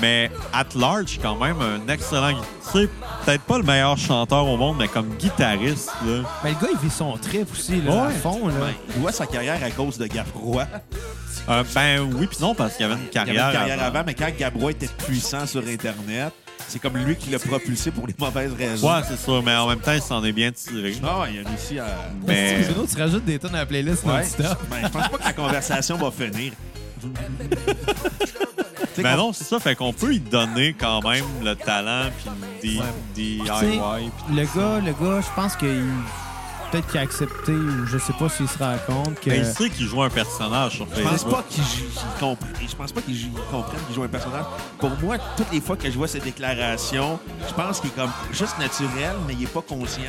Speaker 1: Mais at large, quand même, un excellent. gui- Tu sais, peut-être pas le meilleur chanteur au monde, mais comme guitariste, là.
Speaker 4: Mais Ben, le gars, il vit son trip aussi, là, à
Speaker 1: Ouais.
Speaker 4: fond, là.
Speaker 3: ben, il voit sa carrière à cause de Gabrois.
Speaker 1: Euh, ben oui, puis non, parce qu'il y avait une
Speaker 3: Il avait une
Speaker 1: carrière.
Speaker 3: carrière
Speaker 1: avant.
Speaker 3: avant, mais quand Gabrois était puissant sur Internet, c'est comme lui qui l'a propulsé pour les mauvaises raisons.
Speaker 1: Ouais, c'est sûr, mais en même temps, il s'en est bien tiré.
Speaker 3: Ah, ouais, il a réussi à.
Speaker 1: Mais-
Speaker 4: Parce que sinon, Ben, tu rajoutes des tonnes à la playlist
Speaker 3: Ouais.
Speaker 4: non-stop.
Speaker 3: Ben, je pense pas que la conversation va finir. Tu sais,
Speaker 1: Mais
Speaker 3: quand-
Speaker 1: Ben non, c'est ça, fait qu'on peut y donner quand même le talent, puis des
Speaker 4: Tu sais, euh,
Speaker 1: DIY, puis
Speaker 4: Le gars, le gars, je pense qu'il... Peut-être qu'il a accepté, ou je sais pas s'il se rend compte que...
Speaker 1: Ben, il sait qu'il joue un personnage sur
Speaker 3: Je pense
Speaker 1: Facebook.
Speaker 3: pas qu'il ju- qu'il comprenne. Ben, Je pense pas qu'il ju- qu'il comprenne qu'il joue un personnage. Pour moi, toutes les fois que je vois ses déclarations, je pense qu'il est comme juste naturel, mais il est pas conscient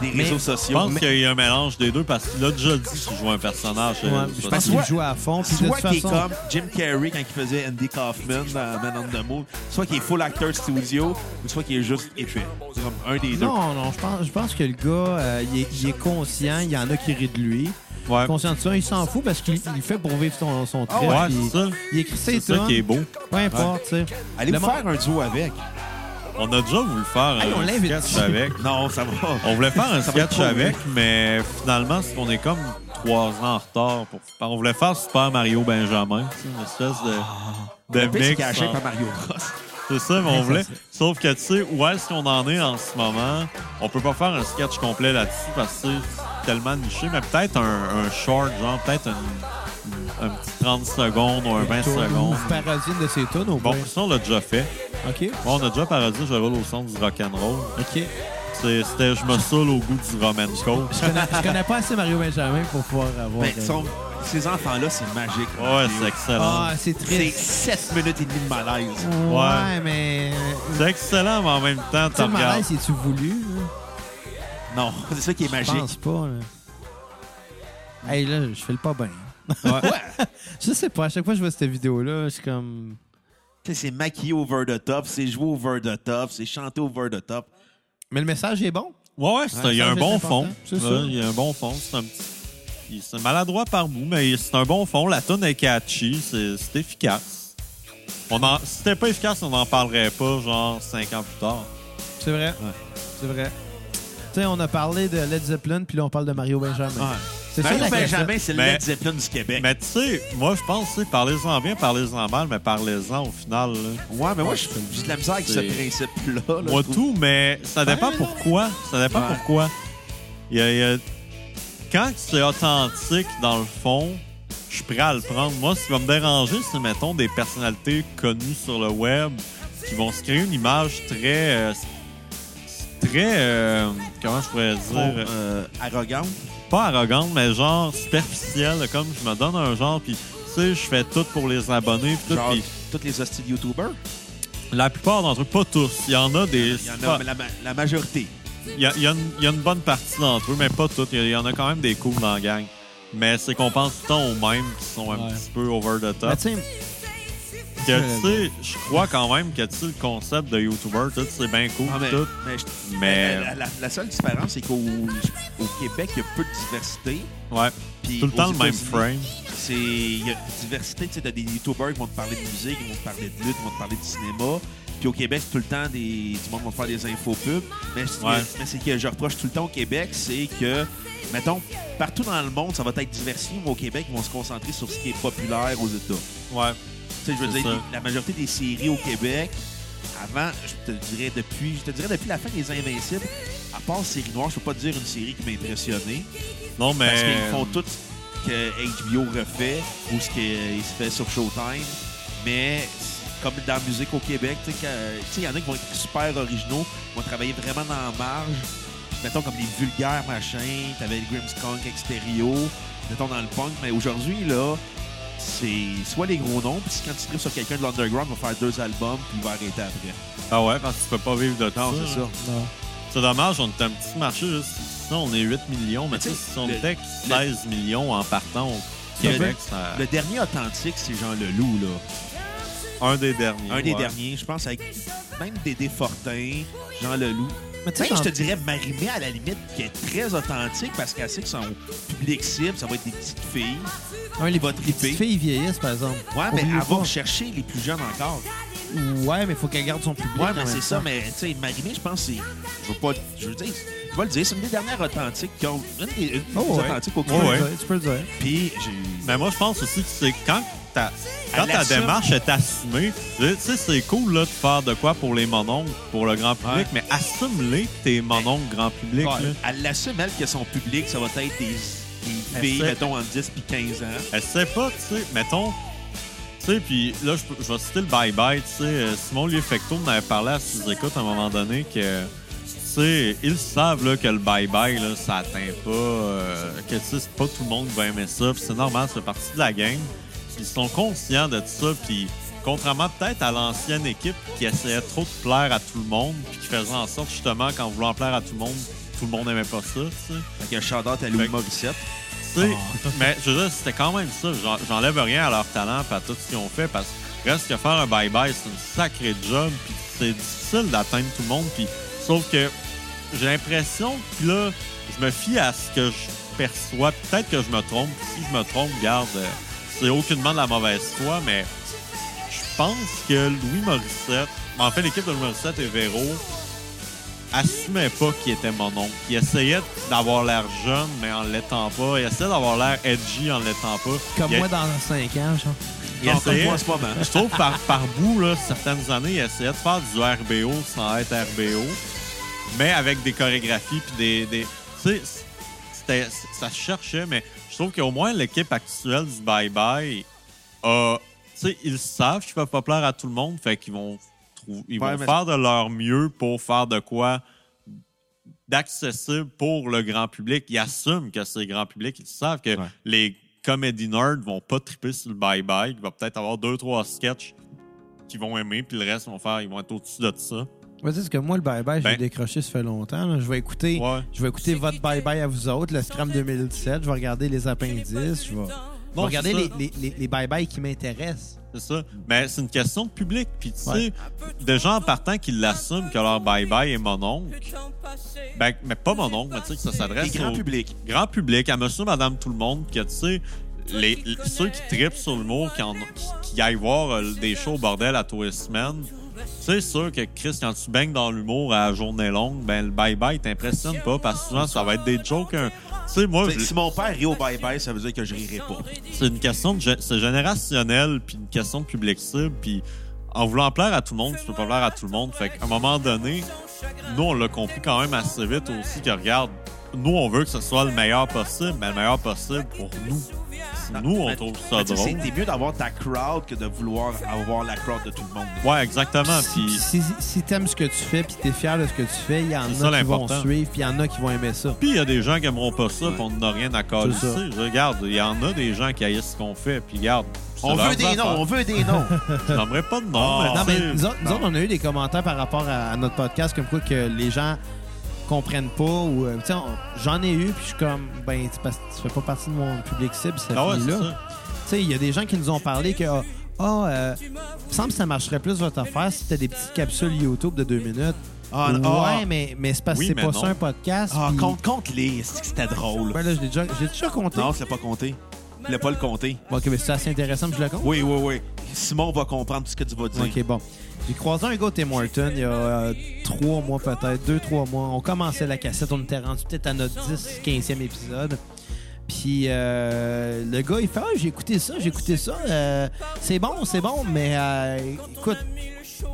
Speaker 3: des réseaux
Speaker 1: Je
Speaker 3: sociaux.
Speaker 1: pense
Speaker 3: Mais-
Speaker 1: qu'il y a un mélange des deux parce qu'il a déjà dit qu'il joue un personnage.
Speaker 4: Ouais,
Speaker 1: euh,
Speaker 4: je
Speaker 1: sur
Speaker 4: pense
Speaker 1: Facebook.
Speaker 4: qu'il joue à fond. Puis de
Speaker 3: Soit
Speaker 4: toute
Speaker 3: qu'il est
Speaker 4: façon,
Speaker 3: comme Jim Carrey quand il faisait Andy Kaufman dans Man on the Moon, soit qu'il est full actor studio, ou soit qu'il est juste écrit. C'est comme un des deux.
Speaker 4: Non, non, je pense, je pense que le gars, euh, il, est, il est conscient, il y en a qui rient de lui.
Speaker 1: Ouais. Ah
Speaker 4: Conscient de ça, il s'en fout parce qu'il il fait pour vivre son, son trip.
Speaker 1: Ouais,
Speaker 4: puis
Speaker 1: c'est ça.
Speaker 4: Il écrit ses
Speaker 1: C'est ça
Speaker 4: tunes,
Speaker 1: qui est beau.
Speaker 4: peu importe, tu sais.
Speaker 3: Allez
Speaker 4: Le
Speaker 3: vous
Speaker 4: monde-
Speaker 3: faire un duo avec.
Speaker 1: On a déjà voulu faire
Speaker 4: Hey, on
Speaker 1: un
Speaker 4: l'invite.
Speaker 1: sketch avec.
Speaker 3: Non, ça va.
Speaker 1: On voulait faire un
Speaker 3: Ça va être
Speaker 1: sketch
Speaker 3: trop
Speaker 1: avec, mais finalement, c'est qu'on est comme trois ans en retard. Pour... On voulait faire Super Mario Benjamin, tu sais, une espèce de, de
Speaker 3: Le pire, c'est
Speaker 1: mix.
Speaker 3: caché
Speaker 1: en-
Speaker 3: par Mario Bros.
Speaker 1: <laughs> C'est ça, mais on
Speaker 4: Ouais,
Speaker 1: voulait.
Speaker 4: ça,
Speaker 1: Sauf que, tu sais, où est-ce qu'on en est en ce moment? On peut pas faire un sketch complet là-dessus parce que c'est tellement niché, mais peut-être un, un short, genre, peut-être une- une- un petit 30 secondes ou un 20
Speaker 4: Tourne-
Speaker 1: secondes.
Speaker 4: ou parodie une de ses tunes au
Speaker 1: Bon,
Speaker 4: pire.
Speaker 1: ça, on l'a déjà fait.
Speaker 4: OK.
Speaker 1: Bon, on a déjà parodié Je roule au son du rock'n'roll.
Speaker 4: OK.
Speaker 1: C'est- C'était Je me saoule au goût du Roman Coke.
Speaker 4: Je connais, je connais pas assez Mario Benjamin pour pouvoir
Speaker 1: Ben,
Speaker 4: avoir...
Speaker 3: Mais
Speaker 4: euh,
Speaker 3: Ben, son- ces enfants-là, c'est magique.
Speaker 1: Ouais, c'est excellent.
Speaker 4: Ah, c'est
Speaker 3: C'est
Speaker 4: triste.
Speaker 3: 7 minutes et demie de malaise.
Speaker 4: Ouais,
Speaker 1: Ouais.
Speaker 4: mais... euh,
Speaker 1: C'est excellent, mais en même temps, tu
Speaker 4: Tu sais, le
Speaker 1: regardes.
Speaker 4: malaise, c'est-tu voulu? là?
Speaker 3: Non, <laughs> c'est ça qui est
Speaker 4: Je pense
Speaker 3: magique.
Speaker 4: pas, là. Hey, là, je fais le pas bien. Je sais pas, à chaque fois que je vois cette vidéo-là, je suis comme...
Speaker 3: Tu sais, C'est maquillé over the top, c'est joué over the top, c'est chanté over the top.
Speaker 4: Mais le message est bon.
Speaker 1: Ouais, ouais, c'est- il y a
Speaker 4: ça,
Speaker 1: un
Speaker 4: c'est
Speaker 1: bon
Speaker 4: important.
Speaker 1: fond.
Speaker 4: C'est ça.
Speaker 1: Là, Il y a un bon fond. C'est un petit. il- C'est maladroit par bout, mais c'est un bon fond. La tonne est catchy, c'est c'est efficace. On en, si c'était pas efficace, on n'en parlerait pas, genre, cinq ans plus tard.
Speaker 4: C'est vrai. C'est vrai. Tu sais, on a parlé de Led Zeppelin, puis là, on parle de Mario Benjamin. C'est
Speaker 3: Mario
Speaker 4: la cassette.
Speaker 3: Benjamin, c'est le
Speaker 1: Mais-
Speaker 3: Led Zeppelin du Québec.
Speaker 1: Mais tu sais, moi, je pense, tu sais, parlez-en bien, parlez-en mal, mais parlez-en au final. là.
Speaker 3: Ouais, mais moi, je- j'ai de la misère avec ce
Speaker 1: C'est-
Speaker 3: principe-là. là,
Speaker 1: Moi,
Speaker 3: je trouve.
Speaker 1: tout, mais ça dépend
Speaker 4: Ouais, non.
Speaker 1: pourquoi. Ça dépend
Speaker 3: Ouais.
Speaker 1: pourquoi. Il y a- il y a- Quand c'est authentique, dans le fond, je suis prêt à le prendre. Moi, ce qui va me déranger, c'est, mettons, des personnalités connues sur le web qui vont se créer une image très... euh, très... euh, comment je pourrais dire?
Speaker 3: Euh, arrogant.
Speaker 1: Pas arrogante, mais genre superficielle. Comme je me donne un genre, puis, tu sais, je fais tout pour les abonnés, puis tout,
Speaker 3: Genre,
Speaker 1: puis
Speaker 3: toutes les hostiles YouTubers.
Speaker 1: la plupart d'entre eux, pas tous. Il y en a des...
Speaker 3: Il y en
Speaker 1: super-
Speaker 3: a, mais la, ma- la majorité.
Speaker 1: Il y, a- il y a une- il y a une bonne partie d'entre eux, mais pas toutes. Il y a- il y, en a quand même des cools dans la gang. Mais c'est qu'on pense tout le temps aux mêmes qui sont un
Speaker 4: Ouais.
Speaker 1: petit peu over the
Speaker 4: Mais
Speaker 1: top.
Speaker 4: tu sais,
Speaker 1: Que, tu sais, je crois quand même que, tu sais, le concept de YouTuber, tout, c'est bien cool,
Speaker 3: Ah, mais,
Speaker 1: tout.
Speaker 3: mais je-
Speaker 1: Mais-
Speaker 3: la, la- la seule différence, c'est qu'au au Québec, il y a peu de diversité.
Speaker 1: Ouais.
Speaker 3: Puis
Speaker 1: Tout le
Speaker 3: aux
Speaker 1: temps le même
Speaker 3: États-Unis,
Speaker 1: frame.
Speaker 3: C'est il y a une diversité, tu sais, t'as des youtubeurs qui vont te parler de musique, ils vont te parler de lutte, ils vont te parler de cinéma. Puis au Québec, c'est tout le temps des du monde va te faire des infos pubs. Mais, c'est-
Speaker 1: Ouais.
Speaker 3: mais c'est que je reproche tout le temps au Québec, c'est que mettons partout dans le monde, ça va être diversifié, mais au Québec, ils vont se concentrer sur ce qui est populaire aux États.
Speaker 1: Ouais.
Speaker 3: Tu sais, je veux
Speaker 1: C'est ça.
Speaker 3: dire, les- la majorité des séries au Québec, avant, je te dirais depuis, je te dirais depuis la fin des Invincibles, à part série noire, je peux pas te dire une série qui m'a impressionné.
Speaker 1: Non, mais.
Speaker 3: Parce qu'ils font tout ce que HBO refait ou ce qu'il se fait sur Showtime. Mais c'est comme dans la musique au Québec, tu sais, que- tu sais, il y en a qui vont être super originaux, qui vont travailler vraiment dans la marge. Mettons comme les vulgaires machins, t'avais le Grimmskunk extérieur, mettons dans le punk. Mais aujourd'hui, là, c'est soit les gros noms, puis quand tu tripes sur quelqu'un de l'underground, il va faire deux albums, puis il va arrêter après.
Speaker 1: Ah ouais, parce que tu peux pas vivre de
Speaker 3: Non,
Speaker 1: temps.
Speaker 3: c'est ça.
Speaker 4: Non.
Speaker 1: C'est dommage, on est un petit marché, juste. Sinon, on est 8 millions, mais
Speaker 3: Mais
Speaker 1: tu sais,
Speaker 3: tu sais,
Speaker 1: si on
Speaker 3: le-
Speaker 1: était que 16 millions en partant au
Speaker 3: Le-
Speaker 1: Québec, ça-
Speaker 3: Le dernier authentique, c'est Jean Leloup, là.
Speaker 1: un des derniers.
Speaker 3: Un des
Speaker 1: ouais.
Speaker 3: derniers, je pense, avec même Dédé Fortin, Jean Leloup.
Speaker 4: Mais tu
Speaker 3: Même,
Speaker 4: sais,
Speaker 3: Ben, je te dirais, Marimé, à la limite, qui est très authentique parce qu'elle sait que son public cible, ça va être des petites filles.
Speaker 4: un, les,
Speaker 3: va
Speaker 4: les
Speaker 3: triper.
Speaker 4: petites filles vieillissent, par exemple.
Speaker 3: Ouais, mais
Speaker 4: Oublie
Speaker 3: elle
Speaker 4: pas.
Speaker 3: va chercher les plus jeunes encore.
Speaker 4: Ouais, mais faut qu'elle garde son public.
Speaker 3: Ouais,
Speaker 4: en
Speaker 3: mais
Speaker 4: même
Speaker 3: c'est ça,
Speaker 4: temps.
Speaker 3: mais tu sais, Marimé, je pense, que c'est. Je veux pas. Je veux dire, je vais le dire, c'est une des dernières authentiques qui ont. Une des, une des
Speaker 4: Oh, ouais.
Speaker 3: authentiques au
Speaker 4: Tu peux
Speaker 3: Québec.
Speaker 1: Ouais,
Speaker 4: le
Speaker 1: ouais.
Speaker 4: dire, Tu peux le dire.
Speaker 3: Puis, j'ai.
Speaker 1: Mais moi, je pense aussi que c'est quand ta, quand
Speaker 3: Elle
Speaker 1: ta
Speaker 3: l'assume.
Speaker 1: démarche est assumée, tu sais, c'est cool là, de faire de quoi pour les mononcles, pour le grand public,
Speaker 3: Ouais.
Speaker 1: mais assume-les que t'es mononcles grand public.
Speaker 3: Ouais.
Speaker 1: là.
Speaker 3: Elle l'assume, elle, que son public, ça va être des, des
Speaker 1: Elle
Speaker 3: filles,
Speaker 1: sait.
Speaker 3: mettons, en 10 puis 15 ans.
Speaker 1: Elle sait pas, tu sais, mettons. Tu sais, puis là, je peux- je vais citer le bye-bye, tu sais. euh, Simon Liefecto en avait parlé à ses écoutes à un moment donné que, tu sais, ils savent là, que le bye-bye, là, ça atteint pas. euh, que, tu sais, c'est pas tout le monde qui va aimer ça. Puis c'est normal, c'est partie de la game. Ils sont conscients de tout ça, puis contrairement peut-être à l'ancienne équipe qui essayait trop de plaire à tout le monde, puis qui faisait en sorte, justement, qu'en voulant plaire à tout le monde, tout le monde n'aimait pas ça, tu sais.
Speaker 3: Fait que shout-out à Louis
Speaker 1: Fait-
Speaker 3: Morissette.
Speaker 1: Tu sais, mais je veux dire, c'était quand même ça. J'en- J'enlève rien à leur talent et à tout ce qu'ils ont fait parce que reste que faire un bye-bye, c'est une sacrée job puis c'est difficile d'atteindre tout le monde. Puis, sauf que j'ai l'impression que là, je me fie à ce que je perçois. Peut-être que je me trompe. Si je me trompe, garde, euh, c'est aucunement de la mauvaise foi, mais je pense que Louis Morissette, en fait, l'équipe de Louis Morissette et Véro assumait pas qu'il était mon oncle. Il essayait d'avoir l'air jeune, mais en l'étant pas. Il essayait d'avoir l'air edgy en l'étant pas.
Speaker 4: Comme
Speaker 1: Il-
Speaker 4: moi dans 5 ans, genre.
Speaker 1: il
Speaker 3: Non, comme
Speaker 1: essayait-
Speaker 3: moi en ce moment.
Speaker 1: je trouve par, par bout, là, certaines années, il essayait de faire du RBO sans être RBO, mais avec des chorégraphies puis des. des tu sais, c'était- ça se cherchait, mais je trouve qu'au moins l'équipe actuelle du Bye Bye a. Tu sais, ils savent qu'ils peuvent pas plaire à tout le monde, fait qu'ils vont, trou- ils
Speaker 3: Ouais,
Speaker 1: vont
Speaker 3: mais-
Speaker 1: faire de leur mieux pour faire de quoi d'accessible pour le grand public. Ils assument que c'est grand public. Ils savent que
Speaker 3: Ouais.
Speaker 1: les comédie nerds vont pas triper sur le bye-bye. Il va peut-être avoir deux, trois sketchs qu'ils vont aimer, puis le reste, ils vont, faire, ils vont être au-dessus de ça.
Speaker 4: Ouais, c'est ce que moi, le bye-bye,
Speaker 1: Ben.
Speaker 4: j'ai décroché, ça fait longtemps. là. Je vais écouter.
Speaker 1: Ouais.
Speaker 4: Je vais écouter votre bye-bye à vous autres, le Scram 2017. Je vais regarder les appendices. Je vais, je vais
Speaker 1: c'est
Speaker 4: regarder
Speaker 1: ça.
Speaker 4: les, les, les, les bye-bye qui m'intéressent.
Speaker 1: C'est ça. Mais c'est une question de public. Puis tu sais,
Speaker 4: Ouais.
Speaker 1: des gens en partant qui l'assument que leur bye-bye est mon oncle. Ben, mais pas mon oncle, mais tu sais que ça
Speaker 3: Les
Speaker 1: s'adresse
Speaker 3: grands
Speaker 1: au
Speaker 3: publics.
Speaker 1: grand public, à monsieur, madame, tout le monde, que tu sais, les, les- ceux qui tripent sur l'humour, qui, en- qui, qui aillent voir euh, des shows bordel à tous les semaines, c'est sûr que Chris, quand tu baignes dans l'humour à la journée longue, ben le bye-bye t'impressionne pas parce que souvent ça va être des jokes. hein. Tu sais, moi,
Speaker 3: Tu sais,
Speaker 1: je-
Speaker 3: Si mon père rit au bye-bye, ça veut dire que je rirai pas.
Speaker 1: c'est une question de gé- c'est générationnel, puis une question de public cible, puis en voulant plaire à tout le monde, tu peux pas plaire à tout le monde. Fait qu'à un moment donné, nous, on l'a compris quand même assez vite aussi que, regarde, nous, on veut que ce soit le meilleur possible, mais le meilleur possible pour nous. Si nous, on
Speaker 3: Mais-
Speaker 1: trouve
Speaker 3: mais
Speaker 1: ça
Speaker 3: tu sais,
Speaker 1: drôle.
Speaker 3: C'est mieux d'avoir ta crowd que de vouloir avoir la crowd de tout le monde.
Speaker 1: Ouais, exactement.
Speaker 4: Si,
Speaker 1: Puis,
Speaker 4: si, si t'aimes ce que tu fais puis t'es fier de ce que tu fais, il y en
Speaker 1: C'est
Speaker 4: a
Speaker 1: ça,
Speaker 4: qui vont
Speaker 1: l'important.
Speaker 4: suivre puis il y en a qui vont aimer ça.
Speaker 1: puis il y a des gens qui aimeront pas ça, puis on n'a rien à coller.
Speaker 4: C'est ça.
Speaker 1: Regarde, il y en a des gens qui haïssent ce qu'on fait, puis regarde. c'est
Speaker 3: On
Speaker 1: leur
Speaker 3: veut des
Speaker 1: affaire.
Speaker 3: noms, Ah. on veut des <laughs> noms.
Speaker 1: Je nommerai pas de nom, mais
Speaker 4: Non,
Speaker 1: tu
Speaker 4: mais
Speaker 1: sais,
Speaker 4: nous autres, nous autres, on a eu des commentaires par rapport à, à notre podcast comme quoi que les gens comprennent pas ou euh, tu sais, on- j'en ai eu puis je suis comme ben c'est parce que tu fais pas partie de mon public cible cette
Speaker 1: ah ouais, c'est
Speaker 4: là
Speaker 1: ça.
Speaker 4: Tu sais, il y a des gens qui nous ont parlé que ah, Ah, euh, il me semble que ça marcherait plus votre affaire si c'était des petites capsules YouTube de deux minutes.
Speaker 3: Ah,
Speaker 4: ouais,
Speaker 3: ah.
Speaker 4: mais, mais c'est parce que
Speaker 1: Oui,
Speaker 4: c'est
Speaker 1: mais
Speaker 4: pas
Speaker 1: non.
Speaker 4: ça un podcast.
Speaker 3: Ah,
Speaker 4: puis-
Speaker 3: compte, compte les. C'était drôle.
Speaker 4: Ben là, je l'ai déjà, je l'ai déjà compté.
Speaker 3: Non, tu l'as pas compté. Tu l'as pas le compté.
Speaker 4: Bon, ok, mais c'est assez intéressant que je le compte.
Speaker 3: Oui, oui, oui. Simon va comprendre tout ce que tu vas dire.
Speaker 4: Ok, bon. J'ai croisé un gars au Tim Hortons il y a euh, trois mois peut-être, deux, trois mois. On commençait la cassette, on était rendu peut-être à notre 10, 15e épisode. Puis euh, le gars, il fait Ah, j'ai écouté ça, j'ai écouté ça. euh, c'est bon, c'est bon, mais euh, écoute,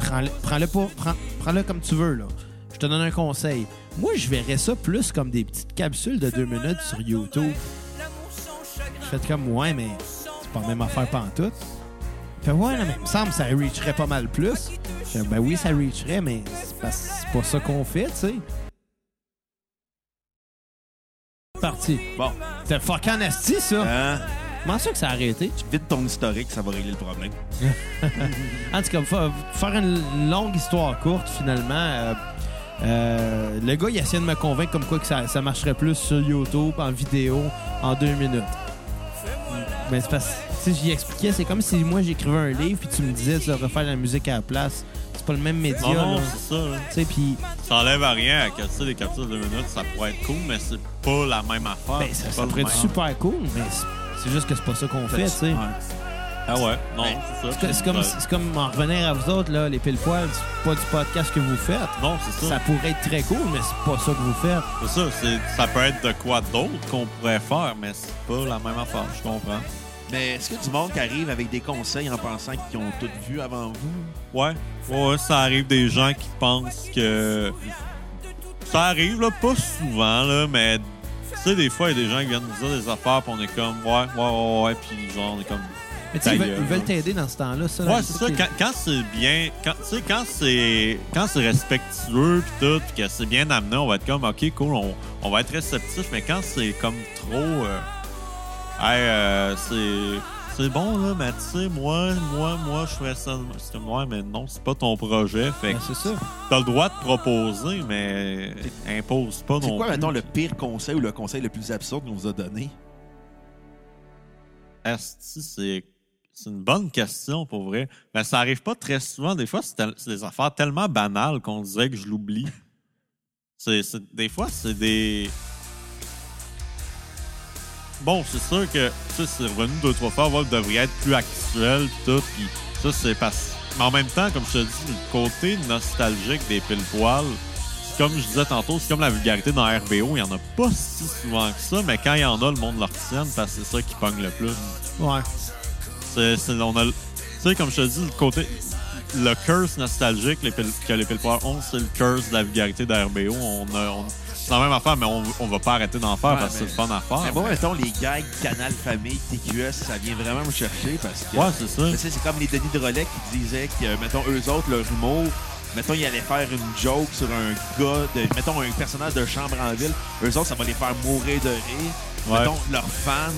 Speaker 4: prends-le prends-le pour- prends, prends-le comme tu veux. là. Je te donne un conseil. Moi, je verrais ça plus comme des petites capsules de deux minutes sur YouTube. Je fais comme, ouais, mais c'est pas la même affaire pantoute. Fait ouais, non, mais il me semble que ça reacherait pas mal plus. Fait, ben oui, ça reacherait, mais c'est pas, c'est pas ça qu'on fait, tu sais. Parti.
Speaker 3: Bon,
Speaker 4: C'était fucking asti, ça.
Speaker 3: hein?
Speaker 4: Comment ça que ça a arrêté?
Speaker 3: vite ton historique, ça va régler le problème.
Speaker 4: En tout cas, fa- faire une longue histoire courte, finalement, euh, euh, le gars, il essayait de me convaincre comme quoi que ça, ça marcherait plus sur YouTube, en vidéo, en deux minutes. Mais c'est parce que j'y expliquais, c'est comme si moi j'écrivais un livre puis tu me disais tu devrais faire de la musique à la place. C'est pas le même média.
Speaker 1: Non, Ah non,
Speaker 4: là.
Speaker 1: c'est ça. là.
Speaker 4: Tu sais, puis
Speaker 1: Ça enlève à rien à casser des capsules de minutes, ça pourrait être cool, mais c'est pas la même affaire.
Speaker 4: ben, ça,
Speaker 1: C'est
Speaker 4: ça
Speaker 1: pas
Speaker 4: pourrait
Speaker 1: le
Speaker 4: être
Speaker 1: même.
Speaker 4: super cool, mais c'est- c'est juste que c'est pas ça qu'on fait, tu sais.
Speaker 1: Ah ouais, non, c'est ça.
Speaker 4: Ben, C'est c'est comme,
Speaker 1: Ouais.
Speaker 4: c'est comme en revenir à vous autres, là, les pile poils, c'est pas du podcast que vous faites.
Speaker 1: Ben, Non, c'est
Speaker 4: Ça
Speaker 1: ça.
Speaker 4: pourrait être très cool, mais c'est pas ça que vous faites.
Speaker 1: C'est ça. c'est- Ça peut être de quoi d'autre qu'on pourrait faire, mais c'est pas la même affaire, je comprends.
Speaker 3: Mais est-ce que du monde qui arrive avec des conseils en pensant qu'ils ont tout vu avant vous?
Speaker 1: Ouais. ouais, ouais, ça arrive des gens qui pensent que. Ça arrive, là, pas souvent, là, mais. Tu sais, des fois, il y a des gens qui viennent nous dire des affaires, puis on est comme, ouais, ouais, ouais, ouais, puis genre, on est comme.
Speaker 4: Mais tu sais, ils
Speaker 1: Ta
Speaker 4: veulent-
Speaker 1: gueule,
Speaker 4: ils veulent
Speaker 1: là.
Speaker 4: t'aider dans ce temps-là, ça.
Speaker 1: Ouais, c'est ça. Quand, quand c'est bien, quand, tu sais, quand c'est quand c'est respectueux puis tout, puis que c'est bien amené, on va être comme ok, cool, on, on va être réceptif. Mais quand c'est comme trop, euh, hey, euh, c'est c'est bon là, mais tu sais, moi, moi, moi, je fais ça. de- C'est comme ouais, mais non, c'est pas ton projet. Fait que
Speaker 4: Ben, c'est ça.
Speaker 1: t'as le droit de proposer, mais impose pas
Speaker 3: C'est
Speaker 1: non.
Speaker 3: quoi,
Speaker 1: plus.
Speaker 3: mettons, le pire conseil ou le conseil le plus absurde qu'on vous a donné?
Speaker 1: Asti, c'est c'est une bonne question pour vrai. Mais ça arrive pas très souvent. Des fois, c'est tel- c'est des affaires tellement banales qu'on dirait que je l'oublie. C'est c'est- des fois, c'est des. Bon, c'est sûr que tu sais, c'est revenu deux trois fois. Ouais, devrait être plus actuel pis tout. Puis ça, c'est parce. Mais en même temps, comme je te dis, le côté nostalgique des pile poils. Comme je disais tantôt, c'est comme la vulgarité dans RBO, il n'y en a pas si souvent que ça, mais quand il y en a, le monde le retienne parce que c'est ça qui pogne le plus.
Speaker 4: Ouais.
Speaker 1: C'est, c'est- on a, le- tu sais, comme je te dis, le côté, le curse nostalgique les pil- que les Pilpoirs ont, c'est le curse de la vulgarité d'RBO. On a- on- c'est la même affaire, mais on, on va pas arrêter d'en faire
Speaker 3: Ouais,
Speaker 1: parce que c'est
Speaker 3: mais-
Speaker 1: le fun à faire.
Speaker 3: Mais bon, mettons, les gags, Canal Famille, TQS, ça vient vraiment me chercher parce que...
Speaker 1: ouais, c'est ça.
Speaker 3: Tu sais, c'est comme les Denis Drolet qui disaient que, euh, mettons, eux autres, leur humour, mettons, ils allaient faire une joke sur un gars, de, mettons, un personnage de chambre en ville. Eux autres, ça va les faire mourir de rire.
Speaker 1: Ouais.
Speaker 3: Mettons, leurs fans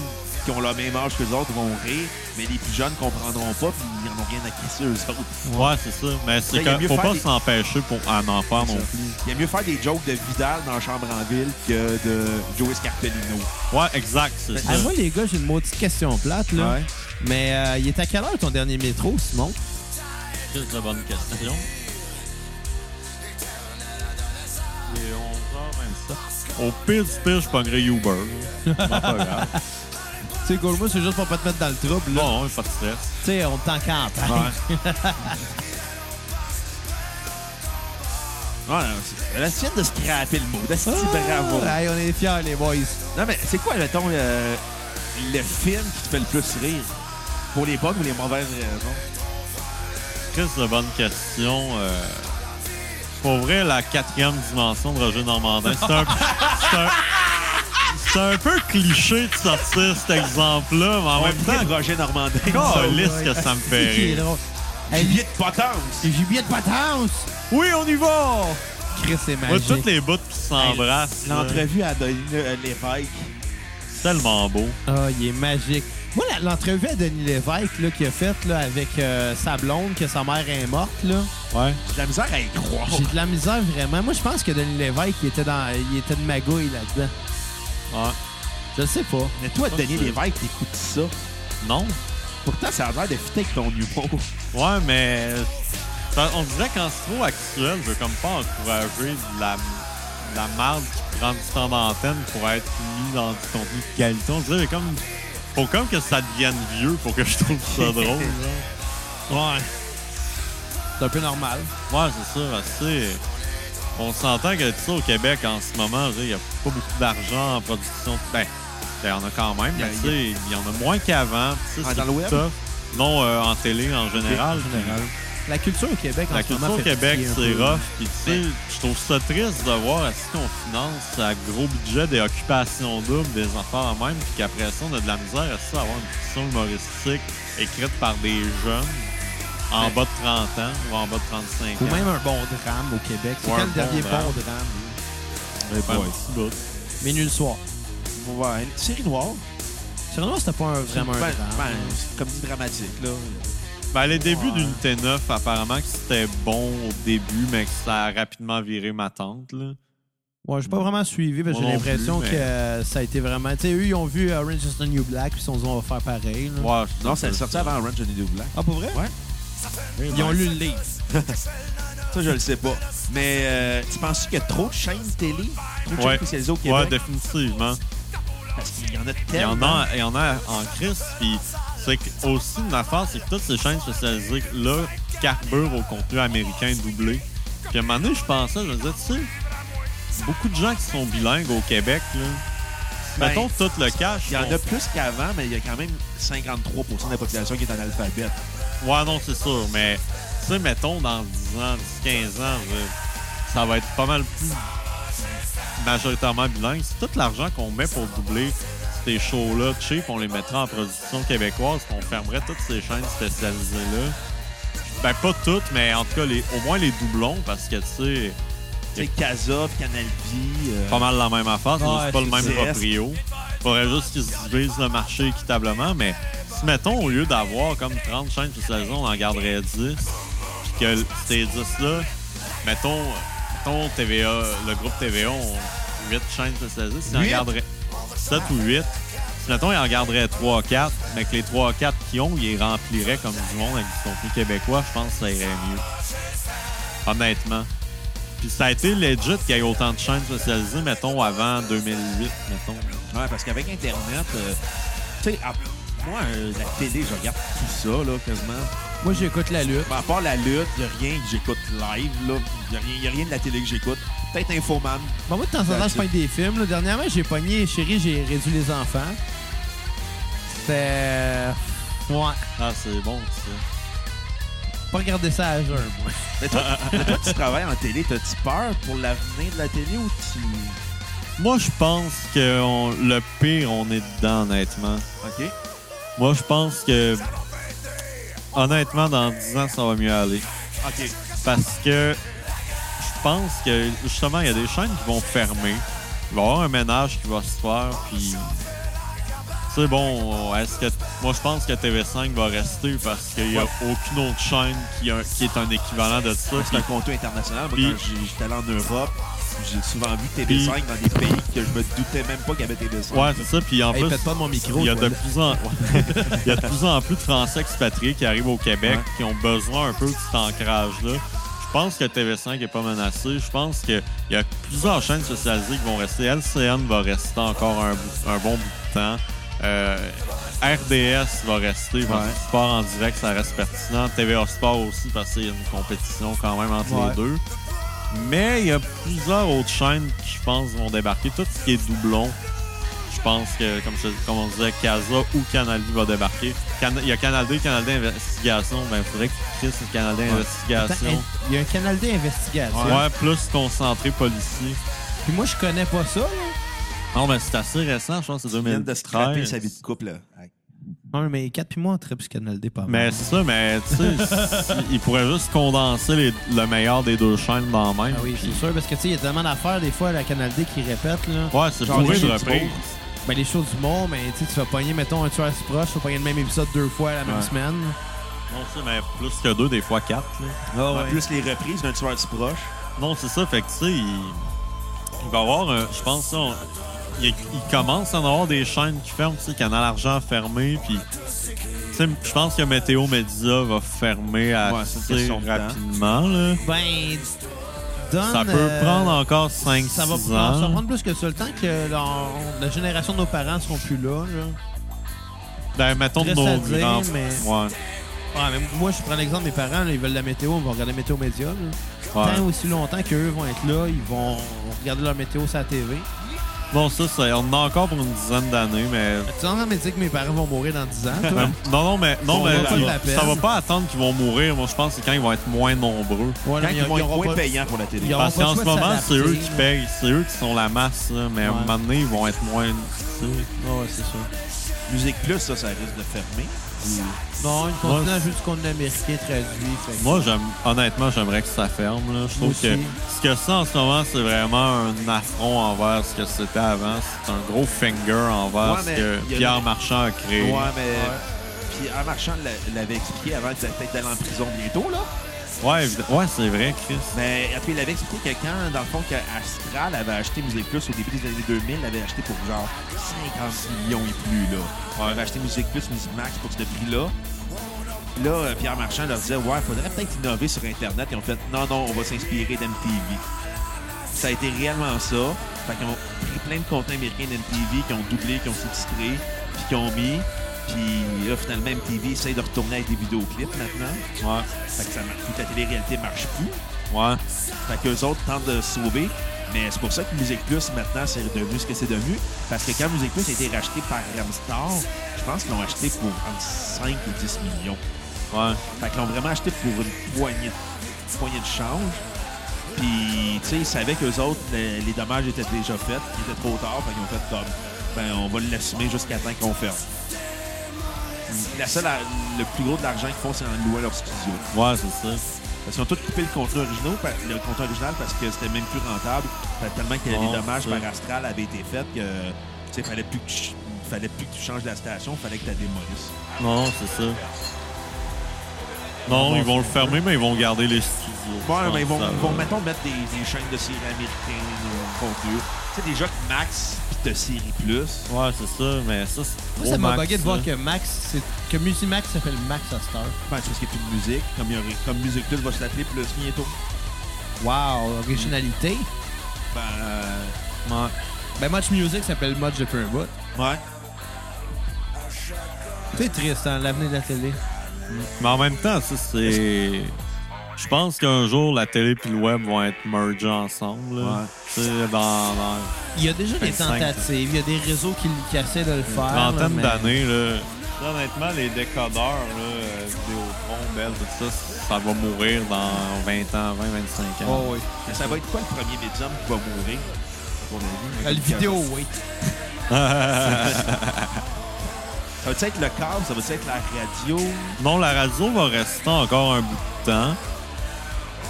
Speaker 3: qui ont le même âge que les autres vont rire, mais les plus jeunes comprendront pas, puis ils n'en ont rien à casser, eux autres.
Speaker 1: Ouais, c'est ça. Mais c'est
Speaker 3: Il y a
Speaker 1: comme-
Speaker 3: mieux
Speaker 1: faut
Speaker 3: faire
Speaker 1: pas
Speaker 3: des-
Speaker 1: s'empêcher pour en en faire Ah, non
Speaker 3: Ça.
Speaker 1: plus.
Speaker 3: Il y a mieux faire des jokes de Vidal dans Chambre en ville que de Joey Scarpellino.
Speaker 1: Ouais, exact, c'est
Speaker 3: Ben,
Speaker 1: ça.
Speaker 4: Ah, moi, les gars, j'ai une maudite question plate, là.
Speaker 3: Ouais.
Speaker 4: Mais euh, il est à quelle heure ton dernier métro, Simon?
Speaker 1: C'est une bonne question. Il est 11h27. Au pire du pire, je pognerais
Speaker 3: <laughs>
Speaker 1: Uber. C'est pas grave.
Speaker 4: Tu sais, Gaulle, moi, c'est juste pour pas te mettre dans le trouble, là.
Speaker 1: Bon, pas de stress.
Speaker 4: Tu sais, on t'en campagne.
Speaker 3: Ouais, non, c'est- elle a essayé de scraper le mot. D'asti, bravo.
Speaker 4: Ah, hey, on est fiers, les boys.
Speaker 3: Non, mais c'est quoi, mettons, euh, le film qui te fait le plus rire? Pour les bonnes ou les mauvaises raisons?
Speaker 1: Chris, de bonne question. Euh, pour vrai, la quatrième dimension de Roger Normandin, c'est un, c'est un- c'est un peu cliché de sortir cet exemple-là, mais en même temps,
Speaker 3: de Roger Normandin.
Speaker 1: calisse que ça me fait
Speaker 4: Qui est
Speaker 1: rire.
Speaker 4: drôle.
Speaker 3: Un
Speaker 4: Hey,
Speaker 3: billet de potence!
Speaker 4: le gibier de patence!
Speaker 1: Oui, on y va!
Speaker 4: Chris, c'est
Speaker 1: Moi,
Speaker 4: magique.
Speaker 1: toutes les bouts qui s'embrassent, là,
Speaker 3: L'entrevue à Denis euh, Lévesque.
Speaker 1: c'est tellement beau.
Speaker 4: Ah, il est magique. Moi, la- l'entrevue à Denis Lévesque, là, qu'il a faite, là, avec euh, sa blonde, que sa mère est morte, là.
Speaker 1: Ouais.
Speaker 3: J'ai de la misère à y croire.
Speaker 4: J'ai de la misère, vraiment. Moi, je pense que Denis Lévesque, il était, dans, il était de magouille là-dedans.
Speaker 1: Ouais.
Speaker 4: Je le sais pas.
Speaker 3: Mais toi,
Speaker 1: Ça,
Speaker 3: Denis
Speaker 1: c'est-
Speaker 3: Lévesque, t'écoutes ça.
Speaker 1: Non?
Speaker 3: Pourtant, ça a l'air de fitter avec ton humour.
Speaker 1: Ouais, mais ça- on dirait qu'en ce moment actuel, je veux comme pas encourager de la, de la marde qui prend du temps d'antenne pour être mis dans du contenu de qualité. On dirait comme. Faut comme que ça devienne vieux pour que je trouve ça
Speaker 3: <laughs>
Speaker 1: drôle. genre. Ouais.
Speaker 4: C'est un peu normal.
Speaker 1: Ouais, c'est sûr. parce que, tu sais, On s'entend que tu sais, au Québec, en ce moment, il n'y a pas beaucoup d'argent en production. Ben, il y en a quand même,
Speaker 3: Y a-
Speaker 1: mais tu sais, il y en a moins qu'avant. tu sais,
Speaker 3: Ah,
Speaker 1: c'est
Speaker 3: dans le web?
Speaker 1: tough. Non, euh, en télé en général.
Speaker 4: La culture au Québec, en
Speaker 1: La
Speaker 4: ce moment,
Speaker 1: culture au
Speaker 4: fait
Speaker 1: Québec,
Speaker 4: pitié un
Speaker 1: c'est
Speaker 4: peu.
Speaker 1: rough. Puis, tu sais, je trouve ça triste de voir à ce qu'on finance à gros budget des occupations doubles, des enfants en même, puis qu'après ça, on a de la misère à ça, avoir une fiction humoristique écrite par des jeunes en
Speaker 4: Ouais.
Speaker 1: bas de 30 ans ou en bas de 35
Speaker 4: Ou
Speaker 1: ans.
Speaker 4: même un bon drame au Québec. C'est
Speaker 1: Ouais,
Speaker 4: quand
Speaker 1: un
Speaker 4: le dernier
Speaker 1: bon
Speaker 4: bon
Speaker 1: drame.
Speaker 4: drame?
Speaker 1: Ouais,
Speaker 3: boy.
Speaker 1: un petit bout.
Speaker 4: Mais nul soir.
Speaker 3: Ouais, une série noire.
Speaker 4: C'est vraiment, c'était pas un- vraiment un
Speaker 3: Ben,
Speaker 4: drame.
Speaker 3: ben, c'est comme dit dramatique, là.
Speaker 1: Ben, les débuts d'Unité 9, apparemment que c'était bon au début, mais que ça a rapidement viré ma tante. Là.
Speaker 4: Ouais, j'ai pas vraiment suivi parce que
Speaker 1: Moi
Speaker 4: j'ai
Speaker 1: non plus,
Speaker 4: l'impression
Speaker 1: mais-
Speaker 4: que euh, ça a été vraiment. Tu sais, eux, ils ont vu euh, Orange is the New Black, puis ils se sont dit, on va faire pareil. là.
Speaker 1: Ouais, je-
Speaker 3: Non, c'est sorti avant Orange Johnny New Black.
Speaker 4: Ah, pour vrai?
Speaker 3: Ouais.
Speaker 4: Ils ont lu le livre.
Speaker 3: <laughs> Ça, je le sais pas. Mais euh, tu penses qu'il y a trop de chaînes télé, trop de chaînes
Speaker 1: Ouais.
Speaker 3: spécialisées au
Speaker 1: Ouais,
Speaker 3: Québec?
Speaker 1: définitivement.
Speaker 3: Parce qu'il y en a
Speaker 1: Il y en
Speaker 3: tellement.
Speaker 1: a, il y en a en crise, puis c'est que aussi une affaire, c'est que toutes ces chaînes spécialisées-là carburent au contenu américain doublé. Puis à un moment donné, je pensais, je me disais, tu sais, beaucoup de gens qui sont bilingues au Québec, là.
Speaker 3: Ben,
Speaker 1: Mettons tout le cash.
Speaker 3: Il y en
Speaker 1: sont-
Speaker 3: a plus qu'avant, mais il y a quand même 53 de la population qui est analphabète.
Speaker 1: Ouais, non, c'est sûr, mais tu sais, mettons, dans 10 ans, 10, 15 ans, je- ça va être pas mal plus majoritairement bilingue. C'est tout l'argent qu'on met pour doubler ces shows-là cheap, on les mettra en production québécoise, puis on fermerait toutes ces chaînes spécialisées-là. Ben, pas toutes, mais en tout cas, les, au moins les doublons, parce que, tu sais,
Speaker 3: Tu sais, Casa, puis Canal Vie. euh,
Speaker 1: pas mal la même affaire, c'est
Speaker 4: Ouais,
Speaker 1: juste pas le
Speaker 4: c'est
Speaker 1: même
Speaker 3: CS.
Speaker 1: proprio. Faudrait juste qu'ils se divisent le marché équitablement, mais si, mettons, au lieu d'avoir comme 30 chaînes sur saison, on en garderait 10, puis que l- ces 10-là, mettons, mettons TVA, le groupe TVA, on, 8 chaînes sur saison, si on en
Speaker 3: Huit?
Speaker 1: garderait 7 ou 8, si, mettons, ils en garderaient 3-4, mais que les 3-4 qu'ils ont, ils les rempliraient comme du monde avec du contenu québécois, je pense que ça irait mieux. Honnêtement. Puis ça a été legit qu'il y ait autant de chaînes spécialisées, mettons, avant 2008, mettons.
Speaker 3: Ouais, parce qu'avec Internet, euh, tu sais, à- moi, euh, la télé, je regarde tout ça, là, quasiment.
Speaker 4: Moi, j'écoute la lutte.
Speaker 3: Ben, à part la lutte, il a rien que j'écoute live, là. Il a, rien- y a rien de la télé que j'écoute. Peut-être Infoman.
Speaker 4: Bon, moi, de temps en temps, je
Speaker 3: Là-dessus.
Speaker 4: pogne des films. là. Dernièrement, j'ai pogné Chérie, j'ai réduit les enfants. C'était. Ouais.
Speaker 1: Ah, c'est bon, ça.
Speaker 4: Pas regarder ça à jeun, moi.
Speaker 3: Mais toi,
Speaker 1: Ah,
Speaker 3: mais toi, tu travailles en télé, t'as-tu peur pour l'avenir de la télé ou tu...
Speaker 1: Moi, je pense que on- le pire, on est dedans, honnêtement.
Speaker 3: OK.
Speaker 1: Moi, je pense que, honnêtement, dans 10 ans, ça va mieux aller.
Speaker 3: OK.
Speaker 1: Parce que je pense que, justement, il y a des chaînes qui vont fermer. Il va y avoir un ménage qui va se faire, puis... C'est bon, est-ce que... Moi, je pense que TV5 va rester parce qu'il n'y a aucune autre chaîne qui, a- qui est un équivalent de ça.
Speaker 3: C'est un contenu international. Moi,
Speaker 1: Puis-
Speaker 3: quand j'ai- j'étais allé en Europe, j'ai souvent vu TV5 dans des pays que je me doutais même pas qu'il y avait TV5.
Speaker 1: Ouais, c'est ça. Puis en
Speaker 4: Hey,
Speaker 1: plus,
Speaker 4: faites pas de mon micro.
Speaker 1: il y, a
Speaker 4: toi,
Speaker 1: de
Speaker 4: là.
Speaker 1: plus en... <laughs> il y a de plus en plus de Français expatriés qui arrivent au Québec,
Speaker 3: Ouais.
Speaker 1: qui ont besoin un peu de cet ancrage-là. Je pense que TV5 n'est pas menacé. Je pense qu'il y a plusieurs chaînes spécialisées qui vont rester. LCN va rester encore un, bout- un bon bout de temps. Euh, RDS va rester parce que
Speaker 3: Ouais.
Speaker 1: sport en direct, ça reste pertinent. TVA Sport aussi parce qu'il y a une compétition quand même entre
Speaker 4: Ouais.
Speaker 1: les deux. Mais il y a plusieurs autres chaînes qui, je pense, vont débarquer. Tout ce qui est doublon, je pense que, comme, je- comme on disait, Casa ou Canal V va débarquer. Can- il y a Canal D, Canal D Investigation. Ben, il faudrait qu'ils crissent le Canal D
Speaker 4: Attends,
Speaker 1: Investigation.
Speaker 4: Il y a un canal d'investigation.
Speaker 1: Ouais, plus concentré policier.
Speaker 4: Puis moi, je connais pas ça, là.
Speaker 1: Non, mais c'est assez récent, je pense que c'est
Speaker 3: Il vient de se trapper
Speaker 1: 2013.
Speaker 3: sa vie de couple. là.
Speaker 4: Non, mais 4 puis moi, on tripe ce canal D pas mal.
Speaker 1: Mais c'est ça, mais tu
Speaker 4: <laughs>
Speaker 1: sais, si- ils pourraient juste condenser les- le meilleur des deux chaînes dans le même.
Speaker 4: Ah oui,
Speaker 1: puis-
Speaker 4: c'est sûr, parce que tu sais, il y a tellement d'affaires des fois à la Canal D qui répètent, là.
Speaker 1: Ouais, c'est
Speaker 4: Genre
Speaker 1: bourré
Speaker 4: les
Speaker 1: de
Speaker 4: jeux
Speaker 1: reprise.
Speaker 4: Ben, les shows du monde, mais tu sais, tu vas pogner, mettons, un tueur si proche, tu vas pogner le même épisode deux fois la même
Speaker 1: Ouais.
Speaker 4: semaine.
Speaker 1: Non, c'est mais plus que deux, des fois quatre. là.
Speaker 3: En plus, les reprises d'un tueur du proche.
Speaker 1: Non, c'est ça, fait que tu sais, il... il va y avoir, un- je pense, ça, on- il, y a- il commence à en avoir des chaînes qui ferment, tu sais, Canal Argent fermé, puis... tu sais, Je pense que Météo Média va fermer
Speaker 3: Ouais, c'est une
Speaker 1: assez
Speaker 3: question de temps.
Speaker 1: rapidement. Là.
Speaker 4: Ben, donne,
Speaker 1: Ça peut
Speaker 4: euh,
Speaker 1: prendre encore 5-6 ans.
Speaker 4: Ça va prendre, ça va prendre plus que ça. Le temps que la, on- la génération de nos parents seront plus là. là.
Speaker 1: Ben, mettons de
Speaker 4: Reste à
Speaker 1: nos
Speaker 4: dire,
Speaker 1: grands.
Speaker 4: mais-
Speaker 1: Ouais.
Speaker 4: Ouais, mais moi, je prends l'exemple des parents, là, ils veulent la météo, on va regarder la météo média. là.
Speaker 1: ouais.
Speaker 4: Tant aussi longtemps qu'eux vont être là, ils vont regarder leur météo sur la TV.
Speaker 1: Non, ça, ça, on en a encore pour une dizaine d'années, mais.
Speaker 4: Tu es en train de me dire que mes parents vont mourir dans 10 ans, toi?
Speaker 1: Non, non, mais, non,
Speaker 4: On
Speaker 1: mais
Speaker 4: va pas de la
Speaker 1: ça
Speaker 4: peine.
Speaker 1: va pas attendre qu'ils vont mourir. Moi, je pense que c'est quand ils vont être moins nombreux.
Speaker 4: <laughs>
Speaker 3: Quand
Speaker 4: Ouais, non, mais
Speaker 3: ils vont être
Speaker 4: auront
Speaker 3: moins
Speaker 4: pas-
Speaker 3: payants pour la télé.
Speaker 4: ils auront
Speaker 1: Parce
Speaker 4: pas le
Speaker 1: qu'en ce
Speaker 4: choix de
Speaker 1: moment, c'est eux
Speaker 4: s'adapter,
Speaker 1: qui
Speaker 4: là.
Speaker 1: payent. C'est eux qui sont la masse, là, mais à un
Speaker 4: Ouais.
Speaker 1: moment donné, ils vont être moins. tu sais.
Speaker 4: Ouais, c'est ça.
Speaker 3: Musique Plus, ça, ça risque de fermer.
Speaker 4: Non, ils continuent à jouer du contenu américain traduit. fait que-
Speaker 1: Moi, j'aime, honnêtement, j'aimerais que ça ferme. là. Je
Speaker 4: Moi
Speaker 1: trouve
Speaker 4: aussi.
Speaker 1: que ce que c'est en ce moment, c'est vraiment un affront envers ce que c'était avant. C'est un gros finger envers
Speaker 3: Ouais,
Speaker 1: ce
Speaker 3: mais
Speaker 1: que
Speaker 3: il y a
Speaker 1: Pierre
Speaker 3: une-
Speaker 1: Marchand a créé.
Speaker 3: Ouais, mais. Puis en marchand l'a- l'avait expliqué avant qu'il peut-être d'aller en prison bientôt, là.
Speaker 1: Ouais, évid- ouais, c'est vrai, Chris.
Speaker 3: Mais après, il avait expliqué que quand, dans le fond, qu'Astral avait acheté Musique Plus au début des années 2000, il avait acheté pour genre 50 millions et plus, là. On avait acheté Musique Plus, Musique Max pour ce prix-là. Là, euh, Pierre Marchand leur disait, ouais, faudrait peut-être innover sur Internet. Et on fait, non, non, on va s'inspirer d'MTV. Ça a été réellement ça. Fait qu'ils ont pris plein de contenus américains d'MTV, qui ont doublé, qui ont sous-titré, puis qui ont mis. Puis là, finalement, MTV essaye de retourner avec des vidéoclips maintenant.
Speaker 1: Ouais.
Speaker 3: Fait que ça marche plus, la télé-réalité marche plus.
Speaker 1: Ouais.
Speaker 3: Fait qu'eux autres tentent de se sauver. Mais c'est pour ça que Musique Plus, maintenant, c'est devenu ce que c'est devenu. Parce que quand Musique Plus a été racheté par Ramstar, je pense qu'ils l'ont acheté pour entre 5 ou 10 millions.
Speaker 1: Ouais.
Speaker 3: Fait qu'ils l'ont vraiment acheté pour une poignée, de- une poignée de change. Puis, tu sais, ils savaient qu'eux autres, le- les dommages étaient déjà faits. Il était trop tard. Fait qu'ils ont fait comme, ben, on va l'assumer jusqu'à temps qu'on ferme. La seule, a- le plus gros de l'argent qu'ils font, c'est en louant leur studio.
Speaker 1: Ouais, c'est ça.
Speaker 3: Parce qu'ils ont tous coupé le contrat original, pa- le contrat original parce que c'était même plus rentable. Fait Tellement que
Speaker 1: Bon,
Speaker 3: les dommages
Speaker 1: ça.
Speaker 3: par Astral avaient été faits que tu sais, fallait plus que tu, fallait plus que tu changes la station, fallait que tu la démolisses.
Speaker 1: Non, c'est ça. Non, ils vont le fermer, mais ils vont garder les studios.
Speaker 3: Bon,
Speaker 1: Je
Speaker 3: mais ils
Speaker 1: pense
Speaker 3: vont,
Speaker 1: que ça
Speaker 3: ils vont,
Speaker 1: va.
Speaker 3: mettons, mettre des, des chaînes de séries américaines ou concours. Tu sais, déjà que Max pis de série plus.
Speaker 1: Ouais, c'est ça, mais ça, c'est
Speaker 4: Moi,
Speaker 1: trop
Speaker 4: ça m'a
Speaker 1: max,
Speaker 4: bugué de
Speaker 1: ça.
Speaker 4: voir que Max, c'est- que Musimax s'appelle Max à cette heure.
Speaker 3: Ben, c'est parce qu'il n'y a plus de musique. Comme, il y aurait- comme Musique Plus va se l'appeler plus bientôt.
Speaker 4: Wow, originalité.
Speaker 3: Ben, euh,
Speaker 4: Ben, Much Music s'appelle Much de Perbout.
Speaker 3: ouais.
Speaker 4: C'est triste, hein, l'avenir de la télé.
Speaker 1: Mais en même temps, ça, c'est... Je pense qu'un jour, la télé puis le web vont être mergés ensemble. là.
Speaker 3: Ouais.
Speaker 1: Tu sais, dans, dans
Speaker 4: Il y a déjà des
Speaker 1: 25,
Speaker 4: tentatives, il y a des réseaux qui, qui essaient de le faire.
Speaker 1: une trentaine
Speaker 4: Ah, mais-
Speaker 1: d'années, là... Honnêtement, les décodeurs, là, euh, Vidéotron, Bell, tout ça, ça va mourir dans 20 ans, 20, 25 ans.
Speaker 4: Oh, oui.
Speaker 3: Mais ça va être quoi le premier médium qui va mourir? à ton avis?
Speaker 4: Euh, Le vidéo, oui.
Speaker 3: Ça va être le câble? Ça va être la radio?
Speaker 1: non, la radio va rester encore un bout de temps.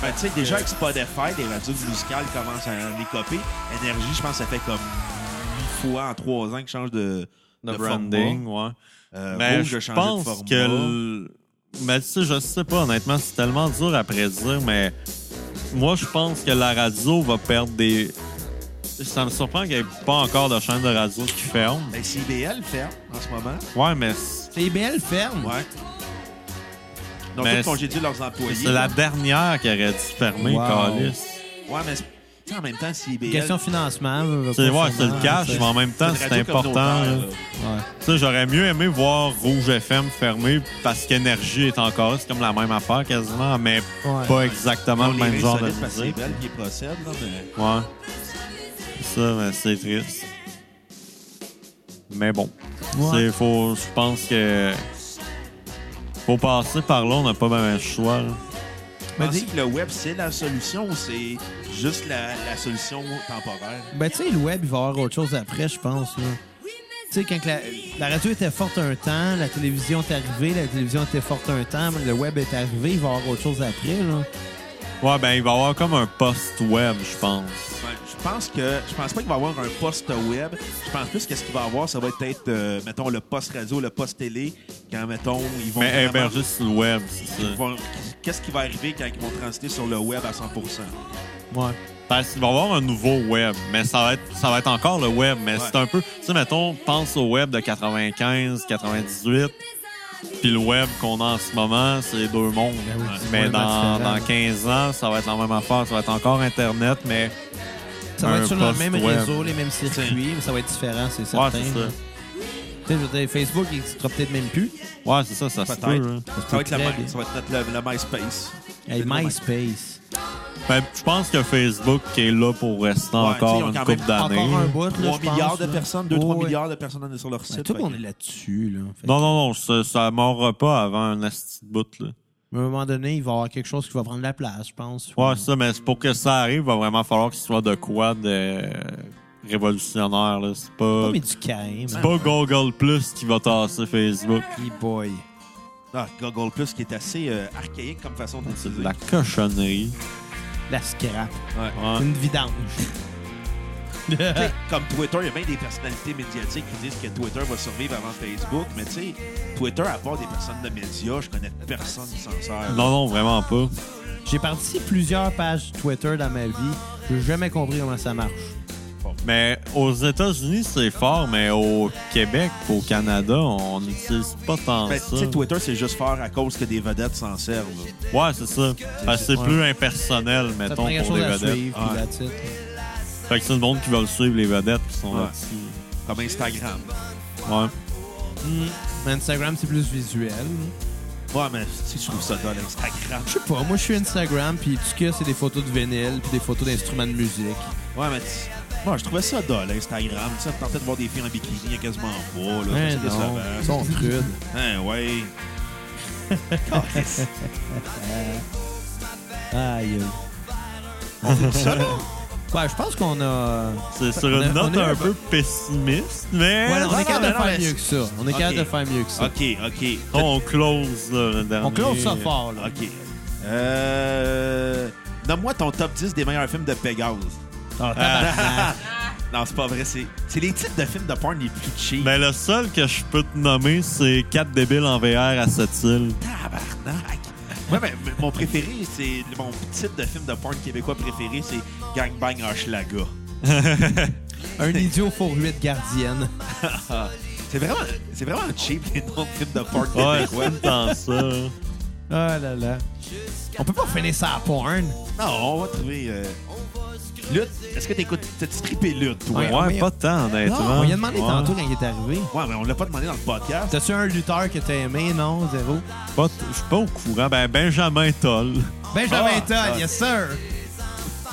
Speaker 3: Ben, tu sais, déjà avec Spotify, les radios musicales commencent à en écoper. Énergie, je pense que ça fait comme huit fois en trois ans qu'ils changent de,
Speaker 1: Le
Speaker 3: de
Speaker 1: branding, ouais.
Speaker 3: format. Euh,
Speaker 1: Mais
Speaker 3: Rouge a
Speaker 1: je
Speaker 3: changé de
Speaker 1: pense
Speaker 3: format.
Speaker 1: que. le- Mais tu sais, je sais pas, honnêtement, c'est tellement dur à prédire, mais moi, je pense que la radio va perdre des. Ça me surprend qu'il n'y ait pas encore de chaîne de radio qui ferme.
Speaker 3: Ben, CBL ferme en ce moment.
Speaker 1: Ouais, mais c'est
Speaker 4: C'est belle ferme.
Speaker 3: Ouais. Ils ont
Speaker 1: Mais
Speaker 3: tous congédié leurs employés.
Speaker 1: c'est la dernière qui aurait dû fermer,
Speaker 4: Wow.
Speaker 1: Calice.
Speaker 3: Ouais, mais c'est- tu sais, en même temps, CBL.
Speaker 4: Question financement. veut- veut
Speaker 1: C'est
Speaker 4: pas
Speaker 1: ouais, c'est
Speaker 4: sûrement,
Speaker 1: le cash,
Speaker 4: tu sais.
Speaker 1: mais en même temps,
Speaker 3: une
Speaker 1: c'est
Speaker 3: radio
Speaker 1: important.
Speaker 3: communautaire,
Speaker 1: là.
Speaker 3: là.
Speaker 4: Ouais.
Speaker 1: Tu sais, j'aurais mieux aimé voir Rouge FM fermer parce qu'Énergie est encore. C'est comme la même affaire quasiment, mais
Speaker 4: Ouais.
Speaker 1: pas exactement
Speaker 3: Ils
Speaker 1: le
Speaker 3: ont les
Speaker 1: même
Speaker 3: reins
Speaker 1: genre de
Speaker 3: solides parce que
Speaker 1: musique.
Speaker 3: CBL qui procède, là, mais.
Speaker 1: Ouais. Ça, ben, c'est triste. Mais bon.
Speaker 4: Ouais.
Speaker 1: C'est faut. Je pense que. Faut passer par là, on n'a pas même le choix. là.
Speaker 4: Mais
Speaker 3: Pensez
Speaker 4: dis-
Speaker 3: que le web, c'est la solution ou c'est juste la, la solution temporaire?
Speaker 4: Ben, tu sais, le web, il va y avoir autre chose après, je pense. là. Tu sais, quand que la, la radio était forte un temps, la télévision est arrivée, la télévision était forte un temps, le web est arrivé, il va y avoir autre chose après. Là.
Speaker 1: Ouais, ben, il va y avoir comme un post-web, je pense.
Speaker 3: Ouais, Ben, Je pense que je pense pas qu'il va y avoir un poste web. Je pense plus que ce qu'il va y avoir, ça va être peut-être, euh, mettons, le poste radio, le poste télé, quand, mettons, ils vont.
Speaker 1: Mais eh,
Speaker 3: vraiment-
Speaker 1: hébergé sur le web, c'est
Speaker 3: ils
Speaker 1: ça.
Speaker 3: vont- Qu'est-ce qui va arriver quand ils vont transiter sur le web à 100
Speaker 4: Ouais.
Speaker 1: Parce qu'il Ben, va y avoir un nouveau web, mais ça va être, ça va être encore le web, mais c'est un peu... Tu sais, mettons, pense au web de 95, 98, puis le web qu'on a en ce moment, c'est les deux mondes.
Speaker 4: Ben oui, c'est
Speaker 1: mais dans,
Speaker 4: complètement différent.
Speaker 1: dans 15 ans, ça va être la même affaire. Ça va être encore Internet, mais...
Speaker 4: Ça va
Speaker 1: un
Speaker 4: être sur le
Speaker 1: poste
Speaker 4: même
Speaker 1: web.
Speaker 4: réseau, les mêmes circuits, mais ça va être différent, c'est
Speaker 1: Ouais,
Speaker 4: certain. hein.
Speaker 1: c'est ça.
Speaker 4: Tu sais, je veux dire, Facebook, il existera peut-être même plus.
Speaker 1: Ouais, c'est ça, ça se peut. hein.
Speaker 3: Ça va être la
Speaker 4: très
Speaker 3: main-
Speaker 4: bien.
Speaker 3: ça va être notre- le, le MySpace.
Speaker 4: Hey, MySpace.
Speaker 1: Ben, je pense que Facebook est là pour rester
Speaker 3: tu sais, ils ont
Speaker 1: encore une
Speaker 3: quand
Speaker 1: couple
Speaker 3: même
Speaker 1: d'années.
Speaker 4: Encore un bout, là,
Speaker 3: 3
Speaker 4: je pense,
Speaker 3: milliards de
Speaker 4: là.
Speaker 3: personnes, 2-3
Speaker 4: Ouais, ouais.
Speaker 3: milliards de personnes sur leur site.
Speaker 4: Ben, tout le
Speaker 3: fait
Speaker 4: monde
Speaker 3: que-
Speaker 4: est là-dessus, là. Fait que,
Speaker 1: Non, non, non, ça, ça mourra pas avant un asti de bout, là.
Speaker 4: À un moment donné, il va y avoir quelque chose qui va prendre la place, je pense.
Speaker 1: Ouais, c'est ça, mais c'est pour que ça arrive, il va vraiment falloir qu'il soit de quoi de révolutionnaire, là. C'est pas,
Speaker 4: Pas mais du carré,
Speaker 1: c'est pas Google Plus qui va tasser Facebook.
Speaker 4: boy.
Speaker 3: Ah, Google Plus qui est assez euh, archaïque comme façon
Speaker 1: C'est
Speaker 3: d'utiliser.
Speaker 1: de la cochonnerie.
Speaker 4: La scrap.
Speaker 1: Ouais.
Speaker 4: Une vidange. Hein?
Speaker 3: Tu sais, Comme Twitter, il y a même des personnalités médiatiques qui disent que Twitter va survivre avant Facebook, mais tu sais, Twitter, à part des personnes de médias, je connais personne qui s'en sert.
Speaker 1: Non, non, vraiment pas.
Speaker 4: J'ai parti plusieurs pages Twitter dans ma vie. J'ai jamais compris comment ça marche.
Speaker 1: Mais aux États-Unis, c'est fort, mais au Québec, au Canada, on n'utilise pas tant
Speaker 4: Ben,
Speaker 3: Mais
Speaker 1: ça.
Speaker 3: Ben, tu sais, Twitter, c'est juste faire à cause que des vedettes s'en servent. là.
Speaker 1: Ouais, c'est ça. Parce que c'est
Speaker 4: Ouais.
Speaker 1: plus impersonnel,
Speaker 4: Ça
Speaker 1: mettons,
Speaker 4: prend
Speaker 1: pour les
Speaker 4: quelque chose à
Speaker 1: vedettes.
Speaker 4: suivre, puis
Speaker 3: Ouais.
Speaker 4: that's it.
Speaker 1: Fait que c'est le monde qui veut le suivre, les vedettes qui sont
Speaker 3: Ouais.
Speaker 1: là-dessus.
Speaker 3: Comme Instagram.
Speaker 1: Ouais.
Speaker 4: Hmm. Mais Instagram, c'est plus visuel.
Speaker 3: Ouais, mais si je trouve ça dans Instagram.
Speaker 4: Je sais pas, moi je suis Instagram, puis tout ce qu'il y a, c'est des photos de vinyle, puis des photos d'instruments de musique.
Speaker 3: Ouais, mais tu- moi, je trouvais ça dole, Instagram. Tu sais, on tentait de voir des filles en bikini, il y a quasiment pas, là.
Speaker 4: Hein,
Speaker 3: C'est décevant.
Speaker 4: non, ils sont trudes.
Speaker 3: Hein, ouais.
Speaker 4: Aïe.
Speaker 3: ça, là?
Speaker 4: <laughs> Ouais, je pense qu'on a.
Speaker 1: C'est sur
Speaker 4: On a-
Speaker 1: une
Speaker 4: on
Speaker 1: note
Speaker 4: a eu
Speaker 1: un
Speaker 4: un
Speaker 1: peu pessimiste, mais
Speaker 4: Ouais,
Speaker 3: non,
Speaker 4: on est capable de
Speaker 3: non,
Speaker 4: faire
Speaker 3: mais-
Speaker 4: mieux que ça. On est
Speaker 3: Ok.
Speaker 4: capable de faire mieux que ça.
Speaker 3: OK, OK.
Speaker 1: on close là, le dernier.
Speaker 4: On close ça fort, là.
Speaker 3: OK. Euh... Nomme-moi ton top 10 des meilleurs films de Pégase. Euh,
Speaker 4: Ah, tabarnak.
Speaker 3: <laughs> Non, c'est pas vrai. C'est c'est les titres de films de porn les plus cheap.
Speaker 1: Ben, le seul que je peux te nommer, c'est 4 débiles en VR à cette île.
Speaker 3: Tabarnak. Ouais, ben, m- mon préféré, c'est... Mon titre de film de porn québécois préféré, c'est Gangbang Hochelaga.
Speaker 4: Un idiot pour 8 <laughs> gardienne.
Speaker 3: Ah, C'est vraiment, c'est vraiment cheap, les noms de films de porn
Speaker 1: Ouais,
Speaker 3: québécois.
Speaker 1: j'aime tant ça.
Speaker 4: Oh là là. On peut pas finir ça à porn.
Speaker 3: Non, on va trouver... euh, Lutte, est-ce que t'écoutes... T'as-tu trippé Lutte, toi?
Speaker 4: Ouais,
Speaker 1: Ouais,
Speaker 4: mais-
Speaker 1: pas tant, honnêtement.
Speaker 4: on lui a demandé
Speaker 1: Ouais.
Speaker 4: tantôt quand il est arrivé.
Speaker 3: Ouais, mais on l'a pas demandé dans le podcast.
Speaker 4: T'as-tu un lutteur que t'as aimé, non? Zéro.
Speaker 1: Pas t- Je suis pas au courant. Ben, Benjamin Toll.
Speaker 4: Benjamin
Speaker 3: Ah,
Speaker 4: Todd,
Speaker 3: ouais.
Speaker 4: yes sir!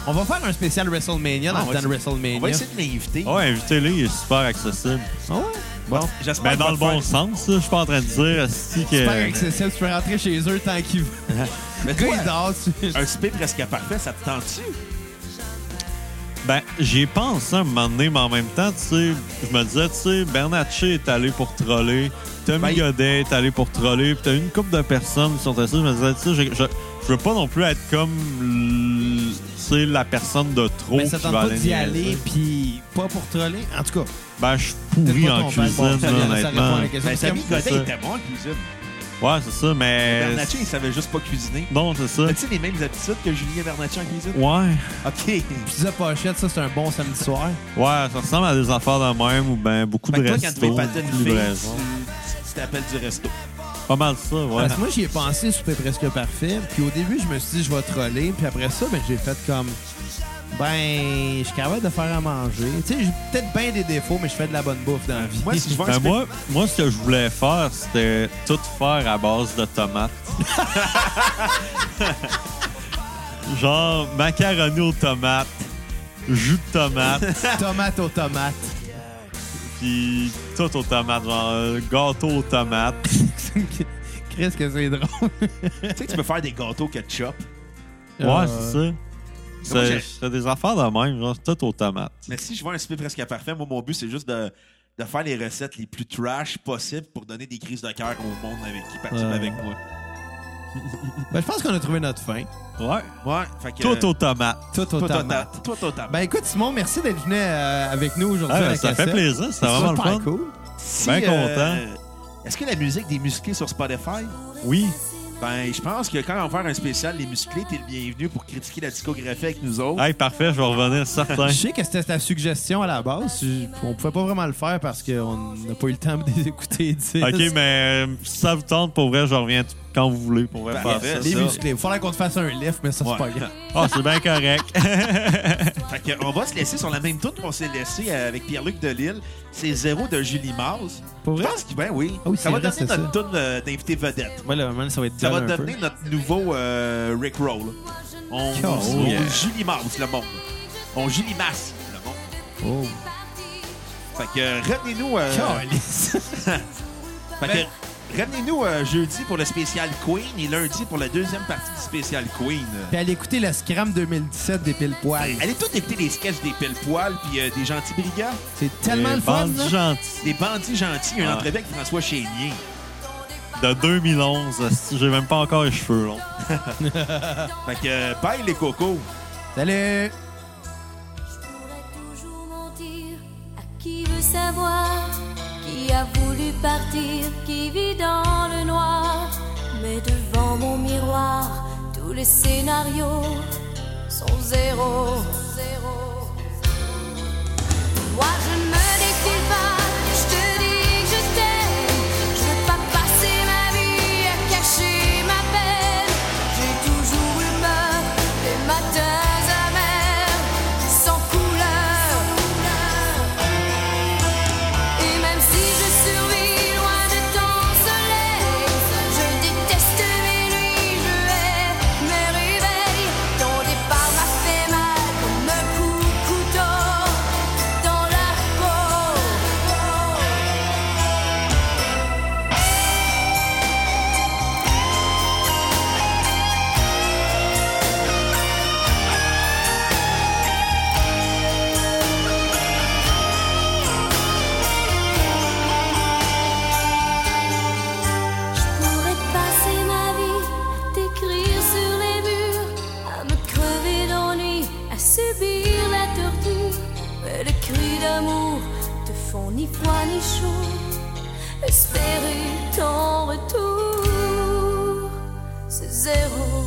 Speaker 4: On va faire un spécial WrestleMania
Speaker 3: Ah,
Speaker 4: dans
Speaker 3: on
Speaker 4: le
Speaker 3: va
Speaker 4: temps de
Speaker 3: essayer- On va
Speaker 4: WrestleMania.
Speaker 3: essayer de l'inviter.
Speaker 1: Ouais, Oh, invitez-le, il est super accessible.
Speaker 4: Ah ouais? Bon.
Speaker 3: J'espère
Speaker 1: Ben,
Speaker 3: qu'il
Speaker 1: dans
Speaker 3: va
Speaker 1: le
Speaker 3: te
Speaker 1: bon
Speaker 3: faire-
Speaker 1: sens, là. Je suis pas en train de dire esti,
Speaker 4: Super
Speaker 1: que.
Speaker 4: accessible, tu peux rentrer chez eux
Speaker 3: <laughs>
Speaker 4: tant qu'ils veulent.
Speaker 3: Mais
Speaker 4: Le gars,
Speaker 3: toi,
Speaker 4: il dort. tu-
Speaker 3: Un souper presque parfait, ça te tente-tu?
Speaker 1: Ben, j'y pense un moment donné, mais en même temps, tu sais, je me disais, tu sais, Bernatchez est allé pour troller, Tommy
Speaker 3: Ben, il-
Speaker 1: Godet est allé pour troller, puis t'as une couple de personnes qui sont assises, je me disais, tu sais, je, je, je veux pas non plus être comme, l- tu sais, la personne de trop
Speaker 4: Mais
Speaker 1: qui
Speaker 4: Ben, ça
Speaker 1: va
Speaker 4: tente pas
Speaker 1: aller
Speaker 4: d'y
Speaker 1: niaiser.
Speaker 4: aller, puis pas pour troller. En tout cas,
Speaker 1: Ben, je suis
Speaker 4: peut-être
Speaker 1: pourri
Speaker 4: pas
Speaker 1: en
Speaker 4: ton
Speaker 1: cuisine,
Speaker 4: père. Bon, ça
Speaker 1: là,
Speaker 4: vient- ça répond à la
Speaker 1: honnêtement.
Speaker 4: question.
Speaker 3: Ben, Samy
Speaker 4: Parce que-
Speaker 3: Godet
Speaker 1: ça.
Speaker 3: était bon en cuisine.
Speaker 1: Ouais, Euh, c'est ça, mais...
Speaker 3: Bernatchez, il savait juste pas cuisiner.
Speaker 1: Non, c'est ça.
Speaker 3: As-tu les mêmes habitudes que Julien Bernatchez en cuisine?
Speaker 1: Ouais.
Speaker 3: OK.
Speaker 4: Pizza Pochette, ça, c'est un bon samedi soir.
Speaker 1: Ouais, ça ressemble à des affaires de même ou ben beaucoup
Speaker 3: Fait
Speaker 1: de
Speaker 3: que toi, quand tu
Speaker 1: restos.
Speaker 3: veux pâter une
Speaker 1: beaucoup de
Speaker 3: fille,
Speaker 1: livraisons.
Speaker 3: tu- tu t'appelles du resto.
Speaker 1: Pas mal ça, ouais.
Speaker 4: Parce que moi, j'y ai pensé, souper presque parfait. Puis au début, je me suis dit, je vais troller. Puis après ça, ben, j'ai fait comme, ben, je suis capable de faire à manger. Tu sais, j'ai peut-être bien des défauts, mais je fais de la bonne bouffe dans la vie.
Speaker 3: Moi,
Speaker 1: <laughs>
Speaker 3: si je
Speaker 1: Ben,
Speaker 3: vais
Speaker 1: moi, moi, ce que je voulais faire, c'était tout faire à base de tomates. <laughs> Genre macaroni aux tomates, jus de
Speaker 4: <laughs>
Speaker 1: tomate,
Speaker 4: tomate aux <laughs> tomates.
Speaker 1: puis tout aux tomates, genre euh, gâteau aux tomates.
Speaker 4: Chris, que c'est drôle.
Speaker 3: tu sais, tu peux faire des gâteaux ketchup.
Speaker 1: Ouais, c'est ça.
Speaker 3: moi, j'ai-
Speaker 1: C'est- C'est des affaires de même, genre tout aux tomates.
Speaker 3: Mais si je vois un souper presque parfait, moi, mon but, c'est juste de, de faire les recettes les plus trash possibles pour donner des crises de cœur au monde avec qui participe
Speaker 4: Ouais.
Speaker 3: avec moi.
Speaker 4: Ben, je pense qu'on a trouvé notre fin.
Speaker 1: Ouais.
Speaker 3: Ouais, fait que... euh,
Speaker 1: Tout aux tomates.
Speaker 4: Tout aux
Speaker 3: Toi,
Speaker 4: tomates.
Speaker 3: t'as- toi, t'as ta-
Speaker 4: Ben, écoute, Simon, merci d'être venu euh, avec nous aujourd'hui.
Speaker 1: Ah,
Speaker 4: à la
Speaker 1: ben, ça fait
Speaker 4: cassette.
Speaker 1: plaisir,
Speaker 4: C'est
Speaker 1: c'était vraiment le
Speaker 4: super
Speaker 1: fun.
Speaker 4: cool.
Speaker 3: Si,
Speaker 1: ben
Speaker 3: euh, Est-ce que la musique des musclés sur Spotify?
Speaker 1: Oui.
Speaker 3: Ben, je pense que quand on va faire un spécial Les Musclés, t'es le bienvenu pour critiquer la discographie avec nous autres.
Speaker 1: Hey, parfait, je vais revenir, certain.
Speaker 4: <laughs> Je sais que c'était ta suggestion à la base. Je- On pouvait pas vraiment le faire parce qu'on n'a pas eu le temps <laughs> d'écouter.
Speaker 1: OK, mais euh, si ça vous tente, pour vrai, je reviens t- quand vous voulez pour vrai faire
Speaker 3: Parfait.
Speaker 1: ça.
Speaker 4: Les
Speaker 3: ça.
Speaker 4: musclés. Il faudrait qu'on te fasse un lift, mais ça, c'est
Speaker 3: Ouais.
Speaker 4: pas <laughs> grave.
Speaker 1: Ah, c'est bien correct.
Speaker 3: Fait qu'on va se laisser sur la même tour qu'on s'est laissé euh, avec Pierre-Luc Delille. C'est Zéro de Julie Mars.
Speaker 4: Pour
Speaker 3: Je
Speaker 4: vrai?
Speaker 3: pense que, ben oui,
Speaker 4: Ah oui,
Speaker 3: ça
Speaker 4: c'est
Speaker 3: va
Speaker 4: vrai,
Speaker 3: devenir
Speaker 4: c'est
Speaker 3: notre tour d'invité vedette.
Speaker 4: Ouais, là, man, ça va être
Speaker 3: Ça va
Speaker 4: dull un peu.
Speaker 3: devenir notre nouveau euh, Rick Roll. On,
Speaker 4: Oh,
Speaker 3: on
Speaker 1: yeah.
Speaker 3: Julie Mars, le monde. On Julie Masse, le monde.
Speaker 4: Oh.
Speaker 3: Fait que euh, retenez-nous... euh,
Speaker 4: Calice.
Speaker 3: <laughs> Fait
Speaker 4: Ben-
Speaker 3: que, revenez-nous euh, jeudi pour le spécial Queen et lundi pour la deuxième partie du spécial Queen.
Speaker 4: Puis allez écouter le Scram 2017 des pile poil.
Speaker 3: Allez tous écouter des sketchs des pelle-poils puis euh, des gentils brigands,
Speaker 4: C'est tellement le fun,
Speaker 1: Bandit
Speaker 4: là.
Speaker 1: gentil.
Speaker 3: des bandits gentils, un
Speaker 1: Ah.
Speaker 3: entrevue avec François Chénier.
Speaker 1: De 2011, esti, j'ai même pas encore les cheveux longs.
Speaker 3: Fait que, euh, bye les cocos!
Speaker 4: Salut!
Speaker 7: Je pourrais toujours mentir à qui veut savoir, qui a voulu partir, qui vit dans le noir. Mais devant mon miroir, tous les scénarios sont zéro. Moi je ne me défile pas, je te dis que je t'aime. Je veux pas passer ma vie à cacher ma peine. J'ai toujours eu peur des matins amers, sans couleur. Et même si je survis loin de ton soleil, je déteste mes nuits, je hais mes réveils. Ton départ m'a fait mal comme un coup de couteau dans la peau. Je pourrais passer ma vie à t'écrire sur les murs, à me crever d'ennui, à subir la torture. Mais les cris d'amour te font ni froid ni chaud. Espérer ton retour, c'est zéro.